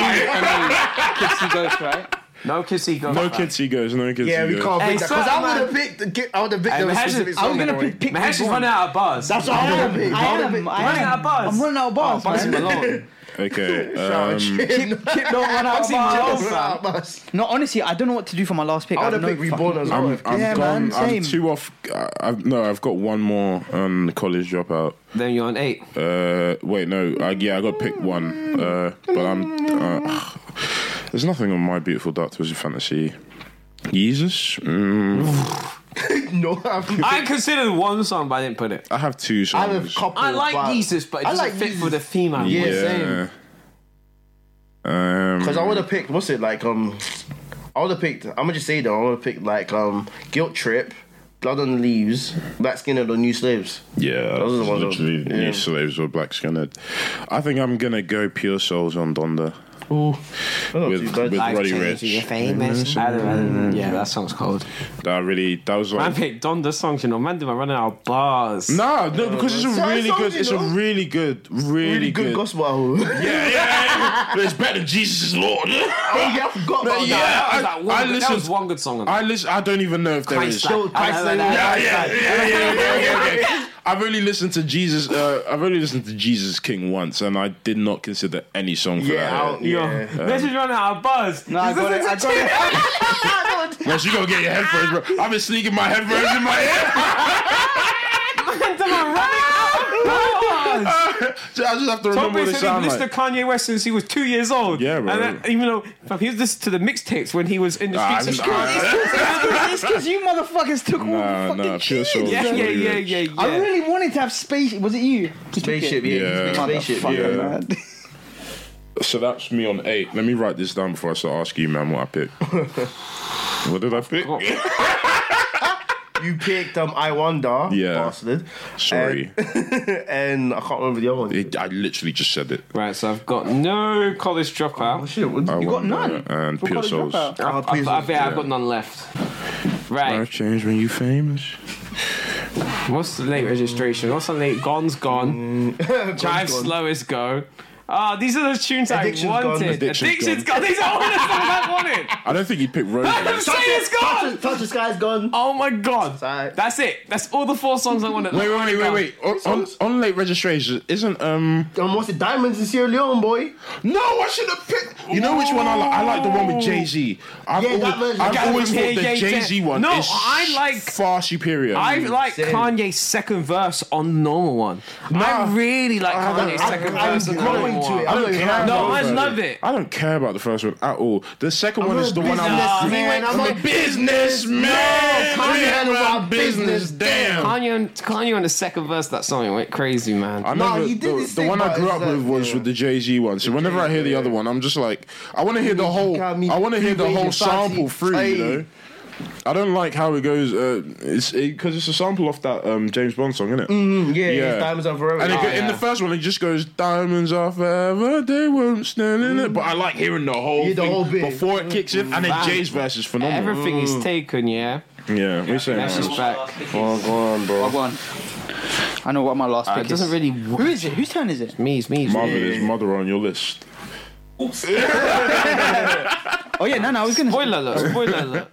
[SPEAKER 1] Kissy Ghost, right?
[SPEAKER 3] No kissy go.
[SPEAKER 2] No kitsy goes. No kitsy
[SPEAKER 4] Yeah, we
[SPEAKER 2] goes.
[SPEAKER 4] can't
[SPEAKER 3] Hey,
[SPEAKER 4] pick that because
[SPEAKER 3] so,
[SPEAKER 4] I would have
[SPEAKER 3] man.
[SPEAKER 4] picked. the ki- I would have picked
[SPEAKER 3] Hey,
[SPEAKER 4] those
[SPEAKER 3] Mahesh is-
[SPEAKER 4] specific
[SPEAKER 3] I'm
[SPEAKER 4] songs
[SPEAKER 1] gonna
[SPEAKER 4] that were-
[SPEAKER 1] pick- pick-
[SPEAKER 3] Mahesh is running out of bars.
[SPEAKER 4] That's what I would have picked.
[SPEAKER 1] I
[SPEAKER 4] I
[SPEAKER 1] am.
[SPEAKER 4] would've
[SPEAKER 1] I
[SPEAKER 4] picked-
[SPEAKER 3] running
[SPEAKER 1] am.
[SPEAKER 3] out of bars.
[SPEAKER 1] I'm running out of bars,
[SPEAKER 3] Bars
[SPEAKER 1] man.
[SPEAKER 3] Malone.
[SPEAKER 2] Okay. Um,
[SPEAKER 1] Kip don't run out of
[SPEAKER 4] Bars,
[SPEAKER 1] bars.
[SPEAKER 4] bars, bars.
[SPEAKER 1] No, honestly, I don't know what to do for my last pick.
[SPEAKER 4] I
[SPEAKER 1] have
[SPEAKER 4] would have
[SPEAKER 1] no
[SPEAKER 4] picked
[SPEAKER 1] fucking-
[SPEAKER 4] Reborn as well.
[SPEAKER 2] I'm,
[SPEAKER 4] if-
[SPEAKER 2] I'm
[SPEAKER 1] Yeah,
[SPEAKER 2] gone.
[SPEAKER 1] man,
[SPEAKER 2] I'm
[SPEAKER 1] same.
[SPEAKER 2] two off. I- I've, no, I've got one more on college dropout.
[SPEAKER 3] Then you're on eight.
[SPEAKER 2] Uh, wait, no. I, yeah, I got pick one. Uh, but I'm. Uh, there's nothing on my beautiful dark twisted fantasy. Jesus, mm,
[SPEAKER 4] No, I'm.
[SPEAKER 3] I considered one song, but I didn't put it.
[SPEAKER 2] I have two
[SPEAKER 4] I have a
[SPEAKER 2] songs.
[SPEAKER 4] couple.
[SPEAKER 3] I like
[SPEAKER 4] but-
[SPEAKER 3] Jesus, but it
[SPEAKER 4] I
[SPEAKER 3] doesn't
[SPEAKER 4] like
[SPEAKER 3] fit
[SPEAKER 4] Yeezus.
[SPEAKER 3] for the theme. I
[SPEAKER 4] Yeah,
[SPEAKER 3] want.
[SPEAKER 4] same.
[SPEAKER 2] Um,
[SPEAKER 4] Because I would have picked, what's it like? Um, I would have picked. I'm gonna just say though, I would have picked like um, Guilt Trip, Blood on the Leaves, Black Skin of the New Slaves.
[SPEAKER 2] yeah,
[SPEAKER 4] Those are the ones that-
[SPEAKER 2] literally
[SPEAKER 4] yeah.
[SPEAKER 2] new slaves or black skinned. I think I'm gonna go pure souls on Donda
[SPEAKER 4] Ooh,
[SPEAKER 2] with, with Roddy
[SPEAKER 3] You're
[SPEAKER 2] Rich.
[SPEAKER 3] famous. I don't, I don't know. Yeah, that sounds cold.
[SPEAKER 2] That really, that was
[SPEAKER 3] I
[SPEAKER 2] like
[SPEAKER 3] picked Donda songs, you know. Man, they were running out of bars.
[SPEAKER 2] No, no, because it's a
[SPEAKER 4] Sorry,
[SPEAKER 2] really
[SPEAKER 4] sorry,
[SPEAKER 2] good. It's a
[SPEAKER 4] no.
[SPEAKER 2] really good, really,
[SPEAKER 4] really good,
[SPEAKER 2] good.
[SPEAKER 4] gospel. album.
[SPEAKER 2] Yeah, yeah, yeah. It's better than Jesus is Lord.
[SPEAKER 4] oh yeah, I forgot
[SPEAKER 2] No,
[SPEAKER 4] about
[SPEAKER 2] yeah,
[SPEAKER 4] that.
[SPEAKER 2] I-
[SPEAKER 3] that was, like, one,
[SPEAKER 2] I
[SPEAKER 3] good- that
[SPEAKER 2] listened-
[SPEAKER 3] was one good song. on
[SPEAKER 2] I listen. I don't even know if there is.
[SPEAKER 3] Christ, like,
[SPEAKER 4] Yo, Christ,
[SPEAKER 3] I- I- I-
[SPEAKER 2] Yeah,
[SPEAKER 3] I-
[SPEAKER 2] yeah, yeah, yeah, yeah, yeah, yeah. I've only listened to Jesus. Uh, I've only listened to Jesus King once, and I did not consider any song for
[SPEAKER 4] Yeah,
[SPEAKER 2] that.
[SPEAKER 4] I'll-
[SPEAKER 2] Yeah.
[SPEAKER 3] Yo,
[SPEAKER 4] Yeah.
[SPEAKER 3] this is running out of buzz.
[SPEAKER 1] No, I got it. I got it.
[SPEAKER 2] Unless you gonna get your headphones, bro. I've been sneaking my headphones in my ear.
[SPEAKER 3] running out of bars.
[SPEAKER 2] so I just have to
[SPEAKER 3] So
[SPEAKER 2] remember what it
[SPEAKER 3] basically,
[SPEAKER 2] sound
[SPEAKER 3] he's
[SPEAKER 2] like.
[SPEAKER 3] listened to Kanye West since he was two years old.
[SPEAKER 2] Yeah, bro.
[SPEAKER 3] And that, even though fam, he was listening to the mixtapes when he was in the
[SPEAKER 2] Nah,
[SPEAKER 3] streets of
[SPEAKER 2] I'm-
[SPEAKER 3] Chicago.
[SPEAKER 1] It's because you motherfuckers took all
[SPEAKER 2] Nah,
[SPEAKER 1] the fucking
[SPEAKER 2] nah, pure
[SPEAKER 1] cheese.
[SPEAKER 2] soul.
[SPEAKER 3] Yeah, yeah,
[SPEAKER 2] Roddy
[SPEAKER 3] yeah,
[SPEAKER 2] Ricch.
[SPEAKER 3] yeah, yeah.
[SPEAKER 1] I really wanted to have space. Was it you? Who took
[SPEAKER 4] Spaceship,
[SPEAKER 1] it?
[SPEAKER 4] yeah,
[SPEAKER 2] Yeah.
[SPEAKER 4] spaceship.
[SPEAKER 1] Motherfucker,
[SPEAKER 4] Yeah.
[SPEAKER 2] yeah.
[SPEAKER 1] man.
[SPEAKER 2] So that's me on eight. Let me write this down before I start asking you, man, what I picked. what did I pick?
[SPEAKER 4] You picked um, I Wonder,
[SPEAKER 2] Yeah.
[SPEAKER 4] bastard,
[SPEAKER 2] Sorry.
[SPEAKER 4] and I can't remember the other one.
[SPEAKER 2] It- I literally just said it.
[SPEAKER 3] Right, so I've got no college dropout.
[SPEAKER 4] Shit, what-
[SPEAKER 2] I
[SPEAKER 1] You got
[SPEAKER 2] want
[SPEAKER 1] none.
[SPEAKER 2] that And
[SPEAKER 1] For
[SPEAKER 2] Pure
[SPEAKER 1] College
[SPEAKER 2] Souls.
[SPEAKER 1] Dropout.
[SPEAKER 3] I, I, I,
[SPEAKER 4] please,
[SPEAKER 3] bet I've got none left.
[SPEAKER 2] Life
[SPEAKER 3] Right,
[SPEAKER 2] changed when you famous.
[SPEAKER 3] what's the late registration? What's the late? Gone's Mm, gone. Jive
[SPEAKER 4] gone.
[SPEAKER 3] slowest go. Ah, these are the tunes
[SPEAKER 4] Addiction's
[SPEAKER 3] I
[SPEAKER 4] gone.
[SPEAKER 3] wanted.
[SPEAKER 2] Addiction's
[SPEAKER 3] gone. These are all the songs I wanted.
[SPEAKER 2] I don't think he picked Roses.
[SPEAKER 3] Say it's gone.
[SPEAKER 4] Touch, touch the sky's gone.
[SPEAKER 3] Oh my god.
[SPEAKER 4] Alright.
[SPEAKER 3] That's it. That's all the four songs I wanted.
[SPEAKER 2] wait, wait, wait, wait, wait. On, on, on late registration, isn't um?
[SPEAKER 4] Um, what's it? Diamonds in Sierra Leone, boy.
[SPEAKER 2] No, I should have picked. You know which one I like? I like the one with Jay Z. I've
[SPEAKER 4] Yeah, that
[SPEAKER 2] always,
[SPEAKER 4] version.
[SPEAKER 2] I've
[SPEAKER 4] Got
[SPEAKER 2] always
[SPEAKER 3] him
[SPEAKER 2] thought
[SPEAKER 3] here,
[SPEAKER 2] the
[SPEAKER 3] yeah,
[SPEAKER 2] Jay Z
[SPEAKER 3] yeah.
[SPEAKER 2] one.
[SPEAKER 3] No,
[SPEAKER 2] is
[SPEAKER 3] I like-
[SPEAKER 2] far superior.
[SPEAKER 3] I like
[SPEAKER 4] Same.
[SPEAKER 3] Kanye's second verse on normal one. I really like
[SPEAKER 2] Ah,
[SPEAKER 3] Kanye's
[SPEAKER 4] I-
[SPEAKER 3] second
[SPEAKER 4] I'm
[SPEAKER 3] verse on
[SPEAKER 4] growing
[SPEAKER 3] normal
[SPEAKER 4] to
[SPEAKER 3] one.
[SPEAKER 4] it. I don't care
[SPEAKER 2] about the
[SPEAKER 3] No, I
[SPEAKER 2] first
[SPEAKER 3] love
[SPEAKER 2] one.
[SPEAKER 3] it.
[SPEAKER 2] I don't care about the first one at all. The second one
[SPEAKER 4] a
[SPEAKER 2] is the one I'm.
[SPEAKER 4] businessman.
[SPEAKER 2] I'm
[SPEAKER 4] I'm a
[SPEAKER 2] a businessman. We
[SPEAKER 4] Kanye
[SPEAKER 2] handle my
[SPEAKER 4] about
[SPEAKER 2] business.
[SPEAKER 4] business.
[SPEAKER 2] Damn.
[SPEAKER 3] Kanye, on- Kanye on the second verse of that song it went crazy, man.
[SPEAKER 2] I
[SPEAKER 4] Nah,
[SPEAKER 2] never,
[SPEAKER 4] he did
[SPEAKER 2] the,
[SPEAKER 4] his
[SPEAKER 2] the
[SPEAKER 4] thing,
[SPEAKER 2] one I
[SPEAKER 4] but
[SPEAKER 2] grew
[SPEAKER 4] it's
[SPEAKER 2] up
[SPEAKER 4] like-
[SPEAKER 2] with was
[SPEAKER 4] yeah.
[SPEAKER 2] with the Jay Z one. So whenever I hear the other one, I'm just like, I want to hear the whole,
[SPEAKER 4] got me
[SPEAKER 2] I want to hear the
[SPEAKER 4] freeway
[SPEAKER 2] whole
[SPEAKER 4] and fancy
[SPEAKER 2] sample through. You
[SPEAKER 4] train.
[SPEAKER 2] know, I don't like how it goes. Uh, it's because it's a sample off that um, James Bond song, isn't it?
[SPEAKER 4] Mm, Yeah,
[SPEAKER 2] Yeah.
[SPEAKER 4] it's Diamonds Are Forever.
[SPEAKER 2] And it,
[SPEAKER 4] Oh,
[SPEAKER 2] go-
[SPEAKER 4] Mm-hmm. yeah.
[SPEAKER 2] in the first one, it just goes diamonds are forever, they won't stand in it. But I like hearing the whole,
[SPEAKER 4] Mm-hmm. Yeah, the
[SPEAKER 2] thing
[SPEAKER 4] whole bit.
[SPEAKER 2] before it kicks in, and then
[SPEAKER 3] Man.
[SPEAKER 2] Jay's verse is phenomenal.
[SPEAKER 3] Everything is taken, yeah.
[SPEAKER 2] Yeah, we saying
[SPEAKER 3] That's
[SPEAKER 2] that.
[SPEAKER 3] just back.
[SPEAKER 4] Oh, go on, bro.
[SPEAKER 1] I've won. I know what my last pick
[SPEAKER 3] It doesn't
[SPEAKER 1] is.
[SPEAKER 3] really.
[SPEAKER 1] Who is it? Whose turn is it?
[SPEAKER 3] Me, it's me. it's me.
[SPEAKER 2] Marvin is mother on your list.
[SPEAKER 1] Oh yeah, no, no, I was gonna.
[SPEAKER 3] Spoiler alert! Spoiler alert!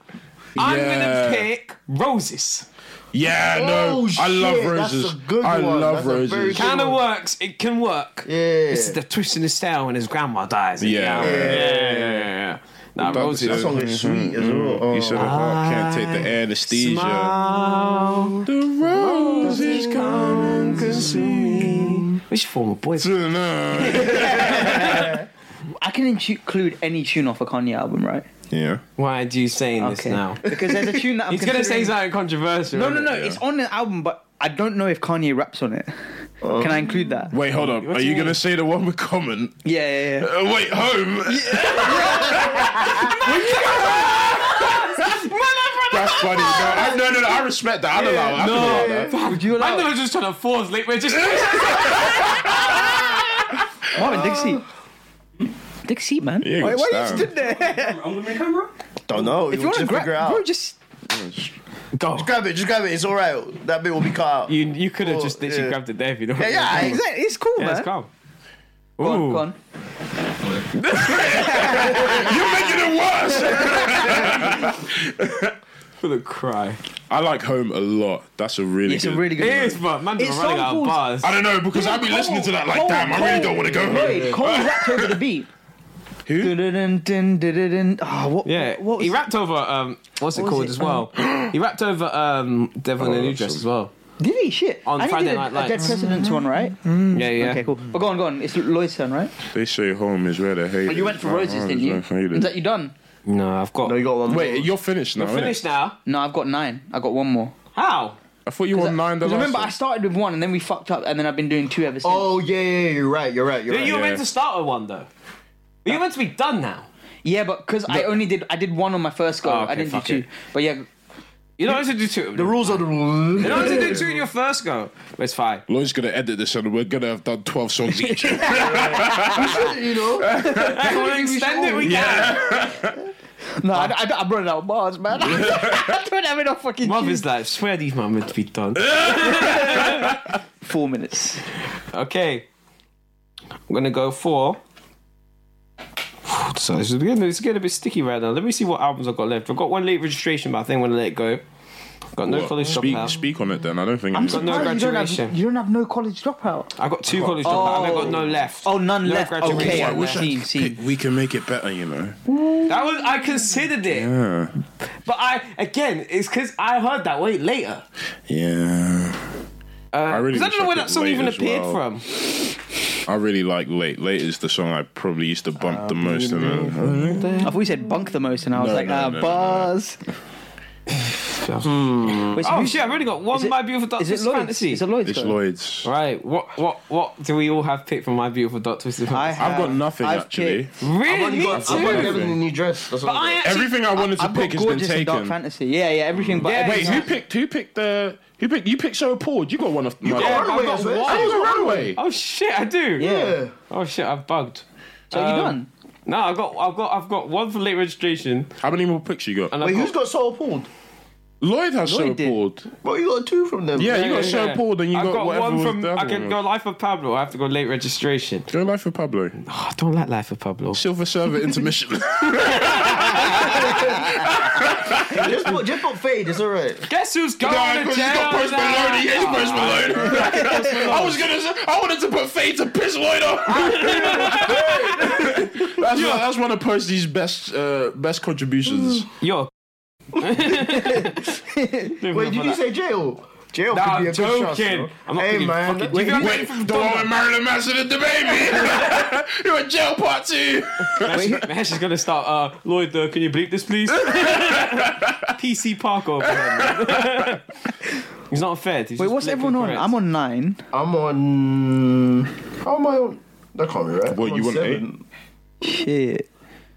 [SPEAKER 3] I'm
[SPEAKER 2] Yeah.
[SPEAKER 3] gonna pick roses.
[SPEAKER 2] Yeah, no,
[SPEAKER 4] Oh,
[SPEAKER 2] I love
[SPEAKER 4] shit, that's
[SPEAKER 2] roses.
[SPEAKER 4] a good
[SPEAKER 2] I
[SPEAKER 4] one.
[SPEAKER 2] love
[SPEAKER 4] That's a
[SPEAKER 2] roses.
[SPEAKER 4] very good-
[SPEAKER 3] Kind of works. It can work.
[SPEAKER 4] Yeah.
[SPEAKER 3] This is the twist in his style when his grandma dies.
[SPEAKER 2] Yeah.
[SPEAKER 3] yeah, yeah, yeah. yeah. Nah,
[SPEAKER 2] Dog
[SPEAKER 3] roses.
[SPEAKER 2] said-
[SPEAKER 4] That song is sweet as well. Oh.
[SPEAKER 2] He said, oh, I can't take the anesthesia.
[SPEAKER 3] Smile.
[SPEAKER 2] The roses come and
[SPEAKER 1] Mm.
[SPEAKER 3] Which former boys?
[SPEAKER 2] to the night.
[SPEAKER 1] I can include any tune off a Kanye album, right?
[SPEAKER 2] Yeah.
[SPEAKER 3] Why do you saying this now?
[SPEAKER 1] Because there's a tune that I'm.
[SPEAKER 3] He's gonna say
[SPEAKER 1] considering-
[SPEAKER 3] something controversial.
[SPEAKER 1] No,
[SPEAKER 3] isn't
[SPEAKER 1] no, no.
[SPEAKER 3] it?
[SPEAKER 1] It's on the album, but I don't know if Kanye raps on it. Can I include that?
[SPEAKER 2] Wait, hold up.
[SPEAKER 3] What
[SPEAKER 2] Are
[SPEAKER 3] do
[SPEAKER 2] you
[SPEAKER 3] you
[SPEAKER 2] going to
[SPEAKER 3] mean?
[SPEAKER 2] say the one with Common?
[SPEAKER 1] Yeah, yeah, yeah.
[SPEAKER 2] Uh, wait, home. That's funny. No, I, no, no, no, I respect that. I don't allow it. I
[SPEAKER 3] No.
[SPEAKER 2] can allow that.
[SPEAKER 1] Would you
[SPEAKER 3] I
[SPEAKER 1] allow
[SPEAKER 3] know
[SPEAKER 1] it?
[SPEAKER 3] we're just trying to force late registration.
[SPEAKER 1] Marvin Dixie? Dixie, man.
[SPEAKER 2] Yeah,
[SPEAKER 1] Why,
[SPEAKER 2] good
[SPEAKER 1] why you
[SPEAKER 2] style.
[SPEAKER 1] stood there?
[SPEAKER 5] I'm gonna make camera.
[SPEAKER 4] Don't know.
[SPEAKER 1] if you
[SPEAKER 4] We'll
[SPEAKER 1] want to
[SPEAKER 4] just
[SPEAKER 1] grab,
[SPEAKER 4] figure it out.
[SPEAKER 1] bro, just
[SPEAKER 3] Go.
[SPEAKER 4] Just grab it. Just grab it. It's all right. That bit will be cut out.
[SPEAKER 3] You you could have
[SPEAKER 4] Oh,
[SPEAKER 3] just literally
[SPEAKER 4] yeah.
[SPEAKER 3] grabbed it there if you don't.
[SPEAKER 4] Yeah, yeah, exactly.
[SPEAKER 1] exactly. It's cool, man.
[SPEAKER 3] Let's go. Ooh.
[SPEAKER 1] Go on, go on.
[SPEAKER 2] You're making it worse.
[SPEAKER 3] For the cry.
[SPEAKER 2] I like Home a lot. That's a really
[SPEAKER 1] It's
[SPEAKER 2] good.
[SPEAKER 1] a really good.
[SPEAKER 3] It is,
[SPEAKER 1] one.
[SPEAKER 3] but man, they're
[SPEAKER 1] It's
[SPEAKER 3] running out of
[SPEAKER 1] so
[SPEAKER 3] bars.
[SPEAKER 2] I don't know because I've been
[SPEAKER 1] Cole-
[SPEAKER 2] listening to that like,
[SPEAKER 1] Cole-
[SPEAKER 2] damn, I really
[SPEAKER 1] Cole-
[SPEAKER 2] don't want to go
[SPEAKER 1] Wait,
[SPEAKER 2] home.
[SPEAKER 1] Cole rapped over the beat.
[SPEAKER 2] Who?
[SPEAKER 1] Dun-dun-dun, dun-dun-dun. Ah, what?
[SPEAKER 3] Yeah,
[SPEAKER 1] What was
[SPEAKER 3] he rapped over um, what's
[SPEAKER 1] What
[SPEAKER 3] it
[SPEAKER 1] was
[SPEAKER 3] called
[SPEAKER 1] it?
[SPEAKER 3] as well. he rapped over um, Devil
[SPEAKER 4] Oh,
[SPEAKER 3] in a New Dress as well.
[SPEAKER 1] Did he? Shit.
[SPEAKER 3] On
[SPEAKER 1] I know he
[SPEAKER 3] Friday
[SPEAKER 1] did a-
[SPEAKER 3] Night
[SPEAKER 1] a Dead
[SPEAKER 3] Lights.
[SPEAKER 1] Presidents one, right?
[SPEAKER 4] Mm-hmm.
[SPEAKER 3] Yeah, yeah.
[SPEAKER 1] Mm. Okay, cool. But go on, go on. It's Lloyd's turn, right?
[SPEAKER 2] They say home is where the hate.
[SPEAKER 1] But you went for roses, didn't you? Is that you done?
[SPEAKER 3] No, I've got.
[SPEAKER 4] No, you got one. more.
[SPEAKER 2] Wait, you're finished now.
[SPEAKER 3] I'm finished
[SPEAKER 2] innit?
[SPEAKER 3] now.
[SPEAKER 1] No, I've got nine. I got one more.
[SPEAKER 3] How?
[SPEAKER 2] I thought you were nine. The
[SPEAKER 1] 'Cause
[SPEAKER 2] last
[SPEAKER 1] remember,
[SPEAKER 2] one.
[SPEAKER 1] I started with one and then we fucked up, and then I've been doing two ever since.
[SPEAKER 4] Oh yeah, yeah, yeah, you're right. You're right. You're right.
[SPEAKER 3] you were
[SPEAKER 2] yeah.
[SPEAKER 3] meant to start with one though. You were meant to be done now.
[SPEAKER 1] Yeah, but because I only did I did one on my first go.
[SPEAKER 3] Oh, okay,
[SPEAKER 1] I didn't do
[SPEAKER 3] fuck
[SPEAKER 1] two.
[SPEAKER 3] it.
[SPEAKER 1] But yeah,
[SPEAKER 3] You don't have to do two.
[SPEAKER 4] The rules are the rules.
[SPEAKER 3] You don't have to do two in your first go. But it's fine.
[SPEAKER 2] Lloyd's gonna edit this and we're gonna have done twelve songs each.
[SPEAKER 4] you know.
[SPEAKER 3] Hey, we'll extend it. We can.
[SPEAKER 1] no, I, I, I'm running out of bars, man. I don't have enough fucking. juice.
[SPEAKER 3] Mother's life. Swear these men meant to be done.
[SPEAKER 1] Four minutes.
[SPEAKER 3] Okay. I'm gonna go for. So this is getting, it's getting a bit sticky right now. Let me see what albums I've got left. I've got one late registration, but I think I'm gonna let it go. Got no college
[SPEAKER 2] speak,
[SPEAKER 3] dropout.
[SPEAKER 2] speak on it then. I don't think I'm
[SPEAKER 3] Got no
[SPEAKER 1] Apparently You don't,
[SPEAKER 3] graduation.
[SPEAKER 1] have, you don't have no college dropout.
[SPEAKER 3] I got two college dropout. and I got no left.
[SPEAKER 1] Oh, none
[SPEAKER 3] no
[SPEAKER 1] left. Okay,
[SPEAKER 3] graduation
[SPEAKER 1] I wish
[SPEAKER 3] left.
[SPEAKER 1] seen, seen.
[SPEAKER 2] We can make it better, you know.
[SPEAKER 3] That was I considered it,
[SPEAKER 2] Yeah.
[SPEAKER 3] but I again it's because I heard that way later.
[SPEAKER 2] Yeah. I really. wish
[SPEAKER 3] Because I don't know where
[SPEAKER 2] could
[SPEAKER 3] that song
[SPEAKER 2] late
[SPEAKER 3] even
[SPEAKER 2] as
[SPEAKER 3] appeared
[SPEAKER 2] well.
[SPEAKER 3] from.
[SPEAKER 2] I really like late. Late is the song I probably used to bump the most. And
[SPEAKER 1] I thought you said bunk the most, and I was
[SPEAKER 2] No,
[SPEAKER 1] like,
[SPEAKER 2] no,
[SPEAKER 1] ah,
[SPEAKER 2] no, no, no.
[SPEAKER 1] bars. Wait, so
[SPEAKER 3] Oh
[SPEAKER 1] who-
[SPEAKER 3] shit! I've already got one.
[SPEAKER 1] is it-
[SPEAKER 3] My beautiful dark
[SPEAKER 1] Is it
[SPEAKER 3] twisted
[SPEAKER 1] Lloyd's?
[SPEAKER 3] fantasy.
[SPEAKER 1] Is it Lloyd's?
[SPEAKER 2] it's
[SPEAKER 1] though?
[SPEAKER 2] Lloyd's.
[SPEAKER 3] right. What what what do we all have picked from my beautiful dark twisted
[SPEAKER 1] I
[SPEAKER 3] fantasy?
[SPEAKER 1] have,
[SPEAKER 2] I've got nothing
[SPEAKER 1] I've
[SPEAKER 2] actually.
[SPEAKER 1] picked-
[SPEAKER 3] really? Me
[SPEAKER 4] I've got
[SPEAKER 3] too.
[SPEAKER 4] Devin in a new dress. That's
[SPEAKER 3] But
[SPEAKER 4] what
[SPEAKER 3] I
[SPEAKER 4] I got.
[SPEAKER 3] actually
[SPEAKER 2] Everything I wanted to
[SPEAKER 1] I've
[SPEAKER 2] pick
[SPEAKER 1] got
[SPEAKER 2] has been
[SPEAKER 1] gorgeous and dark
[SPEAKER 2] taken.
[SPEAKER 1] fantasy. Yeah, yeah, everything. But
[SPEAKER 3] Yeah,
[SPEAKER 2] Wait,
[SPEAKER 1] everything-
[SPEAKER 2] who picked? Who picked the? Who picked? You picked Sarah Paul. You got one of my.
[SPEAKER 3] got
[SPEAKER 2] I
[SPEAKER 3] one?
[SPEAKER 4] Runaway
[SPEAKER 3] got
[SPEAKER 4] as well.
[SPEAKER 3] one.
[SPEAKER 4] I
[SPEAKER 2] was
[SPEAKER 4] was
[SPEAKER 2] a
[SPEAKER 4] a
[SPEAKER 2] runaway.
[SPEAKER 3] Oh shit! I do.
[SPEAKER 1] Yeah.
[SPEAKER 4] runaway.
[SPEAKER 3] Oh shit! I've bugged.
[SPEAKER 1] So
[SPEAKER 3] Um,
[SPEAKER 1] you done?
[SPEAKER 3] No, I've got, I've got, I've got one for late registration.
[SPEAKER 2] How many more picks you got?
[SPEAKER 3] And
[SPEAKER 4] Wait,
[SPEAKER 1] oh.
[SPEAKER 3] I've
[SPEAKER 4] who's got soul pulled?
[SPEAKER 2] Lloyd has Sarah
[SPEAKER 1] Lloyd did.
[SPEAKER 2] Paul.
[SPEAKER 4] Bro, you got two from them.
[SPEAKER 2] Yeah, you
[SPEAKER 3] Yeah,
[SPEAKER 2] got
[SPEAKER 3] yeah,
[SPEAKER 2] Sarah
[SPEAKER 3] yeah.
[SPEAKER 2] Paul, then you
[SPEAKER 3] I've
[SPEAKER 2] got,
[SPEAKER 3] got
[SPEAKER 2] whatever
[SPEAKER 3] one
[SPEAKER 2] was
[SPEAKER 3] from.
[SPEAKER 2] the other
[SPEAKER 3] I can
[SPEAKER 2] one.
[SPEAKER 3] go Life of Pablo. I have to go late registration.
[SPEAKER 2] Go life with Pablo.
[SPEAKER 3] Oh, I don't like Life of Pablo.
[SPEAKER 2] Silver server intermission.
[SPEAKER 4] just put, just put fade. It's all right.
[SPEAKER 3] Guess who's going
[SPEAKER 2] Nah,
[SPEAKER 3] to jail?
[SPEAKER 2] because he's got Post
[SPEAKER 3] now?
[SPEAKER 2] Malone. He is Post Malone. I was gonna. Say, I wanted to put Fade to piss Lloyd off. that's, one, that's one of Post's best uh, best contributions.
[SPEAKER 3] Yo.
[SPEAKER 4] Wait, did you say jail? Jail
[SPEAKER 3] Nah,
[SPEAKER 4] could be
[SPEAKER 3] I'm
[SPEAKER 4] a good shot.
[SPEAKER 3] joking.
[SPEAKER 4] bro.
[SPEAKER 3] Uh, I'm not
[SPEAKER 4] hey
[SPEAKER 3] really
[SPEAKER 4] man,
[SPEAKER 3] fucking- Do
[SPEAKER 4] wait,
[SPEAKER 3] you
[SPEAKER 4] wait,
[SPEAKER 3] know-
[SPEAKER 2] Wait, the one with Marilyn Manson and the baby. You're in jail part two.
[SPEAKER 3] Mahesh is going to start, uh, Lloyd, uh, can you bleep this, please? PC Parker over here, man. He's not fair.
[SPEAKER 1] Wait, what's everyone on? I'm on nine.
[SPEAKER 4] I'm on. How am I on? That can't be right.
[SPEAKER 2] What,
[SPEAKER 4] I'm
[SPEAKER 2] you
[SPEAKER 4] on
[SPEAKER 2] want
[SPEAKER 4] seven.
[SPEAKER 1] Shit.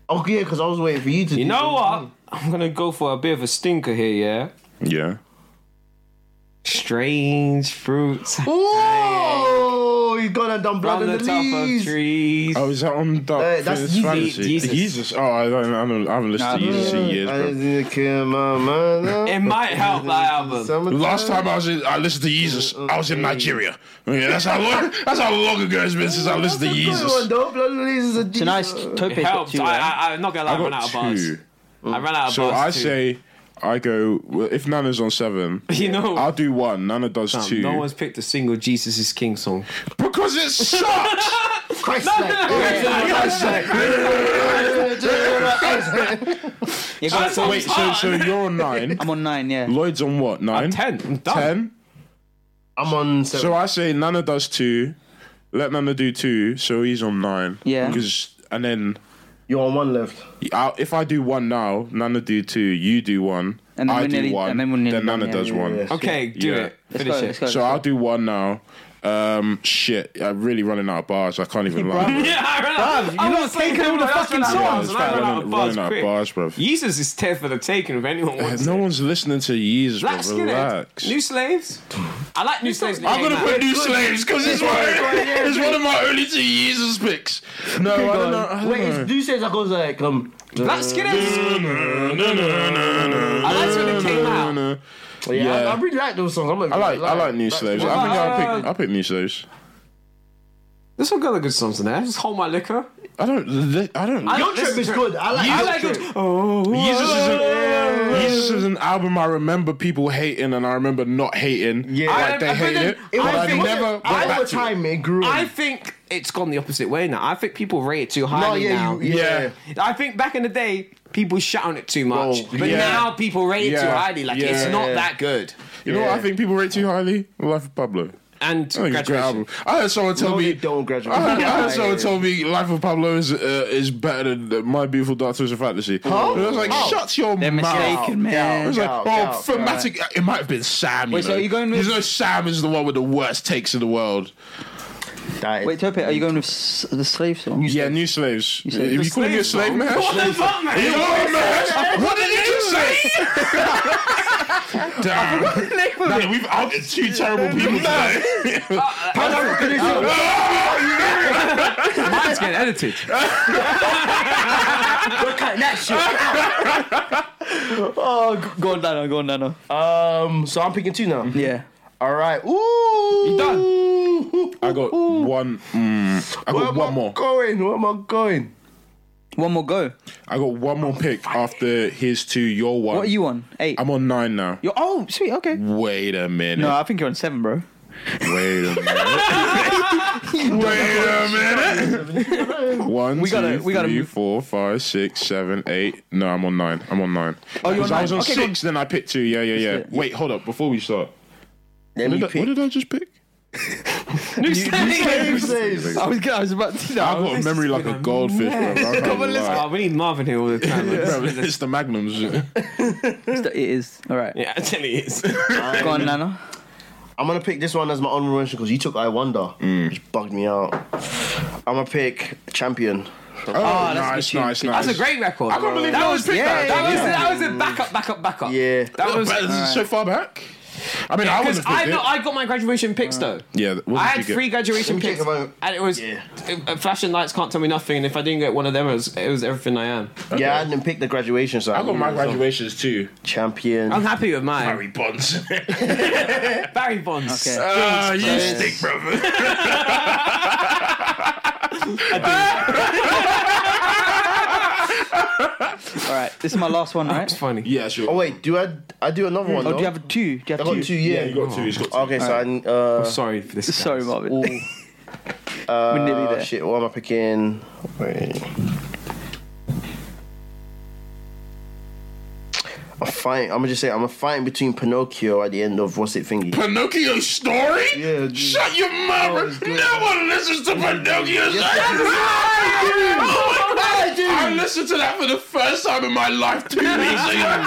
[SPEAKER 4] Oh yeah, because I was waiting for you to.
[SPEAKER 3] You know what? I'm going to go for a bit of a stinker here, yeah?
[SPEAKER 2] Yeah.
[SPEAKER 3] Strange fruits
[SPEAKER 4] Oh, you got that done blood
[SPEAKER 3] from
[SPEAKER 4] in
[SPEAKER 3] the
[SPEAKER 4] the,
[SPEAKER 3] top of
[SPEAKER 4] leaves.
[SPEAKER 3] trees.
[SPEAKER 2] Oh, is that on Dark
[SPEAKER 4] Uh, that's
[SPEAKER 2] Fantasy?
[SPEAKER 4] Jesus.
[SPEAKER 3] Jesus.
[SPEAKER 2] Jesus. Oh, I don't. I, don't, I haven't listened to Jesus in years,
[SPEAKER 4] I
[SPEAKER 2] bro.
[SPEAKER 4] didn't kill my mother.
[SPEAKER 3] It might help that album.
[SPEAKER 4] Summertime.
[SPEAKER 2] Last time I was in, I listened to Jesus. I was in Nigeria. Yeah, that's how long. That's how long ago it's been since I listened to
[SPEAKER 4] That's a good
[SPEAKER 2] Jesus.
[SPEAKER 4] one, though. Blood in the leaves is a
[SPEAKER 1] So
[SPEAKER 4] decent-
[SPEAKER 1] now it's Tope's
[SPEAKER 3] It
[SPEAKER 1] got
[SPEAKER 3] helped.
[SPEAKER 1] two.
[SPEAKER 3] I,
[SPEAKER 1] right?
[SPEAKER 3] I, I'm not going to lie, I ran out of bars. I ran out of
[SPEAKER 2] So I
[SPEAKER 3] bars. too.
[SPEAKER 2] say I go. Well, if Nana's on seven,
[SPEAKER 3] You know-
[SPEAKER 2] I'll do one. Nana does two
[SPEAKER 3] No one's picked a single Jesus is King song.
[SPEAKER 2] because it sucks.
[SPEAKER 4] Christ-like.
[SPEAKER 1] Yeah, go on.
[SPEAKER 2] so wait, so so you're on nine.
[SPEAKER 1] I'm on nine. Yeah.
[SPEAKER 2] Lloyd's on what? Nine,
[SPEAKER 3] Ten. I'm done.
[SPEAKER 2] ten.
[SPEAKER 4] I'm on seven.
[SPEAKER 2] So I say Nana does two. Let Nana do two, so he's on nine.
[SPEAKER 1] Yeah.
[SPEAKER 2] Because and then
[SPEAKER 4] You're on one left.
[SPEAKER 2] I, if I do one now, Nana do two, you do one,
[SPEAKER 1] And then
[SPEAKER 2] I
[SPEAKER 1] we're
[SPEAKER 2] do
[SPEAKER 1] nearly-
[SPEAKER 2] one,
[SPEAKER 1] and then we're nearly
[SPEAKER 2] Nana
[SPEAKER 1] done,
[SPEAKER 2] does
[SPEAKER 1] yeah.
[SPEAKER 2] one.
[SPEAKER 3] Okay, do
[SPEAKER 2] Yeah.
[SPEAKER 3] it.
[SPEAKER 1] Let's
[SPEAKER 3] Finish
[SPEAKER 1] go,
[SPEAKER 3] it.
[SPEAKER 1] let's go.
[SPEAKER 2] So I'll do one now. Um, shit, I'm really running out of bars. I can't even lie.
[SPEAKER 3] Yeah, I ran out.
[SPEAKER 1] Bruv, you're not taking all the fucking songs,
[SPEAKER 3] I ran out
[SPEAKER 2] Running
[SPEAKER 3] of
[SPEAKER 2] running
[SPEAKER 3] bars
[SPEAKER 2] out of
[SPEAKER 3] quick.
[SPEAKER 2] bars, bro.
[SPEAKER 3] Jesus is ten for the taking if anyone wants
[SPEAKER 2] No
[SPEAKER 3] it.
[SPEAKER 2] one's listening to Yeezus,
[SPEAKER 3] Black
[SPEAKER 2] bro.
[SPEAKER 3] skinhead,
[SPEAKER 2] Relax.
[SPEAKER 3] new slaves. I like New Slaves.
[SPEAKER 2] I'm gonna put New Slaves because it's, one- it's one of my only two users picks. No, I don't know. I don't
[SPEAKER 4] Wait, it's,
[SPEAKER 2] know.
[SPEAKER 4] do you say that goes like um?
[SPEAKER 3] Black Skinheads. I liked when it came out.
[SPEAKER 4] Yeah, I-
[SPEAKER 2] Yeah.
[SPEAKER 4] I, really like those songs. I'm
[SPEAKER 2] I like I like New Slaves. I think I'll pick
[SPEAKER 3] Uh,
[SPEAKER 2] I'll pick New Slaves.
[SPEAKER 3] There's some other good songs in there. Just hold my liquor.
[SPEAKER 2] I don't li- I don't.
[SPEAKER 3] I-
[SPEAKER 2] I,
[SPEAKER 4] Your trip is good. I like.
[SPEAKER 3] I
[SPEAKER 4] Your
[SPEAKER 3] like
[SPEAKER 4] Trip.
[SPEAKER 3] it. Oh,
[SPEAKER 2] Jesus is, an, Jesus is an album I remember people hating and I remember not hating.
[SPEAKER 4] Yeah.
[SPEAKER 2] like
[SPEAKER 4] I-
[SPEAKER 2] they
[SPEAKER 3] but
[SPEAKER 2] hate
[SPEAKER 3] then
[SPEAKER 2] it,
[SPEAKER 3] it
[SPEAKER 2] but
[SPEAKER 3] was-
[SPEAKER 2] I
[SPEAKER 3] it wasn't-
[SPEAKER 2] never went
[SPEAKER 4] I-
[SPEAKER 2] back
[SPEAKER 4] over
[SPEAKER 2] to it.
[SPEAKER 4] time it grew.
[SPEAKER 3] I think it's gone the opposite way now. I think people rate it too
[SPEAKER 4] no,
[SPEAKER 3] highly
[SPEAKER 4] yeah,
[SPEAKER 3] now.
[SPEAKER 4] you, yeah,
[SPEAKER 2] Yeah.
[SPEAKER 3] I think back in the day, people shout on it too much,
[SPEAKER 2] Whoa,
[SPEAKER 3] but
[SPEAKER 2] yeah.
[SPEAKER 3] now people rate it too
[SPEAKER 2] Yeah,
[SPEAKER 3] highly. Like
[SPEAKER 2] yeah,
[SPEAKER 3] it's not
[SPEAKER 4] yeah.
[SPEAKER 3] that good.
[SPEAKER 2] You know what I think people rate too highly? Life of Pablo.
[SPEAKER 3] And
[SPEAKER 2] I think it's a great
[SPEAKER 3] graduation.
[SPEAKER 2] album. I heard someone tell
[SPEAKER 4] No,
[SPEAKER 2] me
[SPEAKER 4] they don't graduate.
[SPEAKER 2] I heard, I heard
[SPEAKER 4] Yeah.
[SPEAKER 2] someone tell me Life of Pablo is uh, is better than My Beautiful Dark Twisted Fantasy. And I was like, shut your
[SPEAKER 1] They're
[SPEAKER 2] mouth.
[SPEAKER 1] mistaken,
[SPEAKER 2] I
[SPEAKER 1] man.
[SPEAKER 2] was like,
[SPEAKER 4] Go,
[SPEAKER 2] oh,
[SPEAKER 4] go,
[SPEAKER 2] thematic. It might have been Sam. You
[SPEAKER 1] Wait,
[SPEAKER 2] know?
[SPEAKER 1] so are you going with-
[SPEAKER 2] You know, Sam is the one with the worst takes in the world.
[SPEAKER 4] That-
[SPEAKER 1] Wait, Tope, are you going with s- the slave song?
[SPEAKER 2] Yeah, new slaves. Are
[SPEAKER 1] said-
[SPEAKER 2] you
[SPEAKER 1] The
[SPEAKER 2] calling me a slave, man?
[SPEAKER 3] What the fuck, man?
[SPEAKER 2] You are, man? What did you just say? Damn. Nah, we've outed two terrible people today.
[SPEAKER 3] Mine's getting edited.
[SPEAKER 1] Oh, g- go on, Dano, go on, Dano.
[SPEAKER 4] Um, so I'm picking two now.
[SPEAKER 1] Yeah.
[SPEAKER 4] All right. Ooh. You done?
[SPEAKER 2] I got one. mm, I
[SPEAKER 4] Where
[SPEAKER 2] got
[SPEAKER 4] am
[SPEAKER 2] one
[SPEAKER 4] I
[SPEAKER 2] more.
[SPEAKER 4] going? Where am I going?
[SPEAKER 1] One more go.
[SPEAKER 2] I got one more pick after his two, your one.
[SPEAKER 1] What are you on? 8
[SPEAKER 2] I'm on nine now.
[SPEAKER 1] You're, oh, sweet, okay.
[SPEAKER 2] Wait a minute.
[SPEAKER 1] No, I think you're on seven, bro.
[SPEAKER 2] Wait a minute. Wait a minute. One,
[SPEAKER 1] We gotta-
[SPEAKER 2] two,
[SPEAKER 1] we gotta
[SPEAKER 2] three,
[SPEAKER 1] move-
[SPEAKER 2] four, five, six, seven, eight. No, I'm on nine. I'm on nine.
[SPEAKER 1] Oh, you're on
[SPEAKER 2] 'Cause I was
[SPEAKER 1] nine.
[SPEAKER 2] on
[SPEAKER 1] Okay, go
[SPEAKER 2] six, then I picked two. Yeah, yeah, yeah.
[SPEAKER 1] it.
[SPEAKER 2] Wait, hold up. Before we start,
[SPEAKER 4] Let
[SPEAKER 2] what
[SPEAKER 4] me
[SPEAKER 2] did, I, what
[SPEAKER 4] pick.
[SPEAKER 2] did I just pick?
[SPEAKER 4] Slaves.
[SPEAKER 1] I was, I was about to. No,
[SPEAKER 2] I've got a memory like a goldfish. Come on,
[SPEAKER 3] Oh, we need Marvin here all the time. man.
[SPEAKER 2] It's the magnums.
[SPEAKER 1] it is. All right.
[SPEAKER 3] Yeah, I tell you, it's.
[SPEAKER 1] Go on, Nano.
[SPEAKER 4] I'm gonna pick this one as my honorable mention because you took I Wonder,
[SPEAKER 2] Mm.
[SPEAKER 4] which bugged me out. I'm gonna pick Champion.
[SPEAKER 1] that's a
[SPEAKER 2] Oh, nice,
[SPEAKER 1] good
[SPEAKER 2] nice,
[SPEAKER 1] tune.
[SPEAKER 2] nice.
[SPEAKER 3] That's a great record.
[SPEAKER 2] I can't believe
[SPEAKER 3] that
[SPEAKER 2] no
[SPEAKER 3] was
[SPEAKER 2] one's picked
[SPEAKER 1] yeah,
[SPEAKER 2] that.
[SPEAKER 1] yeah,
[SPEAKER 3] that was that was a backup, backup, backup.
[SPEAKER 4] Yeah.
[SPEAKER 3] that was
[SPEAKER 2] But this is so far back. I mean, I
[SPEAKER 3] because
[SPEAKER 2] wouldn't
[SPEAKER 3] I
[SPEAKER 2] have
[SPEAKER 3] know
[SPEAKER 2] picked it.
[SPEAKER 3] I got my graduation picks though.
[SPEAKER 2] Yeah, what did
[SPEAKER 3] I had
[SPEAKER 2] you get?
[SPEAKER 3] three graduation
[SPEAKER 4] Let me
[SPEAKER 3] picks,
[SPEAKER 4] check about-
[SPEAKER 3] and it was
[SPEAKER 4] Yeah.
[SPEAKER 3] uh, flashing lights can't tell me nothing. And if I didn't get one of them, it was, it was everything I am.
[SPEAKER 4] Yeah, I didn't pick the graduation, so
[SPEAKER 2] I got my
[SPEAKER 4] graduation.
[SPEAKER 2] graduations too.
[SPEAKER 4] Champion.
[SPEAKER 3] I'm happy with mine. Barry,
[SPEAKER 2] Harry Bonds.
[SPEAKER 3] Bonds.
[SPEAKER 1] Okay.
[SPEAKER 2] Ah, you stink, brother.
[SPEAKER 1] All right. This is my last one, right?
[SPEAKER 3] That's funny.
[SPEAKER 2] Yeah, sure.
[SPEAKER 4] Oh wait, do I? I do another one.
[SPEAKER 1] Oh,
[SPEAKER 4] though?
[SPEAKER 1] do you have two? Do you have
[SPEAKER 4] I got two. Yeah. Oh,
[SPEAKER 2] Yeah, you got two. He's got two.
[SPEAKER 4] okay, so I. Uh,
[SPEAKER 3] Sorry for this.
[SPEAKER 1] Sorry,
[SPEAKER 3] guys.
[SPEAKER 1] Marvin.
[SPEAKER 4] ooh,
[SPEAKER 1] We're nearly
[SPEAKER 4] uh,
[SPEAKER 1] there.
[SPEAKER 4] shit. What am I picking? Wait. I'm fighting. I'm gonna just say I'm a fighting between Pinocchio at the end of what's it thingy.
[SPEAKER 2] Pinocchio story?
[SPEAKER 4] Yeah, dude.
[SPEAKER 2] Shut your
[SPEAKER 3] Oh,
[SPEAKER 2] mouth.
[SPEAKER 4] good.
[SPEAKER 2] no one listens to Pinocchio story. Oh my God. I listened to that for the first time in my life two weeks ago.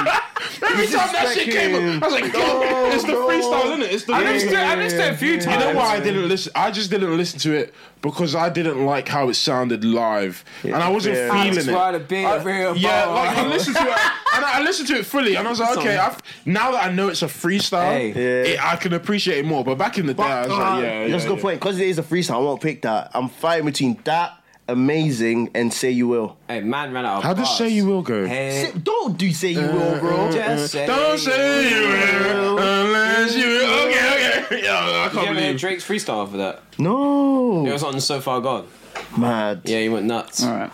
[SPEAKER 2] Every time that shit came up, I was like, yo, it's the freestyle, isn't it? It's the
[SPEAKER 3] I missed it. I missed it a few
[SPEAKER 2] You
[SPEAKER 3] times.
[SPEAKER 2] know why I didn't listen? I just didn't listen to it because I didn't like how it sounded live, and I wasn't
[SPEAKER 4] fair.
[SPEAKER 3] I
[SPEAKER 2] feeling
[SPEAKER 3] just
[SPEAKER 2] it. Uh,
[SPEAKER 3] wanna be a real
[SPEAKER 2] yeah,
[SPEAKER 3] boy.
[SPEAKER 2] like I listened to it, and I I listened to it fully, and I was like, okay, I've, now that I know it's a freestyle,
[SPEAKER 3] Hey.
[SPEAKER 4] Yeah.
[SPEAKER 2] it, I can appreciate it more. But back in the day, I was
[SPEAKER 4] Uh,
[SPEAKER 2] like, yeah,
[SPEAKER 4] that's a
[SPEAKER 2] yeah,
[SPEAKER 4] good
[SPEAKER 2] yeah.
[SPEAKER 4] point. Because it is a freestyle, I won't pick that. I'm fighting between that, amazing, and say you will.
[SPEAKER 3] Hey, man ran out. of
[SPEAKER 2] How does
[SPEAKER 3] bars.
[SPEAKER 2] Say You Will go?
[SPEAKER 1] Eh.
[SPEAKER 3] Hey,
[SPEAKER 4] Sit- Don't do say you will, bro.
[SPEAKER 3] just say
[SPEAKER 2] Don't say you will unless you. Okay, okay. Yeah, I
[SPEAKER 3] Did you
[SPEAKER 2] can't
[SPEAKER 3] ever hear
[SPEAKER 2] believe.
[SPEAKER 3] Drake's freestyle for that? It
[SPEAKER 4] No,
[SPEAKER 3] was on So Far Gone.
[SPEAKER 4] mad.
[SPEAKER 3] Yeah, he went nuts.
[SPEAKER 1] All right.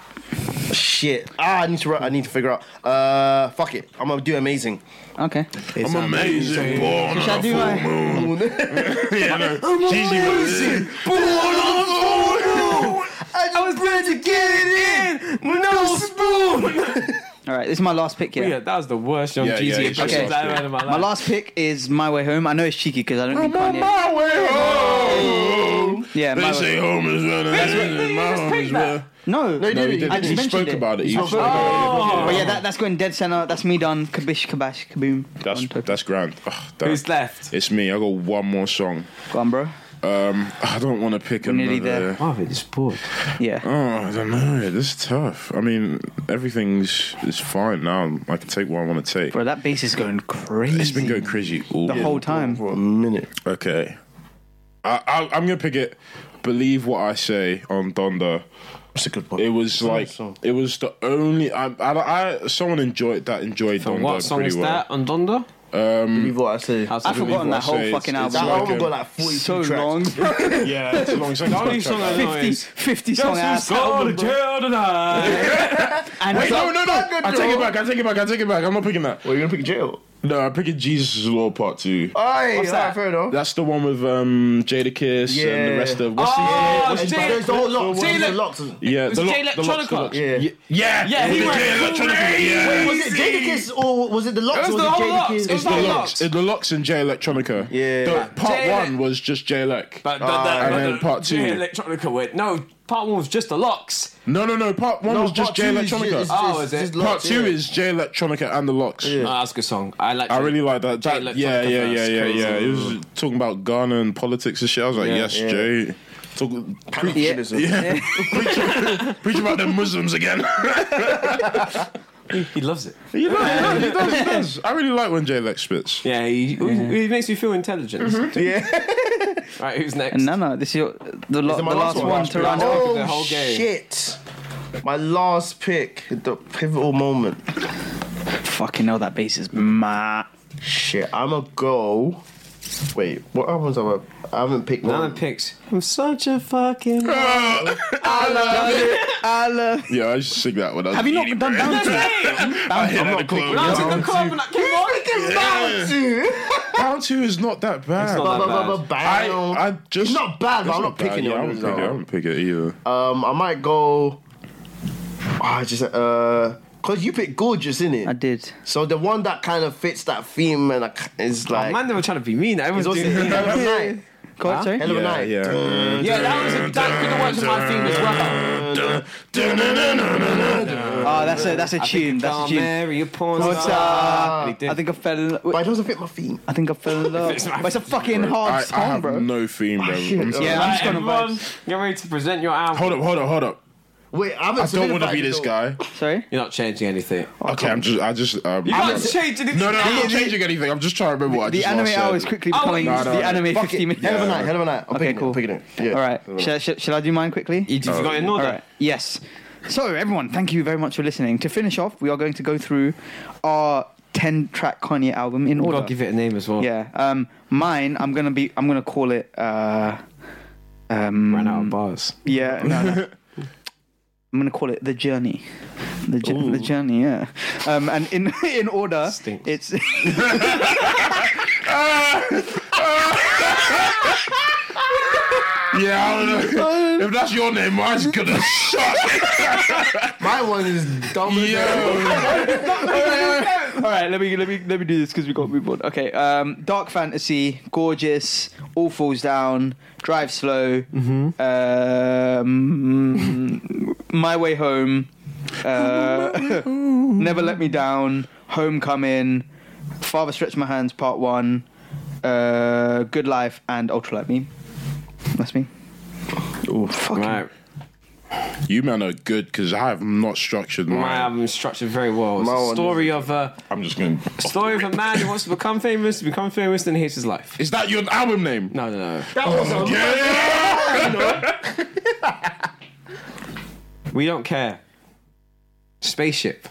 [SPEAKER 4] Shit. Ah, I need to. write- I need to figure out. Uh, fuck it. I'm gonna do amazing.
[SPEAKER 1] Okay.
[SPEAKER 2] I'm amazing, born on
[SPEAKER 1] Shall I
[SPEAKER 2] a
[SPEAKER 1] do
[SPEAKER 2] full
[SPEAKER 1] my-
[SPEAKER 2] moon. yeah, I know. Jeez, you were- born on a full moon.
[SPEAKER 3] I was ready to get it in. No spoon.
[SPEAKER 1] All right. This is my last pick here.
[SPEAKER 3] Yeah, that was the worst Young
[SPEAKER 2] Yeah, yeah,
[SPEAKER 3] Jeezy
[SPEAKER 2] it's
[SPEAKER 3] impression
[SPEAKER 1] just-
[SPEAKER 3] I've ever had in my life.
[SPEAKER 1] My last pick is My Way Home. I know it's cheeky because I don't think
[SPEAKER 2] I'm on
[SPEAKER 1] Kanye.
[SPEAKER 2] my way home.
[SPEAKER 1] Yeah, My
[SPEAKER 2] They
[SPEAKER 1] Way
[SPEAKER 2] say
[SPEAKER 1] Home.
[SPEAKER 2] home is running. That's
[SPEAKER 3] what- you
[SPEAKER 2] my
[SPEAKER 3] just
[SPEAKER 2] home
[SPEAKER 3] picked
[SPEAKER 2] is
[SPEAKER 3] that.
[SPEAKER 2] running.
[SPEAKER 1] No,
[SPEAKER 4] he didn't.
[SPEAKER 1] I
[SPEAKER 4] He
[SPEAKER 1] just mentioned
[SPEAKER 2] spoke about it. He
[SPEAKER 1] Oh,
[SPEAKER 2] spoke
[SPEAKER 1] But yeah, that, that's going dead center. That's me done. Kabish, kabash, kaboom.
[SPEAKER 2] That's
[SPEAKER 1] Go on, Tope.
[SPEAKER 2] that's grand. Ugh, that-
[SPEAKER 3] Who's left?
[SPEAKER 2] It's me. I got one more song.
[SPEAKER 1] Go on, bro.
[SPEAKER 2] Um, I don't want to pick
[SPEAKER 1] We're nearly
[SPEAKER 2] another.
[SPEAKER 3] Marvin is bored.
[SPEAKER 1] Yeah.
[SPEAKER 2] Oh, I don't know. This is tough. I mean, everything's is fine now. I can take what I want to take.
[SPEAKER 1] Bro, that bass is going crazy.
[SPEAKER 2] It's been going crazy all
[SPEAKER 1] the whole time.
[SPEAKER 4] for a minute.
[SPEAKER 2] Okay. I, I, I'm going to pick it. Believe what I say on Donda.
[SPEAKER 4] That's a good one.
[SPEAKER 2] It was like
[SPEAKER 4] song.
[SPEAKER 2] it was the only I, I, I someone enjoyed that enjoyed Donda
[SPEAKER 3] what song
[SPEAKER 2] pretty
[SPEAKER 3] is
[SPEAKER 2] well.
[SPEAKER 3] that on Donda?
[SPEAKER 4] Believe what I say.
[SPEAKER 3] How's
[SPEAKER 1] I've
[SPEAKER 3] it-
[SPEAKER 1] forgotten
[SPEAKER 2] what I
[SPEAKER 1] that whole
[SPEAKER 2] say,
[SPEAKER 1] fucking
[SPEAKER 2] it's- it's
[SPEAKER 1] album.
[SPEAKER 2] like-
[SPEAKER 4] I've got like 42
[SPEAKER 1] so
[SPEAKER 4] tracks.
[SPEAKER 1] long.
[SPEAKER 2] Yeah, it's a long song. The
[SPEAKER 3] only song I know-
[SPEAKER 1] 50, 50 song ass album. bro.
[SPEAKER 3] jail tonight.
[SPEAKER 1] And
[SPEAKER 2] Wait, no, no, no!
[SPEAKER 4] Fucking
[SPEAKER 2] I take it
[SPEAKER 4] door.
[SPEAKER 2] back. I take it back. I take it back. I'm not picking that.
[SPEAKER 4] Well, you're gonna pick jail.
[SPEAKER 2] No, I'm picking Jesus' Law Part Two.
[SPEAKER 4] Aye,
[SPEAKER 1] What's
[SPEAKER 4] What's
[SPEAKER 1] that?
[SPEAKER 4] that? fair enough.
[SPEAKER 2] That's the one with um, Jada Kiss and the
[SPEAKER 4] Yeah.
[SPEAKER 2] rest of what's
[SPEAKER 3] Oh,
[SPEAKER 2] the
[SPEAKER 3] it's
[SPEAKER 4] But
[SPEAKER 3] Jay-
[SPEAKER 4] there's the whole lot.
[SPEAKER 3] Jay-
[SPEAKER 4] There's a lot to-
[SPEAKER 2] yeah, yeah,
[SPEAKER 3] it's
[SPEAKER 2] the
[SPEAKER 3] Jay
[SPEAKER 2] lo- the locks, the
[SPEAKER 3] Electronica.
[SPEAKER 2] locks.
[SPEAKER 4] Yeah.
[SPEAKER 2] Y- yeah,
[SPEAKER 3] Yeah, he
[SPEAKER 2] the
[SPEAKER 3] went
[SPEAKER 2] Jay Electronica. Yeah,
[SPEAKER 4] Wait, was it Jadakiss or was it the locks?
[SPEAKER 3] It was
[SPEAKER 4] or
[SPEAKER 3] the whole
[SPEAKER 4] it
[SPEAKER 3] lot.
[SPEAKER 4] Jadakiss?
[SPEAKER 3] It was
[SPEAKER 2] the
[SPEAKER 3] Jay
[SPEAKER 2] locks.
[SPEAKER 3] Locks.
[SPEAKER 2] It- The locks and Jay Electronica.
[SPEAKER 4] Yeah.
[SPEAKER 2] The, part
[SPEAKER 3] Jay
[SPEAKER 2] one
[SPEAKER 3] Elec-
[SPEAKER 2] was just Jay Lec.
[SPEAKER 3] But the,
[SPEAKER 2] and then part two.
[SPEAKER 3] Electronica went. No, part one was just the locks.
[SPEAKER 2] no, no, no. Part one
[SPEAKER 4] No,
[SPEAKER 2] was just
[SPEAKER 4] part
[SPEAKER 2] Jay
[SPEAKER 4] two is
[SPEAKER 2] Electronica.
[SPEAKER 4] just-
[SPEAKER 3] Oh,
[SPEAKER 4] just-
[SPEAKER 3] is it?
[SPEAKER 4] just
[SPEAKER 2] part
[SPEAKER 4] locks,
[SPEAKER 2] two
[SPEAKER 4] yeah.
[SPEAKER 2] is Jay Electronica and the locks.
[SPEAKER 4] Yeah.
[SPEAKER 3] Oh, that's a good song. I like.
[SPEAKER 2] I really like that.
[SPEAKER 3] Jay
[SPEAKER 2] that yeah,
[SPEAKER 3] Electronica
[SPEAKER 2] yeah, yeah,
[SPEAKER 3] verse,
[SPEAKER 2] yeah,
[SPEAKER 3] crazy.
[SPEAKER 2] yeah. It was talking about Ghana and politics and shit. I was like,
[SPEAKER 3] Yeah.
[SPEAKER 2] yes,
[SPEAKER 4] Yeah.
[SPEAKER 2] Jay. Talk, preach,
[SPEAKER 4] Panafricanism.
[SPEAKER 2] yeah. preach, preach about the Muslims again.
[SPEAKER 3] He loves it.
[SPEAKER 2] You know, yeah, he does, he does. I really like when Jay Lex spits.
[SPEAKER 3] Yeah, he, he, he makes you feel intelligent. Yeah. right, who's next?
[SPEAKER 1] And no, no, this is your, the, lo-
[SPEAKER 4] Is
[SPEAKER 1] the
[SPEAKER 4] it my
[SPEAKER 1] last one, to
[SPEAKER 4] pick?
[SPEAKER 1] round it up.
[SPEAKER 4] Oh
[SPEAKER 3] The whole game.
[SPEAKER 4] shit! My last pick, the pivotal moment.
[SPEAKER 1] Fucking hell, that bass is mad.
[SPEAKER 4] Shit, I'ma go. Wait, what albums have I? I haven't picked
[SPEAKER 3] Nana
[SPEAKER 4] one.
[SPEAKER 3] picks. I'm such a fucking.
[SPEAKER 2] Yeah, I just sing that one.
[SPEAKER 1] Have you not done Bounty?
[SPEAKER 2] I'm not picking
[SPEAKER 3] I was in the
[SPEAKER 2] Bound
[SPEAKER 3] club and I came on.
[SPEAKER 4] Bound to.
[SPEAKER 2] Bound 2 is not that bad.
[SPEAKER 3] It's not that bad.
[SPEAKER 2] I,
[SPEAKER 4] Bound.
[SPEAKER 2] I just.
[SPEAKER 4] It's not bad, but
[SPEAKER 2] It's
[SPEAKER 4] I'm not
[SPEAKER 2] bad.
[SPEAKER 4] picking
[SPEAKER 2] yeah,
[SPEAKER 4] it.
[SPEAKER 2] I wouldn't pick it. I wouldn't pick it either.
[SPEAKER 4] Um, I might go. Ah, I just uh, cause you picked gorgeous, innit?
[SPEAKER 1] I did.
[SPEAKER 4] So the one that kind of fits that theme and like, is
[SPEAKER 3] Oh,
[SPEAKER 4] like.
[SPEAKER 3] man, they were trying to be mean.
[SPEAKER 4] it's
[SPEAKER 3] Everyone's
[SPEAKER 4] also
[SPEAKER 3] doing
[SPEAKER 4] Hell
[SPEAKER 3] mean.
[SPEAKER 4] of a Night.
[SPEAKER 1] Go on, sorry.
[SPEAKER 4] Hell of a
[SPEAKER 2] Yeah,
[SPEAKER 4] Night.
[SPEAKER 2] yeah.
[SPEAKER 4] Dun,
[SPEAKER 3] Yeah, that was a, that could have worked with my theme as well.
[SPEAKER 1] Oh, that's a that's a tune. That's a
[SPEAKER 3] Can't
[SPEAKER 1] tune.
[SPEAKER 3] marry a porn
[SPEAKER 1] Porn star.
[SPEAKER 3] star. And he did.
[SPEAKER 1] I think I fell in love.
[SPEAKER 4] But it doesn't fit my theme.
[SPEAKER 1] I think I fell in love.
[SPEAKER 3] It's my
[SPEAKER 1] but it's a fucking
[SPEAKER 2] I,
[SPEAKER 1] hard
[SPEAKER 2] I
[SPEAKER 1] song,
[SPEAKER 2] have
[SPEAKER 1] bro.
[SPEAKER 2] no theme, bro. I'm sorry.
[SPEAKER 1] Yeah, I'm
[SPEAKER 3] Right,
[SPEAKER 1] just gonna
[SPEAKER 3] everyone,
[SPEAKER 1] vibes.
[SPEAKER 3] get ready to present your album.
[SPEAKER 2] Hold up, hold up, hold up.
[SPEAKER 4] Wait, I,
[SPEAKER 2] I
[SPEAKER 4] haven't
[SPEAKER 2] don't want to
[SPEAKER 4] solidified
[SPEAKER 2] be
[SPEAKER 4] it
[SPEAKER 2] this
[SPEAKER 4] though.
[SPEAKER 2] guy.
[SPEAKER 1] Sorry.
[SPEAKER 3] You're not changing anything.
[SPEAKER 2] Okay, I'm just. I just. Um,
[SPEAKER 3] You
[SPEAKER 2] I'm
[SPEAKER 3] can't
[SPEAKER 2] not-
[SPEAKER 3] change anything.
[SPEAKER 2] No, no, I'm
[SPEAKER 1] The-
[SPEAKER 2] not changing anything. I'm just trying to remember what I
[SPEAKER 1] The
[SPEAKER 2] just last
[SPEAKER 1] anime
[SPEAKER 2] said.
[SPEAKER 1] hour is quickly
[SPEAKER 3] Oh,
[SPEAKER 1] becoming the
[SPEAKER 3] no,
[SPEAKER 2] no, no.
[SPEAKER 1] anime
[SPEAKER 4] Fuck
[SPEAKER 1] 50
[SPEAKER 4] it.
[SPEAKER 1] minutes.
[SPEAKER 4] Hell of a night, hell of a night. I'm
[SPEAKER 1] Okay,
[SPEAKER 4] picking
[SPEAKER 1] cool.
[SPEAKER 4] it. I'm picking it. Yeah.
[SPEAKER 1] All right. Shall, shall, shall I do mine quickly?
[SPEAKER 3] You, you've got an order.
[SPEAKER 1] All right. Yes. So everyone, thank you very much for listening. To finish off, we are going to go through our ten-track Kanye album in
[SPEAKER 3] You've
[SPEAKER 1] order.
[SPEAKER 3] got to give it a name as well.
[SPEAKER 1] yeah. Um, mine. I'm gonna be. I'm gonna call it. Uh, um,
[SPEAKER 3] Ran out of bars.
[SPEAKER 1] Yeah. No, no. I'm gonna call it the journey. The, jo- the journey. Yeah. Um, and in in order,
[SPEAKER 3] Stinks.
[SPEAKER 1] it's
[SPEAKER 2] Yeah, I don't know. if that's your name, mine's gonna suck.
[SPEAKER 4] My one is dumb. as hell.
[SPEAKER 2] Yo.
[SPEAKER 1] All right, let me let me let me do this because we got to move on. Okay, um, dark fantasy, gorgeous, all falls down, drive slow, um, my way home, uh, never let me down, homecoming, father stretch my hands, part one, uh, good life, and ultralight me. That's me.
[SPEAKER 3] Right.
[SPEAKER 2] You man are good because I have not structured
[SPEAKER 3] My
[SPEAKER 2] mine.
[SPEAKER 3] album is structured very well.
[SPEAKER 4] My
[SPEAKER 3] It's
[SPEAKER 4] one
[SPEAKER 3] a story of a
[SPEAKER 2] I'm just gonna.
[SPEAKER 3] story of a man who wants to become famous, become famous, then hates his life.
[SPEAKER 2] Is that your album name?
[SPEAKER 3] No, no, no.
[SPEAKER 4] That was
[SPEAKER 3] Oh,
[SPEAKER 4] a
[SPEAKER 2] Yeah.
[SPEAKER 3] We don't care. Spaceship.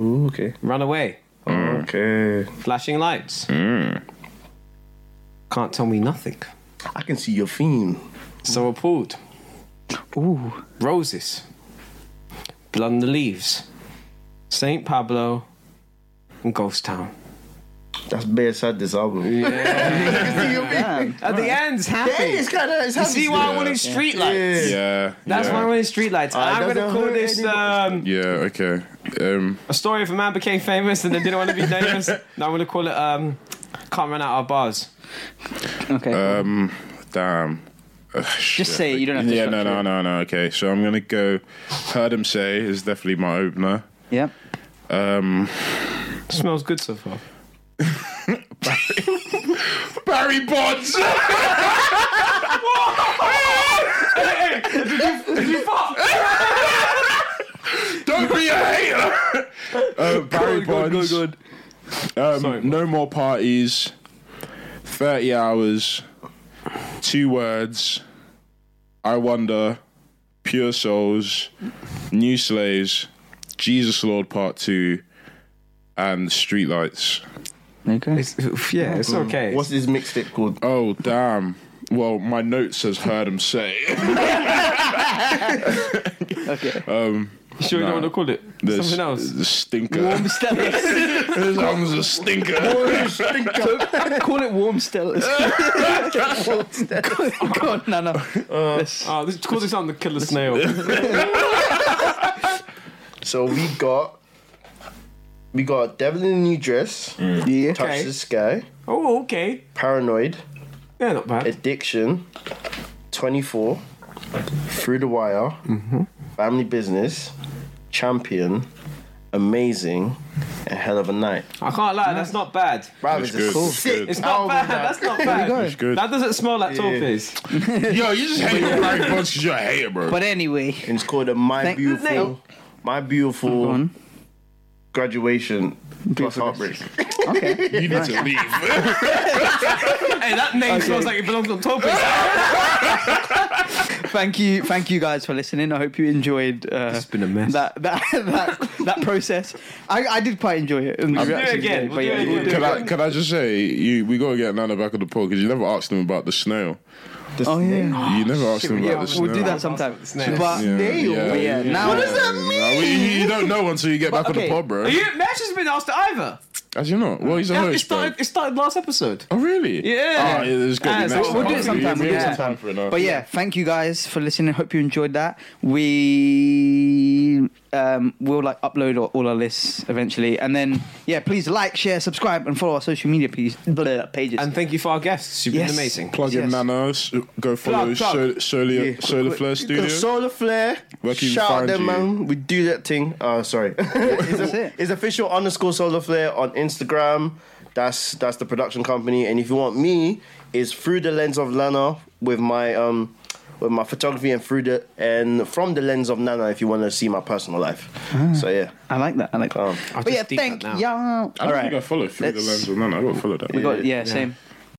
[SPEAKER 4] Ooh, okay.
[SPEAKER 3] Run away.
[SPEAKER 4] Okay.
[SPEAKER 3] Flashing lights. Mm. Can't tell me nothing.
[SPEAKER 4] I can see your theme.
[SPEAKER 3] So appalled.
[SPEAKER 1] Ooh,
[SPEAKER 3] Roses. Blood on the leaves. Saint Pablo. And Ghost Town.
[SPEAKER 4] That's bare sad. This album. Yeah.
[SPEAKER 1] damn.
[SPEAKER 3] At the end, it's happy.
[SPEAKER 4] it's kind of. It's
[SPEAKER 3] you
[SPEAKER 4] happy.
[SPEAKER 3] see why I wanted streetlights?
[SPEAKER 2] Yeah.
[SPEAKER 3] That's
[SPEAKER 2] yeah.
[SPEAKER 3] why I wanted streetlights. I'm
[SPEAKER 4] doesn't
[SPEAKER 3] gonna call
[SPEAKER 4] hurt
[SPEAKER 3] this um,
[SPEAKER 2] Yeah. Okay. Um.
[SPEAKER 3] a story of a man became famous and then didn't want to be famous. No, I'm gonna call it um, can't run out of bars.
[SPEAKER 1] Okay,
[SPEAKER 2] Um. Damn. Ugh, shit.
[SPEAKER 1] say it, you don't have to
[SPEAKER 2] Yeah, no,
[SPEAKER 1] structure
[SPEAKER 2] no,
[SPEAKER 1] it.
[SPEAKER 2] no, no. Okay, so I'm gonna go. Heard him say is definitely my opener.
[SPEAKER 1] yeah.
[SPEAKER 2] Um,
[SPEAKER 3] Smells good so far.
[SPEAKER 2] Barry Bonds. Don't be a hater. Uh, Barry Bonds. Um, no more parties. Thirty hours. Two words. I wonder. Pure souls. New slaves. Jesus Lord Part Two. And streetlights.
[SPEAKER 1] Okay.
[SPEAKER 3] It's, yeah, it's okay.
[SPEAKER 4] What's this mixtape called?
[SPEAKER 2] Oh damn. Well, my note says heard him say.
[SPEAKER 1] Okay.
[SPEAKER 3] You sure you don't want to call it
[SPEAKER 2] The s-
[SPEAKER 3] something else?
[SPEAKER 2] The stinker.
[SPEAKER 1] Warm Stellas.
[SPEAKER 2] His arms a stinker.
[SPEAKER 1] Call it Warm Stellas. Go on, no, no. Let's-
[SPEAKER 3] Oh, this call this on the killer snail.
[SPEAKER 4] So we got we got Devil in a New Dress,
[SPEAKER 2] Mm.
[SPEAKER 1] yeah.
[SPEAKER 4] Touch the Sky,
[SPEAKER 3] oh, okay.
[SPEAKER 4] Paranoid,
[SPEAKER 3] Yeah, not bad.
[SPEAKER 4] Addiction, Twenty Four, Through the Wire, Family Business, Champion, Amazing, and Hell of a Night.
[SPEAKER 3] I can't lie, that's not bad.
[SPEAKER 4] Bruv,
[SPEAKER 2] It's
[SPEAKER 4] it's
[SPEAKER 2] good.
[SPEAKER 4] a
[SPEAKER 2] It's
[SPEAKER 4] sick
[SPEAKER 2] good.
[SPEAKER 3] It's not
[SPEAKER 4] album,
[SPEAKER 3] bad.
[SPEAKER 4] man.
[SPEAKER 3] That's not bad.
[SPEAKER 2] It's good.
[SPEAKER 3] That doesn't smell like Toffees.
[SPEAKER 2] Yo, you just hate on Barry Bonds because you're a hater, bro.
[SPEAKER 1] But anyway,
[SPEAKER 4] And it's called a My
[SPEAKER 1] Thank-
[SPEAKER 4] Beautiful, My Beautiful
[SPEAKER 1] on.
[SPEAKER 4] Graduation Plus Heartbreak.
[SPEAKER 1] okay.
[SPEAKER 2] you need to leave.
[SPEAKER 3] Hey, that name smells like it belongs on Toffees.
[SPEAKER 1] Thank you, thank you guys for listening. I hope you enjoyed. Uh,
[SPEAKER 3] It's been a mess.
[SPEAKER 1] That that that, that process. I, I did quite enjoy it. We'll
[SPEAKER 3] do it again. We'll do it again.
[SPEAKER 2] can, I, can I just say, you, we got to get Nana back on the pod because you never asked him about the snail.
[SPEAKER 1] Oh yeah.
[SPEAKER 2] You never asked him
[SPEAKER 1] Yeah,
[SPEAKER 2] about the
[SPEAKER 1] we'll
[SPEAKER 2] snail.
[SPEAKER 1] do that sometime.
[SPEAKER 3] Snail.
[SPEAKER 1] But But yeah, now- What does that
[SPEAKER 2] Nah, well, you, you don't know until you get back
[SPEAKER 1] okay.
[SPEAKER 2] on the pod, bro.
[SPEAKER 3] Are you, Mesh has been asked either.
[SPEAKER 2] As you know, well, he's a
[SPEAKER 3] Yeah, it
[SPEAKER 2] host. bro.
[SPEAKER 3] started. It started last episode.
[SPEAKER 2] Oh really?
[SPEAKER 3] Yeah.
[SPEAKER 2] Oh, it's good.
[SPEAKER 3] Yeah, so
[SPEAKER 2] next
[SPEAKER 3] we'll
[SPEAKER 1] Ah, We'll
[SPEAKER 2] time.
[SPEAKER 1] do it sometime. We'll do it
[SPEAKER 2] Yeah.
[SPEAKER 1] sometime.
[SPEAKER 2] For now.
[SPEAKER 1] But yeah, thank you guys for listening. Hope you enjoyed that. We um, will like upload all, all our lists eventually, and then yeah, please like, share, subscribe, and follow our social media please, blah, blah, pages.
[SPEAKER 3] And thank you for our guests. You've
[SPEAKER 1] Yes.
[SPEAKER 3] been amazing.
[SPEAKER 2] Plug in
[SPEAKER 1] Yes.
[SPEAKER 2] Nana's. Go follow
[SPEAKER 3] Plug, plug.
[SPEAKER 2] Sol- Solar Solar Flare Studio.
[SPEAKER 4] Solar Flare.
[SPEAKER 2] Where can you
[SPEAKER 4] Shout
[SPEAKER 2] find
[SPEAKER 4] out them,
[SPEAKER 2] you?
[SPEAKER 4] man. We do that thing. Oh, sorry. it's,
[SPEAKER 1] That's it.
[SPEAKER 4] it's official underscore Solar Flare on Instagram. That's that's the production company. And if you want me, it's through the lens of Lana with my um with my photography and through the and from the lens of Nana if you want to see my personal life.
[SPEAKER 1] Ah.
[SPEAKER 4] So yeah.
[SPEAKER 1] I like that. I like that.
[SPEAKER 4] Um,
[SPEAKER 3] Oh, I'll
[SPEAKER 1] but
[SPEAKER 3] just
[SPEAKER 1] yeah,
[SPEAKER 3] delete
[SPEAKER 1] thank
[SPEAKER 3] that now.
[SPEAKER 1] y'all.
[SPEAKER 2] I don't think I follow through the
[SPEAKER 1] Let's-
[SPEAKER 2] lens of Nana. I got to follow that.
[SPEAKER 1] We got yeah, same.